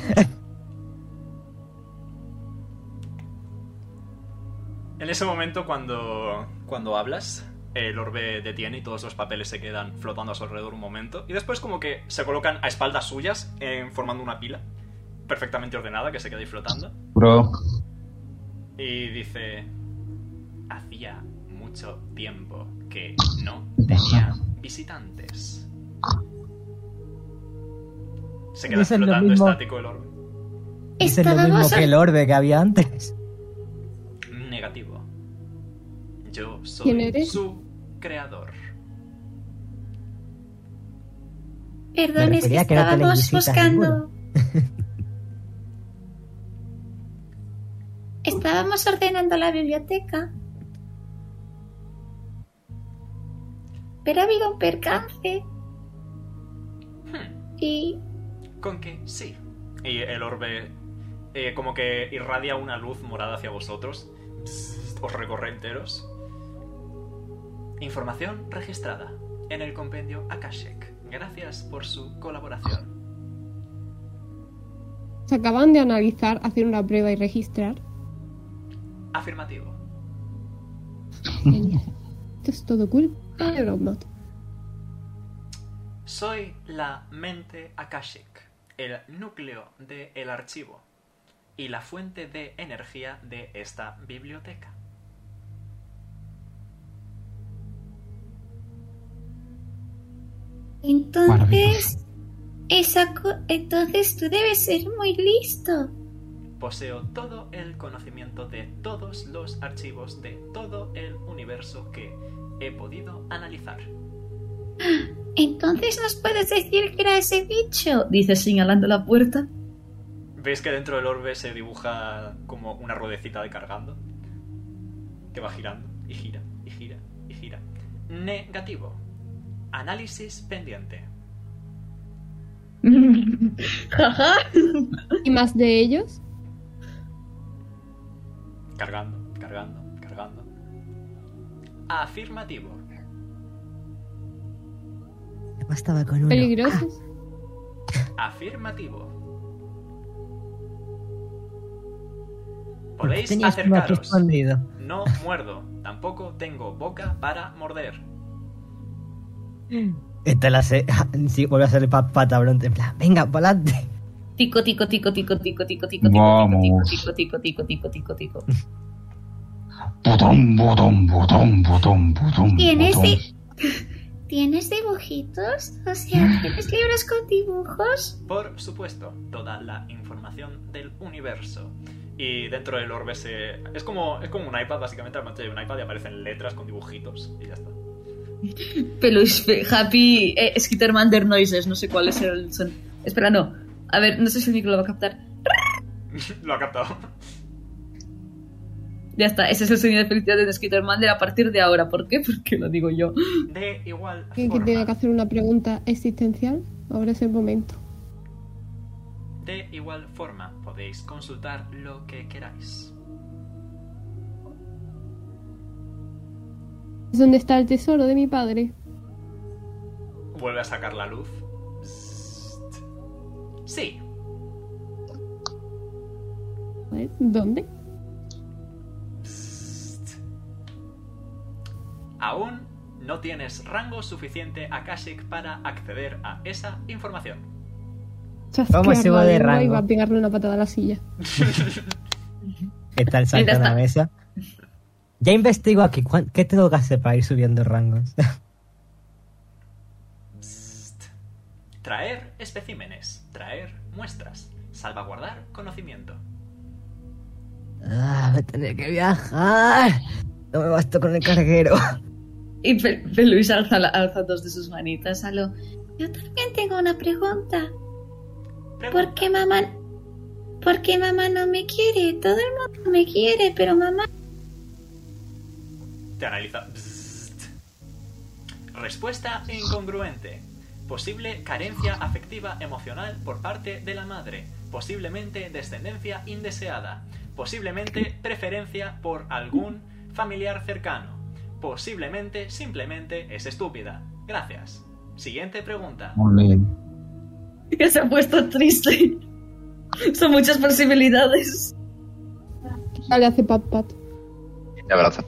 B: En ese momento cuando, cuando hablas, el orbe detiene y todos los papeles se quedan flotando a su alrededor un momento. Y después como que se colocan a espaldas suyas, eh, formando una pila perfectamente ordenada que se queda ahí flotando.
K: Bro,
B: Y dice, hacía mucho tiempo que no tenía visitantes. Se queda
G: Dicen lo
B: flotando
G: mismo.
B: estático el orbe.
G: Es lo mismo
A: Estábamos-
G: que el orbe que había antes.
B: Negativo. Yo
A: ¿Quién
B: soy
A: eres?
B: su creador.
A: Perdón,
B: Me
G: pues
A: es que
B: refería a que no tenéis
A: estábamos
B: visitas
A: buscando. (laughs) estábamos ordenando la biblioteca. Pero ha habido un percance. Y
B: ¿Con qué? Sí. Y el orbe eh, como que irradia una luz morada hacia vosotros. Psst, Os recorre enteros. Información registrada en el compendio Akashek. Gracias por su colaboración.
S: Se acaban de analizar, hacer una prueba y registrar.
B: Afirmativo.
S: Esto es todo culpa de los motos.
B: Soy la mente Akashic, el núcleo del archivo y la fuente de energía de esta biblioteca.
A: entonces. Esa co- entonces tú debes ser muy listo.
B: Poseo todo el conocimiento de todos los archivos de todo el universo que he podido analizar.
A: Entonces nos puedes decir que era ese bicho.
C: Dice señalando la puerta.
B: ¿Veis que dentro del orbe se dibuja como una ruedecita de cargando? Que va girando y gira y gira y gira. Negativo. Análisis pendiente.
C: Jaja.
S: ¿Y más de ellos?
B: Cargando, cargando, cargando. Afirmativo.
J: Me bastaba con uno.
S: ¿Peligrosos?
G: Ah.
B: Afirmativo.
J: ¿Por qué
B: Podéis
J: tenías uno aquí
B: acercaros.
J: escondido?
B: No muerdo. Tampoco tengo boca para morder.
G: Esta es la se. (laughs) Sí, vuelve a ser el pa- patabrón. En plan, venga, pa'lante.
C: Tico, tico, tico, tico, tico, tico, tico,
K: vamos.
C: tico, tico, tico, tico, tico, tico.
K: Botón, botón, botón, botón, botón.
A: ¿Tienes,
K: botón.
A: di- ¿Tienes dibujitos? O sea, ¿tienes libros con dibujos?
B: Por supuesto, toda la información del universo. Y dentro del orbe se... Es como, es como un iPad, básicamente, la pantalla de un iPad y aparecen letras con dibujitos y ya está. (laughs)
C: Peluche, pe- Happy, eh, Skitterman der Noises, no sé cuál es el son. Espera, no. A ver, no sé si el micro lo va a captar.
B: Lo ha captado.
C: Ya está, ese es el sonido de felicidad de Skitterman der a partir de ahora. ¿Por qué? (laughs) Porque lo digo yo.
B: De igual
S: ¿Alguien que tiene que hacer una pregunta existencial? Ahora es el momento.
B: De igual forma, podéis consultar lo que queráis.
S: ¿Es donde está el tesoro de mi padre?
B: Vuelve a sacar la luz. Psst. Sí,
S: ¿Eh? ¿Dónde?
B: aún no tienes rango suficiente Akashic para acceder a esa información.
S: Chasquear
G: subo
S: la
G: de
S: lengua Y
G: rango.
S: va a pegarle una patada a la silla.
G: Esta el salto
S: Ya
G: a
S: está.
G: la mesa. Ya investigo aquí. ¿cuán- ¿Qué tengo que hacer para ir subiendo rangos? (laughs)
B: Traer especímenes, traer muestras, salvaguardar conocimiento.
J: Ah, voy a tener que viajar. No me basto con el
G: (laughs)
J: carguero.
C: Y Pe- Peluche alza, la- alza dos de sus manitas a lo...
A: Yo también tengo una pregunta. ¿Por qué mamá... ¿Por qué mamá no me quiere? Todo el mundo me quiere, pero mamá...
B: Te analiza. Bzzzt. Respuesta incongruente. Posible carencia afectiva emocional por parte de la madre. Posiblemente descendencia indeseada. Posiblemente preferencia por algún familiar cercano. Posiblemente simplemente es estúpida. Gracias. Siguiente pregunta.
C: Que se ha puesto triste. (laughs) Son muchas posibilidades.
S: Vale, hace pat pat.
D: Te abraza.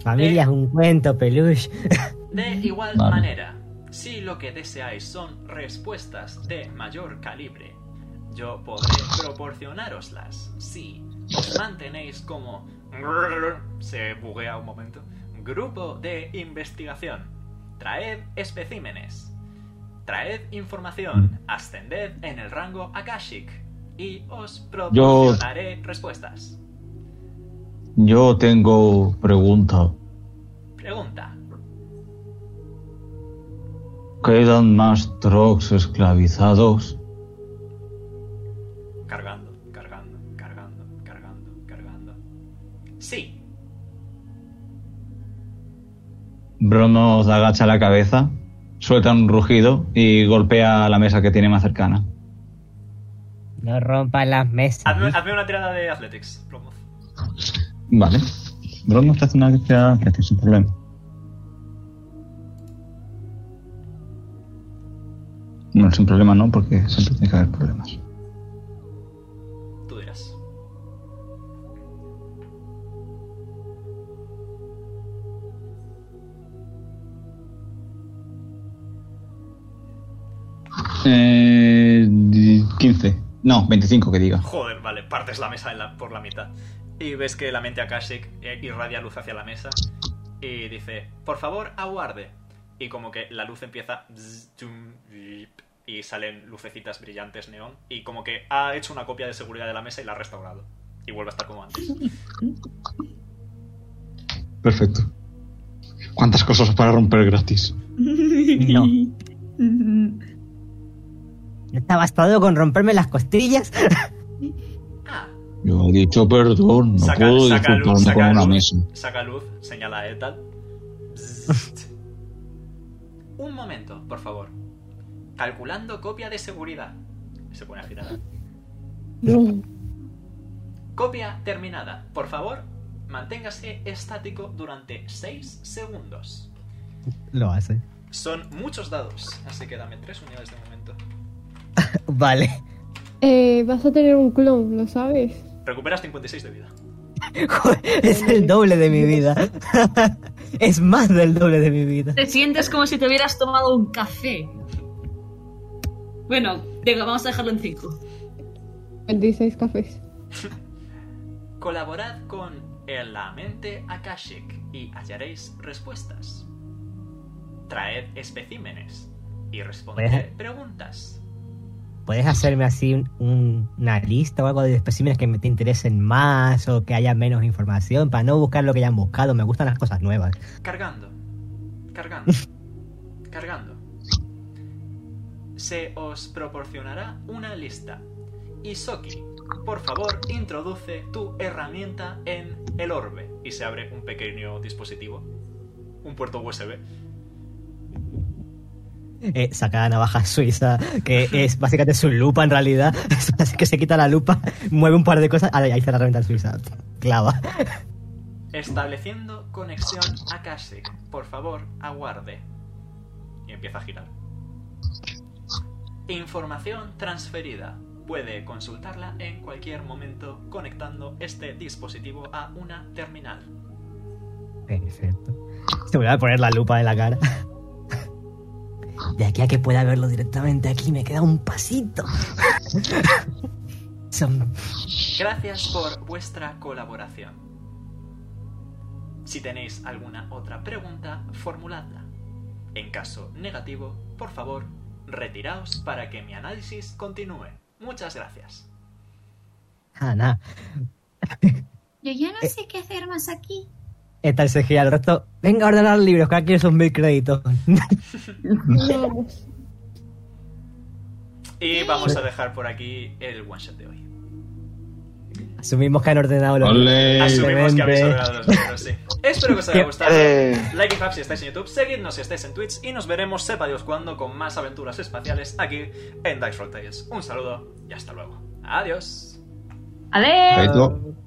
I: Familia es un cuento, peluche.
B: De igual
I: Vale.
B: manera, si lo que deseáis son respuestas de mayor calibre, yo podré proporcionároslas si os mantenéis como... Se buguea un momento. Grupo de investigación. Traed especímenes. Traed información. Ascended en el rango Akashic. Y os proporcionaré respuestas.
K: Yo tengo pregunta.
B: Pregunta.
K: ¿Quedan más trox esclavizados?
B: Cargando, cargando, cargando, cargando, cargando. Sí,
F: Bronos agacha la cabeza, suelta un rugido y golpea la mesa que tiene más cercana.
J: No rompan las mesas.
B: Hazme, hazme una tirada de Athletics, Promoz.
F: Vale. Bronos te hace una tirada de athletics sin problema. Bueno, sin problema no, porque siempre tiene que haber problemas.
B: Tú dirás.
F: Eh, 15. No, 25 que diga.
B: Joder, vale, partes la mesa en la- por la mitad. Y ves que la mente Akashic eh, irradia luz hacia la mesa. Y dice, por favor, aguarde. Y como que la luz empieza... bzz, chum, bip, Y salen lucecitas brillantes neón. Y como que ha hecho una copia de seguridad de la mesa y la ha restaurado. Y vuelve a estar como antes.
L: Perfecto. ¿Cuántas cosas para romper gratis?
J: No.
C: (laughs)
J: ¿No estabas todo con romperme las costillas?
K: Yo he dicho perdón, no
B: Saca,
K: puedo
B: saca luz,
K: disculparme
B: saca
K: con una
B: luz,
K: mesa.
B: saca luz, señala a Etal. Bzzzt. (laughs) Un momento, por favor. Calculando copia de seguridad. Se pone a girar. Copia terminada. Por favor, manténgase estático durante 6 segundos.
G: Lo hace.
B: Son muchos dados, así que dame 3 unidades de momento.
G: Vale. (laughs)
S: Eh, vas a tener un clon, ¿lo sabes?
B: Recuperas 56 de vida.
I: Es el doble de mi
G: (laughs)
I: vida. es más del doble de mi vida.
C: Te sientes como si te hubieras tomado un café. Bueno, venga, vamos a dejarlo en 5.
S: 26
G: (laughs)
S: cafés.
B: Colaborad con el- la mente Akashic y hallaréis respuestas. Traed especímenes y responded
J: Bueno.
B: preguntas.
G: ¿Puedes hacerme así un- un- una lista o algo de especímenes que me te interesen más o que haya menos información para no buscar lo que ya han buscado? Me gustan las cosas nuevas.
B: Cargando. Cargando. cargando. Se os proporcionará una lista. Isoki, por favor, introduce tu herramienta en el orbe. Y se abre un pequeño dispositivo. Un puerto USB.
G: Eh, saca la navaja suiza,
J: (laughs)
G: que es básicamente su lupa en realidad. (laughs) Así que se quita la lupa, mueve un par de cosas. Ahí ahí está la herramienta suiza. Clava.
B: Estableciendo conexión a Kasek. Por favor, aguarde. Y empieza a girar. Información transferida. Puede consultarla en cualquier momento conectando este dispositivo a una terminal.
G: Perfecto. Se me va a poner la lupa en la cara.
J: De aquí a que pueda verlo directamente aquí me queda un
G: (laughs)
J: pasito. Son-
B: Gracias por vuestra colaboración. Si tenéis alguna otra pregunta, formuladla. En caso negativo, por favor, retiraos para que mi análisis continúe. Muchas gracias.
G: Ah, nada.
A: Yo ya no sé qué hacer más aquí.
G: Está el CGI al resto. Venga a ordenar libros, que aquí son mil créditos. (laughs)
B: Y vamos a dejar por aquí el one shot de hoy.
G: Asumimos que han ordenado los
L: Ole.
B: Asumimos que habéis
G: Excelente.
B: ordenado los números, sí. Espero que os haya
G: Qué
B: gustado.
D: Eh.
G: padre.
B: Like y fab si estáis en YouTube, seguidnos si estáis en Twitch y nos veremos, sepa Dios cuándo, con más aventuras espaciales aquí en Dice Roll Tales. Un saludo y hasta luego. Adiós.
C: ¡Ale!
L: Chaito.